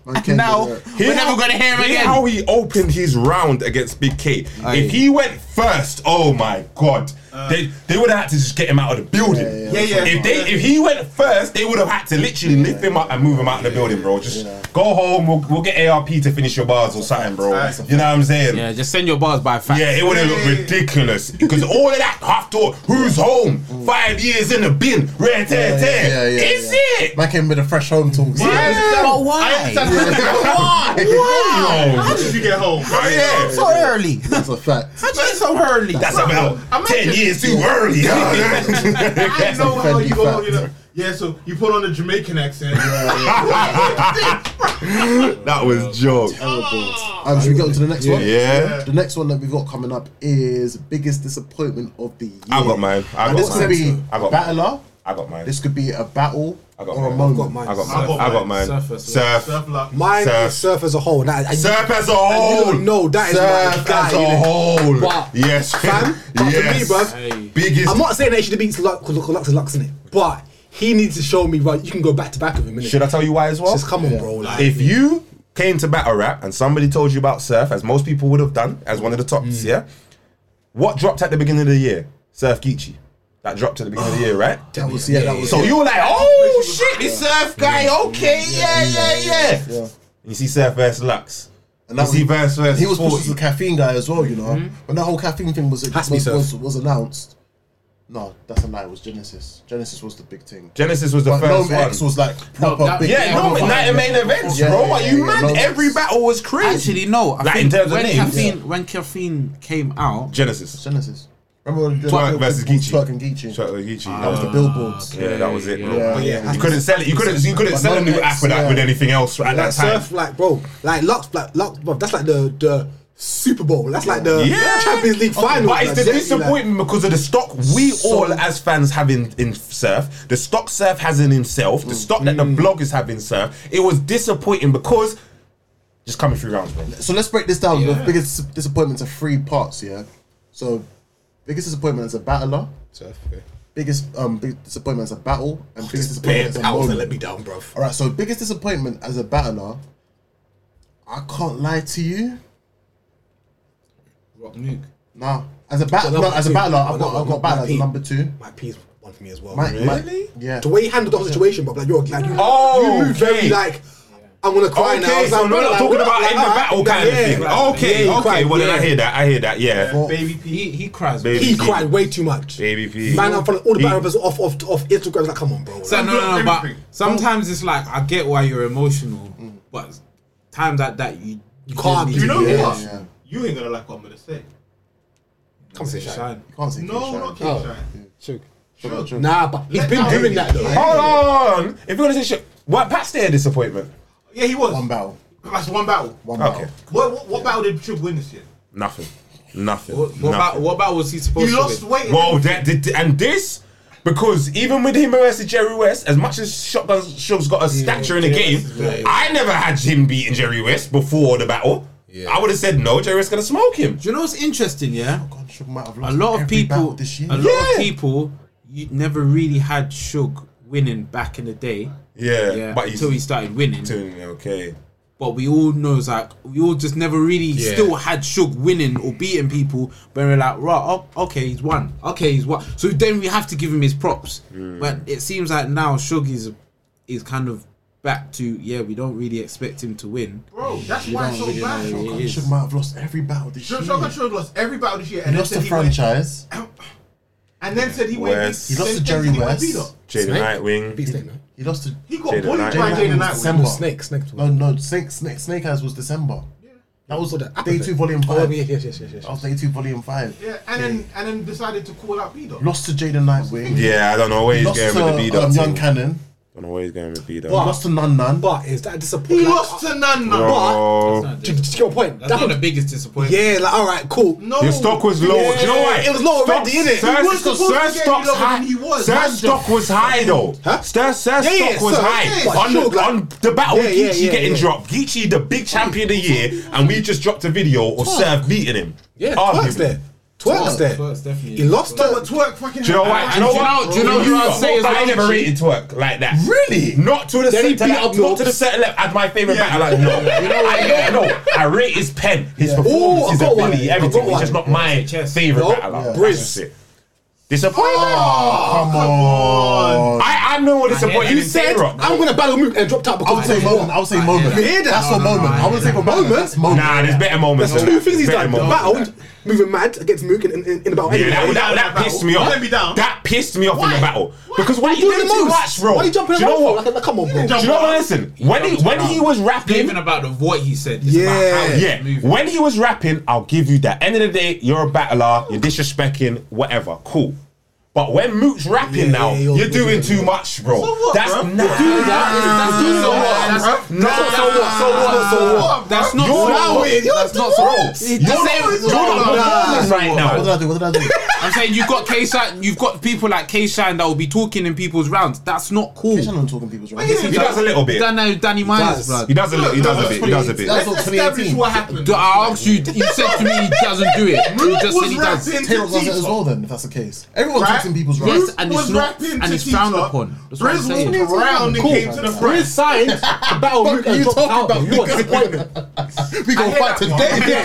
And now
Hear
we're never
how-
gonna hear him
hear
again.
how he opened his round against Big K. If he went first, oh my god, they they would have had to just get him out of the building.
yeah, yeah.
If they if he went first, they would have had to literally lift him up and move him out of the building, bro. Just go home. We'll, we'll get ARP to finish your bars or something, bro.
That's a
You know what I'm saying?
Yeah, just send your bars by fax.
Yeah, it would have
Yeah,
looked
yeah, yeah.
ridiculous because all of that half door, who's home? Five years in the bin, red tear tear. Is it?
Man came with a fresh home talk.
Yeah.
But
I
why?
understand.
Why?
How
Wow.
did you get home?
Oh, yeah.
So early.
That's a fact.
How'd you get so early?
That's about
Imagine-
ten years too early.
I know how
friendly
you go.
fact.
You know, yeah, so you put on a Jamaican accent.
that was joke.
Um, should we get on to the next one?
Yeah.
The next one that we've got coming up is biggest disappointment of the year.
I got mine. I got
And this could
mine.
be
I
a
got mine.
battler.
I got mine.
This could be a battle.
I got
Or a
mine.
moment.
I got mine. I got mine.
Surf.
Surf.
Surf luck.
Mine
Surf.
is surf as a whole. That, I,
Surf as a
you
whole.
don't know, that is my
Surf
guy,
as
you
a
know.
whole.
But,
yes,
fam, come to me,
yes.
bruv.
Biggest.
I'm not saying they should have beaten Lux because Lux is Lux, innit? But he needs to show me, right, you can go back to back with him, innit?
Should I tell you why as well?
Just come on, bro. Like,
if you came to battle rap and somebody told you about surf, as most people would have done, as one of the
Mm.
tops, yeah. What dropped at the beginning of the year? Surf Geechee. That dropped at the beginning of the year, right?
That was Ah. yeah. That was
So you were like, oh shit, this surf guy, okay, yeah, yeah, yeah.
Yeah.
You see surf versus Lux.
And
You
that
see verse versus
He was
40.
pushed as a caffeine guy as well, you know. When that whole caffeine thing was
Has
was,
to be
was,
so.
was, announced, no, that's a lie. It was Genesis. Genesis was the big thing.
Genesis was the
But
first
Gnome
one.
X was like proper
that-
big.
yeah, no,
proper
night
fire.
and main events,
Yeah,
bro.
yeah,
Are
yeah,
you
yeah,
mad?
Gnome X.
Every battle was crazy.
Actually, no. I
Like, in
think
terms of
when
names,
caffeine, when caffeine came out,
Genesis.
Genesis. Remember when
Twerk versus Geechee.
Twerk and Geechee.
Shout out to Geechee.
That was the billboards.
Yeah, that was it, bro.
Yeah.
But
Yeah.
you couldn't sell it. You couldn't. You couldn't
But
sell a new
Gnome X,
app with that
yeah.
with anything else at
like
that time.
surf, like, bro. Like, Lux, like, Lux, bro. That's like the, the Super Bowl. That's like the
Yeah.
uh, Champions League final.
But it's
like,
the
Jesse, like-
disappointment because of the stock we
So-
all as fans have in, in surf, the stock surf has in himself,
Mm.
the stock that the bloggers have in surf. It was disappointing because just coming through rounds, bro.
So let's break this down. The biggest dis- disappointments are three parts. Yeah. So biggest disappointment as a battler.
Surf, okay.
Biggest um big disappointment as a battle and biggest disappointment as a
That was
moment.
gonna let me down, bro.
All right, so biggest disappointment as a battler, I can't lie to you.
Rock Nuke.
Nah, as a battler,
Well,
no, as a
number
battler, I've
two.
got, I've
Well,
got battler as
number
number two.
My P's one for me as well.
My, my- yeah.
the way he handled the whole situation, bro. Like, you're like, you,
Oh,
you move very
okay.
like, I'm gonna cry now. I
Okay,
was
so
like,
we're
bro,
not
like,
talking
what?
about
Like,
end the
alright,
battle
like,
kind of
yeah,
thing.
like,
Okay,
yeah, he
okay.
cried,
Well, then I
yeah.
hear that. I hear that. Yeah.
Baby
oh,
P.
He, he cries.
Baby.
He cried way too much.
Baby
Man, I'm following all the
He-
battle rappers off off off Instagram. Like, come on, bro.
So,
Like,
no, no, no. But
Everything.
sometimes it's like I get why you're emotional, but times like that you you
can't
just
You
need
know
to
Yeah,
what?
yeah.
You ain't gonna like what I'm gonna say.
come on, Shine.
shine.
You can't say
No, not King
Oh.
Shine. Sure.
Sure.
Nah, but he's
Let
been
that
doing
lady
that though.
Hold on. If you're gonna say shit, what Pat's there disappointment?
Yeah, he was.
One battle.
That's one battle.
One
Okay.
battle.
What, what, what battle did Trib win this year?
Nothing. Nothing.
What, what, about,
Nothing.
what about was he supposed
He
to
lost
win?
weight.
Well, that, that- and this because even with him versus Jerry West, as much as Shotgun Shug's got a stature in the game, I never had him beating Jerry West before the battle. I would have said no. Jerry West's gonna smoke him.
Do you know what's interesting? Yeah,
God, Shug might have
a
lost
lot of
every
people,
battle this year.
a lot
Yeah.
of people, you never really had Shug winning back in the day.
Yeah,
Yeah,
but he's
until he started winning.
doing okay.
But we all knows like we all just never really still had Shug winning or beating people. But we're like, right, oh, okay, he's won. Okay, he's won. So then we have to give him his props. But it seems like now Shug is is kind of back to yeah. We don't really expect him to win.
Bro, that's why it's so bad. Shogun-
It
Shug
is.
might have lost every battle this year.
Shogun Shug lost every battle this year,
He
and then
lost
said
the
he went-
franchise.
And then said he went.
West.
He lost to Jerry West.
Jada Nightwing.
Beast Snake, no?
He lost to
He got
Jada
bullied by
Knight.
Jaden
Knight.
Knight.
December.
Snake, Snake.
No, no, Snake Snake Snake Eyes was December. That was
the
day
Apple
two
thing?
volume
Oh,
five.
yes, yes, yes, yes, yes.
That was day two volume five.
Yeah, and then and then decided to call out P Dog.
Lost to Jaden Nightwing.
Yeah, I don't know where he's
Lost
going
to
with the beat
um,
up.
Young
I
Cannon.
don't know where he's going with beat up.
Lost to Nun Nun.
But is that disappointing?
He
Like,
lost
uh,
to Nana.
Bro,
to, to your point, that was,
biggest disappointment.
yeah, like all right, cool.
No,
your stock was low. Do you know why?
it was low already,
Stock-
innit? He
Sir's-
was supposed to
Sir's
get
stock's
lower than
high.
he was.
Sir's
Man's
stock was high though. Huh? Sir's, Sir's
Yeah, yeah,
stock was
Sir,
high.
yeah,
on, the,
sure, like-
on the battle with
Yeah, yeah,
Geechee
yeah,
getting
yeah.
dropped. Geechee, the big champion of the year, and we just dropped a video of Sir beating him.
Yeah,
Arguably.
twerk's there. Twerk's there. He lost
But
to
twerk fucking.
Do you know why? Do
And
you know
do you
what?
know- do you know who I'd say is
But I never
Geechee?
rated twerk like that.
Really?
Not to the
Then he
set, to
beat up
that- not to the
Nobbs.
set level as my favorite battle. Like, no, I don't know. I rate his pen, his
Ooh,
performance,
I
his
got one.
ability,
I
everything.
got
He's just
one.
not my favorite
Nope.
battler.
Yeah.
That's
Briz.
just it. Disappointment.
Come on.
I, I know what disappointment.
you said I'm gonna battle move and dropped out
I
because
would say moment. I would say moment.
You hear that?
That's not moment. I would say for moment. That's moment.
Nah, there's better moments.
There's
than
two
that.
things he's
Better
done. The
moments than
battle, moving mad against Mook in, in, in the battle.
that. Yeah,
anyway.
that, that, that
Battle.
pissed me off.
Let me down.
That pissed me off in the battle because why
Why
are you doing
the
too
most?
much, bro?
Why are you jumping
Do you know
around for?
what?
Like, like, come on, bro.
Do you know what? Listen, when he when he was rapping,
Even about the what he said. It's
Yeah.
About how
Yeah,
Moving.
when he was rapping, I'll give you that. End of the day, you're a battler, you're disrespecting, whatever. Cool. But when Mook's rapping now,
yeah, you're-
you're doing too much, bro. that's
bruv?
nah.
Doing that is- that's
Nah,
doing
so
that.
what?
That's-
bruv? Nah, so what?
Ah,
So what? So what?
That's not
You're
so
now
what.
in. That's not so what. You're not you're not performing right
What did
now.
I do? What did I do?
I'm saying you've got K Shine, you've got people like K Shine that will be talking in people's rounds. That's not cool.
Kitchen on talking people's right.
He does a little bit.
Danny, Danny Myers, blood.
He does a little. He does a bit. He does a
That's
bit.
not
Let's establish
2018.
what happened.
I asked you, you said to me he doesn't do it. He
Mook
just said
was
he does.
rapping
Taylor
to
does it as
T-Top.
well then, if that's the case. Everyone
Right.
talks in people's
Yes,
rights.
and
was
it's not,
rapping
and
to
it's frowned
T-Top.
upon. That's what I'm
Briz
saying.
walked around and came to the front.
signed to battle
Fuck
Luke
are you
and dropped
talking
out.
about?
You are disappointed.
We
I
gonna fight
heard that part.
today.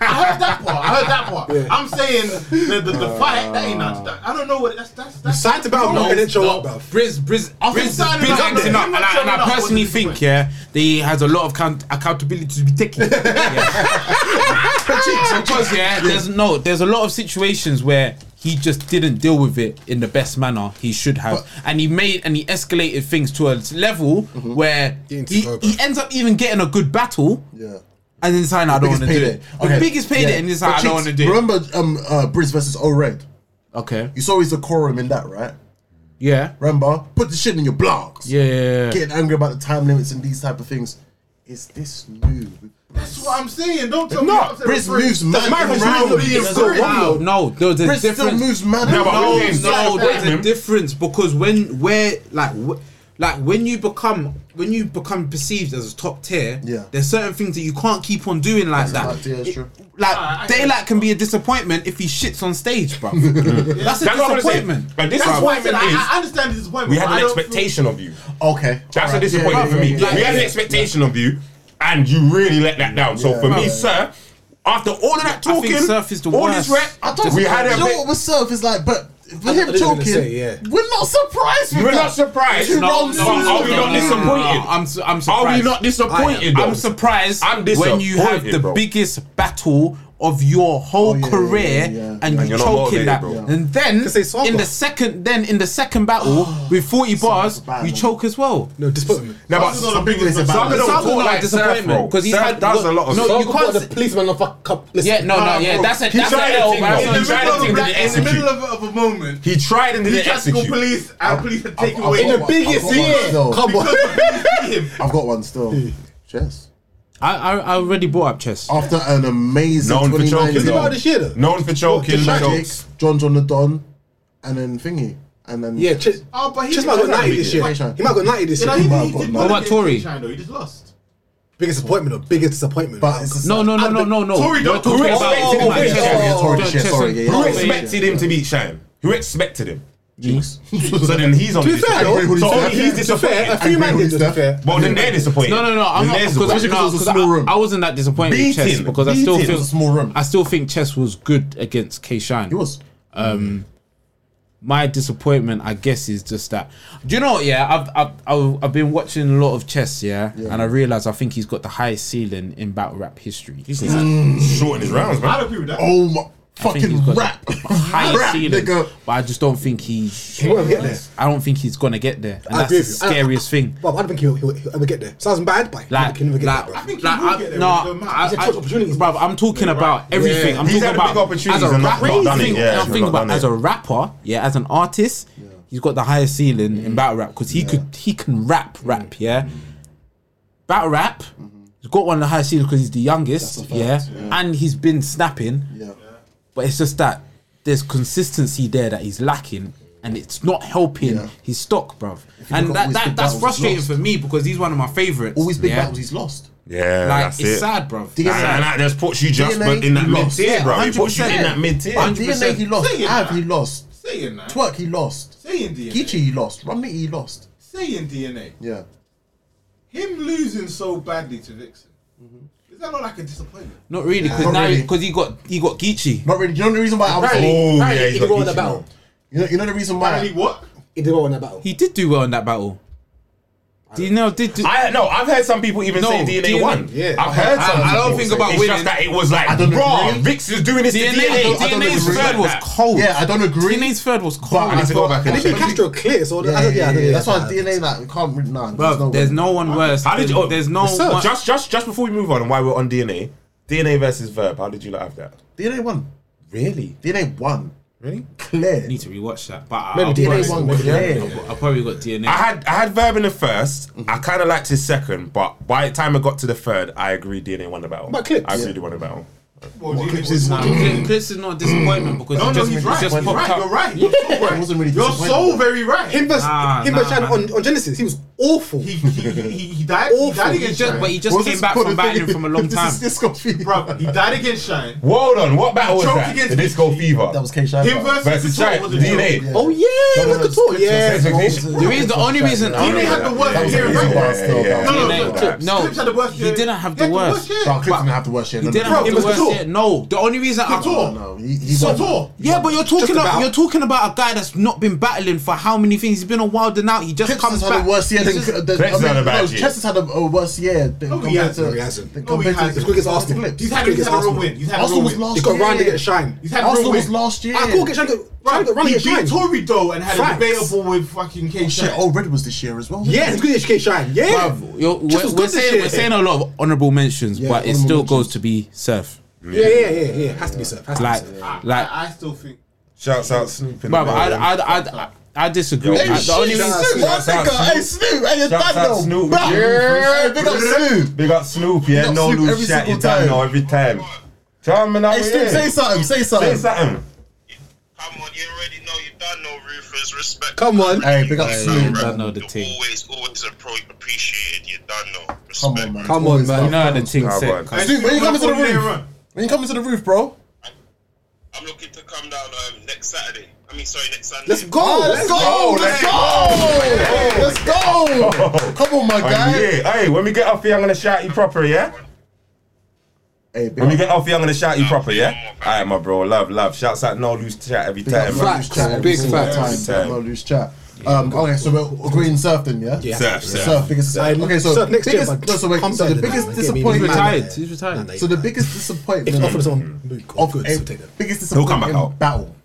I heard that part. I heard that part. I'm saying the, the, the fight, that ain't nothing. That- I don't know what that's. that's, that's
Signed to battle Luke and then show up, bruv.
Briz, Briz, Briz,
think
is-
signing
Briz
up
acting
there.
up, and I, and I
Signing up
personally
was the
think,
point.
yeah, that he has a lot of count- accountability to be taken. because yeah, there's no, there's a lot of situations where he just didn't deal with it in the best manner he should have, and he made and he escalated things to a level
Mm-hmm.
where
He
he,
didn't take over.
he ends up even getting a good battle,
Yeah.
and then he's like, I don't want to
Biggest
do
payday.
it. The biggest payday, and he's
But
like, I don't
Cheeks,
want to do it.
Remember um, uh, Briz versus O Red?
Okay,
You saw his decorum in that, right?
yeah,
Remember? Put the shit in your blogs.
yeah, yeah, yeah.
Getting angry about the time limits and these type of things. Is this new?
That's what I'm saying. Don't tell me.
No,
I'm saying
Briz
Briz.
moves mad.
Michael
Briz
Brown
moves
being
mad.
so
Briz
No, no, there's a
still
difference.
moves mad.
No, but
No,
Okay, so
Oh, no,
that's
there's a
him.
difference because when where like wh- like when you become when you become perceived as a top tier,
Yeah.
there's certain things that you can't keep on doing like that.
Yeah, it's true.
Like
I- I-
daylight can be a disappointment if he shits on stage, bro. That's
That's
a
what I'm saying.
disappointment.
But this
That's why I
disappointment
said I, I
is
understand the disappointment.
we had
but I
an
don't feel-
expectation of you.
Okay.
That's
alright,
a disappointment
yeah,
for me.
yeah, yeah,
we
yeah,
had an
yeah.
expectation of you, and you really let that down. So for me, sir, after all of that
I
talking,
think Surf is the
all this
worst.
rep,
I don't
we had
you
a
know
bit.
what was self is like, but with
I
him
was gonna
talking,
say, yeah.
we're not surprised. with
We're
that.
not surprised.
Two
No,
rounds
no,
in.
no, Are we not disappointed?
I'm, su- I'm surprised.
Are we not disappointed?
I'm
though?
surprised
I'm
when you have
disappointed,
the
bro.
biggest battle of your whole
Oh, yeah,
career
yeah, yeah, yeah.
and
And
you
you're not
choking
motivated,
that.
bro.
And then
They say Saga.
in the second then in the second battle with 40 bars,
bad,
you
man.
choke as well.
No, disappointment.
No, but
Some people is a
Saga
balance.
don't
Saga
talk
like
like
disappointment,
disappointment because
'cause he's
he
had-
does a lot of.
No,
stuff.
you can't
the
say-
policeman on fuck up. Listen.
Yeah, no, no, yeah, that's a
He
that's
tried
a
to
L,
think,
bro.
though.
In
He tried to
the
think that they
middle of, that, in the
execute.
middle of, of a moment,
He tried and
he
didn't
tried to call
execute.
police and police had taken
I've
away
got
the
one.
biggest
I've got one
year.
still.
Come on.
because the police beat him.
I've got one still. Chess.
I, I I already brought up chess.
After an amazing
Known for
29
choking,
years.
though.
About this year though.
Known for choking,
Magic,
chokes.
John John the Don, and then Thingy. And then.
Yeah, Chis.
Oh, but he
Chis might have got
Chis-
90 this year. He might have got 90 this
You know,
year.
he,
What
he
about-
did
what
well
about
against
Tory?
China, He just lost.
Biggest disappointment though. Biggest disappointment.
But it's just
No, no, no,
And
no,
the-
no, no.
Tory
You're
don't-
talking
Who
about
expected
oh,
him to
my
beat
chess.
Shine?
Tory,
Chess-
shit,
chess-
sorry, yeah, yeah.
Who
Oh,
expected him to beat Shine? Who expected him? So then he's on.
To be fair,
disappointment.
though,
so
to be
only he's
To be fair, a
disappointed.
few man did to be
Steph.
fair.
Well, then they're disappointed.
No, no, no.
Then
I'm not
they're
because,
disappointed.
no,
it was a
'cause
small
I,
room.
I wasn't that disappointed with chess
Beating.
because I
Beating.
still
It
feel
was a
small room.
I still think chess was good against K Shine.
He was.
My disappointment, I guess, is just that. Do you know? what, Yeah, I've I've I've, I've been watching a lot of chess, yeah, and I realize I think he's got the highest ceiling in battle rap history.
Shorten his rounds, man.
I don't agree with that.
Oh my.
I think he's
Fucking
got
rap.
the highest
Rap,
ceiling,
nigga.
but I just don't think he.
won't get there.
I don't think he's gonna get there, and
I
that's
agree
the
with you. I-
scariest thing.
Well, I don't think he'll, he'll, he'll ever get there. Sounds bad, but I
Like,
think he'll never get
like,
there.
I
Bro.
think he
think he
like,
will
I,
get there
no,
with the amount.
I,
He's had
I,
close opportunities,
bruv, I'm talking about everything. I'm
He's
talking
had big
about
opportunities
as a
and not-
rapper.
not done
I'm
it,
thinking-
yeah,
I'm
he's
thinking
not
about
done
as
it.
a rapper, yeah, as an artist, he's got the highest ceiling in battle rap because he could he can rap, rap, yeah. Battle rap, he's got one of the highest ceilings because he's the youngest, yeah? and he's been snapping.
Yeah.
But it's just that there's consistency there that he's lacking, and it's not helping
Yeah.
his stock, bruv.
you
And
look at all
that,
his
that
big
that's
battles,
frustrating
he's
for me because he's one of my favorites.
All his big
yeah?
battles he's lost.
Yeah,
Like
that's
it's
it.
sad, bruv.
DNA.
Nah, nah, nah, there's puts you just
DNA,
but in that
you
mid
lost.
tier,
Yeah,
bro. He puts you in
100%.
that mid tier.
Yeah.
DNA he lost.
Say it,
Av
man.
he lost.
Saying that.
Twerk he lost.
Saying DNA.
Geechee he lost. Rumney he lost.
Saying DNA.
Yeah.
Him losing so badly to Vixen. Is that not like a disappointment?
Not really, because
Not
now
really.
because he got he got Geechee.
Not really. You know the reason why I was.
Oh, yeah,
Apparently,
he's
he did
got
well in that
Gucci
battle.
You know, you know the reason why.
Apparently what?
He did well in that battle.
He did do well in that battle. You know, did do,
I no, I've heard some people even
No,
say DNA,
DNA,
won.
yeah.
I've heard
I-
some.
I don't
people
think
say-
about
It's
winning.
just that it was like,
don't
bro,
agree.
Vix is doing this to DNA.
DNA,
I don't
DNA's
agree
third
with
was
that.
cold.
Yeah, I don't agree.
DNA's third was cold.
But I
need to go back
And
and
they beat
check.
Castro clear, so
Yeah, yeah, yeah, yeah, That's why
nah.
DNA like we can't. re- Nah,
Bruv, there's no one worse.
How did you? oh,
there's no
sir,
one.
Just, just, just before we move on, and why we're on DNA, DNA versus Verb. How did you like have that?
DNA won.
Really?
DNA won.
Really?
Clear.
Need to rewatch that. But
Remember,
I'll,
DNA one was clear.
I'll probably got DNA.
I had I had Verb in the 1st I
Mm-hmm.
kind of liked his second, but by the time I got to the third, I agreed DNA won the battle.
But Clips?
I agreed he won the battle.
What do you
Clips
think?
is
Nah, Cl- Clips is not a disappointment because
No,
he
no,
just,
he's
he
right.
just
He's
popped
right.
up.
You're right. You're so
I
right.
wasn't really
You're so
disappointed.
very right.
Him versus
Nah,
him
nah,
versus Shad
man.
on, on Genesis, he was awful.
He he he- he died. He
Awful.
died
He
against
Just-
Shine.
but he just came back from battling from a long time.
This is disco fever.
Bro, he died against Shine.
Well, hold on, what battle was
Choked
that?
against
The Disco Fever
That was K Shine.
Him versus,
versus
Couture
Shine.
was a joke.
DNA.
Oh,
oh yeah,
no,
look
no,
at all.
it's-
Yeah,
it's- it's-
bro.
it's-
The reason, the only reason,
He didn't have the worst
That was
year
an
in
easy
record.
one
Yeah,
still. that was
No,
an easy
no, no,
one.
Clips-
no.
Clips had the worst
He
year.
didn't have
He had
the worst.
year.
Nah, Clips didn't have the worst year.
he
no,
didn't
no.
have the
Bro,
worst
Couture.
yet. No, the only reason I
Couture.
No, he- he
So
won.
tall.
Yeah, but you're talking
about.
about you're talking about a guy that's not been battling for how many things? He's been on Wild and Out. He just
Clips
comes
has
back.
had a worse year than,
He's just-
than
Clips had a bad
no,
year.
Chester's had a, a worse year than
No, he
compared to
hasn't.
No, he hasn't.
than
No, he
compared to
hasn't.
as quick as Arsenal.
Clips.
He's had,
Clips
he's had a real
Arsenal.
win. He's had
Arsenal
a
was
real win.
last
He got
year.
round to get shine.
He's had a real
Arsenal
win.
was last year.
I cool get shine. Shine got round to
he
get shine.
beat Tory though and had
Facts.
a debatable with fucking K.
Oh, Shit,
Shine.
old Red was this year as well.
Yeah, it's good educate shine. Yeah.
Bruv, you're-
Just
we're,
as
we're
good this
saying,
year.
we're saying a lot of honourable mentions,
Yeah,
but it
honourable
still
mentions.
goes to be Surf.
Yeah, yeah, yeah, yeah. Has to be served. Has to be
Like,
served.
like,
I, I still think.
Shouts out Snoop in
bruv,
the
I,
battle.
I, I, I, I disagree. I- the only reason,
Shouts out Snoop.
Snoop, hey, you're
Shouts out Snoop.
Yeah, big up Snoop.
Big up Snoop,
Big
yeah,
up
no
Snoop every
loose chat, you
single
done
time.
know every time. Charming out
Hey, Snoop, say
here.
something, say
Say
something.
something.
Come on, you already know you done no roofers. Respect.
Come on.
Hey, big up
Nah,
Snoop.
bro.
done know the
You're
thing.
Always, always appro- appreciated. You done no respect.
Come on, man.
Come
Always
on, man.
love.
you know how the thing
Nah,
said.
bro.
Dude, when you come into the
One year
room-
run.
When you coming to the roof, bro.
I'm looking to come down um, next Saturday. I mean, sorry, next Sunday.
Let's go.
Ah, let's go, let's go, let's go. Come on, my guy.
Hey, Oh, yeah. hey, when we get off here, I'm gonna shout you proper, yeah?
Hey, big
When we
up.
get off here, I'm gonna shout you proper, yeah? Alright, my bro, love, love. Shouts out no loose chat every
Big up
time.
Loose Chat every
Big
single
facts.
time,
Every
big up
time.
Loose Chat. Um, okay, so we're agreeing surf then, yeah?
Yeah.
Surf, surf.
Surf, biggest surf. Okay, so
Surf next year,
biggest,
bud.
no, so, wait,
Come
so the
down,
biggest
man. Get me-
disappointment.
He's
Retired. He's retired.
So the biggest disappointment.
If offered someone Luke,
of
of good,
a-
so take that.
biggest
He'll come back
disappointing
out.
battle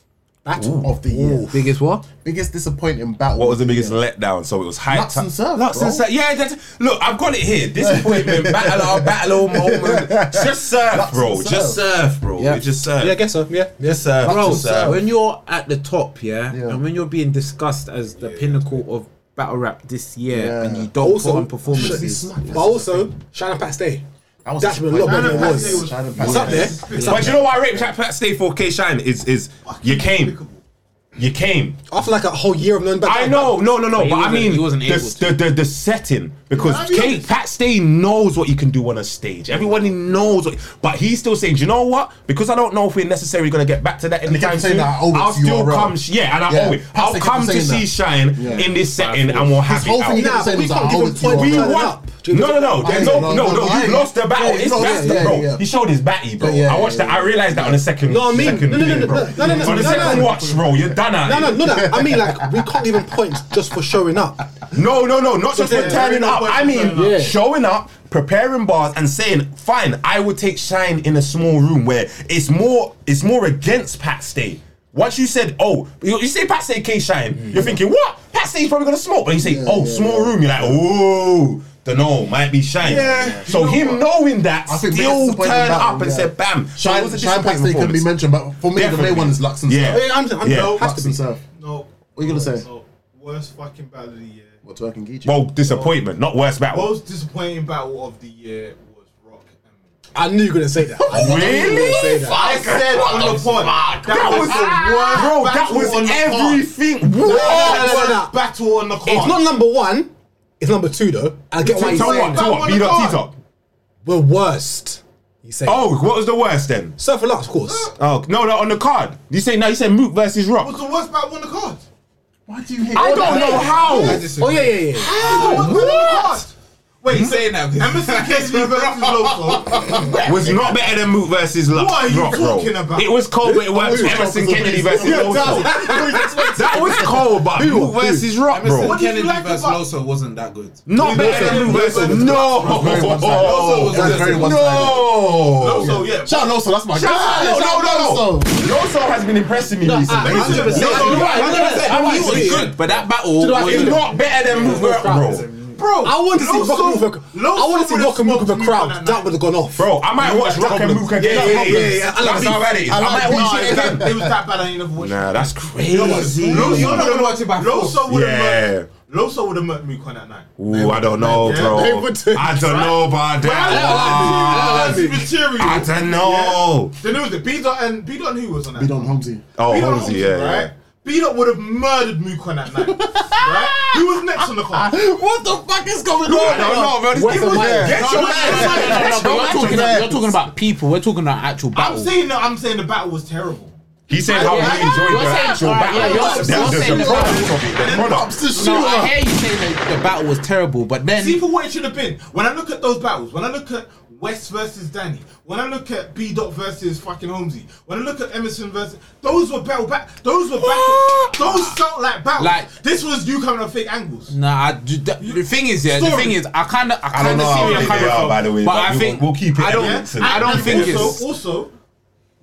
Battle.
of the year.
Biggest what?
Biggest disappointing battle.
What was the
of
biggest
year.
letdown? So it was high
Nuts and surf,
Nuts
bro.
and surf. Yeah, that's, look, I've got it here. Disappointment, battle, our battle moment. Just surf,
Nuts
bro.
and
Just surf, bro.
Yeah.
We Just surf.
Yeah, I guess so. Yeah. yeah.
Just surf.
Bro,
Just uh, surf.
when you're at the top, yeah,
Yeah.
and when you're being discussed as the pinnacle of battle rap this year,
Yeah.
and you don't
Also,
put on performances,
Should be smacked.
But also, Shannon Pat Stay.
That was
That's been a lot better than it was.
Shout out to
It's up
Pat.
there. It's up
But you know why I rate Jack Pat Stay 4K Shine is is you came. You came.
After like a whole year of learning
I
battle.
know, no, no, no. But,
he
I
wasn't-
mean,
he wasn't
the,
able to.
The, the the setting because
Yeah, I mean,
Kate-
honest.
Pat Stay knows what he can do on a stage. Everybody knows, what, but he's still saying, "Do you know what? Because I don't know if we're necessarily going to get back to that in
And
the
he kept
time
saying
soon.
that, "I owe it
I'll
to you,
still
bro."
come. sh- Yeah, and I
Yeah.
owe it.
Pat
I'll
Stay kept
come to
saying
see
that.
Shine
Yeah.
in this setting, and we'll have
This whole
it out.
thing you
Nah,
kept saying
we
was
can't
like,
give
"I'll
him
let you
points
all
We
Turn
know."
it
won.
up.
No,
Do
no,
you know-
no. There's
Yeah,
no,
no,
no,
no,
no.
no, I
You
ain't-
lost the battle.
yeah,
It's
yeah,
that's the
yeah, yeah.
bro. He showed his batty, bro.
Yeah, yeah,
I watched
yeah,
that. I realized that on the second.
No, I mean-
second
no, no, no,
thing,
no,
bro.
no, no, no, no,
On the
no,
second
no.
watch, bro. You're done. at
No,
it.
no, no, no. I mean, like, we can't give him points just for showing up.
No, no, no, not just for
yeah,
turning
yeah,
up.
yeah,
I mean,
yeah.
showing up, preparing bars, and saying, "Fine, I will take shine in a small room where it's more, it's more against Pat Stay." Once you said, "Oh," you, you say Pat Stay K Shine, you're thinking, "What? Pat Stay's probably gonna smoke," and you say, "Oh, small room," you're like, "Oh." Dunno, might be shine.
Yeah.
So
You know
him
what?
knowing that,
I think biggest
still
disappointing
turned
battle,
up and
yeah.
said, "Bam!" So it
Shine,
was a
Shine Pat
disappointing
Stay can be
performance.
mentioned, but for me, the
Definitely.
main one is Lux and
Yeah.
surf.
Yeah, I'm, I'm,
Yeah.
yeah. Has
Lux
to be.
and surf.
No.
What are you gonna say?
No. Worst fucking battle of the year.
What twerk and Geechee?
Well, disappointment, not worst battle.
Most disappointing battle of the year was Rock and
I knew you were going to say that. I knew You were
Really?
going to say that.
I said on the pod. That,
That
was
was
the worst
bro. That
battle
was
on the card.
everything.
no,
What?
no, no.
Worst battle on the card.
It's not number one. It's number two, though. I get
Tell
why you're saying
what?
that.
Tell
That
what? Beat
one
up,
on
T top.
We're worst. You say.
Oh, what was the worst then?
Surf and Lux, of course.
Oh no, no, on the card. You say no. You said Mook versus
It was
Rock.
the worst battle on the card.
Why do you hate
I
all
don't
that?
know how.
Oh, yeah, yeah, yeah. yeah.
What? Wait,
saying that because-
Emerson Kessley versus Loco.
Was not better than Mook versus Lux.
What are you
Rock, bro.
talking about?
It was cold, but it worked. Emerson Kennedy versus Loso. That was cold, but Mook versus Rock, bro.
What do you
Kennedy
like
versus
about-
Loso wasn't that good.
Not better than Mook versus no.
very one-sided.
Oh,
That was very
No.
Loso, yeah.
Shout out Loso, that's my
Shout out-
guy.
No,
Shout out
no, no, no.
Loso.
Loso has been impressing me recently.
I-
Listen,
I-
Loso- I-
I- I-
I-
I-
I-
I-
he was
I-
good, but that battle
I-
was not better than Mook, bro.
Bro,
I want to see Rock and Luke. with a- I want to see Rock and Luke with a crowd. That, would have gone off.
Bro, I might watch Rock and Luke again.
Yeah, yeah, yeah, yeah, yeah. I like
That's how bad it is. I might watch it again.
It was that bad. I ain't never watched.
Nah,
it.
that's crazy.
Loso
Ooh,
would've- Loso would
Yeah.
have. Loso would have murked me on that night.
I don't know,
Yeah.
bro.
They
I don't know about that.
That's material.
I don't know.
Then who was it? B dot and B dot and who was on that?
We don't Homsy.
Oh,
B-Dot
Holmesy, yeah, yeah.
right? B dot would have murdered Mook on that night. right? Who was next on the card?
What the fuck is going
I
on?
don't know, bro. These people- Get your
No,
man.
but we're talking, about, you're talking about people. We're talking about actual
I'm
battles.
saying no, I'm saying the battle was terrible.
He said how
Yeah,
he enjoyed
you're
the
saying-
actual
alright, yeah,
battle.
you're- you're
That's
saying
the
the
product of it. The product.
No, I hear you saying that the battle was terrible, but then
See for what it should have been. When I look at those battles, when I look at West versus Danny, when I look at B Dot versus fucking Holmesy, when I look at Emerson versus those were battle back those were battle those felt like battles.
Like-
this was you coming up fake angles.
Nah, I, d- d- the thing is, yeah, the
Story.
thing is, I kind of, I
I don't
kind
know
of see
how
where you're
big
coming
they are,
from.
by the way,
but,
but
I
we-
think
we'll keep it
I don't,
at that.
I don't think it's.
also, also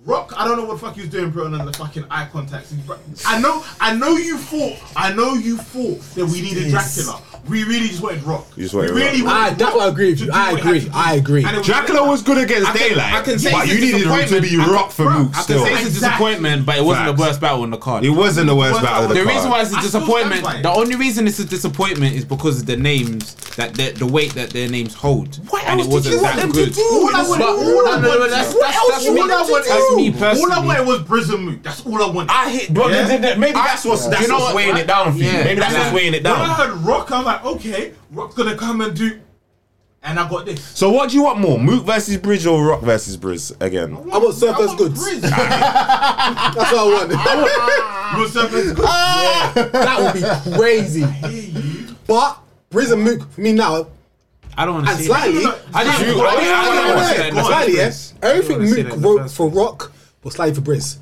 Rock, I don't know what the fuck he was doing, bro, and the fucking eye contacts. He's bra- I know, I know you thought, I know you thought that we needed Dracula. We really just wanted Rock.
You just wanted
we really
Rock.
I- that's what I agree with
to
you.
do
I
what he had
agree.
to do.
I agree.
And it
Dracula was good against
I can-
daylight,
I can say
but
it's
you needed him to
disappointment.
be
I can-
rock for
bro,
Mook
I can
still.
say it's a
Exactly.
disappointment, but it wasn't
Facts.
the worst battle on the card.
It wasn't the worst
Worst
battle of the
out.
The reason why
card.
it's a
I still
disappointment,
stand by it.
the only reason it's a disappointment is because of the names that the, the weight that their names hold, and it wasn't that good.
All I wanted, all I
No, no, no,
wanted,
that's-
all
that's- that's me-
I wanted,
that's me
all I
personally.
wanted was Prison Mook. That's all I wanted.
I hit, bro,
Yeah.
th- th- maybe that's what's, that's
You know
what's
what?
weighing it down for you.
Yeah.
Maybe that's
And
what's
I-
weighing it
when I
down.
heard Rock, I was like, okay, Rock's gonna come and do, and I got this.
So what do you want more, Mook versus Bridge or Rock versus Briz again?
I want Surf as Goods.
Briz.
That's what I wanted.
You want Surf as Goods?
that would be crazy. But Briz and Mook, for me now,
I don't want to
and
see that.
slightly,
No, no,
I just-
Wait,
you-
wait,
I- I- I- I-
wait, wait,
I-
wait,
I- I-
slightly,
I-
yeah. Everything
I- I- I-
Mook wrote for Rock was slightly for Briz.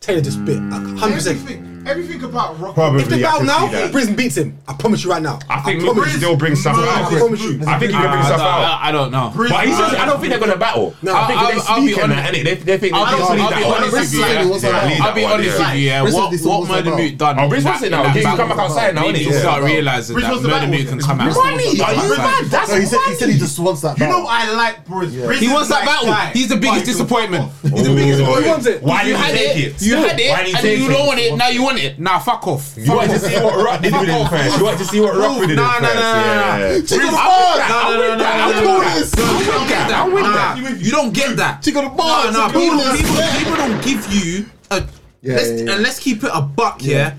Tell you this bit, like 100%.
Everything, everything about Rock.
Probably.
If they
Yeah, I
battle
can
now,
see that.
Briz beats him. I promise you right now.
I think
promise
Mook
you.
still brings stuff
Briz-
out.
I promise you.
I think he
I,
can bring
I,
stuff out.
I, I don't know.
Briz-
But he's just, I don't think they're gonna battle. I think
I'll-
they
I'll- I'll be
sneak in
honest.
that, innit? They, they think
I'll be
they'll
honest-
sneak
I'll
that
be
one.
honest with you,
Briz-
yeah.
Briz-
Yeah, lead
I'll
that
be
one,
honest
yeah.
with you, yeah.
Briz
What
is the
what
one
Murder
about-
Mute done?
Oh, Briz
in
wants it
that-
now.
in
He
that
can come
battle.
back outside now,
Maybe
innit?
you
Yeah.
start realizing
Briz was
that
the
Murder
battle.
Mute can come out.
Ronnie, are you mad? That's
No, he said, he said he
funny.
just wants that.
You
battle.
know I like Briz. Briz
He
is
wants
my
that battle.
guy.
He's the biggest
But he's
disappointment.
He's the biggest one.
He wants it.
Why
You
did
had
he take it?
it. You had
Why did
it,
he
and
take
then you don't
it?
want it. Now you want it. Nah, fuck off.
You want to see what Rock did with it first. You want to see what Rock did with it
Nah,
first.
nah, nah, nah, nah.
Yeah.
Chicken
I'm with
Bars!
that. I'm
No, no,
with that.
no, no,
I'm
no,
with
no,
that.
Bonus!
don't get that.
I'm with that.
You don't get that.
Chicken and bars,
Nah, nah,
chicken
people,
bonus.
people, people don't give you a.
Yeah,
let's,
yeah, yeah.
And let's keep it a buck, yeah.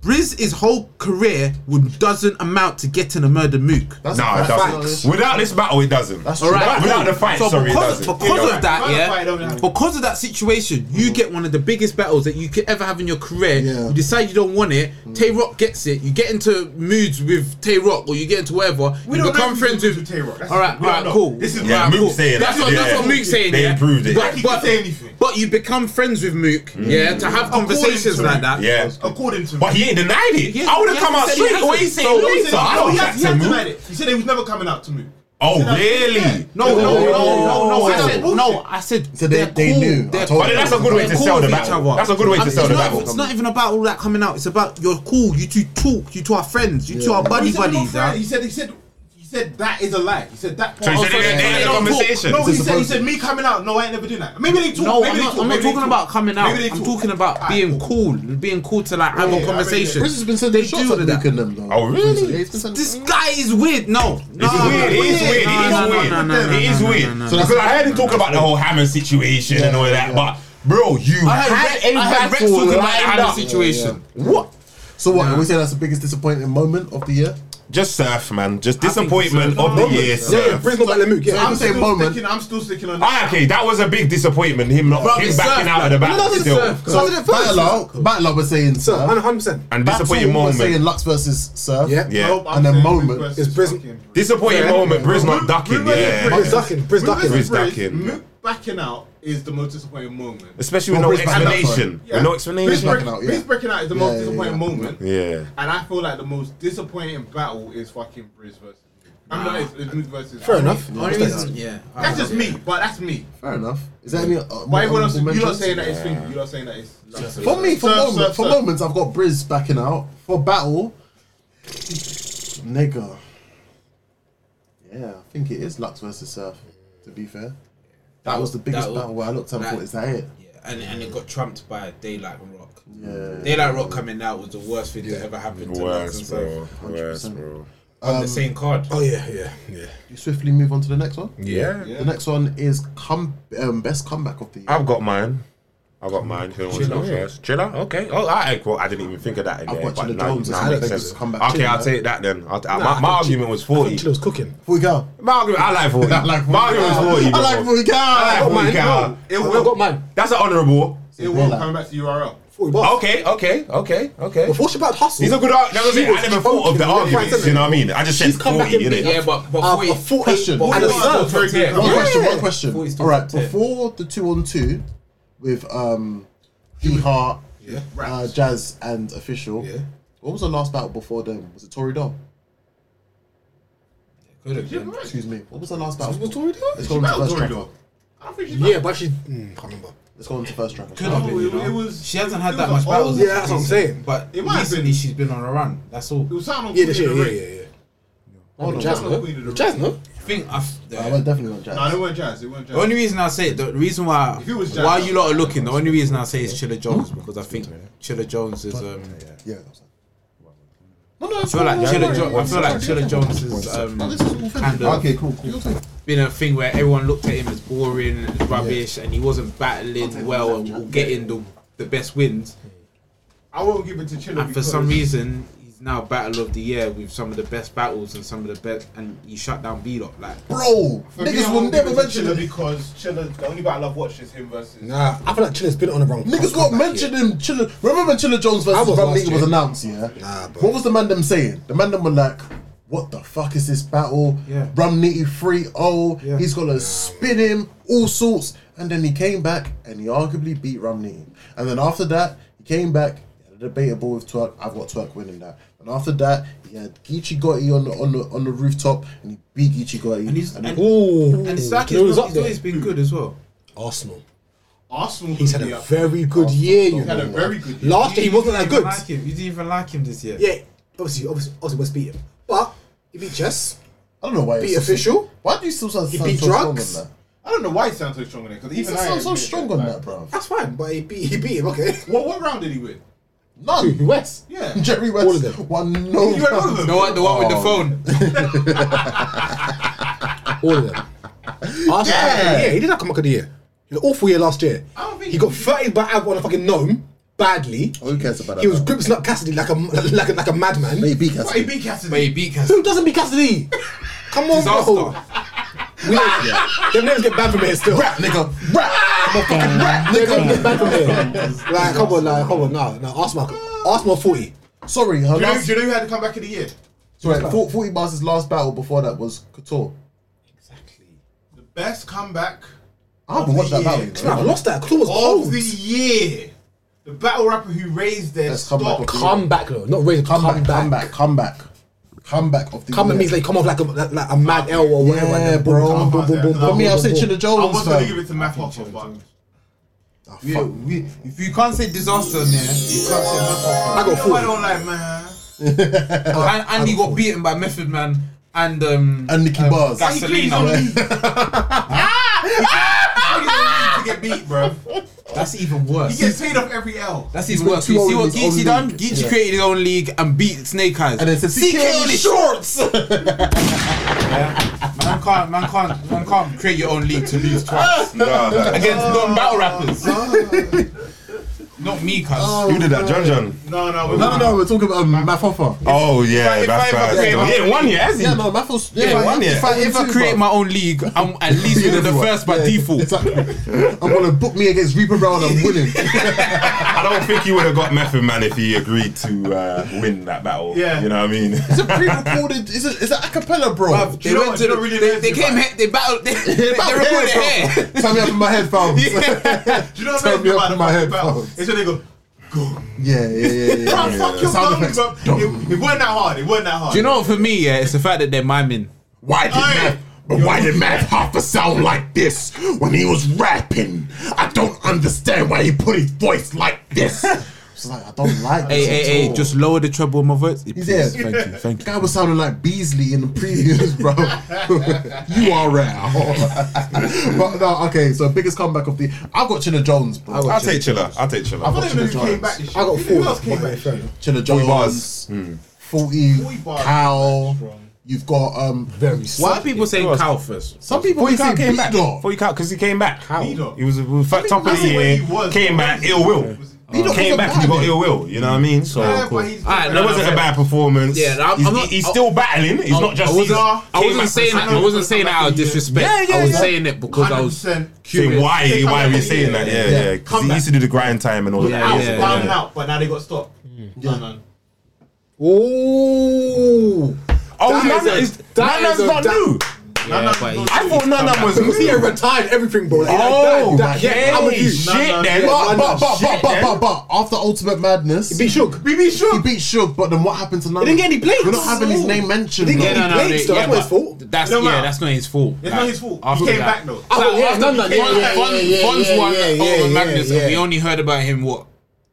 Briz, his whole career would, doesn't amount to getting a murder mook.
That's
No, it
facts.
doesn't. Without this battle, it doesn't.
That's
All
true.
right,
Without the fight,
so
sorry, it
because,
doesn't.
because
Yeah.
of that,
Without the fight, it
yeah,
don't happen.
because of that situation, you get one of the biggest battles that you could ever have in your career.
Yeah.
You decide you don't want it. Tay Rock gets it. You get into moods with Tay Rock, or you get into whatever.
We
you
don't
become
know
friends
who's
with
Tay Rock. That's-
All right,
we
all right,
don't know.
cool.
This is
Yeah,
right,
Mook saying
That's
that,
what that's
yeah.
what Mook's saying.
They
yeah.
improved it.
But,
He
but,
can say anything.
but you become friends with Mook, yeah, to have conversations
to
like
me,
that.
Yeah.
According to
But
me.
he ain't denied it.
He
I would have
hasn't-
come out
he hasn't said
straight
he
away
hasn't.
saying
So
No, he
later.
said-
I
no,
don't
he has- he
have
has
to
denied
move.
it. He said he was never coming out to me.
Oh,
He said that-
really?
Yeah.
No, no,
Yeah.
no,
Yeah.
no, no. I
Yeah.
said no. I said
So they-
they're
they
cool.
knew. I
They're
told
cool.
you.
But that's a good way
They're
to
cool
sell the
with each
battle.
other.
That's a good way
I
to
mean,
sell
it's
the
not-
battle.
It's not even about all that coming out. It's about you're cool. You two talk. You two are friends. You two are
But
buddy
he said we're not
buddies. yeah.
friends. He said he said he said that is a lie. He said that.
So he
part-
said they had- they had a
Oh, so-
conversation.
No, he said, he
supposed to-
said me coming out. No, I ain't never doing that. Maybe they talk.
No,
maybe
I'm
they
not,
talk,
I'm not
maybe they
talking
talk.
about coming out.
Maybe they
I'm
talk.
talking about
Alright,
being
cool.
cool, being cool to like have
Yeah,
a
yeah,
conversation.
I
Briz has been sending
They
shots
do
at
that.
Luke and them though.
Oh, really?
Yeah, he's been sending-
This guy is weird. No, no,
It's weird. It is weird. It
No, no,
is
no, no,
weird.
no,
It is
no, no,
weird.
no, no.
So because I heard him talk about the whole Hammer situation and all of that, but bro, you
I had,
had
Rex-
a
I had Rex
battle
talking about
lined
Hammer
up.
situation.
What?
So what? Are we saying that's the biggest disappointing moment of the year?
Just surf, man. Just disappointment of the year.
Yeah, yeah,
Surf.
Briz not like Mook. Yeah,
I'm
I'm saying
still
moment.
sticking- I'm still sticking on.
Ah, okay, that was a big disappointment. Him not him
it's
backing
surf,
out of the battle still,
So battle out, battle out. We're saying
So,
surf.
100%.
and
Battle,
disappointing
We're saying
moment.
Lux versus surf.
Yeah.
Yeah.
And a
saying
moment
Mook
is
versus
prison.
fucking-
Disappointing moment. Briz not ducking.
Mook versus
Yeah,
Briz.
Briz ducking, Briz
Mook
ducking.
versus
Briz ducking.
Mook backing out is the most disappointing moment.
especially with
Well,
no
Briz backing out,
explanation.
Yeah.
With no
Briz
explanation.
breaking
backing
out,
out, yeah.
breaking out is the
Yeah,
most
yeah, yeah.
disappointing moment.
Yeah.
And I feel like the most disappointing battle is fucking Briz versus. I'm not. It's, it's Mook versus.
Fair enough.
Only reason- Yeah,
That's just me, but that's me.
Fair enough. Is there any? Uh,
But everyone else,
honorable
you're
mentions?
not saying that it's thing. You're not saying that it's. like-
For me, for,
Surf,
moment,
surf,
for
surf.
moments, I've got Briz backing out. For battle, nigga. Yeah, I think it is Lux versus Surf. To be fair, that, was the biggest
that was-
battle where I looked at and
that-
thought, "Is that it?"
Yeah, and, and it got trumped by Daylight Rock.
Yeah.
Daylight Rock coming out was the worst thing that ever happened to Lux
Worse,
and Surf
bro. Worse, bro.
on the same card.
Oh yeah, yeah, yeah.
You swiftly move on to the next one.
Yeah.
The next one is come um, best comeback of the year.
I've got mine. I've got mine. Who wants to go first? Chiller? Okay. Oh, I, well, I didn't even think of that in
I've
there.
got
But
Chilla
now,
Jones as
now
well.
makes
I think
sense.
it's come back
Okay,
Chilla,
I'll
man.
take that then. I'll,
Nah,
my my
I thought
argument was
I thought
40.
Chilla was cooking.
Before we go,
My argument, I like 40. I
like
My argument was 40.
I
bro.
like Rudy
I like 40 gal.
It
I
will.
got mine.
That's an honourable.
It will come back to URL.
Forty bars.
Okay, okay, okay, okay.
Before she about hustle.
These are good arguments.
She
I never
was
thought of the
choking.
arguments. You know what I mean? I just said
She's come back
40,
and beat
innit?
Yeah, but but
Uh,
forty,
a full
question.
but
And a
forty is
serve.
still
Very
top
good.
tier.
One
Yeah.
question. One question.
Before it's
All right.
top ten.
Before the two on two, with um, Hee-Ha, uh, Jazz, and Official.
Yeah.
What was the last battle before them? Was it Tory Doll?
Could have been.
Excuse me. What was the last battle?
Was it Tory Doll?
Let's
She
go on to
battled
first
Tory
track.
Doll. I think she's
Yeah, but she. Mm, can't remember.
Let's go on to first track.
No, it, it was.
She hasn't had
it
that much
was oh, an
battles.
old-
Yeah, that's what I'm saying.
But
It might have
recently
been.
she's been on a run. That's all.
It was sound on
Yeah,
Queen
the
of
shit.
the
Yeah,
Ring.
yeah, yeah.
Hold on,
Jazz,
Jazz.
Sound
No,
on
no.
Queen of the
Jazz,
Ring.
no.
I think I've, the,
I went definitely on Jazz.
No, they weren't jazz. They weren't
the only
jazz.
reason I say it, the reason why
If it was Jack-
while you lot are looking, the only reason I say is Chilla Jones because I think Chilla Jones is um.
Yeah. that was it.
I feel like Chilla jo- I feel like Chilla Jones is
Oh, This
um
is all finished.
kind of
Okay, cool, cool.
been a thing where everyone looked at him as boring, as rubbish, and he wasn't battling well and getting the the best wins.
I won't give it to Chilla.
And for some
because-
reason, he's now Battle of the Year with some of the best battles and some of the best, and he shut down B Lot. Like,
Bro,
For me,
niggas
I
will
won't
never
give it to
mention
Chilla
him.
because Chilla. The only battle I've watched is him versus.
Nah, I feel like Chilla's been on the wrong.
Niggas got mentioned him. Chilla, remember when Chilla Jones
I
versus
was
Van
last
Meek was
year.
announced? Yeah.
Nah, bro.
What was the man them saying? The man them were like, "What the fuck is this battle?
Yeah.
Rum Nitty 3-0.
Yeah.
He's gonna spin him all sorts." And then he came back and he arguably beat Rum Nitty. And then after that, he came back. he had a Debatable with Twerk, I've got Twerk winning that. And after that, he had Geechee Gotti on the on the on the rooftop, and he beat Geechee Gotti.
and he's
And
and,
he-
Ooh,
and it's
you know
like he's,
who's
not-
up
he's
there?
always been good as well.
Arsenal.
Arsenal.
He's had
could
a
be up.
very good year, you
He's had a
know.
very good. year.
Last year he
You
wasn't
didn't even
that good.
Like him. You didn't even like him this year.
Yeah, obviously, obviously, obviously West beat him, but he beat Chess.
I don't know why.
Beat
it's-
official.
Why do you still sound,
He
sound
beat
so strong on
drugs.
that?
I don't know why he sounds so strong on it because
You
even I
sound so
admit
strong
that,
on
like-
that, bro.
That's fine, but he beat he beat him. Okay.
What what round did he win?
None.
West.
Yeah.
Jerry West
All of them.
won no
You had all of
round.
them.
No, what- the one with the phone.
All of them. Arsenal yeah. yeah, he did have comeback of the year. He had an awful year last year.
I don't think
He got thirty by Ab on a fucking gnome badly. Oh,
Who cares about that?
He was gripping up Cassidy like a like a, like a madman.
Maybe
Why he
Cassidy.
beat Cassidy?
But he beat Cass.
Who doesn't beat Cassidy? Come on, bro.
Disaster.
We don't- Them names get banned from here still.
Rap, nigga. Rap. Motherfucking rap,
They
nigga.
don't get banned from here. Like, come on, like, come on, no, no. Arsenal, Arsenal forty.
Sorry, her
Do you, know, do
last.
you know who had to come back in the year?
Sorry, 40 Bars' last battle before that was Couture.
The best comeback
I haven't watched that
Yeah.
battle.
Man, I
you know.
lost that. Claw was
of
cold.
the year. The battle rapper who raised their
Best comeback
stock.
of the year.
Come back though, not really. Come,
Comeback,
back. Come back.
comeback, comeback. Comeback of the
Come
year.
means they come off like a like, like a mad L or whatever. and
Yeah,
then boom,
bro.
come, boom, boom, boom,
For
boom,
me,
boom,
I've said
boom.
Chilla
I
Jones,
was going to give
fam.
it to Math Hopper, but
Ah,
We-
fuck.
we- if you can't say disaster on there, you can't say nothing.
I got
you know,
four.
I don't like man.
And Andy got beaten by Method Man and um
And Nicky
um,
Bars.
He cleans on
Gasolina.
me. Ah!
Ah!
How do you need to get beat, bro?
That's even
He
worse.
gets paid off every L.
That's even worse. You see what Geechee done? Geechee created his own league and beat Snake Eyes.
And it's a
CK
CK
only shorts. yeah. Man can't, man can't, man can't create your own league to lose twice against non-battle rappers.
Oh.
Not me, cuz.
Oh.
You did that, John John.
No, no, we're
No, no, no, we're talking about um, Math Hoffa.
Oh, yeah,
If I-
that's
if I
bad.
ever create
He
my-
ain't won yet, has he?
Yeah, no, Math Hoffa.
Yeah, one, yeah.
if I-
If I create my own league, I'm at least winning the first by
Yeah,
default.
Exactly. I'm gonna book me against Reaper Brown. I'm winning.
I don't think he would have got Method Man if he agreed to uh, win that battle.
Yeah.
You know what I mean?
It's a pre-recorded. It's a, it's a acapella, bro.
Bruv, they
know
went
what?
to
You
the,
don't really
they,
know
they
if
came
you-
here, they battled, they, they, they recorded hair.
Turn me up in my headphones.
Do you know what
Turn
I'm
me
about
up
the
in my
fucking battle?
headphones.
It's when they go, go.
Yeah, yeah, yeah, yeah.
Bro, fuck your
Sound
gun,
effects.
bro. It, it wasn't that hard. It wasn't that hard.
Do you know what for me, yeah, it's the fact that they're miming.
Why did
Aye.
Math, but why did Math Hoffa sound like this when he was rapping? I don't understand why he put his voice like this.
It's like I don't like.
Hey,
this
hey,
at
hey,
all.
just lower the treble of my voice. Please,
there.
Thank you, thank you.
Guy was sounding like Beasley in the previews, bro. you are rare. but no, okay. So biggest comeback of the. I've got Chilla Jones, bro. I've
I'll
got
take Chilla. I'll take
I
Chilla.
don't
Watching
even
the
know who came
Giants.
back this
I
year.
got
Who
four.
else came back?
Chilla Jones. Hmm.
bars.
40,
40 bars.
Cal. You've got um. Very.
Why are people saying cow first?
Some people
Before you
think
count came back.
Beedot.
Before you count, because he came back. How? He
Beedot.
was, he was top of the
that's where
year.
he was,
Came
bro.
back, ill will.
Beedot
Came
wasn't
back and he
bad.
got ill will. You know what I mean? So
Yeah,
cool.
but he's-
Alright,
That wasn't a bad performance.
Yeah, I'm-
he's,
I'm not-
he's still battling. He's not just.
I
he's-
wasn't, I
came
wasn't
back
saying
from-
that. I wasn't saying that out of disrespect.
Yeah, yeah,
I was
yeah.
saying it because I was
100%.
Saying
curious.
why? Why are we saying that? Yeah, yeah.
Come
Because he used to do the grind time and all that.
Yeah,
Out,
yeah,
down and
yeah.
out, but now they got stopped. No, no.
Ooh.
Oh,
That
Nana
is
is
a- that
Nana's
is a-
not
that-
new.
Yeah, but he-
I thought Nana was
Because he
new.
had retired everything, bro. Like,
Oh,
that, that,
yeah,
how would you?
shit,
Nana-
then.
But, but, but, but,
Shit,
but,
then.
but, but, after Ultimate Madness,
Be shook.
BB
he
Shook.
beat Suge, but then what happened to Nana?
He didn't get any plates. Oh.
We're not having his name mentioned.
He
bro.
didn't get
Yeah, no, no,
He
no,
plays, though.
yeah,
That's not his
but
fault.
That's
It don't
yeah,
matter.
that's not his fault.
It's
Like,
not his fault.
after
He came
that.
back though.
I
Like,
thought, yeah,
after
no, no,
he came
yeah,
back,
yeah,
Fons-
yeah,
Fons
yeah,
won
yeah,
over
yeah, yeah,
Magnus, and
yeah.
we only heard about him what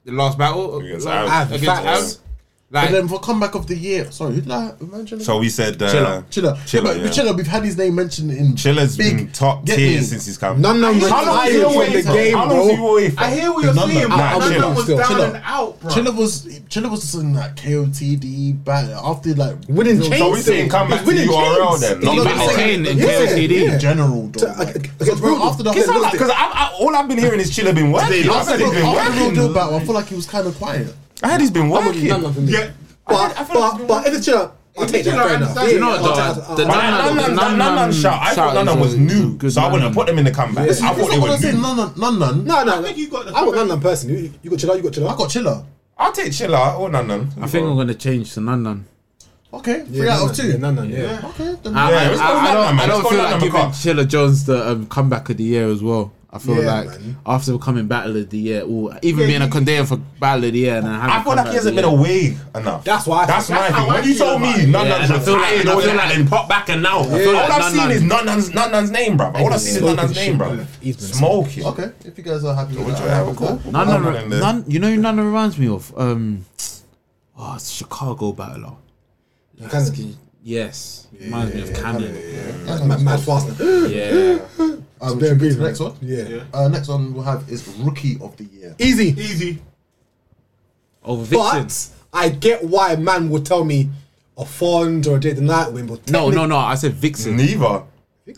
the last battle
Against
Like,
Av.
against
Facts.
Av?
And
Like,
then for comeback of the year, sorry, who did I mention?
So we said uh,
Chiller, Chiller,
Chiller,
Chiller,
yeah.
Chiller. We've had his name mentioned in
Chiller's been
big
top
Get
tier
me.
since he's come.
None of them
How long was he
retired from
away
the
for?
game,
How long was he
bro.
away for?
I hear what you're
Nana-
saying, but
Nah,
Nana
Chilla.
was
Still.
down
Chilla.
and out, bro.
Chiller was Chiller was just in that KOTD battle after like
Winning
Zero-
chains.
So we saying come back to
winning
URL
chains.
then.
No, no,
Not
no,
back
no,
to
no,
Kane
no,
and
no, no,
KOTD.
in general, though.
okay,
like,
okay,
because bro, after the
Because
whole-
like, 'cause I, I, all I've been hearing is Chiller been working. I
after
said
the
he's been
after the real deal
working.
battle, I feel like he was kind of quiet.
I heard he's been working.
None of them.
Yeah.
I
But,
feel like
but, but if it's Chilla, I'll take
Chilla,
that.
I
Fair enough.
understand.
you know what,
I'll
though,
take that.
the
I'll-
Nana-
None
the
of them
Nana
shout. I
shout
thought none
is
of
a
was new,
good
so I wouldn't
Nana.
have put them in the comeback. I
That's
thought they
not what I'm
were
saying.
new.
None, none, none.
No, no,
I think you got the
I got
comeback.
none of them person. You, you got Chilla, you got Chilla.
I got Chiller.
I'll take Chiller or none of them.
I think I'm gonna change to none none.
Okay, three
Yeah,
out
none
of
of them. Yeah,
two.
none of them, yeah.
Okay, then
I,
Yeah,
I,
let's go
I, I
none none, man.
don't, I
Let's
don't
go
feel
none
like
none,
giving
Carl.
Chiller Jones the um, comeback of the year as well. I feel
Yeah,
like
man.
after becoming battle of the year, or even
Yeah,
being a
you-
contender for battle of the year, and I haven't
I feel
come
like
back
he hasn't
the
been
year.
away enough.
That's why I
That's
think.
my
That's
thing.
how I
When you
feel
told
about
me
it.
none
Yeah,
nun's
and I feel like-
retired
and I
all
feel
that
like-
and pop back and now.
feel like
All I've
none
seen is none nun's none nun's name, bro. All I've seen is none nun's name, bro.
He's been
Smoking.
Okay, if you guys are happy with
Would
that,
you
I'm
have a
happy
call?
with that.
None,
None
none,
in there.
none, you know, who none reminds me of um, oh, it's Chicago battler. Yes, reminds me of Cannon.
Mad mad fast. now.
Um,
Yeah,
They're
should we go to
big,
the
man.
next one.
Yeah.
Uh, next one we'll have is Rookie of the Year.
Easy.
Easy.
over Vixen.
But I get why a man would tell me a Fond or a Day the Night win, but
No, no, no. I said Vixen.
Neither.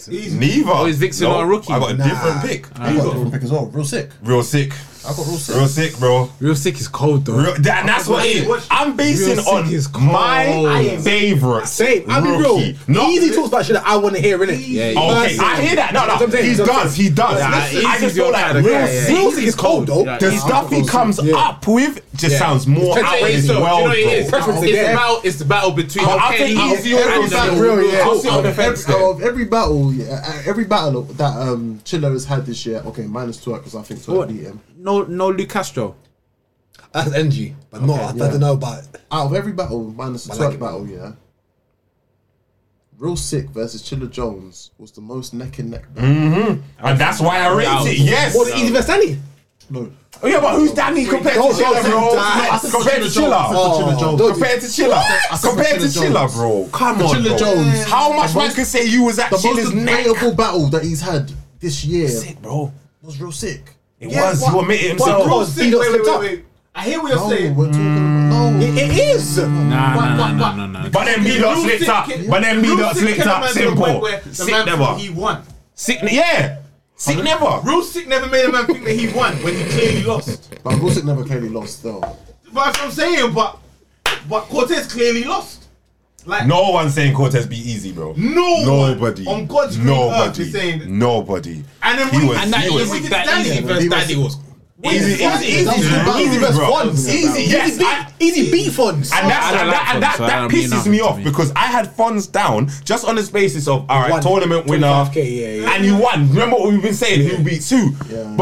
Easy.
Neither.
Oh, is Vixen
Nope.
not a rookie?
I got a
Nah.
different pick.
I got a different pick as well. Real sick.
Real sick.
I got real sick.
Real sick, bro.
Real sick is cold though.
Real, that, that's what it is. I'm basing
Real sick
on
is cold.
my favorite.
Same. I mean,
rookie.
real.
Not-
Easy talks about shit that I want to hear, innit?
Yeah, yeah.
Okay, I hear that. No,
That's what I'm
no,
saying,
he
that's what I'm
does, he does.
Nah,
Listen, I just
he's your
feel like
kind of
real
guy, yeah.
sick
He's
is
cold,
cold.
though.
The stuff he comes up with just sounds more
It's-
out of
it's-
his
so,
world,
do you know what it is?
bro.
Preference
It's
again.
about- It's the battle between
I'll- I'll
Kenny
take- I'll
and
see your
the-
back
real, yeah.
I'll see
Out
on
of
the fence.
every- out of every battle, yeah, uh, every battle that um Chiller has had this year. Okay, minus two because I think Twerk beat him.
No, no, Luke Castro.
That's NG. But no, I, I don't know about it.
Out of every battle, minus the
I
Twerk
like it.
battle, yeah. Real sick versus Chiller Jones was the most neck and neck. battle.
And that's why I rated it. Yes.
What, Easy versus Danny?
No,
Oh, yeah, but who's Danny compared to
Don't
Chilla,
say
bro?
that.
No, Compared to Chilla. Oh.
Chiller Jones.
don't-
Compared to Chilla. Compared to
Chilla
Chilla,
Jones.
bro. Come
For
on,
Chilla
bro.
Jones.
How much man can say you was at
the
Chilla's
most
neck?
debatable battle that he's had this year
Sick, bro.
was real sick.
It was. You admitted
But real
himself.
sick. Wait,
Beat us
wait,
to
wait,
top.
wait. I hear what you're
No,
saying.
Oh, we're talking about no.
It is.
Nah, nah, nah, nah, nah, nah.
But then B
Real
dot
sick
slipped up.
kid-
But then B
real
dot
sick
slipped
kid
up.
man to the point
Simple.
where the
Sick
man
never.
thought He won.
Sick. Yeah. Sick never.
Real sick never made a man think that he won when he clearly lost.
But real sick never clearly lost though.
But that's what I'm saying. But but Cortez clearly lost. Like
No one's saying Cortez be easy, bro.
No one
Nobody.
on God's green earth is saying-
Nobody.
And then
He
we-
was-
and
That
he
was-
easy,
we did
that
Danny.
easy versus
Yeah, but
Danny was.
Easy,
That
easy,
was
easy,
easy
bro.
versus
easy,
Fonz,
bro.
wasn't it?
Easy, yes. I-
Easy B funds.
And that's,
Oh, I don't
and that,
like
and that,
Fonz, so I
that
don't mean
pisses
nothing
me
to
off
me.
because I had funds down just on the basis of all right,
Won.
tournament winner,
25K, yeah, yeah.
and you won. Remember what we've been saying? Who beat two? But a lot of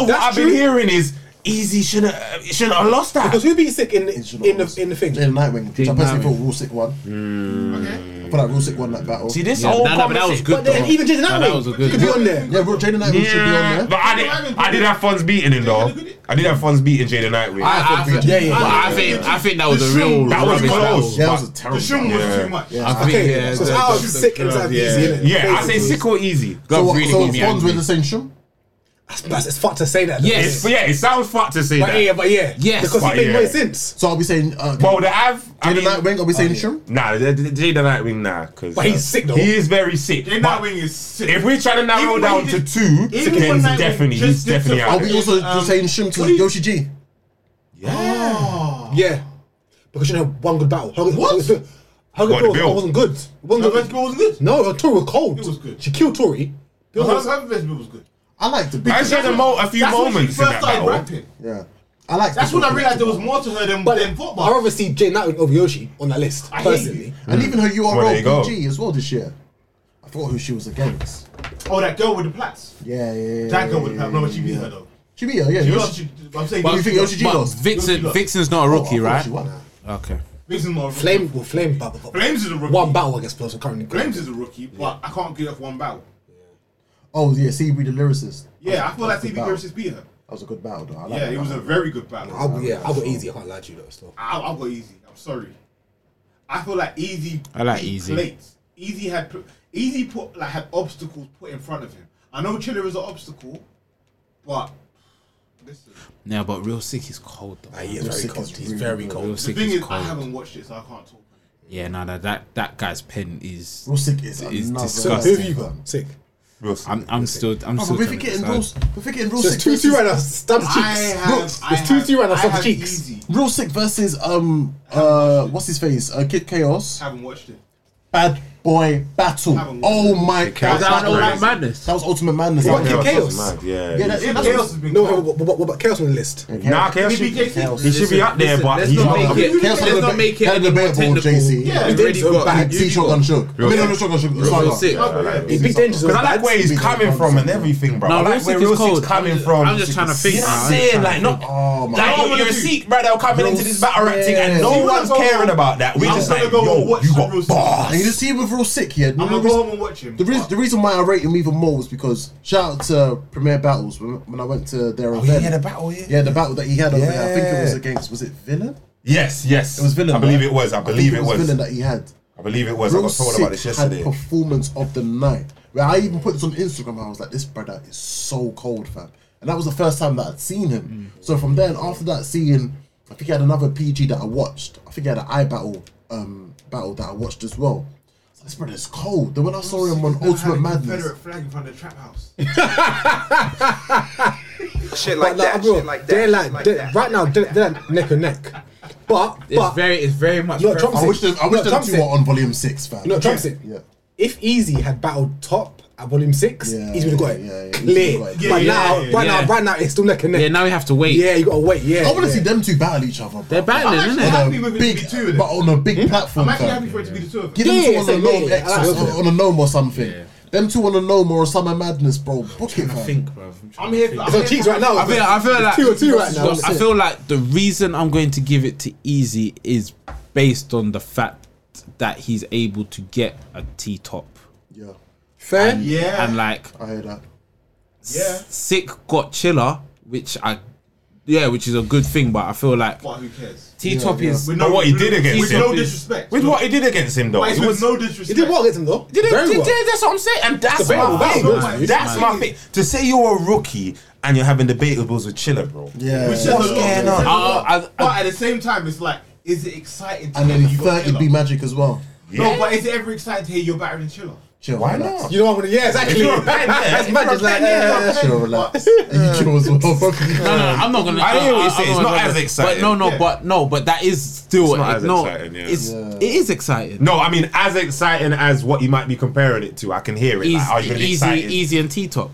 what
That's
I've
true.
been hearing is easy shouldn't uh, shouldn't have lost that.
Because who be sick in, in,
It should
the,
have
in the
lost.
thing?
In the Nightwing, which I
Mm.
personally
Nightwing.
thought real sick one.
Okay.
feel like Rusick won that battle.
See this whole
Nah, nah, but that was
conversation.
good.
But then
though.
even Jaden
Nah, that was a
Hathaway
good.
could be on there.
Yeah, bro, Jaden Atkins should be on there.
But I did, I did have funds beating him though. I did have funds beating Jaden Nightway.
I, I, think-
Yeah, yeah,
but
yeah,
I think I think that was
The
a real.
shroom-
that was
rubbish
close.
Yeah, that
but-
was a terrible.
The shroom was too much.
I think yeah.
So
the-
I was sick and time easy, innit?
yeah, I say sick or easy.
So, what,
really
so
got me
Fonz
angry.
with the same shroom?
That's, it's fucked to say that. though.
Yes.
But yeah, it sounds fucked to say
But yeah,
that.
but yeah.
Yes.
Because
But
he's been
yeah.
way since.
So I'll be saying, uh,
Well, the Av, I
Jaden
mean, um,
Nightwing, I'll be saying shroom?
nah, the- the- the Jaden Nightwing, nah, because
But he's sick, though.
He is very sick.
Jaden
but
Nightwing is sick.
If we're trying to narrow
Even
down
when he
to
did-
two,
even
then
when
he's
Nightwing
definitely,
just
he's
did
definitely
some-
I'll
out.
be
there.
Yeah.
also
Um,
saying shroom to
what do you-
Yoshi G.
Yeah. Because you know one good battle. Hogan,
What?
Hogan,
What, the
Hogan
bill?
Bill wasn't good. Wasn't
Red
good.
Bull was good.
No, Tori was cold.
It was good.
She killed Tori. Bill
Her-
was-
her Red Bull was good.
I like the big.
I said a, mo- a few
That's when she
moments in
first
that
started
battle.
rapping.
Yeah. I like
That's
the
when I
big-
realized there was more to her than
But
than
then,
football.
I rather see Jay Nightwing over Yoshi on that list,
I hear you.
personally.
And even her
there you go.
URL PG as well this year. I forgot who she was against.
Oh, that girl with the plaits.
Yeah, yeah, yeah.
That girl
yeah,
with the
yeah,
plaits. No, but she
yeah.
beat her though.
She beat her, yeah.
You know,
Yoshi-
she- I'm saying
you think Yoshi G
But
lost?
Vixen,
Lost.
Vixen's not a
Oh, I
rookie,
thought
right?
She won.
Okay.
Vixen's more of a rookie.
Flame, well, Flame, but, but, but
Flames is a rookie.
one battle against Blossom currently.
Flames is a rookie, but I can't get off one battle.
Oh, yeah, see, we the lyricist.
Yeah, I feel like
That's a good
TV
battle.
versus beat her.
That was a good battle, though. I like
Yeah,
that
it was a
battle.
very good battle.
I'll, be- yeah, I'll go easy. I can't lie to you though. So.
I, I'll go easy. I'm sorry. I feel like Easy.
I like
beat
Easy.
Plates. Easy had put- Easy put like had obstacles put in front of him. I know Chiller is an obstacle, but listen,
Now, but real sick is cold though.
Nah, he is very
sick
cold.
is
He's
really
very
good.
cold.
real
the
sick
thing
is
is, I
cold.
haven't watched it, so I can't talk.
Yeah, no, that that that guy's pen is.
Rusick is
It's
another-
disgusting. Who have
you got? Sick.
I'm I'm still I'm
Bro,
still.
Oh, we're forgetting
trying to decide.
Rules. We're forgetting
So it's
Rusick.
two two right
versus-
now. Stabs cheeks.
I have.
Look,
I
it's two
have-
two right now.
I
Stabs
have
cheeks.
Easy.
Rusick versus, um, uh, what's his face? Uh, Kid Chaos.
Haven't watched it.
Bad Boy Battle.
Haven't watched
Oh my
Chaos
god. That
is
was-
crazy.
Madness.
that was Ultimate Madness.
What,
That was-
Kid
Chaos
Chaos?
was mad, Yeah,
Yeah, that's
Yeah,
it.
chaos has been.
No,
bad.
what, what, what, what about Chaos on the list?
Nah, Chaos
Maybe
should,
JC.
he should be up there,
Listen,
but
let's
he's
not
not.
make
Chaos
it. Let's
had a
not
debate-
make it
had a
any more
debatable,
technical.
JC.
Yeah,
We've
we
already got
Bad T Shotgun Shook. I mean,
Real
no, no, Shotgun Shook.
Real sick.
Saga.
Big Dangerous
Because
was
I like
bad.
where he's coming from and everything, bro.
No,
I
Real
like
Sick
where
is
Real Sick's
cold.
coming
I'm just-
from.
I'm just trying to think
You know what I'm
now. I'm just
saying?
trying to
Like, not.
Oh my
Like,
God.
you're a Sikh, bro. They're coming into this battle rap thing and
See
no
what
one's
I'm
caring
saying?
about that. We
I'm
just
gonna
like,
go and
yo,
watch
you
some
got
Real Sick.
bars.
And you just see with Real Sick here.
I'm gonna go home and watch him.
The reason, the reason why I rate him even more was because shout out to Premier Battles when, when I went to their
yeah,
event.
the battle, yeah.
the battle that he had over there. I think it was
Yeah.
against was it Villain?
Yes, yes. It
was Villain,
I believe
right?
it was. I
think
believe it was.
Villain that he had.
I believe it was. I
Real
was told about
Sick
this
had
yesterday.
performance of the night. Where I even put this on Instagram. I was like, this brother is so cold, fam. And that was the first time that I'd seen him.
Mm.
So from then, after that, seeing, I think he had another PG that I watched. I think he had an eye battle, um, battle that I watched as well. So this brother is cold. Then when I saw him on
Never had a
Ultimate Madness,
Confederate flag in front of the trap house.
Shit
But
like
no,
that.
bro,
Shit like that.
they're
shit
like,
like
they're-
that.
right now. They're, they're like neck and neck. But
It's
but
very it's very much.
No,
very-
Trump's-
I wish them, I wish
No,
them
Trump
two
said-
were on Volume Six, fam.
No, Trump said-
Yeah.
if Easy had battled top at volume six,
Yeah,
he's would have got
yeah, yeah,
it
yeah, he's would've
clear.
got it.
but
Yeah,
now,
yeah, yeah,
right
yeah.
now, right now, it's still neck and neck.
yeah, now we have to wait.
Yeah, you gotta wait. Yeah,
I want to
yeah.
see them two battle each other.
they're battling,
I'm
isn't
actually
it?
happy with it to
big,
be two of them.
but on a
Hmm?
big platform.
I'm actually
fam.
happy for it to be the two of
Give
them.
them
Yeah,
two
yeah,
on a
same,
gnome
yeah, yeah,
X
I
or
like it.
on a gnome or something. Them two on a gnome or a summer madness, bro. Book it, fam.
think, bro. I'm
I'm here. for- I'm
It's on
here
cheeks
for-
right now.
I feel, I feel like
two or two right now.
Look, I feel like the reason I'm going to give it to Easy is based on the fact that he's able to get a T top.
Yeah,
fair.
Yeah.
And like
I hear that.
yeah.
Sick got chiller, which I yeah, which is a good thing, but I feel like
But who cares?
T top is
With
But what he did against
With
him.
no disrespect.
With what he did against him, though.
But it's
It
with
was
no disrespect.
He did well against him though.
Did it,
Very
did,
well.
did- that's what I'm saying, and that's
Debatable
my
battle,
thing.
man.
That's my thing. To say you're a rookie and you're having debatables with Chiller, bro.
Yeah.
Which says a lot.
going on? Uh,
Says a lot.
I- I-
But at the same time, it's like, is it exciting? To
And
hear
then
that you got
thirty be
Chiller?
magic as well.
No, but is it ever exciting to hear you're better than Chiller?
Chill.
Why
relax.
not?
You know what I mean? Yeah,
If
exactly.
you're a pen, yeah. If
That's
you're
magic,
a
like,
pen,
yeah,
yeah.
Chill, relax. And you chill as well. bro.
No, no, I'm not gonna.
Um, I hear what you
I- I-
say, it's
I'm
not
gonna-
as exciting.
But no, no,
Yeah.
but no, but that is still
It's not as
no.
exciting, yeah.
It's it is exciting.
No, I mean as exciting as what you might be comparing it to. I can hear it.
Easy,
Like, are you gonna be
easy,
excited?
easy, and T top.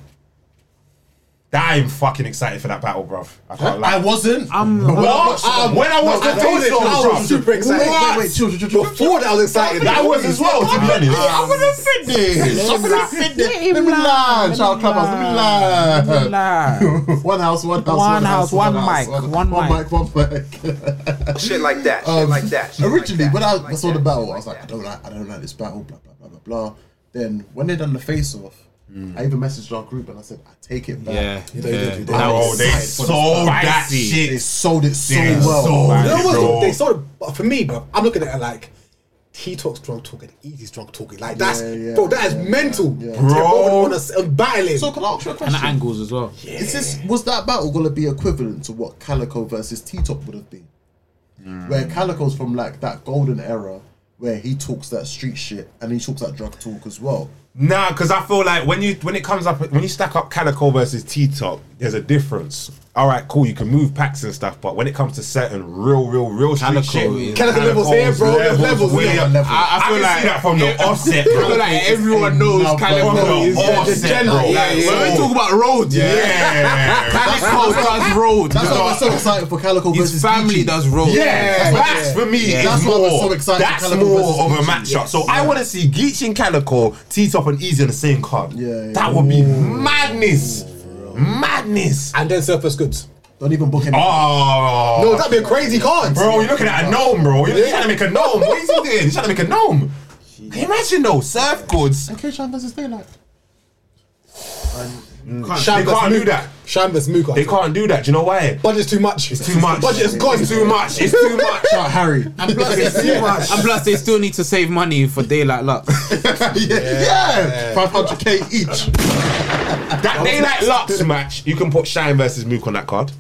I'm fucking excited for that battle, bruv. I can't lie.
I wasn't. I'm
What? when I watched the
told
face
you,
show,
I
bruv.
was super excited.
What?
Wait, wait, chill, chill, chill. Before that, I was excited.
That was as well, to be honest.
I would have said this. I would have said this. Let me lie, child clubhouse. Let me lie. One house, one house, one house, one mic, one mic, one mic.
Shit like that. Shit
Um,
like that. shit like
Originally,
that,
when I,
shit like
I saw
that,
the battle,
shit
I was like, I
that.
don't like, I don't like this battle, blah blah blah blah blah. Then when they done the face off, I even messaged our group and I said, I take it back.
Yeah,
You know, you
yeah.
don't do that.
Bro, they
Excited for this
sold
battle.
that
Spicy.
They
shit.
sold it so
They
well.
sold
Like,
it.
You know what's
bro.
the- They sort of but for me, bro. I'm looking at it like he talks drunk talking, he's drunk talking. Like that's
Yeah, yeah,
bro, that is
yeah,
mental.
yeah.
To everyone
Bro.
on a s- on battling.
So can I ask you a
and
question?
the angles as well.
Is this was that battle gonna be equivalent to what Calico versus T Top would have been? Where Calico's from like that golden era where he talks that street shit and he talks that drug talk as well.
Nah, because I feel like when you when it comes up when you stack up Calico versus T Top, there's a difference. All right, cool. You can move packs and stuff, but when it comes to certain real, real, real street
Calico
shit,
is-
Calico levels here, bro, there's levels,
way
yeah.
up.
Level.
I, I feel
I can
like
see
that from the offset, bro.
I feel like everyone
no,
knows
bro.
Calico is
Offset,
the
bro.
general.
Yeah, yeah,
When
yeah.
we talk about road, yeah.
yeah,
Calico does road.
That's why I was so excited for Calico versus
His family
Geechee.
does road.
Yeah, that's for me.
Yeah.
is
That's why I
more,
was so excited for
That's
Calico versus
more of a
Geechee.
matchup. So I want to see Geech and Calico, T Top and Easy on the same card.
Yeah,
that would be madness, madness.
And then surface goods.
Don't even book him.
Oh,
No, that'd be a crazy card.
bro, you're looking at a gnome, bro. You're trying to make a gnome. What is he doing? He's trying to make a gnome. Can you imagine though? Surf goods.
Okay, Sean versus Daylight.
They
Shambas
can't do
Mook.
that.
Shambas Mook.
They can't do that. Do you know why?
Budget's too much.
It's too much.
Budget is gone.
It's too much. It's too much.
Shout out Harry.
And plus, they still, and plus, they still need to save money for daylight luck.
yeah, yeah. 500k each.
That daylight lux match, you can put Shine versus Mook on that card.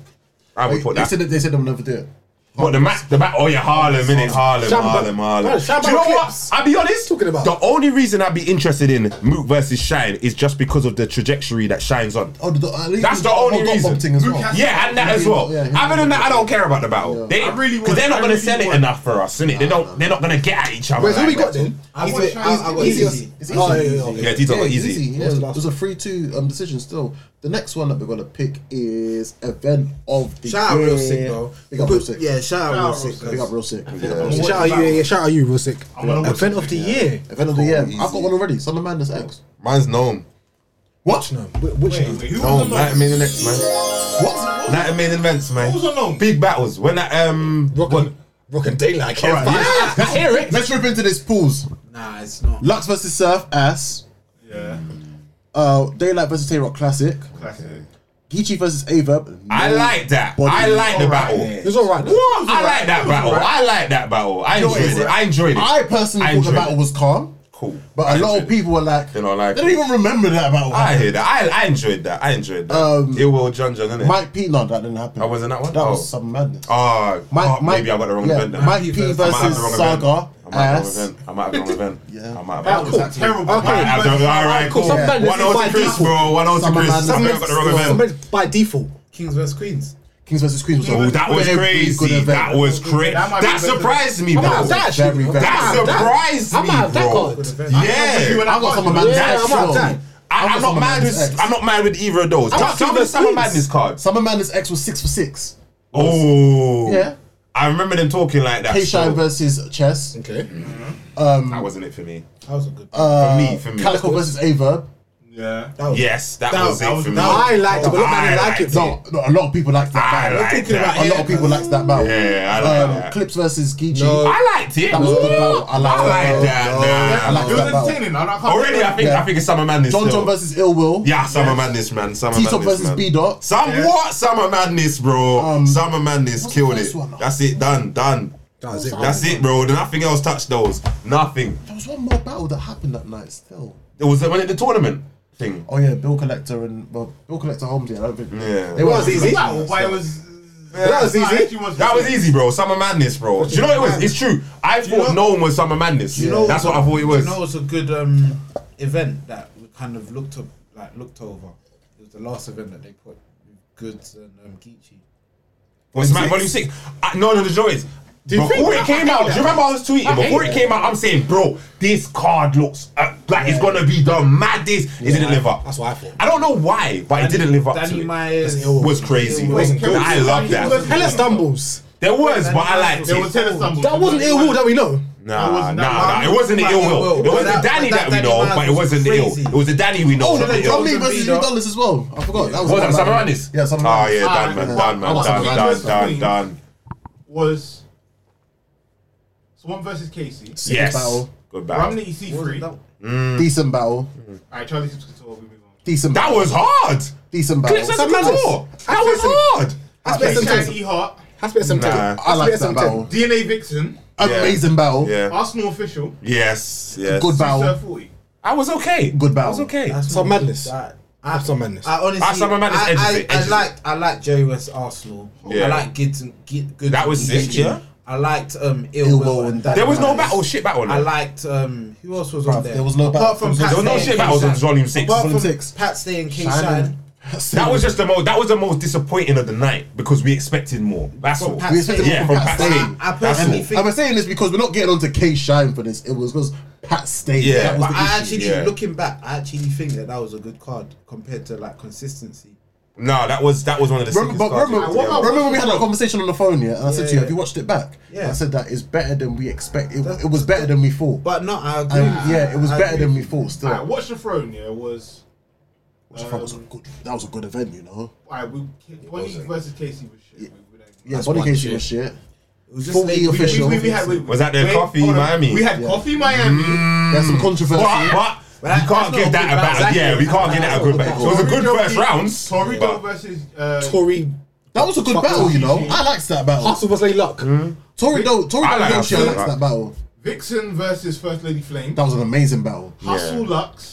I would put
They
that.
said that they said they'll never do it.
What the match? The battle? Oh yeah, Harlem, innit? Harlem,
Shamba.
Harlem, Harlem.
Man, Shamba
Do you know
clips.
what? I'll be honest.
Talking about-
the only reason I'd be interested in Mook versus Shine is just because of the trajectory that Shine's on.
Oh, the, at least
That's the
got-
only
got
reason.
bumping as well.
Yeah, and that as well.
Yeah, yeah.
Other than that, I don't care about the battle. They
I really
because they're
want-
not
I
gonna
really
sell it
want-
enough for us, innit? They don't. They're not gonna get at each other.
Wait, who
like
we got
that.
then?
I
Easy-
want
Easy-
Shambas.
Easy-
Easy.
Easy-
It's
Oh, yeah, yeah,
easy.
yeah.
Yeah, Tito
Yeah,
got
it's
easy.
easy. Yeah,
What's the
it
last
was a three two um, decision still. The next one that we're gonna pick is event of the
Shout out
year.
real sick though.
Big up real sick.
Yeah, shout out real
Shout out
sick.
Real
Big up real sick. Yeah.
Shout out you, yeah, yeah, shout out you, real sick.
gonna watch
Event of the year.
Event of the year. I've got one already. Son of Madness X.
Mine's Gnome.
What? No, wh- which
Wait,
one?
wait, who
Gnome.
was
Night
on
of Main Events, man.
What?
Night of Main Events, man.
Who was on Gnome?
Big battles. When that um.
Rock
when-
and, rock and daylight. I can't
Alright,
find
yeah.
I hear it.
Let's rip into this pools.
Nah, it's not.
Lux versus Surf ass.
Yeah.
Uh, Daylight versus Tay Rock Classic.
Classic.
Geechee versus Averb.
I like that.
Body.
I like the battle.
It's alright. though.
What? I like that battle. I like that battle. I enjoyed
is
it.
it?
I enjoyed it.
I personally
I
thought the
enjoyed
battle
it.
was calm,
cool.
but
I
a lot
enjoyed
of
it.
people were like,
They don't like
they don't
it.
even remember that battle.
I hear that. I, I enjoyed that. I enjoyed that.
Um,
Um, Ill Will John John, innit?
Mike P. No, that didn't happen.
I wasn't that one?
That
Oh.
was some madness.
Oh,
Mike-
oh, maybe
Mike-
I got the wrong
yeah,
event then.
Mike P versus
I might have the wrong event.
Saga,
I might have
ass.
the wrong event. I might have the wrong event.
Yeah.
I might have
That
the
was
wrong event.
Terrible.
Okay.
I don't- All right, cool.
Sometimes this
One
is
on
by
to Chris,
default.
bro. One on to
Someone
Chris.
man-
Somebody got the wrong event.
Somebody by default.
Kings vs Queens.
Kings versus Queens was a
Oh, that was
very good
crazy.
event.
That was crazy.
That might be
That
the best
surprised me,
I'm out
bro.
of that
very,
shit.
very-
That surprised
I'm
me,
out of that
bro.
card.
Yeah.
I got some of Madness
Yeah,
X.
I'm out of that.
I, I'm not mad with I'm not mad with either of those.
not
Tell me
Fever
the Summer
Queens.
Madness cards.
Summer Madness X was six for six.
Oh,
Yeah.
I remember them talking like that.
K
still.
Shine versus Chess. Uh,
Okay.
that wasn't it for me.
That was a good.
For me, for me.
Calico versus Averb.
Yeah.
Yes, that, was,
that
it
was-
for me.
that
I liked it, but not
I
many like
liked
it. No.
No, no, a lot of people liked that
I
battle.
liked that.
A lot of people liked that battle.
Yeah, I like that.
Clips versus Geechee.
I liked it.
Um, That was a good battle. I liked that.
that.
I
Nah.
liked
It was
that battle.
entertaining. I can't
Already, I think
Yeah.
I think it's Summer Madness.
John
still.
John versus Ill Will.
yeah, Summer Madness, man. Summer
T-Top
Madness,
versus
man.
B Dot.
Some what? Summer Madness, bro. Summer Madness
the
killed it.
first one?
That's it. Done. Done. That's it. That's it, bro. Nothing else touched those. Nothing.
There was one more battle that happened that night still.
It was when it, the tournament thing.
Oh yeah, Bill Collector and well, Bill Collector Holmes. Yeah, I don't think.
Yeah.
they was
It was a battle, but it was.
That was
I
easy.
actually was-
That was easy, bro. Summer Madness, bro. Do you know what it was? It's true. I thought no one was Summer Madness. You know, that's what I thought it
You
was.
know, it's a good um, event that we kind of looked up, like looked over. It was the last event that they put with Goods and um, Geechee.
Was Smack Volume Six? I, no, no, the joy is Before it came out, do you remember I was tweeting? Before it came out, I'm saying, bro, this card looks uh, like it's gonna be the maddest. It didn't live up.
That's what I thought.
I don't know why, but it didn't live up to
Danny
it.
Myers.
It was crazy.
wasn't good.
I love that.
Hella stumbles.
There was, but I liked
There was
it.
tennis stumbles.
That wasn't ill will that we know.
Nah, nah,
wasn't that
nah.
one.
It wasn't the ill
Ill
will.
Will.
It was the
That-
Danny
that
that we
Danny
know,
Myers
but it
was
wasn't the ill.
crazy.
It was the Danny we know. not the ill.
Tom Lee versus Luke Douglas as well. I forgot. That
Was that
was one, man.
Samurai Anis?
Yeah, Oh, Samurai
Oh
Anis.
yeah,
Ah,
done man, done man,
Alright,
done,
man.
done, done,
Queen.
done.
was Swan versus Casey.
Yes,
battle.
good
Romney
battle.
EC3.
Hmm.
Decent battle.
Alright, Charlie Sims Couture, we move on.
Decent
That
battle.
was hard.
Decent battle.
Clips has a good draw. That was hard.
That's better than
Shaggy
ten.
E. Hart,
That's better than ten.
Nah.
I like that battle.
DNA Vixen,
Uh, Amazing battle.
Yeah.
Arsenal official,
Yes. Yes.
Good
Sir
battle.
40.
I was okay.
Good
I was
battle.
okay.
Some madness. Some madness.
I honestly,
Ah, Summer Man is edges
I,
it,
I,
edges
I liked, I liked Jerry West Arsenal.
Yeah.
I liked Gidson, Gid, good.
That was sick, yeah.
I liked um,
Ill
Ill
Will
Will
and
and Danny
There was no
Myers.
battle. Shit battle.
I
no.
liked um, who else was on there?
there was no
apart
battle.
from Pat
There
was no
Stay
shit
and
battles
King
on
Shine.
Volume Six.
Apart
Volume
from
Six.
Pat Stay and King
Shining.
Shine.
That was just the most. That was the most disappointing of the night because we expected more. That's all.
Pat
We expected
Yeah, from
more from
Pat
Pat
Stane.
Stane.
I
That's
personally
all.
think.
I'm saying this because we're not getting onto K Shine for this. It was because Pat Stane.
Yeah,
that was
But
the
I
issue.
actually,
yeah.
looking back, I actually think that that was a good card compared to like consistency.
No, that was that was one of the sickest
Remember, but
cards.
remember,
Yeah.
remember when we had a conversation on the phone, yeah, and I said to you,
yeah.
"Have you watched it back?"
Yeah.
I said that it's better than we expect. It, it was better than we thought.
But no, I agree.
And,
with you.
yeah, it was
I
better
agree
than
with
we thought. Still,
Alright, Watch the Throne, yeah, was.
Which I thought was a good. That was a good event, you know.
Alright, we. Bonnie versus Casey was shit. We- we don't-
Yeah, Bonnie
one
Casey
shit.
was shit.
you. It was just
Forty
late.
We-
official.
we- we had- we-
Was that their
wait,
coffee,
hold on.
Miami? Mm.
We had
Yeah.
coffee Miami.
There's some controversy.
But, but
Well,
we can't
that's not
give that
a good
about.
battle.
Yeah, we can't give that a good
That's
battle. So it was a good first rounds.
Torrido
but-
versus uh,
Tory.
That was a good battle, you know. I liked that battle. Hmm?
Arsenal was like luck.
Tori though, Tori
I like
Yoshi, I
that.
liked that battle.
Vixen versus First Lady Flame.
That was an amazing battle.
Hustle Lux.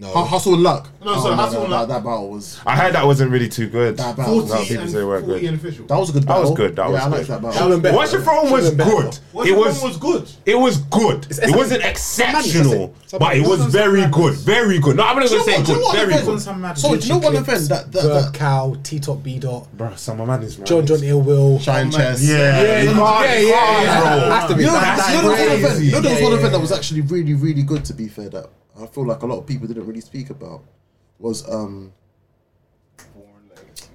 Hu- Hustle and luck. Oh
No, sorry, Hustle and Luck.
That battle was
I heard that wasn't really too good.
that
That
battle.
40
was-
people
and
say weren't
40
good.
and official.
That was a good
That
battle.
was good. That
yeah,
was
I liked
good.
that battle.
Alan Beck.
Watch the throne was good.
Watch
It
the
was
Throne was good.
it was good. It wasn't exceptional, but it was very good. Very good. No, I'm not
Do you
gonna say
know what- do you know
good.
what
Very
event-
good.
So do you know one event that that,
Bird
that
Cow, T Top B Dot,
Bro, some man is
John John Ill Will.
Shine Chess?
Oh, Yeah, yeah, yeah, yeah.
Has to be.
You know,
That-
that's, you know,
that
there was one
crazy.
event, you know there was
Yeah,
one
yeah,
event that was actually really, really good. To be fair, that I feel like a lot of people didn't really speak about was um.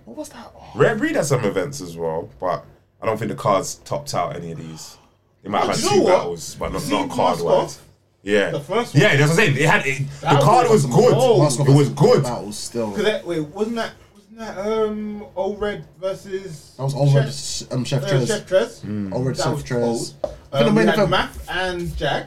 What was that? Oh,
Red Breed had some events as well, but I don't think the cards topped out any of these. They might have
Do
had
Oh, you
two
know what?
battles, but not,
See,
not card
Moskov,
wise. Yeah.
the first one-
yeah, that's what I'm saying. It had it, the
That
card was
was
good.
cold.
Oh, It was good.
That was still.
Cause
That
that wait, wasn't that wasn't that um old red versus
was all red.
Chef,
sh- Um, Chef
uh,
Trez.
Chef Trez?
Mm.
All red
That was
Chef Trez.
cold.
the
Um, we
main
had
event-
Math and Jack.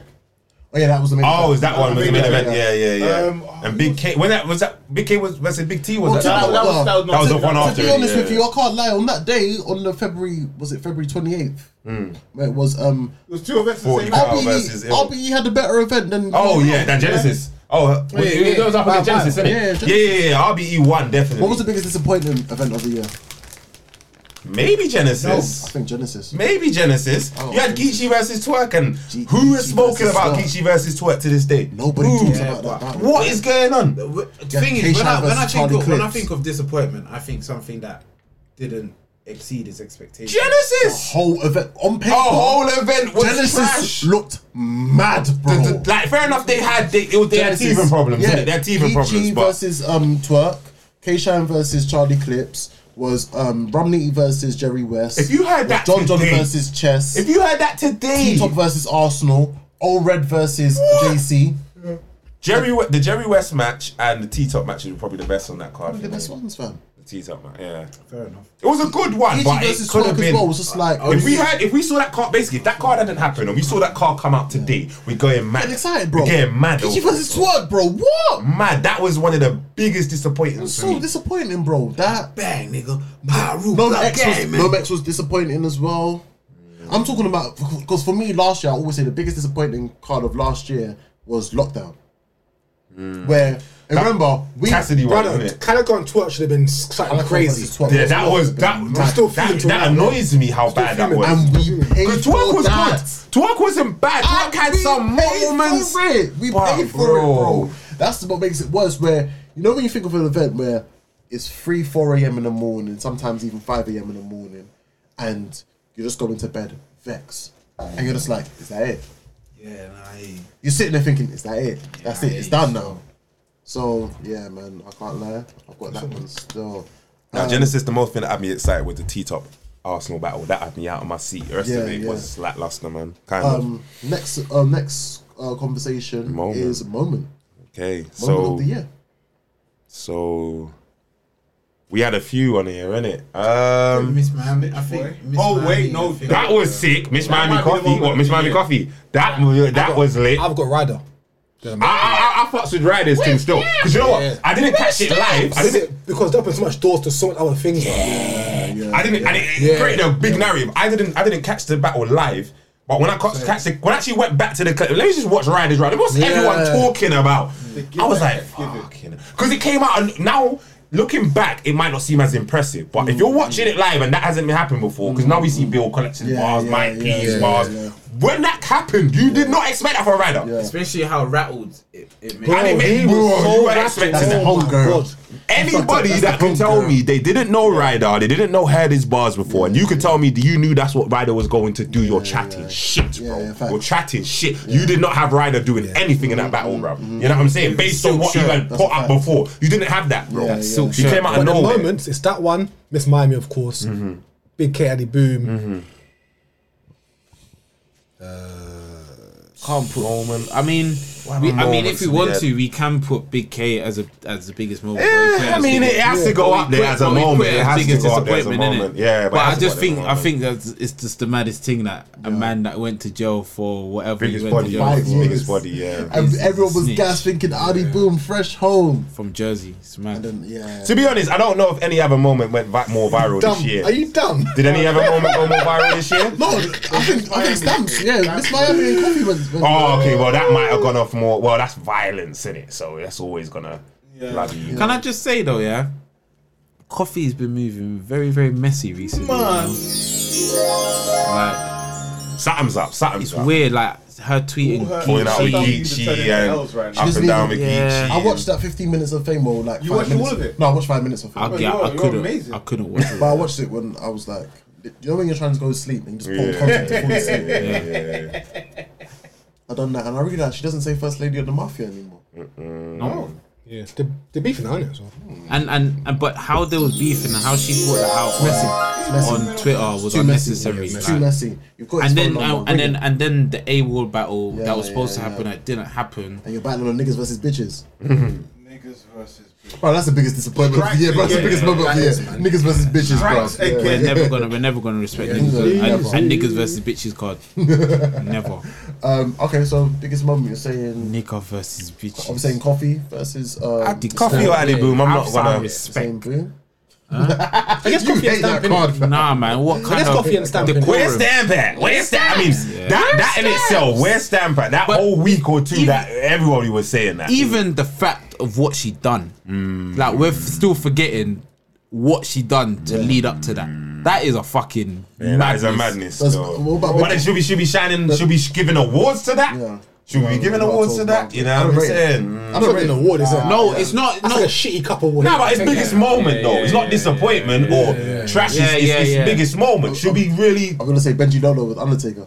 Oh yeah, that was the main.
Oh,
event.
is that one was the main event? Yeah, yeah, yeah.
Um, oh,
and Big K, when that was that Big K was versus Big T was
Well,
that?
to-
That,
That, that was that was,
that was the
not
one
To
after.
be
it,
honest
yeah.
with you, I can't lie. On that day, on the February, was it February twenty eighth?
Hmm.
Where it was um, E
It was two events at the
Forty
same
Cow
time.
versus
RBE,
Ill.
RBE had a better event than.
Oh yeah, that Genesis. Oh, yeah,
yeah, yeah.
that was up
Bye, bye.
against Genesis, isn't
Yeah,
it?
Genesis.
Yeah, yeah, yeah. RBE one definitely.
What was the biggest disappointing event of the year?
Maybe Genesis.
I think Genesis.
Maybe Genesis.
Oh,
you had
Genesis.
Geechee versus Twerk, and
G-
who is
Geechee
spoken
versus
about
Twerk.
Geechee versus Twerk to this day?
Nobody
Who?
talks
Yeah,
about
but
that. battle.
What is going on?
The w-
Yeah,
thing is,
Keyshawn
when I, when I
versus
think
Charlie
of, when I
Clips.
think of disappointment, I think something that didn't exceed his expectations.
Genesis.
whole event on paper?
A whole event was
Genesis
trash.
looked mad, bro.
The- the- like fair enough, they had they, it was, they had
Genesis-
teething problems. Yeah, they had teething
PG
problems. But
versus um Twerk, Keyshawn versus Charlie Clips was um Romney versus Jerry West.
If you had
was
that
John John
today-
versus Chess.
if you heard that today,
T-Top versus Arsenal, All Red versus JC.
Jerry We- the Jerry West match and the T Top match is probably the best on that card.
The best ones, fam.
T Top match, yeah.
Fair enough.
It was a good one,
PG
but
versus
it could
Twerk
have
as
been.
well was just like
if we had, if we saw that card, basically, if that card hadn't happened, and we saw that card come out today, we're going mad.
Getting excited, bro.
We're getting mad.
PG
over
versus
it.
Twerk, bro. What?
mad. That was one of the biggest disappointments. for
So
me.
disappointing, bro. That
Bang, nigga. Paru,
Mom
the
X, was,
game, man.
Mom X was disappointing as well. I'm talking about because for me last year, I always say the biggest disappointing card of last year was lockdown, where and remember we
Hmm. Cassidy one,
Brother,
wasn't it?
Calico and Twerk should have been something
Calico
crazy.
versus Twerk
Yeah, that was that.
I'm still
that,
feeling
that
Twerk,
annoys me how bad that
feeling
was.
and we paid
Because
for
Twerk was
that.
good. Twerk wasn't bad. Twerk
And
had
we
some
paid for
moments.
it. We
But,
paid for it,
bro.
bro. That's what makes it worse. Where you know when you think of an event where it's three, four a.m. in the morning, sometimes even five a.m. in the morning, and you're just going to bed vexed. and you're just like, is that it?
Yeah, nah, hey.
You're sitting there thinking, is that it? That's it. It's done now. So yeah, man, I can't lie. I've got that one still.
Now, Genesis, the most thing that had me excited was the T top Arsenal battle. That had me out of my seat. The rest of
Yeah,
it
yeah.
was lackluster, man. Kind of.
Um, next, uh, next uh, conversation
Moment.
is moment.
Okay,
Moment of
so
the year.
so we had a few on here, innit? Um,
Miss Miami, I think. Miss
Oh,
Miami,
wait, no,
I think-
that was sick. Miss Miami
might be the
Coffee.
moment
What?
of
Miss
the
Miami
year.
Coffee. That was- that was lit. I
I've got Ryder.
I I, I fucks with Riders thing still. Cause you know what? I didn't catch it live. I
Is
didn't.
it because they open so much doors to so much other things? Yeah.
I didn't. I didn't it
Yeah.
created a big narrative. I didn't. I didn't catch the battle live. But when I caught, catch the, when I actually went back to the clip, let me just watch Riders Riders. What's everyone talking about? I was like, because it came out and now looking back, it might not seem as impressive. But if you're watching it live and that hasn't been happened before, because now we see Bill collecting bars,
Mm. yeah,
Mike
yeah,
P's
yeah,
bars.
yeah.
When that happened, you did not expect that for a rider.
Especially how rattled it, it
Oh,
made.
I didn't make- bro, you were expecting
That's
that.
the whole girl.
Anybody
That's
that
the
can
hook,
tell
girl.
me they didn't know Ryder, they didn't know heard his bars before, and you could tell me that you knew that's what Ryder was going to do. You're chatting shit,
Yeah,
bro.
yeah, facts. Mm-hmm.
You're chatting shit. You did not have Ryder doing anything in that battle, bro. You know what I'm saying? Based on what you had
That's
put up
a fact.
before, you didn't have that, bro.
Yeah,
you
yeah. Silk
came out
But
of
the
nowhere.
moments, it's that one, Miss Miami, of course.
Mm-hmm.
Big K Addy Boom.
can't put I mean, we, I mean, if we want to, we can put Big K as a as the biggest moment.
Yeah, Eh, I mean, it has to go up there as a moment. It has to go up there as a moment. Yeah,
but,
it has
I
to go up there as
just think
a
I
moment.
think that's it's just the maddest thing that a man that went to jail for whatever
biggest
he went
body,
to jail
Five
for
years.
biggest body, yeah.
And
He's-
everyone was
snitch.
gas thinking Adi Boom, fresh home.
from Jersey. It's mad.
And yeah.
To be honest, I don't know if any other moment went vi- more viral
dumb.
this year.
Are you dumb?
Did any other moment go more viral this year?
No, I think I think stamps. Yeah, Miss Miami and Coffee was. was-
Oh, okay. Well, that might have gone off more. Well, that's violence in it, so that's always gonna bloody.
Can I just say though, yeah, coffee's been moving very, very messy recently. you know? Like
Something's up. Something's
it's
up.
weird, like her tweeting.
her-
Falling out with
Sometimes you
Geechee
need to turn it
and
else, right?
up
Just
and down with
leave
Yeah.
Geechee.
I watched that 15 minutes of Fame Mall like
You
five
watched
minutes.
all of it?
No, I watched five minutes of it.
I,
Bro,
yeah,
you're-
I
you're
couldn't.
amazing.
I couldn't watch it.
But I watched it when I was like, you know when you're trying to go to sleep and you just pull content to fall asleep.
Yeah.
I done that, and I realised she doesn't say First Lady of the Mafia anymore.
Yeah. The, the beef in the honey as well.
And, and and but how there was beefing and how she brought that out
Messy. Messy.
on, on Twitter was
Too messy.
unnecessary.
It's
like-
too messy. You've got his
and then
phone
uh,
number,
and
ring
then
it.
and then the A Ward battle
Yeah,
that was supposed
yeah,
to happen that didn't happen.
and you're battling on niggas versus bitches.
Niggas versus bitches.
Bro, that's the biggest disappointment of the year. Bro, that's the biggest moment of the year. Niggas versus bitches,
Strikes
bro. Yeah.
again.
We're never gonna we're never gonna respect niggas
never.
and, and niggas versus bitches card. never.
Um, okay, so biggest moment you're saying.
Nigga versus bitches.
I'm saying coffee versus. Um,
the
Coffee or Ali Boom? I'm not gonna.
Same
respect.
boom.
I guess
You
coffee and
hate that
stamping.
card, fam.
Nah, man. What kind
Let's
of
coffee and stamp.
decorum?
Where's Stamp at? Where's Stamp? I mean, that that in itself. Where's Stamp at? That
But
whole week or two
even-
that everybody was saying that.
Even the fact of what she done, like we're f- still forgetting what she done to lead up to that. That is a fucking
Yeah, that is
madness.
a madness.
That's-
though.
what about-
But it should be should be shining. Should be giving awards to that.
Yeah.
Should we be
Yeah,
giving
we're not
awards to
talking
that?
about
You
it.
know what
I'm
I'm
ready.
saying?
It's not an award, is it?
No, it's not.
That's
No,
like a shitty cup award.
No, but his biggest moment though. it's not disappointment or trash.
Yeah,
it's, it's
yeah,
his
yeah.
biggest moment. Should be really.
I'm gonna say Benji Dolo with Undertaker.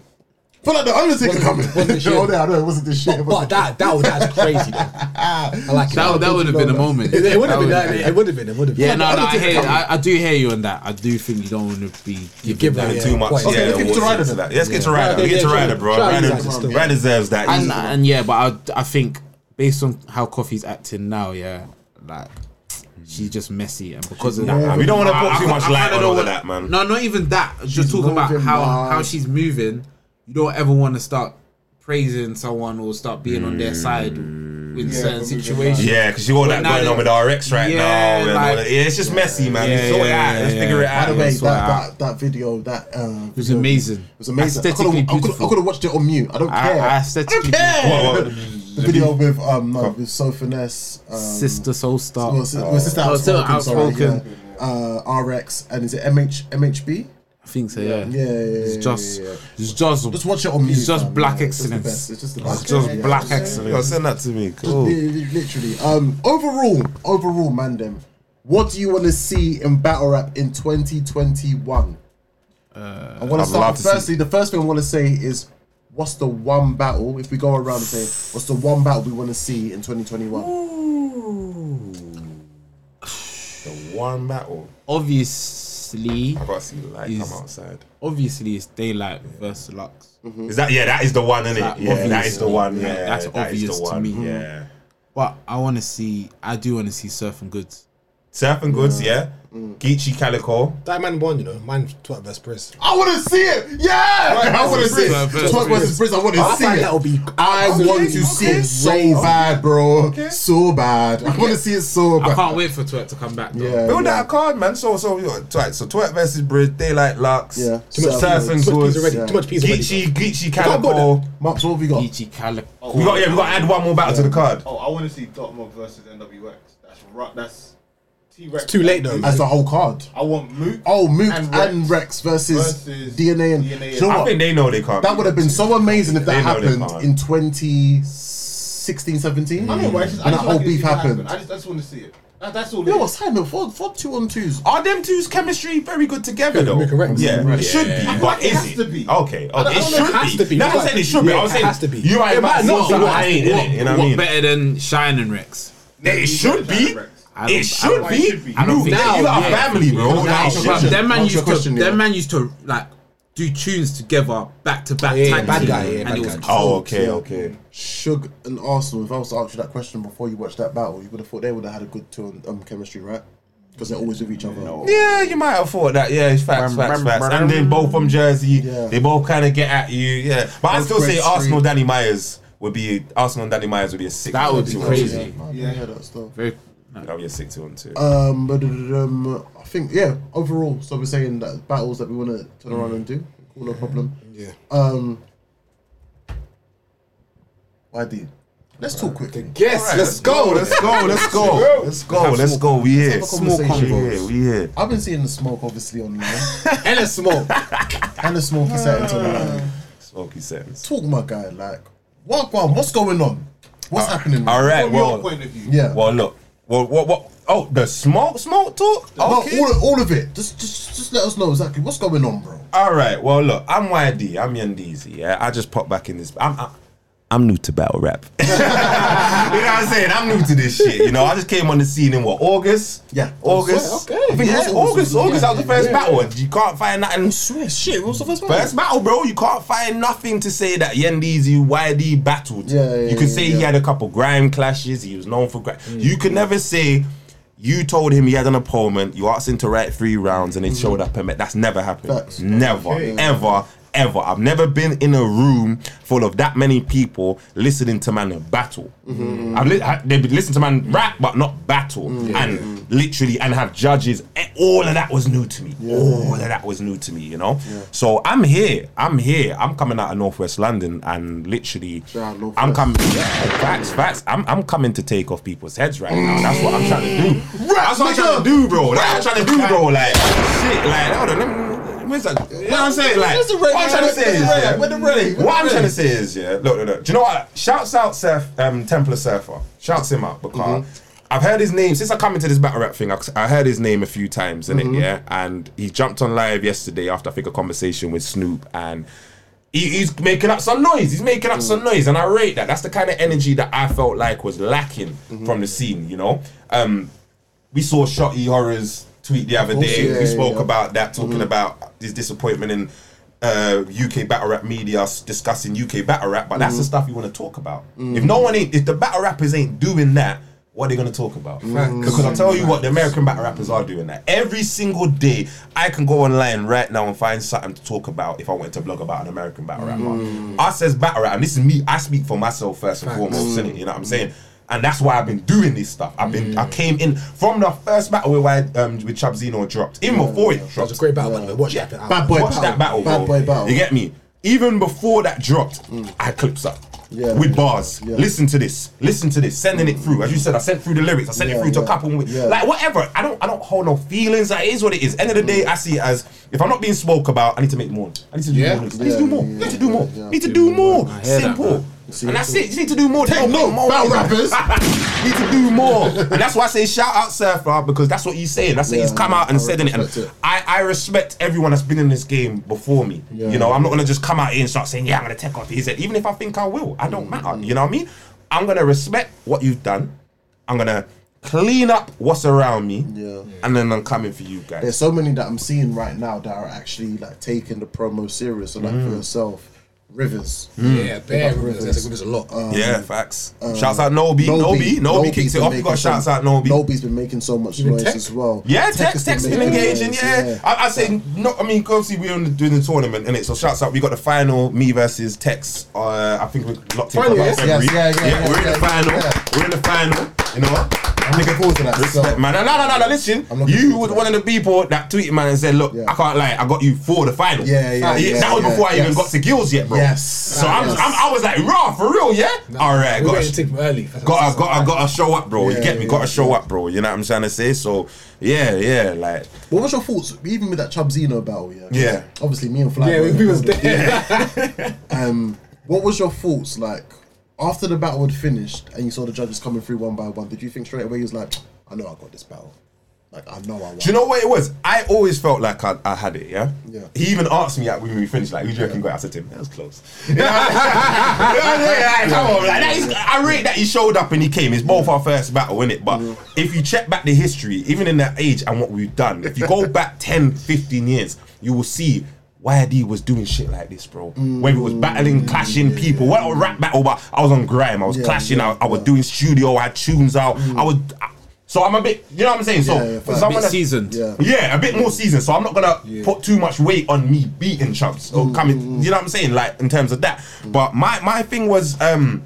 Feel like the Undertaker coming.
wasn't
oh, no, I know it wasn't this year.
But that that was that's crazy. though. I like it.
that, that would have been a moment.
It would have
would've
been. that- It would have been. It would have been.
Yeah, no, no, I,
Undertaker
hear,
coming.
I, I do hear you on that. I do think you don't want to be
give
given
that
that.
Yeah,
too much.
quite.
Yeah,
Okay,
let's get to
awards
Ryder
to
then.
that. Let's get to Ryder.
Yeah,
we get to
yeah,
Ryder, bro.
sure. Sure,
Ryder,
he's like this
Ryder deserves that.
And,
He's-
and yeah, but I, I think based on how Coffee's acting now, yeah, like Mm. she's just messy, and because of that,
Nah, we don't want to
I-
put too
I-
much
I
light
kinda
on
know
all
what-
of that, man.
No, not even that. just talking about
moving
how
mad.
how she's moving. You don't ever want to start praising someone or start being on their side in certain situations.
Yeah, because you all that
now
going on with RX right
Yeah,
now. and all
like-
that. yeah, it's just messy, man.
Yeah,
Sort it
yeah,
out. Let's
yeah,
figure it
yeah.
out.
By the way,
That's
that,
what I-
that, that video, that uh, it
was amazing.
It was amazing. I could
Aesthetically
have
beautiful.
I could have watched it on mute. I don't
I,
care.
I aesthetically
What, what?
the video with um no, with So Finesse, um,
sister soul star.
well, si- well, Sister
Oh, Sister
Outspoken, sorry,
Outspoken.
yeah. Uh, RX, and is it MH MHB?
I think so. Yeah.
Yeah, yeah, yeah,
It's
yeah,
just,
yeah, yeah.
it's just,
Just watch it on mute.
It's just
fam,
black
yeah,
excellence.
It's just the best. It's
Just
just the best.
black
yeah,
excellence. Yo, Send that to me. Cool.
Li- li- Literally. Um. Overall, overall, Mandem, what do you want to see in battle rap in 2021?
Uh,
I want
I'd love
to start.
to
Firstly, the first thing I want to say is, what's the one battle? If we go around and say, what's the one battle we want to see in 2021?
The one battle. I
Obviously,
gotta see the light
Is-
come outside.
obviously, it's daylight versus Lux.
Is that yeah? That is the one, isn't it?
Like,
yeah, that is the
obviously,
one.
like,
Yeah,
that's
that is
obvious
the
to
one.
me.
Yeah,
But I want to see. I do want to see Surf and Goods.
Surf and Goods. Yeah,
Mm.
Geechee Calico.
That man won, you know. Man, twerk versus Briz.
I want to see it. Yeah, I want to see it.
Versus
Twerk versus Briz. I want
I
to see
think that'll
it.
be.
I want to
okay,
see it so
okay.
bad, bro. So bad. I want to see it so bad.
I can't wait for Twerk to come back. Though.
Yeah.
Build that card, man. So so you got twice. So Twerk versus Bridge, Daylight Lux,
Yeah. Too
Surf,
much-
and
Too much peas
Goods,
already.
Yeah.
Too much peas already.
Geechee Geechee
can't put
Calico.
Maps, what have we got?
Ichi Calico.
We got yeah. We got to add one more battle to the card.
Oh, I want to see Dotmob versus NWX. That's right. That's T Rex.
It's too late, though.
As the whole card.
I want Moot.
Oh, Mook and
And
Rex,
Rex
versus,
versus
DNA and.
DNA.
Do you know
I
what?
think they know they can't.
That would have been so amazing if that
They know they
happened
can't.
in 2016, 17.
I don't know. I just,
And
I
that
just
whole
want to see
beef
it happen.
happened.
I just, I just want to see it. That, that's all.
You know
it
what,
is.
sign up for, for two on twos.
Are them two's chemistry very good together though?
Mook and Rex.
Yeah,
Right.
it should be,
Yeah.
but
It
is
has
it?
to be.
Okay, okay,
I don't- I
it
don't know,
should
it has
be.
to be.
No, I'm
Like,
saying it should be.
yeah,
I was
it
saying
has to be.
You right,
It
it might
might
not.
not be.
I ain't in it. You know what I
what
mean?
better than Shine and Rex?
It should be.
I don't-
It should
I
be.
don't- I don't
Luke,
think-
You got a
yeah.
family, bro.
Now,
Like, it
bro,
should be.
Them man
Answer
used to.
question, yeah.
Them man used to like do tunes together back to back.
Yeah, yeah,
tag
bad
team,
guy, yeah,
and
bad
it was
guy.
Oh, okay, okay.
Suge and Arsenal, if I was to ask you that question before you watched that battle, you would have thought they would have had a good tune um, chemistry, right? Because they're always with each other.
Yeah, you might have thought that. Yeah, it's facts, facts, facts. And then both from Jersey.
Yeah.
They both kind of get at you. Yeah, but I
Both
still say
West
Arsenal.
Street.
Danny Myers would be Arsenal. and Danny Myers would be a six. That
would be crazy.
Yeah, yeah, that stuff.
very
That would be a six to one too.
Um, but, um, I think yeah. Overall, so we're saying that battles that we want to turn around and do, cool, no problem.
Yeah.
Um, YD, let's talk quickly.
Yes,
Alright,
let's go.
Let's go. Let's go. Let's go. Let's go. We here.
Let's have a conversation.
We here. We here.
I've been seeing the smoke obviously online,
And a smoke.
and the smoke is set into online.
Smoky sentence.
Talk my guy, like what one? What's going on? What's happening?
All right.
From your
Well.
point of view,
Yeah.
Uh, Well, look. Well, what? What? Oh, the smoke. Smoke talk.
Well,
Okay.
all, all of it. Just, just, just let us know exactly what's going on, bro.
All right. Well, look, I'm YD. I'm Yandeezy. Yeah, I just popped back in this. I'm. I'm I'm new to battle rap. you know what I'm saying? I'm new to this shit. You know, I just came on the scene in what August.
Yeah.
August.
Okay, okay.
I think
Yeah,
it was August.
August,
August.
yeah,
that was the first battle. You can't find nothing. Swiss.
Shit, what's the first one?
First battle, bro. You can't find nothing to say that Yendeezy YD battled.
Yeah, yeah,
you could
yeah,
say he
yeah. Mm.
had a couple grime clashes. He was known for grime. You could never say you told him he had an opponent. You asked him to write three rounds, and he showed up and met. That's never happened.
Mm. Facts.
Never, ever. Ever, I've never been in a room full of that many people listening to man battle.
Mm-hmm.
I've li- I- they've been listening to
Mm.
man rap, but not battle, and literally and have judges. Eh, All of that was new to me. All of that was new to me, you know. So I'm here. I'm here. I'm coming out of Northwest London, and literally,
Shout out
I'm
Northwest.
coming. Yeah, facts, facts. I'm, I'm coming to take off people's heads right now. That's what I'm trying to do. That's what I'm trying to do, bro. That's what I'm trying to do, bro. Like shit. Like hold on. Let me, let me- where's that? You know what I'm saying? Like
Where's the
what
rate,
I'm trying to
man?
say is,
Where's the
yeah,
rate? Where's the rate?
what I'm trying to say is, yeah. Look, look, look. Do you know what? Shouts out Surf, um, Templar Surfer. Shouts him out because. I've heard his name since I come into this battle rap thing. I, I heard his name a few times, innit? Yeah, and he jumped on live yesterday after I think a conversation with Snoop, and he, he's making up some noise. He's making up some noise, and I rate that. That's the kind of energy that I felt like was lacking from the scene. You know, um, we saw Shotty Horrors tweet the other day.
yeah,
we spoke
yeah. Mm-hmm.
about that, talking about his disappointment in uh, UK battle rap media s- discussing UK battle rap. But
Mm-hmm.
that's the stuff you want to talk about. If no one ain't, if the battle rappers ain't doing that. What are they gonna talk about? Because I tell you what, the American battle rappers are doing that every single day. I can go online right now and find something to talk about if I wanted to blog about an American battle rapper.
Mm.
Us as battle rap, and this is me. I speak for myself first and foremost. innit? You know what
Mm.
I'm saying? and that's why I've been doing this stuff. I've been,
Mm.
I came in from the first battle where I, um, with Chabzino dropped, even before it
That was
dropped.
a great battle, by the way. Watch that. bit out.
Bad boy
Watch
battle.
that battle,
Bad
bro.
boy battle. Mm.
You get me? Even before that dropped, I had clips up.
Yeah.
with bars.
Yeah.
Listen to this. Listen to this. Sending it through. As you said, I sent through the lyrics. I sent it
Yeah,
through to a
yeah.
couple. Of,
Yeah.
Like whatever. I don't. I don't hold no feelings. That is what it is. End of the day, I see it as if I'm not being spoke about. I need to make more. I need to do more. I need to do more. I need to do more. I need to do more. Simple. And that's it. You need to do more. Take
no, battle rappers.
need to do more. And that's why I say shout out Surfer because that's what he's saying. That's what
Yeah,
he's come
yeah,
out and
I
said in it.
respect
And
it.
I, I respect everyone that's been in this game before me.
Yeah.
You know, I'm not gonna just come out here and start saying, Yeah, I'm gonna take off his head. Even if I think I will, I don't matter. You know what I mean? I'm gonna respect what you've done. I'm gonna clean up what's around me.
Yeah.
And then I'm coming for you guys.
There's so many that I'm seeing right now that are actually like taking the promo serious. So like
Mm.
for yourself, Rivers.
Yeah, bare rivers. That's a rivers a lot.
yeah, facts. shouts out Nobi. Nobi. Nobi, kicks it off. You got shouts out Nobi.
Nobi's been making so much noise
Tech?
as well.
Yeah, Tex,
Tech has been
Tex been
making
engaging.
noise,
Yeah, I, I say no. I mean, obviously we're on the, doing the tournament, and it so shouts out. We got the final, me versus Tex. Uh, I think we're locked in for
Final,
about
yes,
February.
yes, yeah, yeah, yeah,
we're in the
yeah,
final.
yeah.
We're in the final. You know what?
I'm looking forward to that.
Respect,
so,
man. No, no, no, no. Listen,
I'm looking
you was
forward to
one of the people that tweeted, man, and said, "Look,
Yeah.
I can't lie, I got you for the final."
Yeah, yeah,
Uh,
yeah,
that was
yeah,
before I even
yes.
got to Gills yet, bro.
Yes.
So
Ah,
I'm,
yes.
I'm, I was like, "Raw, for real, yeah." All right,
We
got
went and took them early.
gotta gotta gotta show up, bro.
Yeah,
you get me?
yeah,
gotta show up, bro. You know what I'm trying to say? So yeah, yeah, like
what was your thoughts even with that Chubzino battle? Yeah.
Yeah.
Obviously, me and Fly.
Yeah, we,
were-
we was there.
Um, what was your thoughts like after the battle had finished and you saw the judges coming through one by one? Did you think straight away he was like, I know I got this battle, like I know I won.
Do you know what it was? I always felt like I, I had it, yeah?
Yeah.
He even asked me like, when we finished, like, who do you reckon got it? I said to him, that was close. You know what I'm saying? Like, Come on, like, that is, I rate that he showed up and he came. It's both our first battle, innit? But
Mm.
if you check back the history, even in that age and what we've done, if you go back 10, 15 years, you will see YD was doing shit like this, bro. Whether
Mm.
it was battling, clashing people, what a rap battle, but I was on grime, I was
Yeah,
clashing,
yeah,
I, I was
yeah. Mm.
doing studio, I had tunes out, I was. I- so I'm a bit, you know what I'm saying? So
Yeah, yeah,
for
fair.
someone
Bit
that-
seasoned.
Yeah.
yeah, a bit more seasoned. So I'm not gonna put too much weight on me beating chumps
Mm,
or coming. You know what I'm saying? Like in terms of that. But my my thing was um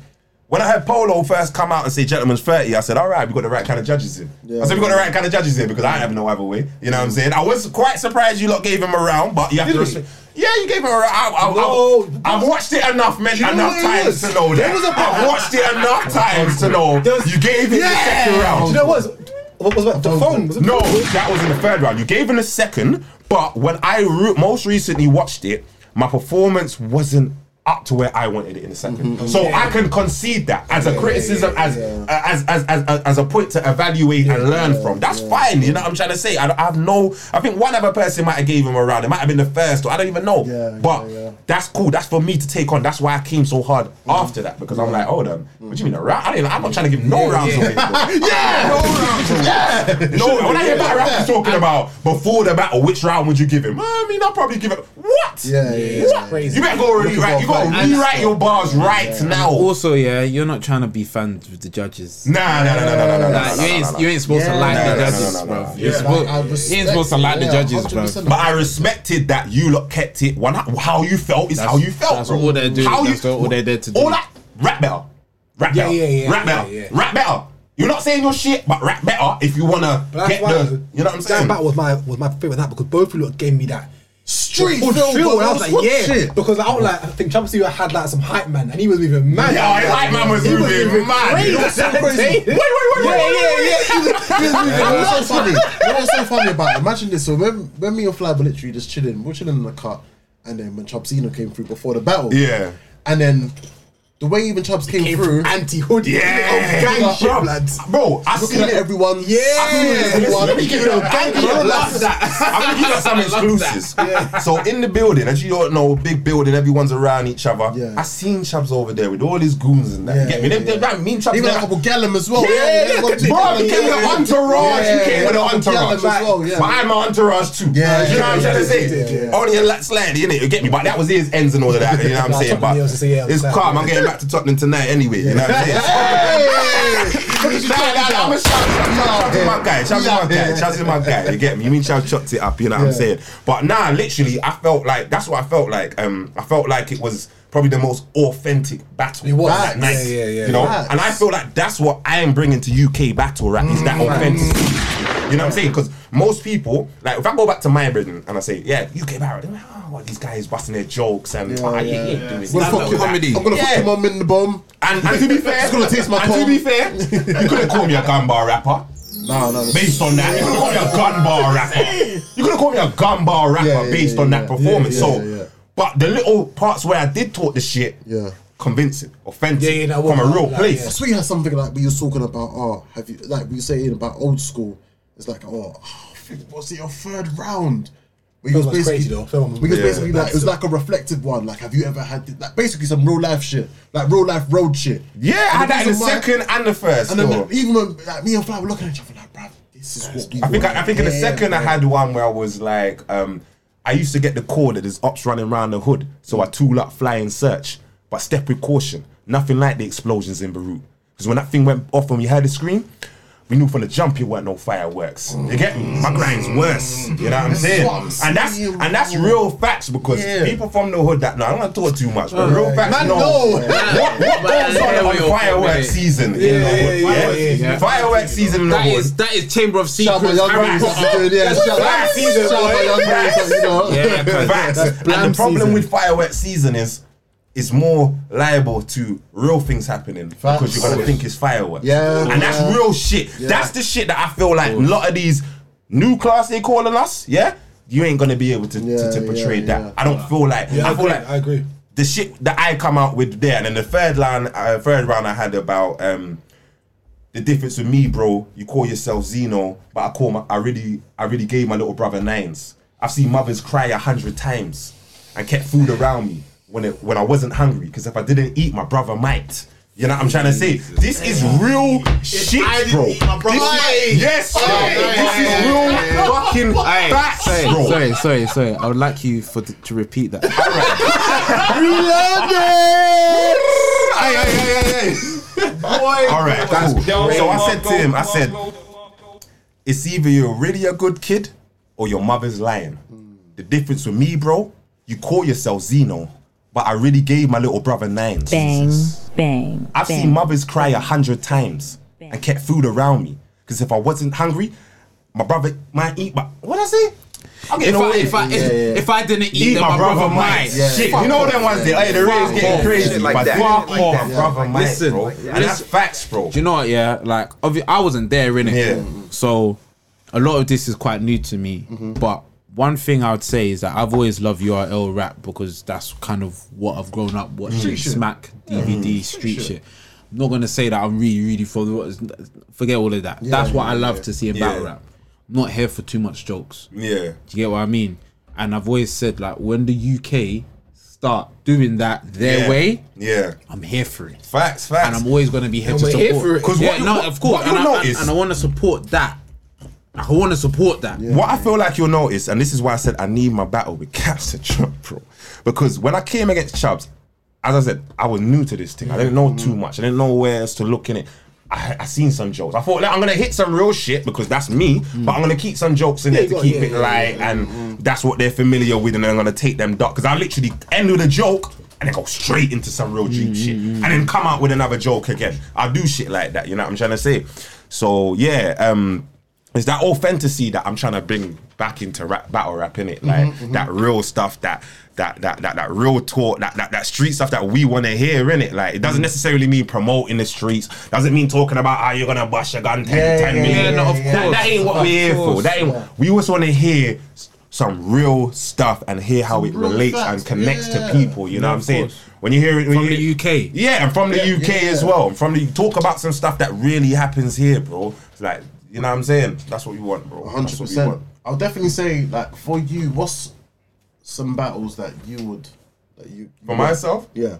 when I heard Polo first come out and say gentlemen's 30, I said, all right, we got the right kind of judges in. I said, we got the right kind of judges in because I have no other way. You know what I'm
Mm.
saying? I was quite surprised you lot gave him a round, but you have to respect. Yeah, you gave him a round. I, I,
No.
I, have watched it enough, man,
know
enough
what it
times
was?
to know that. I've watched it enough times to know
was-
you gave him the second round.
Do you know what? was- What was that? The phone? Was it
No, that was in the third round. You gave him a second, but when I re- most recently watched it, my performance wasn't up to where I wanted it in the 2nd
Mm-hmm.
So I can concede that as a criticism, as, uh, as, as as as as a point to evaluate and learn from. That's fine. You know what I'm trying to say. I, don't- I have no. I think one other person might have gave him a round. It might have been the first, or I don't even know.
Yeah,
but
yeah, yeah.
that's cool. That's for me to take on. That's why I came so hard after that because I'm like, hold on, what do you mean a round? I didn't, I'm not trying to give no rounds away. bro. yeah, no rounds. away. Yeah, no. When I hear battle rappers talking about before the battle, which round would you give him? I mean, I'll probably give it. What?
Yeah, yeah, yeah,
What? You better go
Look at
rewrite.
what
You got to
Vine-
rewrite your bars right now.
Also, yeah, you're not trying to be fans with the judges.
Nah, nah, nah, nah, nah, nah, nah, nah,
Like, you,
nah,
ain't,
nah,
you ain't supposed
Yeah.
to like
Nah,
the
nah,
judges,
nah, nah, nah,
bro.
nah.
You're
Yeah,
supposed-
I- I
you ain't
respect
supposed to like
it,
the
yeah,
judges, bro.
100%.
But I respected that you lot kept it. One, how you felt is how you felt.
that's
bro.
all they're doing-
How
that's all they're there to do.
All that rap better, rap better,
yeah, yeah,
rap
yeah,
better,
yeah.
rap better. You're not saying your shit, but rap better if you wanna
But that's
get
why
the. You know what I'm saying?
That battle was my was my favorite night because both of you lot gave me that
Street
good
feel,
feel.
bro.
And I was like,
That's what
yeah,
shit.
because I was like, I think Champ Stewart had like some hype man, and he was moving mad.
Yeah, his hype man was
He
moving mad.
crazy.
It was so
crazy.
Wait, wait,
wait,
yeah, yeah, yeah.
You know what's so funny? You know what's so funny about it? Imagine this. So when, when me and Fly were literally just chilling, we we're chilling in the car, and then when Chubzino came through before the battle,
Yeah.
and then the way even Chubs came, through,
Anti hood,
Yeah.
gang shit,
Bro,
lads.
Bro, I
looking
seen
at
it.
everyone,
Yeah.
looking at everyone,
Let me give you a gang
Bro, that's-
I'm gonna give you some exclusives. So in the building, as you don't know, big building, everyone's around each other.
Yeah.
I seen Chubbs over there with all his goons and that. you
Yeah,
get me?
yeah,
They, they, that mean Chubbs.
Even
they-
like Abu Gallum as well.
Yeah,
yeah,
bro,
yeah,
you came with an entourage.
Yeah,
you came with an
yeah,
entourage.
as well, yeah.
But I'm an entourage too.
Yeah,
you know what I'm
yeah,
trying to
yeah,
say?
yeah, yeah.
Only a lot slightly, innit? You get me? But that was his ends and all of that. You know what I'm
Nah,
saying?
Tottenham
But
Hill's just a- yeah,
it's
yeah.
calm. I'm getting back to Tottenham tonight anyway. You know what I'm saying? I'm a shout. Shout to my guy. Shout to my guy. Shout to my guy. You get me? You mean Chubbs chucked it up? You know what I'm saying? But nah, literally, I felt like that's what I felt like. Um, I felt like it was. Probably the most authentic battle. It
was.
That night,
Yeah, yeah, yeah.
You know,
Facts.
and I feel like that's what I am bringing to UK battle rap is
Mm.
that authenticity. You know what I'm saying? Because most people, like if I go back to my Britain and I say, yeah, UK battle, they're like, oh, what, these guys busting their jokes and oh, yeah, yeah, doing this.
Well, fuck
Stand-up
you.
comedy.
I'm gonna
Yeah.
put your mum in the bomb.
And, and to be fair,
It's gonna taste my
and to
cum.
be fair, you couldn't call me a gun bar rapper.
No, no, no.
Based on that, you couldn't call me a gun bar rapper. You couldn't call me a gun bar rapper
Yeah, yeah,
based
yeah,
on
yeah.
that performance.
Yeah, yeah,
so,
yeah, yeah.
but the little parts where I did talk the shit,
Yeah.
convincing, authentic,
Yeah, yeah, that
from a
one,
real
like,
place.
yeah.
Sweet has something like we was talking about. Oh, have you like we were saying about old school? It's like oh, was it your third round? We
Film was crazy, though. Film was-
we was
Yeah,
basically like it was
that's-
like a reflective one. Like, have you ever had th- like basically some real life shit, like real life road shit?
Yeah, I had
And the
that in the
reason why-
second and the first.
And then
though.
even when like me and Fly were looking at each other like, bruv, this is what we
I think
want
I, I think in the
here,
second I
bruv."
had one where I was like, um, I used to get the call that there's ops running around the hood, so I tool up, fly and search, but step with caution. Nothing like the explosions in Beirut, because when that thing went off and we heard the scream. We knew from the jump it weren't no fireworks. You get me? My grind's worse. You know what I'm saying?
what I'm
and that's
saying,
and that's real facts because
Yeah.
people from the hood that no, I'm not talk too much, but real facts
Man,
know
no.
what, what goes on on fireworks season. Yeah, Fireworks season in the
That
hood.
is that is Chamber of
Shout out my
Secrets.
young
Harry
brothers,
Potter.
dude, yeah, shout out-
Black season,
shout out my
boy.
young brothers, you know.
Facts.
That's
and
bland
the problem
season.
with fireworks season is it's more liable to real things happening because you're gonna think it's fireworks.
Yeah.
and that's real shit. That's the shit that I feel like a lot of these new class they calling us. Yeah, you ain't gonna be able to to, to
Yeah,
portray
yeah,
that.
yeah.
I don't feel like I, feel
agree,
like
I agree.
the shit that I come out with there, and then the third line, uh, third round I had about um, the difference with me, bro. You call yourself Zeno, but I call my, I really, I really gave my little brother nines. I've seen mothers cry a hundred times and kept food around me when it, when I wasn't hungry because if I didn't eat, my brother might. You know what I'm trying to say? This is real shit,
I didn't
bro.
eat, my brother
This is-
might.
yes, bro. this is real fucking facts,
Sorry,
bro.
sorry, sorry, sorry. I would like you for the, to repeat that.
Hey, hey, hey, hey, hey. All right, cool. So I said to him, I said, it's either you're really a good kid or your mother's lying. The difference with me, bro, you call yourself Zeno, but I really gave my little brother nines.
Bang, bang.
I've
bang.
seen mothers cry a hundred times and kept food around me because if I wasn't hungry, my brother might eat. But what I say? I'm
if,
getting
I,
away.
if, I, if, if I didn't eat,
Eat
them,
my, brother, might.
might.
Shit, you know them ones there. Hey, the rate's getting crazy.
Shit like
but
that.
fuck
Like
off,
that.
brother might,
Listen,
bro.
like that.
and that's facts, bro.
Do you know what? Yeah, like obvi- I wasn't there in it,
Yeah. Mm-hmm.
so a lot of this is quite new to me. But one thing I would say is that I've always loved URL rap because that's kind of what I've grown up watching: Smack, DVD, street shit. I'm not gonna say that I'm really, really for the forget all of that. that's what I love to see in battle
Yeah.
rap. I'm not here for too much jokes.
Yeah.
Do you get what I mean? And I've always said like when the UK start doing that their
Yeah.
way,
Yeah.
I'm here for it
Facts, facts.
and I'm always going to be here to
we're
support.
here for it.
'Cause
yeah,
what you-
no,
what-
of course,
what
and,
you'll
I, and,
notice-
and I want to support that. I want to support that.
What I feel like you'll notice, and this is why I said I need my battle with Caps and Chubb, bro. Because when I came against Chubbs, as I said, I was new to this thing. I didn't know too much. I didn't know where else to look in it. I, I seen some jokes. I thought like, I'm gonna hit some real shit because that's me, but I'm gonna keep some jokes in there to keep it light, and that's what they're familiar with, and then I'm gonna take them dark. Because I literally end with a joke and then go straight into some real deep shit, and then come out with another joke again. I do shit like that. You know what I'm trying to say? So yeah, um, it's that authenticity that I'm trying to bring back into rap, battle rap in it,
Mm-hmm,
like that real stuff, that that that that that real talk, that that, that street stuff that we want to hear in it. Like it doesn't
Mm.
necessarily mean promoting the streets, doesn't mean talking about how you're gonna bust your gun 10,
Yeah,
10
yeah,
million.
yeah, no, of
that, that ain't what we're here for. That ain't. We just want to hear s- some real stuff and hear how it
real
relates
facts,
and connects
yeah.
to people. You know what I'm saying? When you hear it when
From
you,
the UK.
yeah, and from the
Yeah,
UK
yeah,
as
yeah.
well. And from the talk about some stuff that really happens here, bro. It's like you know what I'm saying. That's what we want, bro.
hundred
That's what we
percent.
want.
I'll definitely say like for you, what's some battles that you would that you
For myself,
Yeah.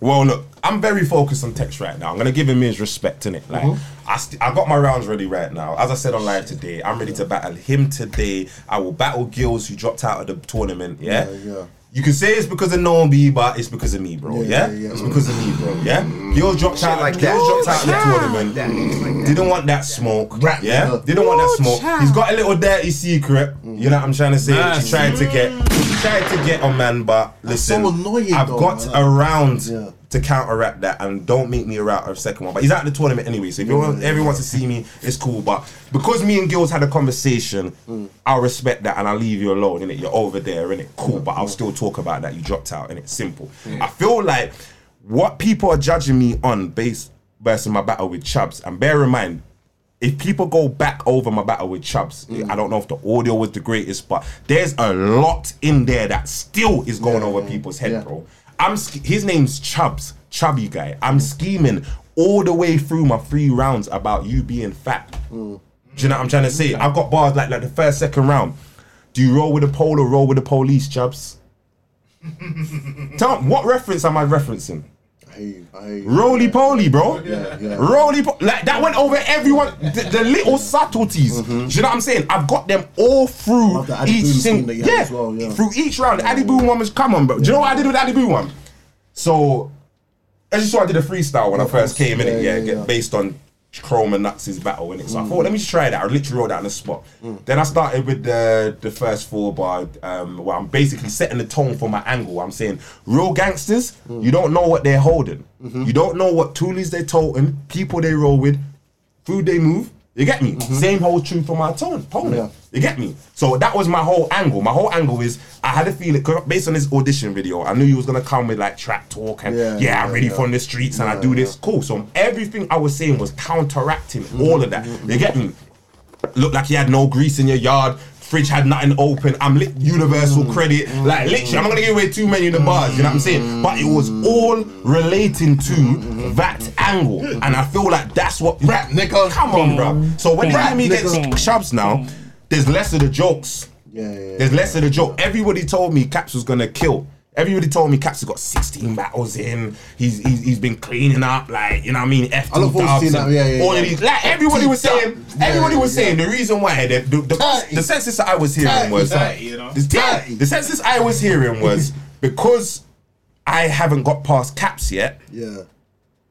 well, look, I'm very focused on text right now. I'm gonna give him his respect in it. Like
Uh-huh.
I, st- I got my rounds ready right now. As I said on live today, I'm ready to battle him today. I will battle Gills who dropped out of the tournament. Yeah,
Yeah, yeah.
You can say it's because of Noambi, but it's because of me, bro. Yeah,
Yeah, yeah, Mm. yeah.
it's because of me, bro. Yeah, Gills dropped out.
like that.
Gills dropped out of the tournament. Didn't want that smoke. yeah,
nigga.
didn't want that smoke. He's got a little dirty secret. You know what I'm trying to say? Which
Nice.
He's trying to get, he's trying to get on man. But listen,
so annoying,
I've
though,
got
man.
a round
Yeah.
to counteract that, and don't make me a route of second one. But he's out of the tournament anyway, so if you want, everyone wants to see me, it's cool. But because me and Gills had a conversation,
Mm.
I'll respect that and I'll leave you alone. Innit, you're over there, innit, cool. But I'll still talk about that. You dropped out, and it's simple. I feel like what people are judging me on based versus my battle with Chubs, and bear in mind if people go back over my battle with Chubbs,
Mm.
I don't know if the audio was the greatest, but there's a lot in there that still is going over people's head,
yeah.
bro. I'm sch- his name's Chubbs, chubby guy. I'm
Mm.
scheming all the way through my three rounds about you being fat.
Mm.
Do you know what I'm trying to say? I've got bars like like the first second round. Do you roll with the pole or roll with the police, Chubbs? Tell what reference am I referencing?
I hear you. I hear you.
Roly poly, bro.
Yeah, yeah.
Roly poly. Like, that went over everyone. The, the little subtleties. Do you know what I'm saying? I've got them all through
Love the Addy
each
Boom
sing-
Mm-hmm. scene that you had
yeah,
as well, yeah.
Through each round. The Addy Boom one was, come on, bro. Do you know what I did with the Addy Boom one? So, as you saw, I did a freestyle when I first came in it, yeah,
Yeah, yeah,
get-
yeah.
based on Chrome and Nux's battle in it. So I thought, let me just try that. I literally wrote that on the spot.
Mm.
Then I started with the the first four bar, um, where I'm basically setting the tone for my angle. I'm saying, real gangsters,
Mm.
you don't know what they're holding.
Mm-hmm.
You don't know what toolies they're toting, people they roll with, food they move. You get me? Same whole truth for my tone, opponent.
Mm-hmm. Yeah.
You get me? So that was my whole angle. My whole angle is I had a feeling 'cause based on this audition video, I knew you was gonna come with like trap talk and yeah,
Yeah,
I'm
yeah,
really
yeah.
from the streets and I do this. Cool. So everything I was saying was counteracting all of that. You get me? Looked like he had no grease in your yard. Fridge had nothing open. I'm lit universal
Mm.
credit. Like literally, I'm not gonna give away too many of the bars. You know what I'm
Mm.
saying? But it was all relating to that angle, and I feel like that's what rap nigga. Come on, bro. So when the enemy gets chubs now, there's less of the jokes.
Yeah, yeah,
There's less of the joke. Everybody told me Caps was gonna kill. Everybody told me Caps has got 16 battles in. He's he's, he's been cleaning up, like you know what I mean. F2
I look forward to
dubs
seeing
and
that, yeah, yeah,
all of
yeah.
these. Like everybody was saying,
Yeah,
everybody was
yeah.
saying the reason why the the, the,
Dirty.
the census that I was hearing was
Dirty, you know?
the, yeah, the census I was hearing was because I haven't got past Caps yet
yeah.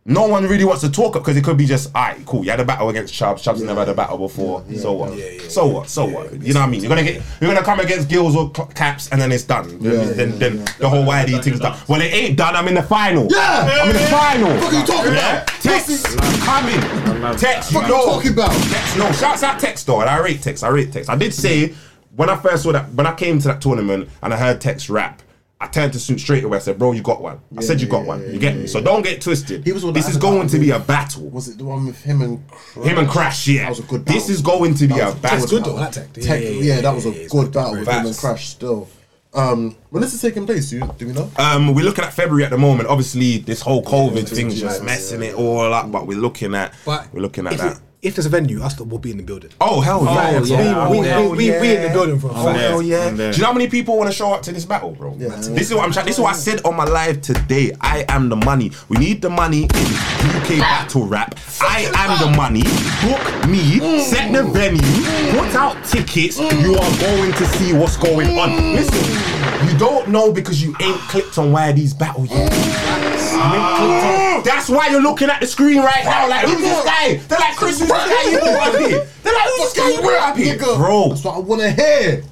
no one really wants to talk up because it could be just, all right, cool. You had a battle against Chubbs. Chubbs never had a battle before. so what? so what? So what? You know what I mean? You're gonna get, you're gonna come against Gills or Cl- Caps, and then it's done. then then, then the whole YD thing's done. Well, it ain't done. I'm in the final.
Yeah!
I'm in the final. What
are you talking about?
Text coming. Text.
What are you
no.
talking about?
Text. No. Shouts out Text though. And I rate Text. I rate Text. I did say when I first saw that when I came to that tournament and I heard Text rap. I turned to Suit straight away. I said, "Bro, you got one." I said, "You got one." You get me? So don't get twisted.
He was all
this
that
is
had
going to
that
be a battle.
Was it the one with him and Crash?
Him and Crash, yeah.
That was a good
This
battle.
is going to be
That
a
was
battle.
good
though, that tech. Yeah,
Tech-
yeah,
yeah,
yeah,
that was a
yeah, it's
good battle with him and
Facts.
Crash still. Um, when is it taking place? Do you, do we know?
Um, we're looking at February at the moment. Obviously, this whole COVID thing's
yeah,
just
yeah,
messing it all up. But we're looking at
But
we're looking at
if
that.
it- If there's a venue, us lot will be in the building.
oh hell yeah!
yeah,
bro.
we- we- we- we in the building for a
Oh,
fact.
hell yeah!
I'm there.
Do you know how many people want to show up to this battle, bro?
Yeah.
This is what I'm trying. This is what I said on my live today. I am the money. We need the money in UK battle rap. I am the money. Book me. Set the venue. Put out tickets. You are going to see what's going on. Listen, you don't know because you ain't clicked on why these battle yet. That's why you're looking at the screen right now. Like, who's this guy? They're like, Chris, who's this guy you put up here? They're like, who's this guy you put up here?
Nigga,
Bro,
That's what I want to hear.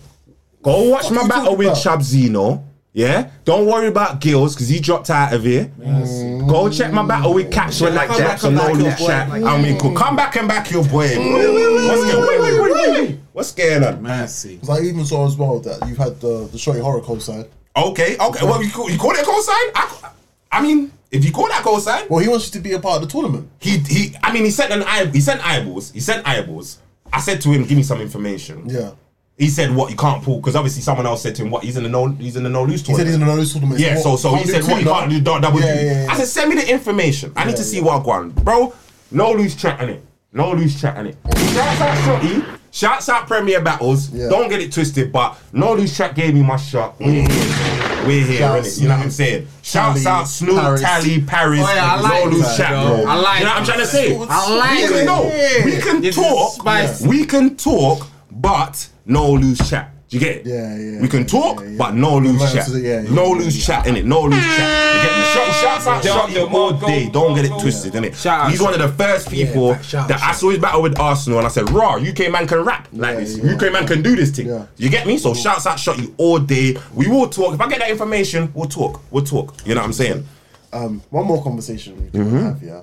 Go watch my
you
battle
talking
with
about?
Chabzino. Yeah, don't worry about Gills because he dropped out of here.
Mm.
Go check my battle with Caps when that
come
drops
back
on
and
no
back your
loop
boy,
chat.
like-
And we could come back and back your boy. What's going- wait, wait, wait, wait, wait. What's going on?
Mercy.
Because I even saw as well that you've had the the shorty horror co side.
Okay, okay. Well, you call, you call it a call sign? I, ca- I mean, if you call that call sign,
Well, he wants you to be a part of the tournament.
he he. I mean, he sent an eye. He sent eyeballs. He sent eyeballs. I said to him, "Give me some information."
Yeah.
He said, "What you can't pull?" Because obviously someone else said to him, "What he's in the no he's in the no lose
He said he's in
tournament."
another tournament.
Yeah, so so he said, "What you can't do dou- double
Yeah,
do."
yeah, yeah.
I said, "Send me the information. I need to see what going, bro." No loose chat on it. No loose chat on it. Shouts out Shotty. Shouts out Premier Battles.
Yeah.
Don't get it twisted, but no loose chat gave me my shot. We're here. We're here,
Shouts
innit? You know what I'm
Snoop,
saying? Shouts
Tally,
out Snoop,
Paris.
Tally, Paris.
Oh, yeah, I like
no loose
that,
chat,
yo.
bro.
I like
you know what I'm
that.
trying to say?
I like
we can,
it.
No, we can
This is
talk.
spicy.
We can talk, but no loose chat. Do you get it?
Yeah, yeah,
We can
yeah,
talk,
yeah, yeah.
but no loose
Right,
chat.
so, yeah, yeah,
no
yeah,
loose chat in it. No loose chat. You get me? Shout, shouts out Shotty all day. Don't get it twisted in it.
Shout out
He's one of the first people
fact, shout out
that I saw his battle with Arsenal, and I said, "Raw, UK man can rap like this. UK man can do this thing."
Yeah.
You get me? So shouts out Shotty all day. We will talk. If I get that information, we'll talk. We'll talk. You know what I'm saying?
Um, one more conversation we can have, yeah.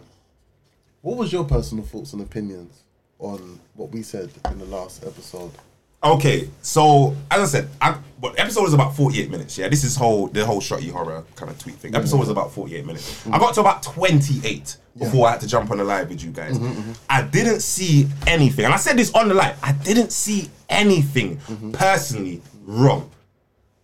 What was your personal thoughts and opinions on what we said in the last episode?
Okay, so as I said, I, but episode was about forty-eight minutes. Yeah, this is whole the whole shotty horror kind of tweet thing. Episode was about forty-eight minutes. I got to about twenty-eight before I had to jump on the live with you guys. I didn't see anything, and I said this on the live. I didn't see anything personally wrong.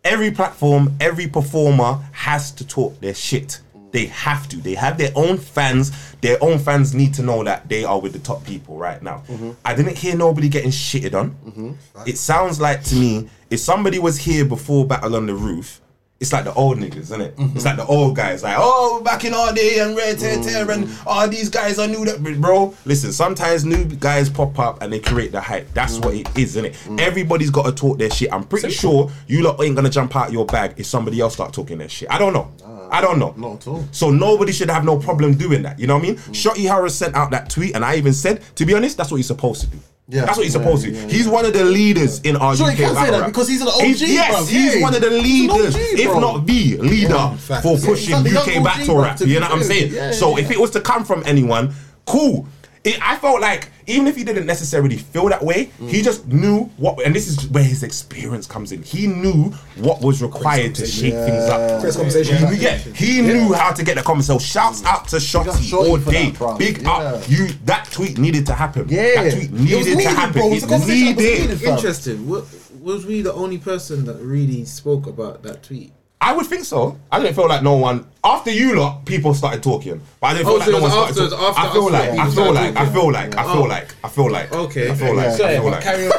every platform, every performer has to talk their shit. They have to. They have their own fans. Their own fans need to know that they are with the top people right now. I didn't hear nobody getting shitted on. It sounds like to me, if somebody was here before Battle on the Roof, it's like the old niggas, isn't it?
Mm-hmm.
It's like the old guys, like, oh, back in our day and red tear tear
Mm.
and all these guys are new that bro. Listen, sometimes new guys pop up and they create the hype. That's
Mm.
what it is, isn't it? Everybody's gotta talk their shit. I'm pretty sure you lot ain't gonna jump out your bag if somebody else start talking their shit. I don't know. I don't know.
Not at all. Mm.
So nobody should have no problem doing that. You know what I mean? Shotty Harris sent out that tweet, and I even said, to be honest, that's what he's supposed to do.
Yeah.
That's what he's
Yeah,
supposed to
yeah,
do.
yeah.
He's one of the leaders in our
Sure,
UK
he can
battle
say that
rap.
because he's an OG,
He's- yes,
bruv.
he's
Yeah.
one of the
He's an OG,
leaders, if
bro.
not the leader,
Yeah, facts.
for
Yeah,
pushing
he's like the
UK
young
battle
OG, bro,
rap.
to
You know
be
what I'm
fair.
saying?
Yeah,
so
yeah.
if it was to come from anyone, cool. It, I felt like even if he didn't necessarily feel that way, he
Mm.
just knew what, and this is where his experience comes in. He knew what was required to shake things up.
Press conversation.
Yeah, yeah, he knew how to get the comment. So
Mm.
shouts out to Shotty
Shotty
all
for
day.
that, bruv.
Big
Yeah.
up. You that tweet needed to happen.
Yeah.
That tweet
It was
needed, to
needed,
happen.
bro. It was a
It
conversation that was
needed.
needed. fam.
Interesting. Wa- Was we the only person that really spoke about that tweet?
I would think so. I didn't feel like no one after you lot, people started talking. But I didn't feel
Oh,
like
so
no
it
one
was
started
after-
talking.
after
I feel like
us lot,
I
people
feel
started
like I
talking. Oh.
feel like I feel like I feel like
Okay.
I feel like
Yeah.
I feel like.
Carry on.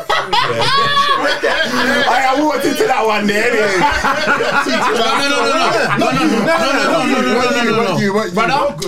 I, I walked into that one there.
no, no, no,
No,
no.
no, no,
no, no, no, no, no, no.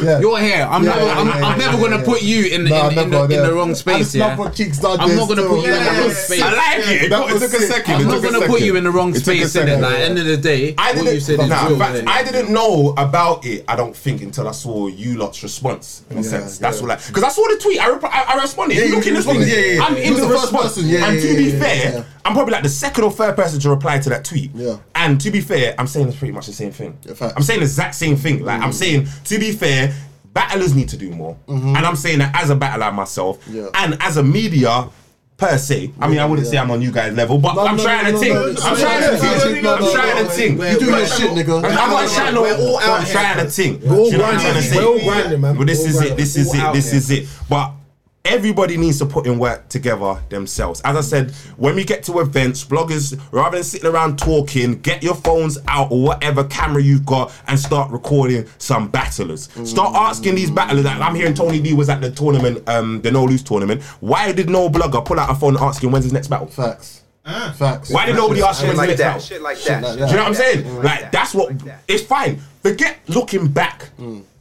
Brother,
You're here. I'm never. I'm, I'm never gonna put you in the, in, the- in, the, in the wrong space. Yeah. I'm not gonna put you in the wrong space.
I like it. It
That
took- It
was
took a
sick.
second.
I'm
It
not
took a
gonna
second.
put you in the wrong
took a
space. At
second.
like, end of the day,
I didn't.
what you said is
nah,
real.
in fact,
innit?
I didn't know about it. I don't think until I saw you lot's response. In a
Yeah,
sense,
yeah.
that's what. Because I saw the tweet. I, rep- I, I responded.
Yeah,
you
you
look in the tweet.
responded. Yeah, yeah,
I'm
yeah.
in
You was
the
the first
response.
person. Yeah,
and
yeah,
to be
yeah, yeah,
fair,
yeah.
I'm probably like the second or third person to reply to that tweet.
Yeah.
And to be fair, I'm saying it's pretty much the same thing.
Yeah, facts. Mm.
I'm saying the exact same thing. Like I'm saying, to be fair. Battlers need to do more, and I'm saying that as a battler myself,
Mm-hmm. Yeah.
and as a media per se. I mean, I wouldn't say I'm on you guys level, but I'm
no,
trying
no,
to
no,
think.
no, no,
I'm
no,
trying
no,
to
no, no,
think.
no,
I'm
no,
trying to
no,
think.
You do your shit, nigga.
I'm not trying to. I'm trying to think. Do
all
you know what I'm
grinding,
trying to
man. We're all
say?
grinding, man.
But this
We're
is
all
it. This is
grinding.
it.
All
This
out
is it. But everybody needs to put in work together themselves. As I said, when we get to events, bloggers, rather than sitting around talking, get your phones out or whatever camera you've got and start recording some battlers. Start asking these battlers. Like I'm hearing Tony D was at the tournament, um, the No Lose tournament. Why did no blogger pull out a phone asking when's his next battle?
Facts. Facts.
Why did nobody ask him when's his
like
next
that.
battle?
Shit like that.
like
Shit
Do you know what
that.
I'm saying? Like, that's what it's fine. Forget looking back.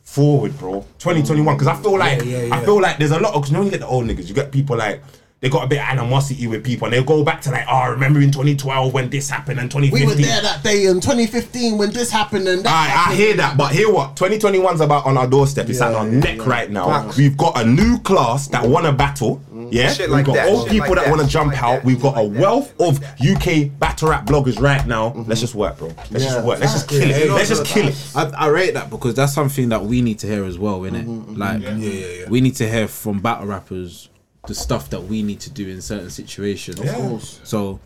Forward, bro. 2021. Because I feel like I feel like there's a lot of because when you get the old niggas, you get people like they got a bit of animosity with people and they'll go back to like, oh, I remember in 2012 when this happened and 2015.
We were there that day in 2015 when this happened and that.
I, I hear that, but hear what? 2021's about on our doorstep. It's at our neck right now. We've got a new class that want to battle. Yeah,
Mm. Shit
we've
like
got
that,
old
shit
people
like
that
that,
want to
shit
jump
like
out.
that,
We've
shit
got a
like that, Mm-hmm.
wealth of UK battle rap bloggers right now. Let's just work, bro. Let's
Yeah.
just work. Let's just kill it. Let's just kill it.
I, I rate that because that's something that we need to hear as well, innit? Like, we need to hear from battle rappers the stuff that we need to do in certain situations. Of
course.
So,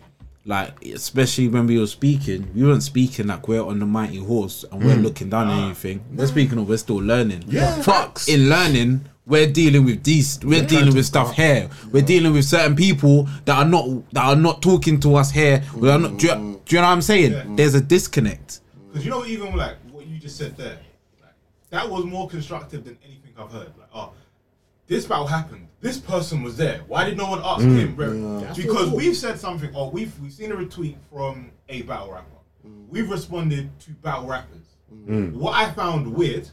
like, especially when we were speaking, we weren't speaking like we're on the mighty horse and we're looking down on anything. We're speaking of we're still learning. Yeah. But in learning, we're dealing with these. We're dealing with stuff here. We're dealing with certain people that are not that are not talking to us here. We are not. Do you, do you know what I'm saying? There's a disconnect.
Because you know, even like what you just said there, like, that was more constructive than anything I've heard. Like, oh, this battle happened. This person was there. Why did no one ask
Mm.
him? bro? Because we've said something, or we've we've seen a retweet from a battle rapper.
Mm.
We've responded to battle rappers. Mm. What I found weird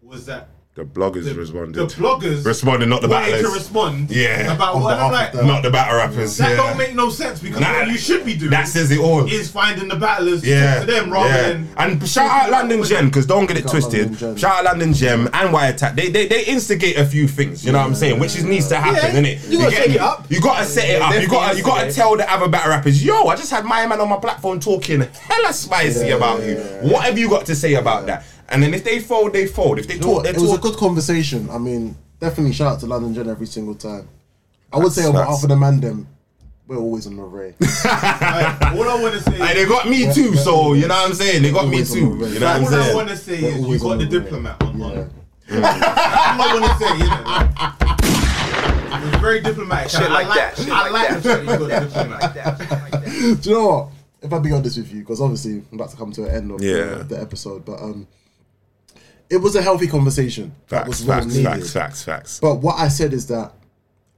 was that
The bloggers
the,
responded.
the bloggers
Responding, not the
wanted to
battlers.
respond.
Yeah.
about
On
what I'm
behalf
like.
of
That
them.
Not the battle rappers. yeah.
don't make no sense because
Nah,
what you should be doing
that says it all.
is finding the battlers to
Yeah,
talk to them rather
yeah.
than
and shout out London Gem because don't get it
Shout out
twisted.
London Gem.
Shout out London Gem and Wiretap. They, they they instigate a few things. You know what I'm saying, which is needs to happen, innit?
You gotta
get
set
me?
it up.
You gotta set it up. You gotta you gotta tell the other battle rappers, yo, I just had my man on my platform talking hella spicy about you. What have you got to say about that? And then if they fold, they fold. If they
You know
talk,
what?
they
It was a
talk.
good conversation. I mean, definitely shout out to London Gen every single time. I would say on
That's-
behalf of the man them, we're always on the ray.
Like, all I want to say
Like,
is,
they got me too, so you know what I'm saying. They got me
Always on
too. You know
the red.
what I'm
all I
saying.
want to say
We're
is you
always
got
on
the
the
diplomat on.
Yeah.
on. That's all I want to say, you know. Like, it's very diplomatic.
Shit
I
like
like
that, shit
I
like
like
that,
the fact you got the diplomat.
like that.
Do you know what? if I be honest with you, because obviously I'm about to come to an end of
Yeah.
the, the episode, but um, it was a healthy conversation. that was
Facts,
well
facts,
needed.
facts, facts, facts.
But what I said is that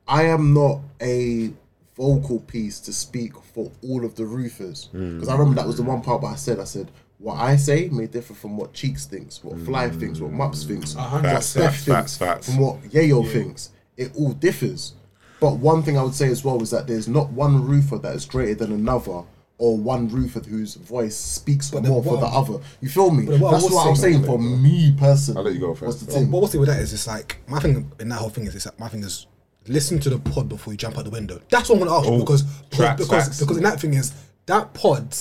I am not a vocal piece to speak for all of the roofers.
Hmm.
Because I remember that was the one part where I said, I said, what I say may differ from what Cheeks thinks, what Fly
Hmm.
thinks, what Mups thinks, what
Facts,
Steph
facts,
thinks,
facts, facts.
from what Yayo thinks. It all differs. But one thing I would say as well is that there's not one roofer that is greater than another. Or one roofer whose voice speaks more for the other. You feel me?
what I
That's
was
what I'm
saying-
saying for me personally.
I'll let you go first.
was the
Well,
thing.
but what's it with that is it's like my thing in that whole thing is it's like my thing is listen to the pod before you jump out the window. That's what I'm gonna ask you
Oh,
because
facts,
because
facts.
because in that thing is that pod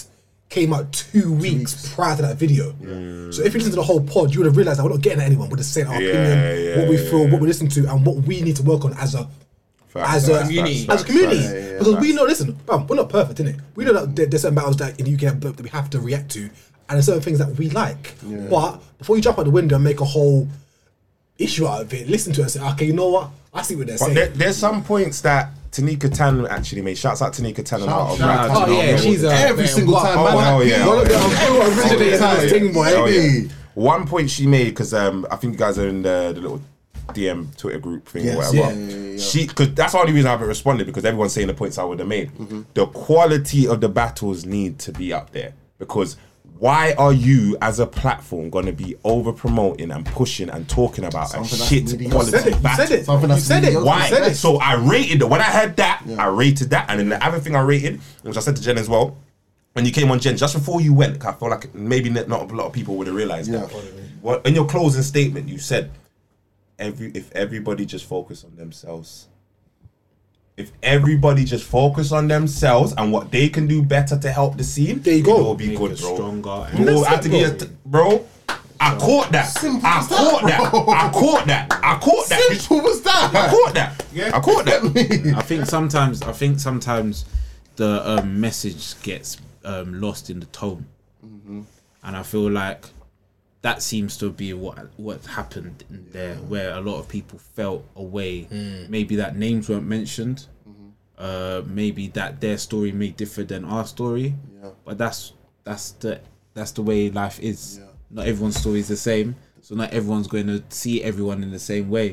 came out two weeks, prior to that video. So if you listen to the whole pod, you would have realized that we're not getting at anyone. We're just saying our
Yeah,
opinion,
yeah,
what we feel,
yeah.
what we listen to, and what we need to work on as a
Facts,
as, a,
facts,
community.
facts,
as a community,
facts, facts.
because we know. Listen, fam, we're not perfect, innit? We know that there, there's certain battles that in the UK that we have to react to, and there's certain things that we like. But before you jump out the window and make a whole issue out of it, listen to it and say, okay, you know what? I see what they're
But
saying.
there, there's some points that Tanika Tan actually made. Shouts out Tanika Tan and Heart of
shout
Rap.
out.
Do you know
Oh, yeah,
uh, what?
she's a-
every single time.
Oh,
man.
hell yeah,
One
hell
of them,
yeah.
everyone originated
Oh,
this thing, boy.
Oh, yeah.
Hey.
One point she made because um, I think you guys are in the, the little DM Twitter group thing
Yes,
or whatever.
yeah, yeah, yeah, yeah.
She because that's the only reason I haven't responded because everyone's saying the points I would have made.
Mm-hmm.
The quality of the battles need to be up there because. Why are you, as a platform, going to be over promoting and pushing and talking about
Something
a
that's
shit
mediocre.
quality
you said it. You
battle?
said it.
Something
you
that's
said it.
mediocre.
Why?
You said it.
So I rated it. When I heard that, I rated that. And then the other thing I rated, which I said to Jen as well, when you came on Jen, just before you went, 'cause I felt like maybe not not a lot of people would have realized
Yeah.
that. Well, in your closing statement, you said, "Every if everybody just focus on themselves, if everybody just focus on themselves and what they can do better to help the scene,
There you go.
it'll be
Make
good,
us
bro.
stronger and-
Bro,
That's
I think
it,
he has
bro.
t- bro. I caught that.
Simple
I
as that,
caught that.
bro.
I caught that. I caught that.
Simple
I
was that.
caught that. I caught that.
I think sometimes I think sometimes the um, message gets um, lost in the tone,
Mm-hmm.
and I feel like that seems to be what what happened in there, where a lot of people felt away.
Mm.
Maybe that names weren't mentioned. Uh, maybe that their story may differ than our story.
Yeah.
But that's that's the that's the way life is.
Yeah.
Not everyone's story is the same, so not everyone's going to see everyone in the same way.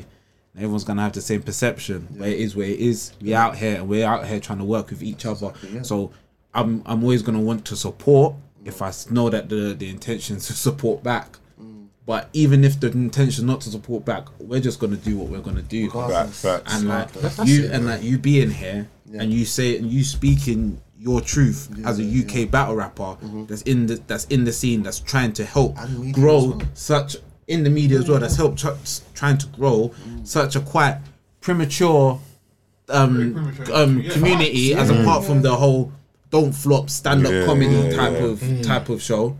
And everyone's gonna have the same perception. But it is where it is. We're out here and we're out here trying to work with each other. So I'm I'm always gonna want to support
Mm.
if I s- know that the the intention is to support back.
Mm.
But even if the intention not to support back, we're just gonna do what we're gonna do
Facts, facts.
and like you and like you being here and you say and you speaking your truth as a UK battle rapper
Mm-hmm.
that's in the that's in the scene that's trying to help
And media
grow
as well.
such in the media as well that's helped tr- trying to grow
Mm.
such a quite premature um
premature.
um
Yeah.
community as apart from the whole don't flop stand up
Yeah,
comedy
yeah,
type
yeah.
of
Mm.
type of show.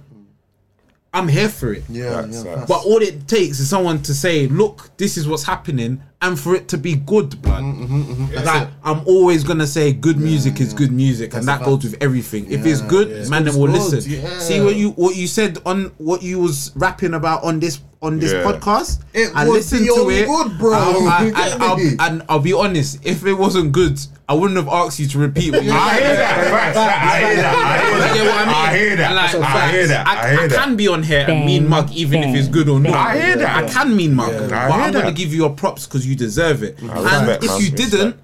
I'm here for it.
Yeah,
Facts,
yeah.
facts.
But all it takes is someone to say, "Look, this is what's happening," and for it to be
Mm-hmm,
good, blood. Like I'm always gonna say, good music is good music, and that goes with everything. if it's good, man, then
It's
will
good,
listen.
yeah.
See what you what you said on what you was rapping about on this on this
Yeah.
podcast,
It
and
would
listen
be
to
only
it.
good, bro.
And, I,
You get
and, I'll,
me?
and I'll be honest, if it wasn't good, I wouldn't have asked you to repeat what you
I hear that. Facts, I hear
You get what I mean?
that. I hear that.
Like,
I hear that.
I,
I hear that. I hear
I can
that.
be on here and mean mug even if it's good or not.
I hear that.
I can mean mug, but
I hear
I'm going to
that.
give you your props because you deserve it.
respect,
and if
man,
you
respect.
didn't,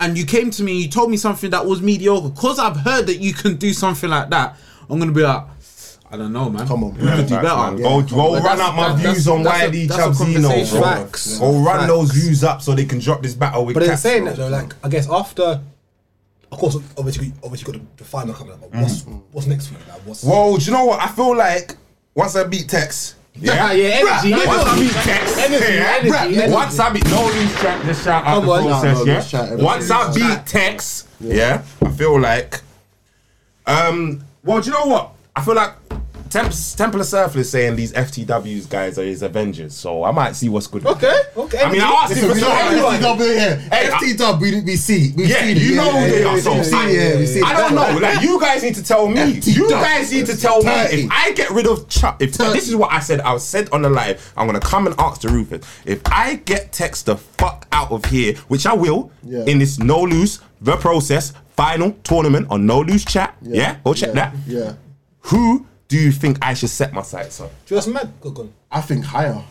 and you came to me and you told me something that was mediocre, because I've heard that you can do something like that, I'm going to be like, I don't know, man.
Come on,
you could do
Facts, man.
better.
Go, go
But
run
that's-
up my
that- that's-
views on
that's a-
YD
that's a
Chabzino,
conversation.
bro.
Facts.
Go run
Facts.
those views up so they can drop this battle with
But in
Caps,
saying
bro.
that though, like I guess after, of course, obviously, obviously, got the final coming up. But what's what's next week? Like, what's
Whoa, do you know what? I feel like once I beat Tex. Yeah,
yeah, energy,
Bruh, Once I
energy.
beat Tex.
Energy,
yeah,
energy,
bruh,
energy.
Once I beat. No, these track, just shout out
Come
the
on.
process,
Oh, No, no,
yeah?
just shout it.
Once I
Just
beat Tex, yeah, I feel like. Um. Well, do you know what? I feel like Temp- Templar Surf is saying these FTWs guys are his Avengers, so I might see what's good. with
Okay,
that.
okay.
I mean, I asked him
Listen,
for
we know
something.
FTW here. FTW, we, we see. We
Yeah,
see it.
you know who they are. So
we see
I,
it, yeah, we see it.
I don't know. Like you guys need to tell me. You guys need to tell me if I get rid of Chuck. If this is what I said, I said on the live. I'm gonna come and ask the Rufus. If I get text the fuck out out of here, which I will,
Yeah.
in this no lose the process final tournament on no lose chat. Yeah, go check that.
Yeah.
Who do you think I should set my sights on?
Do you know what's mad? Go, go on.
I think higher.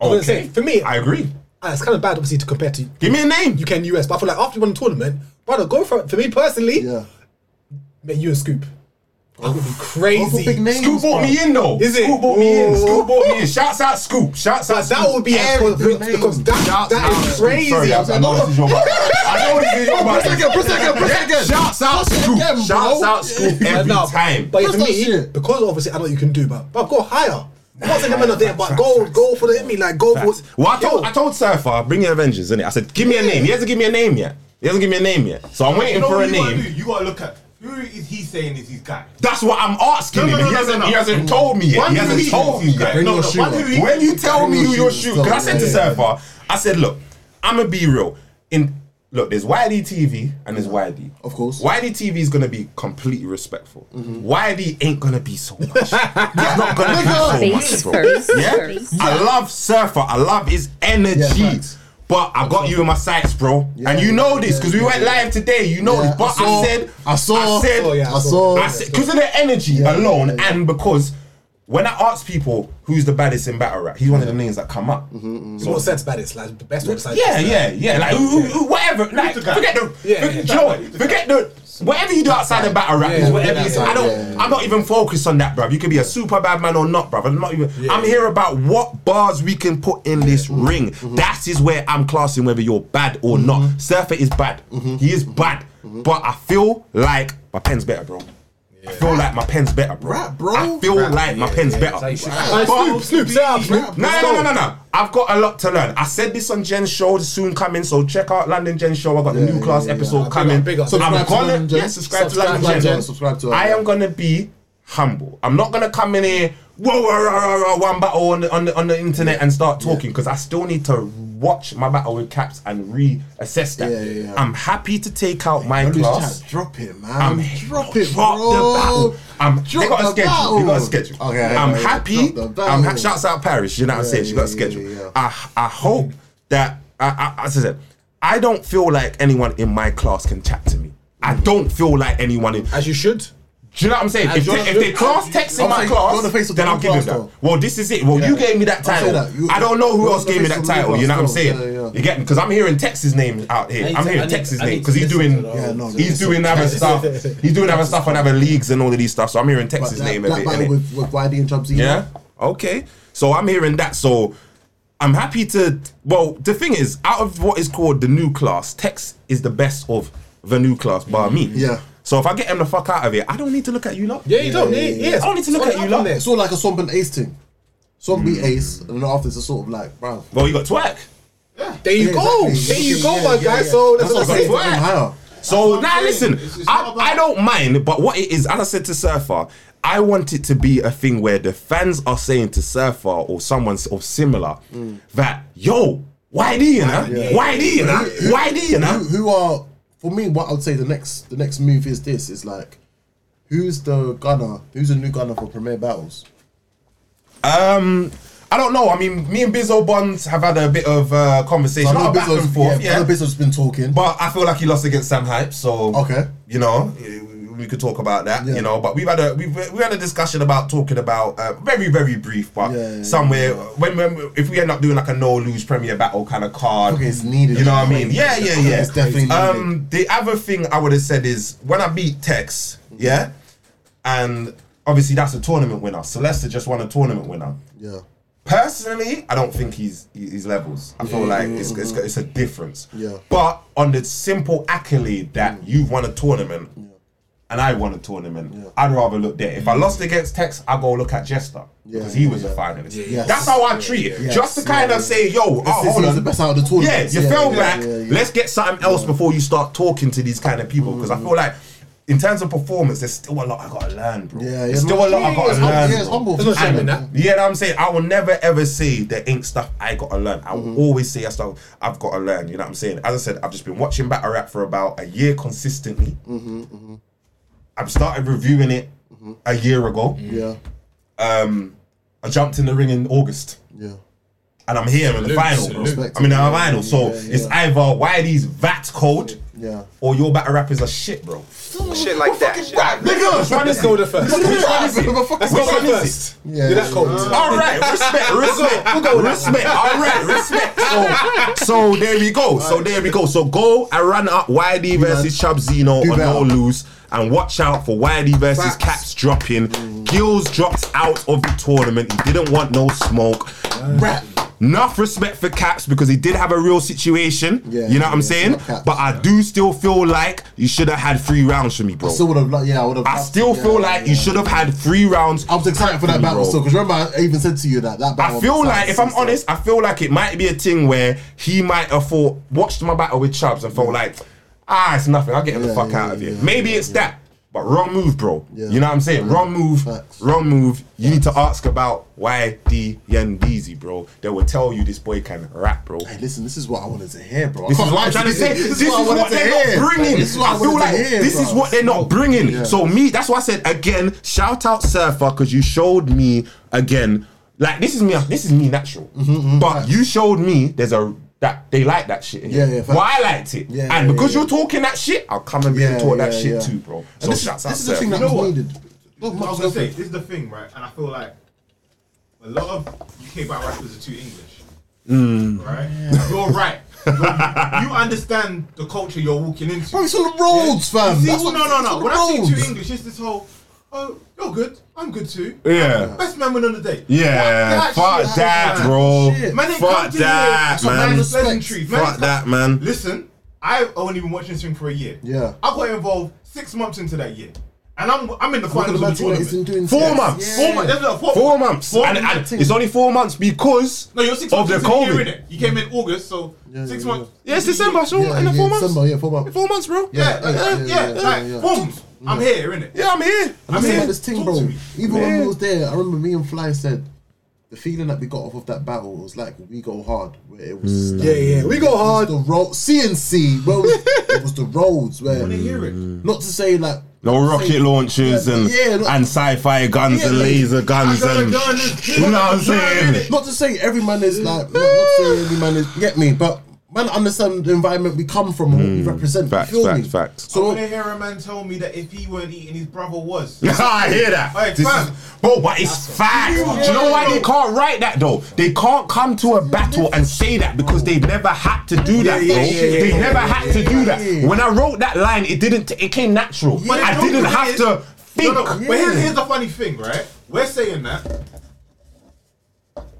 I was gonna say, for me,
I agree.
uh, it's kind of bad, obviously, to compare to
Give me a name.
UK and US. But I feel like after you won the tournament, brother, go for it. For me personally,
Yeah.
mate, you and Scoop. That would be
Go for
crazy.
big names.
Scoop bought
bro.
me in though.
Is it?
Scoop bought me in.
Ooh.
Scoop bought me in. Shouts out Scoop. Shouts out.
But that
Scoop.
would be a
Every
because,
name.
because that,
Shouts out
that is
Scoop.
crazy.
Sorry, I, I know this is your bad. I know this is your bad.
Press again, press again, press
Yeah,
again.
Shouts out
Press
Scoop.
again, bro.
Shouts out Scoop every
no,
time.
But yeah, for
That's
me,
not shit.
because obviously I know what you can do, but but go higher. I'm not saying I'm not there, but go go for the enemy, like go for.
Well, I told,
Yo,
I told Surfer, bring your Avengers, innit? I said, give me a name. He hasn't given me a name yet. He hasn't given me a name yet. So I'm waiting
You know
for a
what you gotta do?
name.
You gotta look at who is he saying is his guy.
That's what I'm asking
No, no,
him.
no,
he
no,
hasn't,
no, no.
he hasn't told me yet.
One
He hasn't
who
told
is
me
his guy.
yet.
Bring
No,
your
no,
shoe
one
up.
who he
When you tell me who
your
your
shoes
shoe,
still,
because I said to
yeah.
Surfer, I said, look, I'm gonna be real. In look, there's YD TV and there's YD.
Of course.
YD TV is gonna be completely respectful. YD ain't gonna be so much. He's not gonna be so much,
Face
bro.
first.
Yeah,
Face
I love Surfer. I love his energy.
Yeah, facts.
but I got you in my sights, bro, and you know this because we went live today. You know
Yeah,
this, but I,
saw-
said,
I saw,
I said,
Oh, yeah, I
I saw,
I said because of the energy alone, and because when I ask people who's the baddest in battle rap, he's one of the names that come up.
It's more sense about this, like the best website.
Yeah, yeah, yeah. Like who, who, who- whatever. Like forget the.
Yeah,
forget-
yeah.
do you know what? Forget the. Whatever you do outside of battle rap
yeah,
is whatever you do.
outside,
I don't.
yeah, yeah.
I'm not even focused on that, bruv. You could be a super bad man or not, bruv. I'm not even. I'm here about what bars we can put in this ring.
Mm-hmm.
That is where I'm classing whether you're bad or not. Surfer is bad.
Mm-hmm.
He is bad. But I feel like my pen's better, bro. I feel like my pen's better, bro.
Rap, bro.
I feel like my pen's better.
Like,
But-
Snoop, Snoop, say out, Snoop.
no, no, no, no, no. I've got a lot to learn. I said this on Jen's show it's soon coming, so check out London Jen's show. I got the new
yeah,
class
yeah,
episode
yeah.
coming.
Big up, big up.
I'm
Subscribe to
gonna
London Gen.
yeah, subscribe to
Subscribe
London
to
Gen.
London Gen, subscribe to
I
London.
am gonna be humble. I'm not gonna come in here whoa, rah, rah, rah, rah, one battle on the, on the on the internet and start talking because I still need to watch my battle with caps and reassess that.
Yeah, yeah, yeah.
I'm happy to take out my
Don't lose
class.
chat. Drop it, man.
I'm
drop it,
drop
bro.
the battle. I'm
Drop
they got a
the
schedule. They got a
battle.
schedule.
Okay, okay,
I'm
okay.
happy.
Drop the
I'm ha-
battle.
shouts out Paris. You know what I'm
Yeah,
saying? She got a
yeah,
schedule.
yeah, yeah.
I I hope that I, I as I said, I don't feel like anyone in my class can chat to me. I don't feel like anyone in.
As you should.
Do you know what I'm saying? If,
you're-
they, if they class text in
I'm
my
saying, go on the face
class,
of
then
the
I'll give them
class,
that.
though.
Well, this is it. Well,
Yeah.
you gave me that
I'm saying
title.
that. You-
I don't know who
go on
else
the
gave me
face
that
of the
title.
class,
You know what I'm
though.
saying?
Yeah, yeah.
You get because I'm hearing Tex's name out here. I'm hearing Tex's name because he's doing
no,
he's
yeah.
doing other stuff. He's doing other stuff on other leagues and all of these stuff. So I'm hearing Tex's
Black-
name a
Black
bit.
Battle
innit?
with, with YD and Chubbs.
Yeah. Okay. So I'm hearing that. So I'm happy to. Well, the thing is, out of what is called the new class, Tex is the best of the new class, bar me.
Yeah.
So if I get him the fuck out of here, I don't need to look at you lot.
Yeah, you don't need. Yeah,
I don't need to look at
it's up
you lot.
on there.
It's all like a Swamp and Ace thing.
Mm.
Swamp beat Ace, and then after it's a sort of like, bro.
Well, you got twerk.
There you
Yeah,
go.
exactly.
There you go,
Yeah,
my
yeah,
guy.
yeah.
So that's
That's what
what I
I'm
say.
saying. Even
So
higher.
That's what
now
I'm saying.
listen,
It's- it's
I,
not about-
I don't mind, but what it is, as I said to Surfer, I want it to be a thing where the fans are saying to Surfer or someone s- or similar that yo, why do you know, why do you know, why do you
Who,
know?
who are for me? What I'd say the next the next move is this is like, who's the gunner? Who's the new gunner for Premier Battles?
Um, I don't know. I mean, me and Bizzo Bonds have had a bit of uh, conversation, not a back and forth,
yeah, I
yeah.
know Bizzo's been talking.
But I feel like he lost against Sam Hype, so
Okay.
you know, we could talk about that,
Yeah.
you know. But we've had a we've we had a discussion about talking about uh, very very brief, but
Yeah, yeah,
somewhere when, when if we end up doing like a no lose premier battle kind of card,
Okay, it's needed.
You know what I mean? Yeah,
It's
yeah, yeah.
definitely needed.
Um, the other thing I would have said is when I beat Tex, yeah, and obviously that's a tournament winner. Celeste just won a tournament winner.
yeah,
Personally, I don't think he's he's levels. I feel like it's, it's it's a difference.
Yeah. Mm.
But on the simple accolade that you've won a tournament and I won a tournament, I'd rather look there. If I lost against Tex, I go look at Jester because he
yeah,
was a
yeah.
finalist.
Yes.
That's how I treat it.
Yes,
Just to
yeah,
kind of say, yo, oh,
This is-
hold
he's
on.
the best out of the tournament.
Yeah, you
Yeah,
fell
yeah,
back.
yeah, yeah.
Let's get something else before you start talking to these kind of people because
Mm.
I feel like. In terms of performance, there's still a lot I gotta learn, bro.
Yeah, yeah,
There's still a lot I
yeah,
gotta
it's humble-
learn.
yeah, it's
bro.
humble.
There's no shame in
And-
that.
You know what I'm saying? I will never ever say there ain't stuff I gotta learn. I
Mm-hmm.
will always say that's stuff I've gotta learn. You know what I'm saying? As I said, I've just been watching battle rap for about a year consistently.
Mm-hmm,
I've started reviewing it a year ago.
yeah,
Um, I jumped in the ring in August.
yeah.
and I'm here in the final.
Salute.
I'm in the final. So
Yeah, yeah.
it's either why are these VAT cold
Yeah.
or your battle rappers are shit, bro.
Shit like that. Shit like that.
Nigga,
Let's go there first.
which one is it?
Let's
Which
go there
one is it?
first. Yeah, You're that cold.
All right, respect, respect, respect. All right, respect. So, so there we go. So there we go. So go and run up Wiley versus Chubzino on
better.
No Lose, and watch out for Wiley versus Caps dropping. Gills dropped out of the tournament. He didn't want no smoke. Rap. Enough respect for Caps because he did have a real situation.
Yeah,
you know what I'm
yeah,
saying?
not Caps,
but I do still feel like you should have had three rounds for me, bro.
I still would have. Like, yeah, I would have.
I still feel like you should have had three rounds.
I was excited for that
me,
battle
bro.
still because remember I even said to you that that battle.
I feel
was
like, if I'm
exciting.
honest, I feel like it might be a thing where he might have thought, watched my battle with Chubbs and felt like, ah, it's nothing. I'll get him the
Yeah,
fuck
yeah,
out of here.
yeah,
Maybe it's that, but wrong move, bro.
Yeah.
You know what I'm saying? Wrong move,
Facts.
wrong move. You need to ask about why D Yandeezy, bro. They will tell you this boy can rap, bro.
Hey, listen, this is what I wanted to hear, bro. I
This is
can't
what
lie
I'm trying to
you.
say. This, is,
I wanted
what
to
they're
hear.
not bringing.
This is what I,
I feel
wanted
like
to hear,
this is
bro.
what they're not bringing. So me, that's why I said again. Shout out Surfer because you showed me again. Like this is me. This is me natural.
Mm-hmm,
but you showed me there's a that they like that shit.
Yeah, yeah,
Well, I liked it.
Yeah,
and
yeah,
because
yeah.
you're talking that shit, I'll come and be and
Yeah,
talk that
yeah,
shit
yeah.
too, bro. So
And this,
shouts out
this is the
Surfer.
thing that
You know
was
what?
needed. Not
I
much
was gonna say,
nothing.
this is the thing, right? And I feel like a lot of UK battle rappers are too English. Right? You're right. You're- you understand the culture you're walking into.
Bro, it's on the roads, fam.
See,
That's
no,
what-
no,
it's
no.
on the
When I see
roads.
two English, it's this whole, oh, you're good, I'm good too.
Yeah.
Best man win on the day.
Yeah,
That- that
fuck
shit
that,
happens,
bro.
Shit.
Man, it
Fuck
comes in here,
that,
some
man.
man of pleasantries, man.
Fuck that, man.
Listen, I've only been watching this thing for a year.
Yeah.
I got involved six months into that year. And I'm I'm in the
Look at the
finals of the
man that he's been
tournament.
doing.
Four
since.
months.
Yeah.
Four months. That's not Four,
Four months, and, and
months.
it's only four months because
No, you're six
of
months
the
into the year,
COVID.
innit? You came in August, so six
yeah,
months.
Yeah, it's December, so
Yeah,
and then
yeah,
four months.
December, yeah, four months.
Four months, bro.
Yeah, like,
yeah,
yeah,
yeah,
yeah,
yeah,
like,
yeah.
boom, I'm here, innit?
Yeah, I'm here.
I
I'm
mean,
here.
this thing,
talk
bro.
to me.
Even when
Yeah.
we was there, I remember me and Fly said the feeling that we got off of that battle was like we go hard, where it
Mm.
was
Yeah, yeah. We go hard.
the road CNC, bro. it was the roads where
Wanna hear it?
not to say like
No
not to
rocket
say-
launches
Yeah,
and
yeah, look-
and sci-fi guns
Yeah,
and
like-
laser
I
guns
got a
and
gun, it's-
you know what I'm saying.
Not to say every man is like not, not to say every man is get me, but man understand the environment we come from and what we represent.
Mm. Facts,
you feel me?
facts, facts.
I
So
want to hear a man tell me that if he weren't eating, his brother was.
I hear that.
Alright,
this
fam.
is, bro, but it's facts. Do you know why they can't write that though? They can't come to a battle and say that because they've never had to do that,
yeah,
bro.
yeah, yeah,
they
yeah,
never had to do that.
yeah.
When I wrote that line, it didn't. It came natural.
But
I
it's
didn't
not-
have
it's-
to think.
No, no. But here's, here's the funny thing, right? We're saying that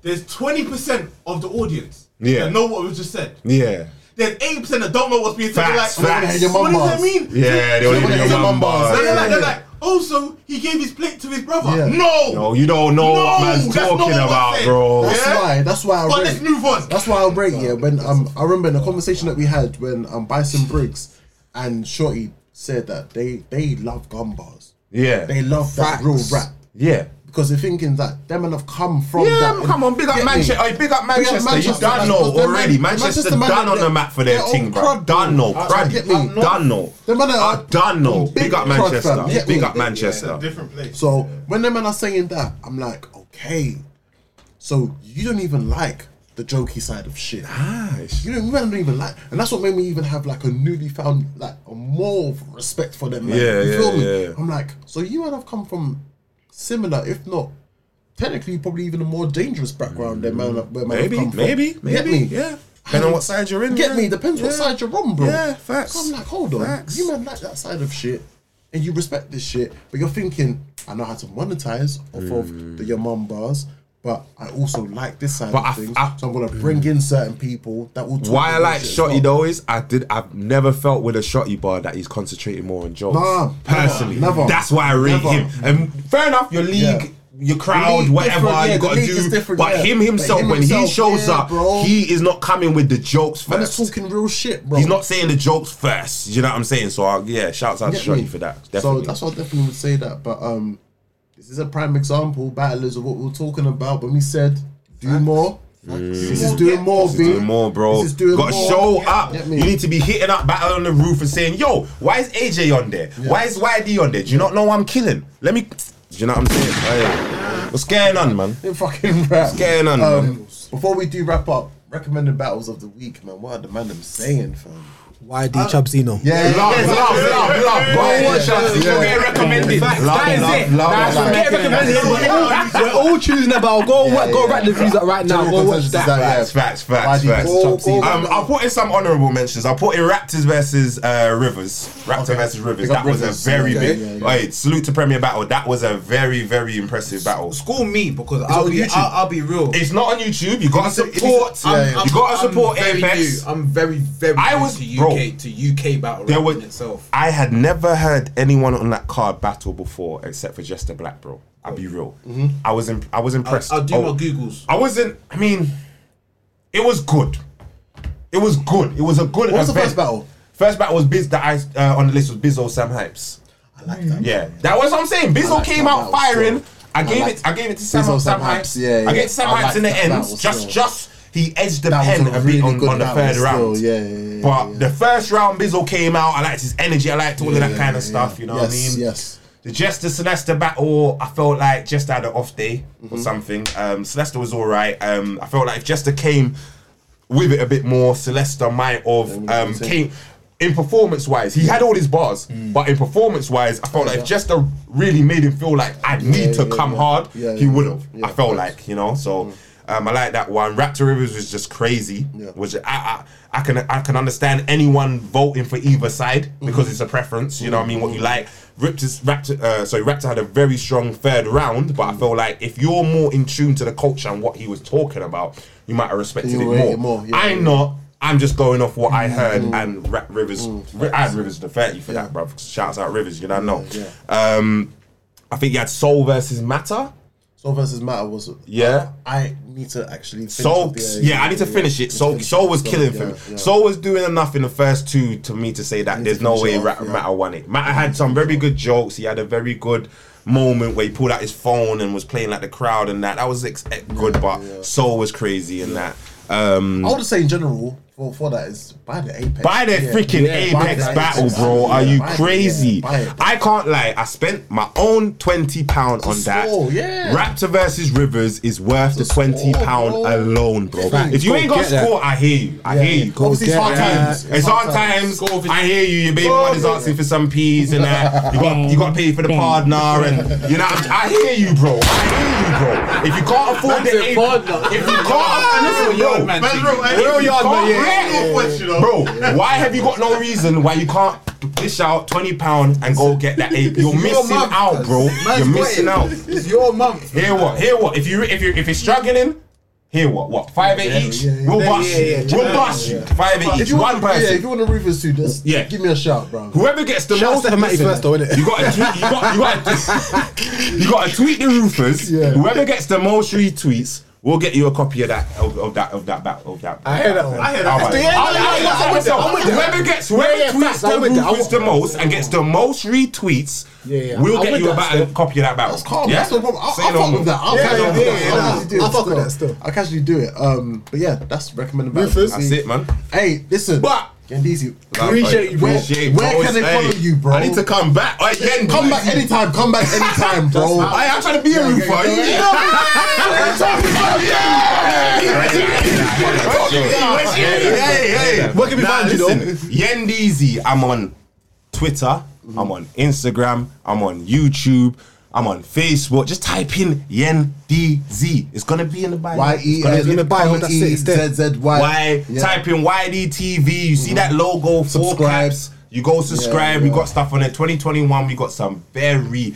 there's 20% of the audience
Yeah.
that know what was just said.
Yeah.
There's 80% that don't know what's being said. They're
Facts,
like,
facts.
Your
What does
mum
that mean?
Yeah, they only
Yeah,
do
yeah,
your
yeah.
mum
They're like,
Yeah,
they're
yeah.
like, also, he gave his plate to his brother.
Yeah.
No!
No, you don't know what
No,
man's
that's not
talking
what I
about,
said.
bro.
that's
Yeah.
why that's why I
But
rate-
let's move on.
That's why I'll break yeah. When um, I remember in the conversation that we had when um, Bison Briggs and Shorty said that they they love gun bars.
Yeah.
They love that real rap
Yeah.
because they're thinking that them and have come from.
Yeah,
that
come on, big up
Get me?
Manchester. Oh, big up Manchester. you
Manchester,
done
man,
know
because them
already.
man-
Manchester,
Manchester man,
done on
they-
the map for their
they're
thing,
on
bro.
crud,
Done know,
bro.
crud,
Get me?
done know.
Them man are
I done know.
big
Big up
crud, fam.
Manchester.
Get
Big
me?
up Manchester.
Different place.
So when them men are saying that, I'm like, okay, so you don't even like the jokey side of shit.
Nice.
You don't, you don't even like, and that's what made me even have like a newly found like a more of respect for them. Man.
Yeah,
you
yeah,
feel me?
yeah.
I'm like, so you and I've come from similar, if not technically, probably even a more dangerous background than man. Where man have
Maybe,
come from.
maybe,
Get
maybe.
me?
Yeah. Depending on what side you're in.
Get
man.
me. Depends what
Yeah.
side you're on, bro.
Yeah, facts.
So I'm like, hold on.
Facts.
You man like that side of shit, and you respect this shit, but you're thinking, I know how to monetize off of the your mum bars, but I also like this side
Mm. But
of
I-
things.
I-
so I'm gonna bring in certain people that will. Talk
Why I
about
like
shit as
Shotty
well.
though is I did I've never felt with a Shotty bar that he's concentrating more on jokes.
Nah,
personally,
never, never.
that's why I rate
Never.
him. And fair enough, your league,
Yeah.
your crowd,
League
whatever
different, yeah,
you
the
gotta
league is
do.
different,
But
yeah.
him
But
himself,
him
when
himself,
he shows
yeah,
up,
bro.
he is not coming with the jokes
Man, it's
first.
talking real shit, bro.
He's not saying the jokes first. You know what I'm saying? So I, yeah, shouts out to
Get me?
Shotty for that. Definitely.
So that's why I definitely would say that. But um, this is a prime example, battlers, of what we we're talking about when we said do more. This is doing
Mm.
more,
This is
B.
doing more, bro.
This is doing
Got to
more.
show up.
Get
You
me?
need to be hitting up battle on the roof and saying, "Yo, why is AJ on there? Why is YD on there? Do you not know I'm killing? Let me." Do you know what I'm saying? Hey, what's going on, man?
Fucking rap.
What's
Um,
going on, man?
Before we do wrap up, recommended battles of the week, man. What are the man them saying, fam?
YD uh, Chubzino.
Yeah,
Love, love, love, love. Go and watch us. You'll get recommended. That is it. That's what get
We're all choosing about. Go yeah, go write the views up right now. Go watch that.
Facts, facts, facts,
YG
facts.
versus Chop Zeno.
Um, I'll put in some honourable mentions. I'll put in Raptors versus uh, Rivers. Raptor versus Rivers.
Pick up
That was
Rivers.
a very
Yeah,
big.
yeah, yeah.
Wait, salute to Premier Battle. That was a very, very impressive battle.
Call me because I'll
on
be,
YouTube?
I'll, I'll be real.
It's not on YouTube. You gotta support. um,
I'm-
yeah, yeah.
I'm-
You gotta
I'm
support
very
Apex.
new. I'm very, very.
I
new
was-
to UK
bro.
to UK battle
There
rap
were-
in itself.
I had never heard anyone on that card battle before except for Jester Black, bro. I'll be real.
Mm-hmm.
I was imp- I was impressed.
I'll do
Oh,
my googles.
I wasn't. I mean, it was good. It was good. It was a good.
What was the
event.
first battle?
First battle was Biz that I uh, on the list was Bizzo Sam Hypes.
I like that.
Yeah, that was what I'm saying. Bizzo
like
came
that
out
battle
firing.
still.
I gave
like
it. I gave it to Sam, Sam
Bizzo Sam
Hypes.
Hypes, yeah, yeah.
I gave Sam Hypes
I like
in the
that
end.
battle
Just,
still.
just he edged the
That was
pen
a
a bit
really
on,
good
on the
battle
third
still,
round.
yeah, yeah, yeah,
but
yeah.
the first round, Bizzo came out. I liked his energy. I liked all of that kind of stuff. You know
yes,
what I mean?
Yes.
The Jester Celeste battle, I felt like Jester had an off day or
Mm-hmm.
something. Um, Celeste was all right. Um, I felt like if Jester came with it a bit more, Celeste might have um, came in performance wise. He had all his bars,
Mm.
but in performance wise, I felt like if Jester really made him feel like I need to
yeah,
come
yeah.
hard,
Yeah,
he
yeah,
would have.
yeah.
I felt like you know. So um, I like that one. Raptor Rivers was just crazy.
Mm. Yeah.
Which I, I I can I can understand anyone voting for either side
Mm-hmm.
because it's a preference. You know what I mean? What you like. Raptors, Raptor, uh, sorry, Raptor had a very strong third round,
Mm.
but I feel like if you're more in tune to the culture and what he was talking about, you might have respected
You
it
rate
more.
it more, yeah,
I'm
yeah. Mm,
not. I'm just going off what I heard, and Ra- Rivers, Ri- I had Rivers the thirty for that, bruv. Shouts out Rivers, you know, I know. Um, I think you had Soul versus Matter.
Soul versus Matter was.
Yeah.
I need to actually. finish
Soul,
up the-
yeah, I need to finish it. Soul,
Finish
Soul was
So,
killing for
yeah,
me.
yeah.
Soul was doing enough in the first two to me to say that
need
there's
to
no
finish
way
it off,
Ra-
yeah.
Matter won it. Matter had some very good jokes. He had a very good moment where he pulled out his phone and was playing like the crowd and that. That was ex- ex- good, but Soul was crazy in that. Um,
I would say in general for, for that is buy the Apex.
Buy the
Yeah.
freaking
Yeah, buy
Apex
the
battle,
Apex.
bro.
Yeah,
Are you
buy it,
crazy?
yeah, buy it.
I can't lie. I spent my own twenty pound on that.
score, yeah.
Raptor versus Rivers is worth the twenty pound
bro.
alone, bro.
Facts.
If you ain't got score, I hear you. I hear you.
go
Obviously, it's
get
hard
that.
times. It's hard times. I hear you. Your baby mother's asking for some peas and that. You got you got to pay for the partner and you know. I'm- I hear you, bro. I hear you, bro. If you can't afford the Apex, if you can't afford,
Yard
listen,
man
bro.
thing.
Real yard, man, yeah.
yeah.
Bro, why have you got no reason why you can't dish out twenty pound and go get that ape? You're missing
mum.
out, bro. You're missing out.
It's your month.
Hear what? Hear what? If you if you if you're struggling, hear what? What? Five eight each. We'll bust you. We'll bust you. Five eight
If
each.
you
One
want, yeah, if
person.
you want to review too, just
Yeah.
give me a shout, bro.
Whoever gets the
Shout out
most.
to Matty first, though, innit?
You got to tweet. You got. You got. To, you got to tweet the roofers.
Yeah.
Whoever gets the most retweets, we'll get you a copy of that of, of that of that battle of that.
I hear that one.
I hear
All
that.
right. I'll- I'll- I'll- I'll- I'll- Whoever gets whoever
yeah,
tweets
facts, I
the
went there, I
retweets the most and gets the most retweets,
yeah.
we'll
I
get
went
you a
there,
battle,
still.
copy of that battle.
That's calm. That's no problem. I'll,
Say
I'll
no
fuck
more.
with that. I'll
Yeah,
catch
yeah,
up with
yeah,
that.
yeah,
I'll
nah.
actually do it
I'll fuck with that still.
I'll casually do it. Um, but yeah, that's recommended. by
Rufus.
That's it, man.
Hey, listen.
But-
Gendizi,
Appreciate you, bro.
Where,
Appreciate
where
bro.
can they
Hey,
follow you, bro?
I need to come back. Oi, Yen,
come
dude.
back anytime. Come back anytime, bro.
I am trying to be a roofer.
yeah, yeah.
You know? Where
can we find you, though?
Yendeezy. I'm on Twitter. I'm on Instagram. I'm on YouTube. I'm on Facebook. Just type in Yendeezy. It's gonna be in the bio.
Y E
It's gonna
N
buy all that
E
shit, it's there.
Z Z Y.
Why?
Yeah.
Type in YDTV. You see that logo? Four
Subscribe.
caps. You go subscribe. We
yeah.
got stuff on there. 2021. We got some very,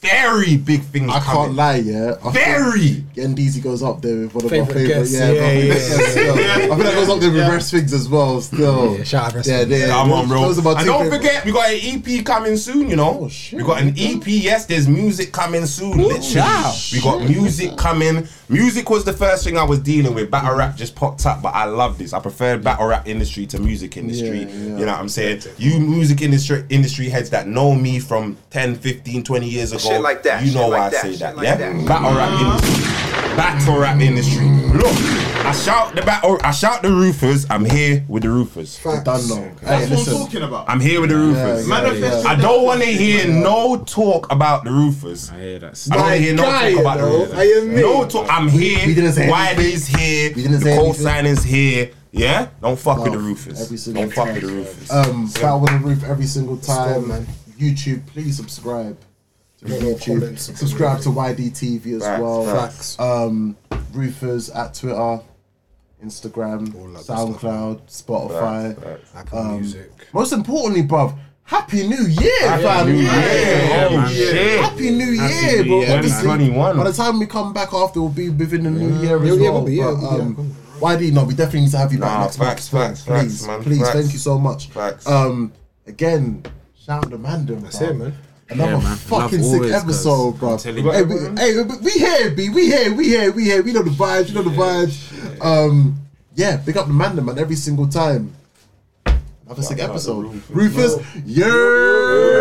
very big things
I
coming.
can't lie, yeah. I
Very.
Gendizi goes up there with one of
Favourite
my favorite.
guests,
Yeah,
yeah,
my
yeah,
favourite guests, still. I think that goes up there with Rest Figs as well. Still.
Yeah, shout out Rest
Yeah,
Figs.
yeah.
Come on, bro.
Those are my
And
two
don't
favourite-
forget, we got an EP coming soon, you know.
Oh, shit.
We got an EP, yes, there's music coming soon, literally. We got music coming. Music was the first thing I was dealing with. Battle rap just popped up, but I love this. I prefer battle rap industry to music industry.
Yeah, yeah.
You know what I'm saying? You music industry industry heads that know me from 10, 15, 20 years ago.
Shit like that,
You know
shit
why
like
I
that,
say
shit
that,
like
yeah?
that.
Battle rap industry. Battle rap industry. Look, I shout the battle. I shout the roofers. I'm here with the roofers.
Done now. Hey,
That's what I'm
listen.
talking about.
I'm here with the roofers.
yeah,
Manifest
I don't want to hear no talk about the roofers.
I hear that.
I don't wanna hear no
guy,
talk about the
you know,
roofers.
I admit.
No talk. I'm here.
we didn't say
Wiley's here.
We didn't
the
say
co-sign is here. Yeah, don't fuck with the
No,
roofers.
every single
Don't fuck
time.
with the roofers.
Um, Battle on the Roof every single time.
man.
YouTube, please subscribe to YouTube.
comments.
Subscribe to YDTV as
Facts,
well.
facts.
Um, Roofers at Twitter, Instagram,
that good
SoundCloud, Spotify. Um,
Apple Music.
Most importantly, bruv, Happy New Year, Happy
New Year. Oh, shit.
Happy New Year, bro.
Year,
Obviously,
2021.
By the time we come back after, we'll be within the new year as
New year
well.
will be, yeah,
but,
will be, yeah,
um, YD, no, we definitely need to have you back
Nah,
next month.
facts, facts,
please,
facts, man,
please,
facts.
thank you so much.
Facts.
Um, again, shout out to Mandem. That's
it, man.
Another
man.
fucking
Love
sick
always,
episode, bro.
I'm telling you.
Hey, we, hey, we- we here, B. We here, we here, we here. We know the vibes, we know the vibes. Um, yeah, pick up the Mandem, man, every single time. Another sick episode. Rufus, yeah.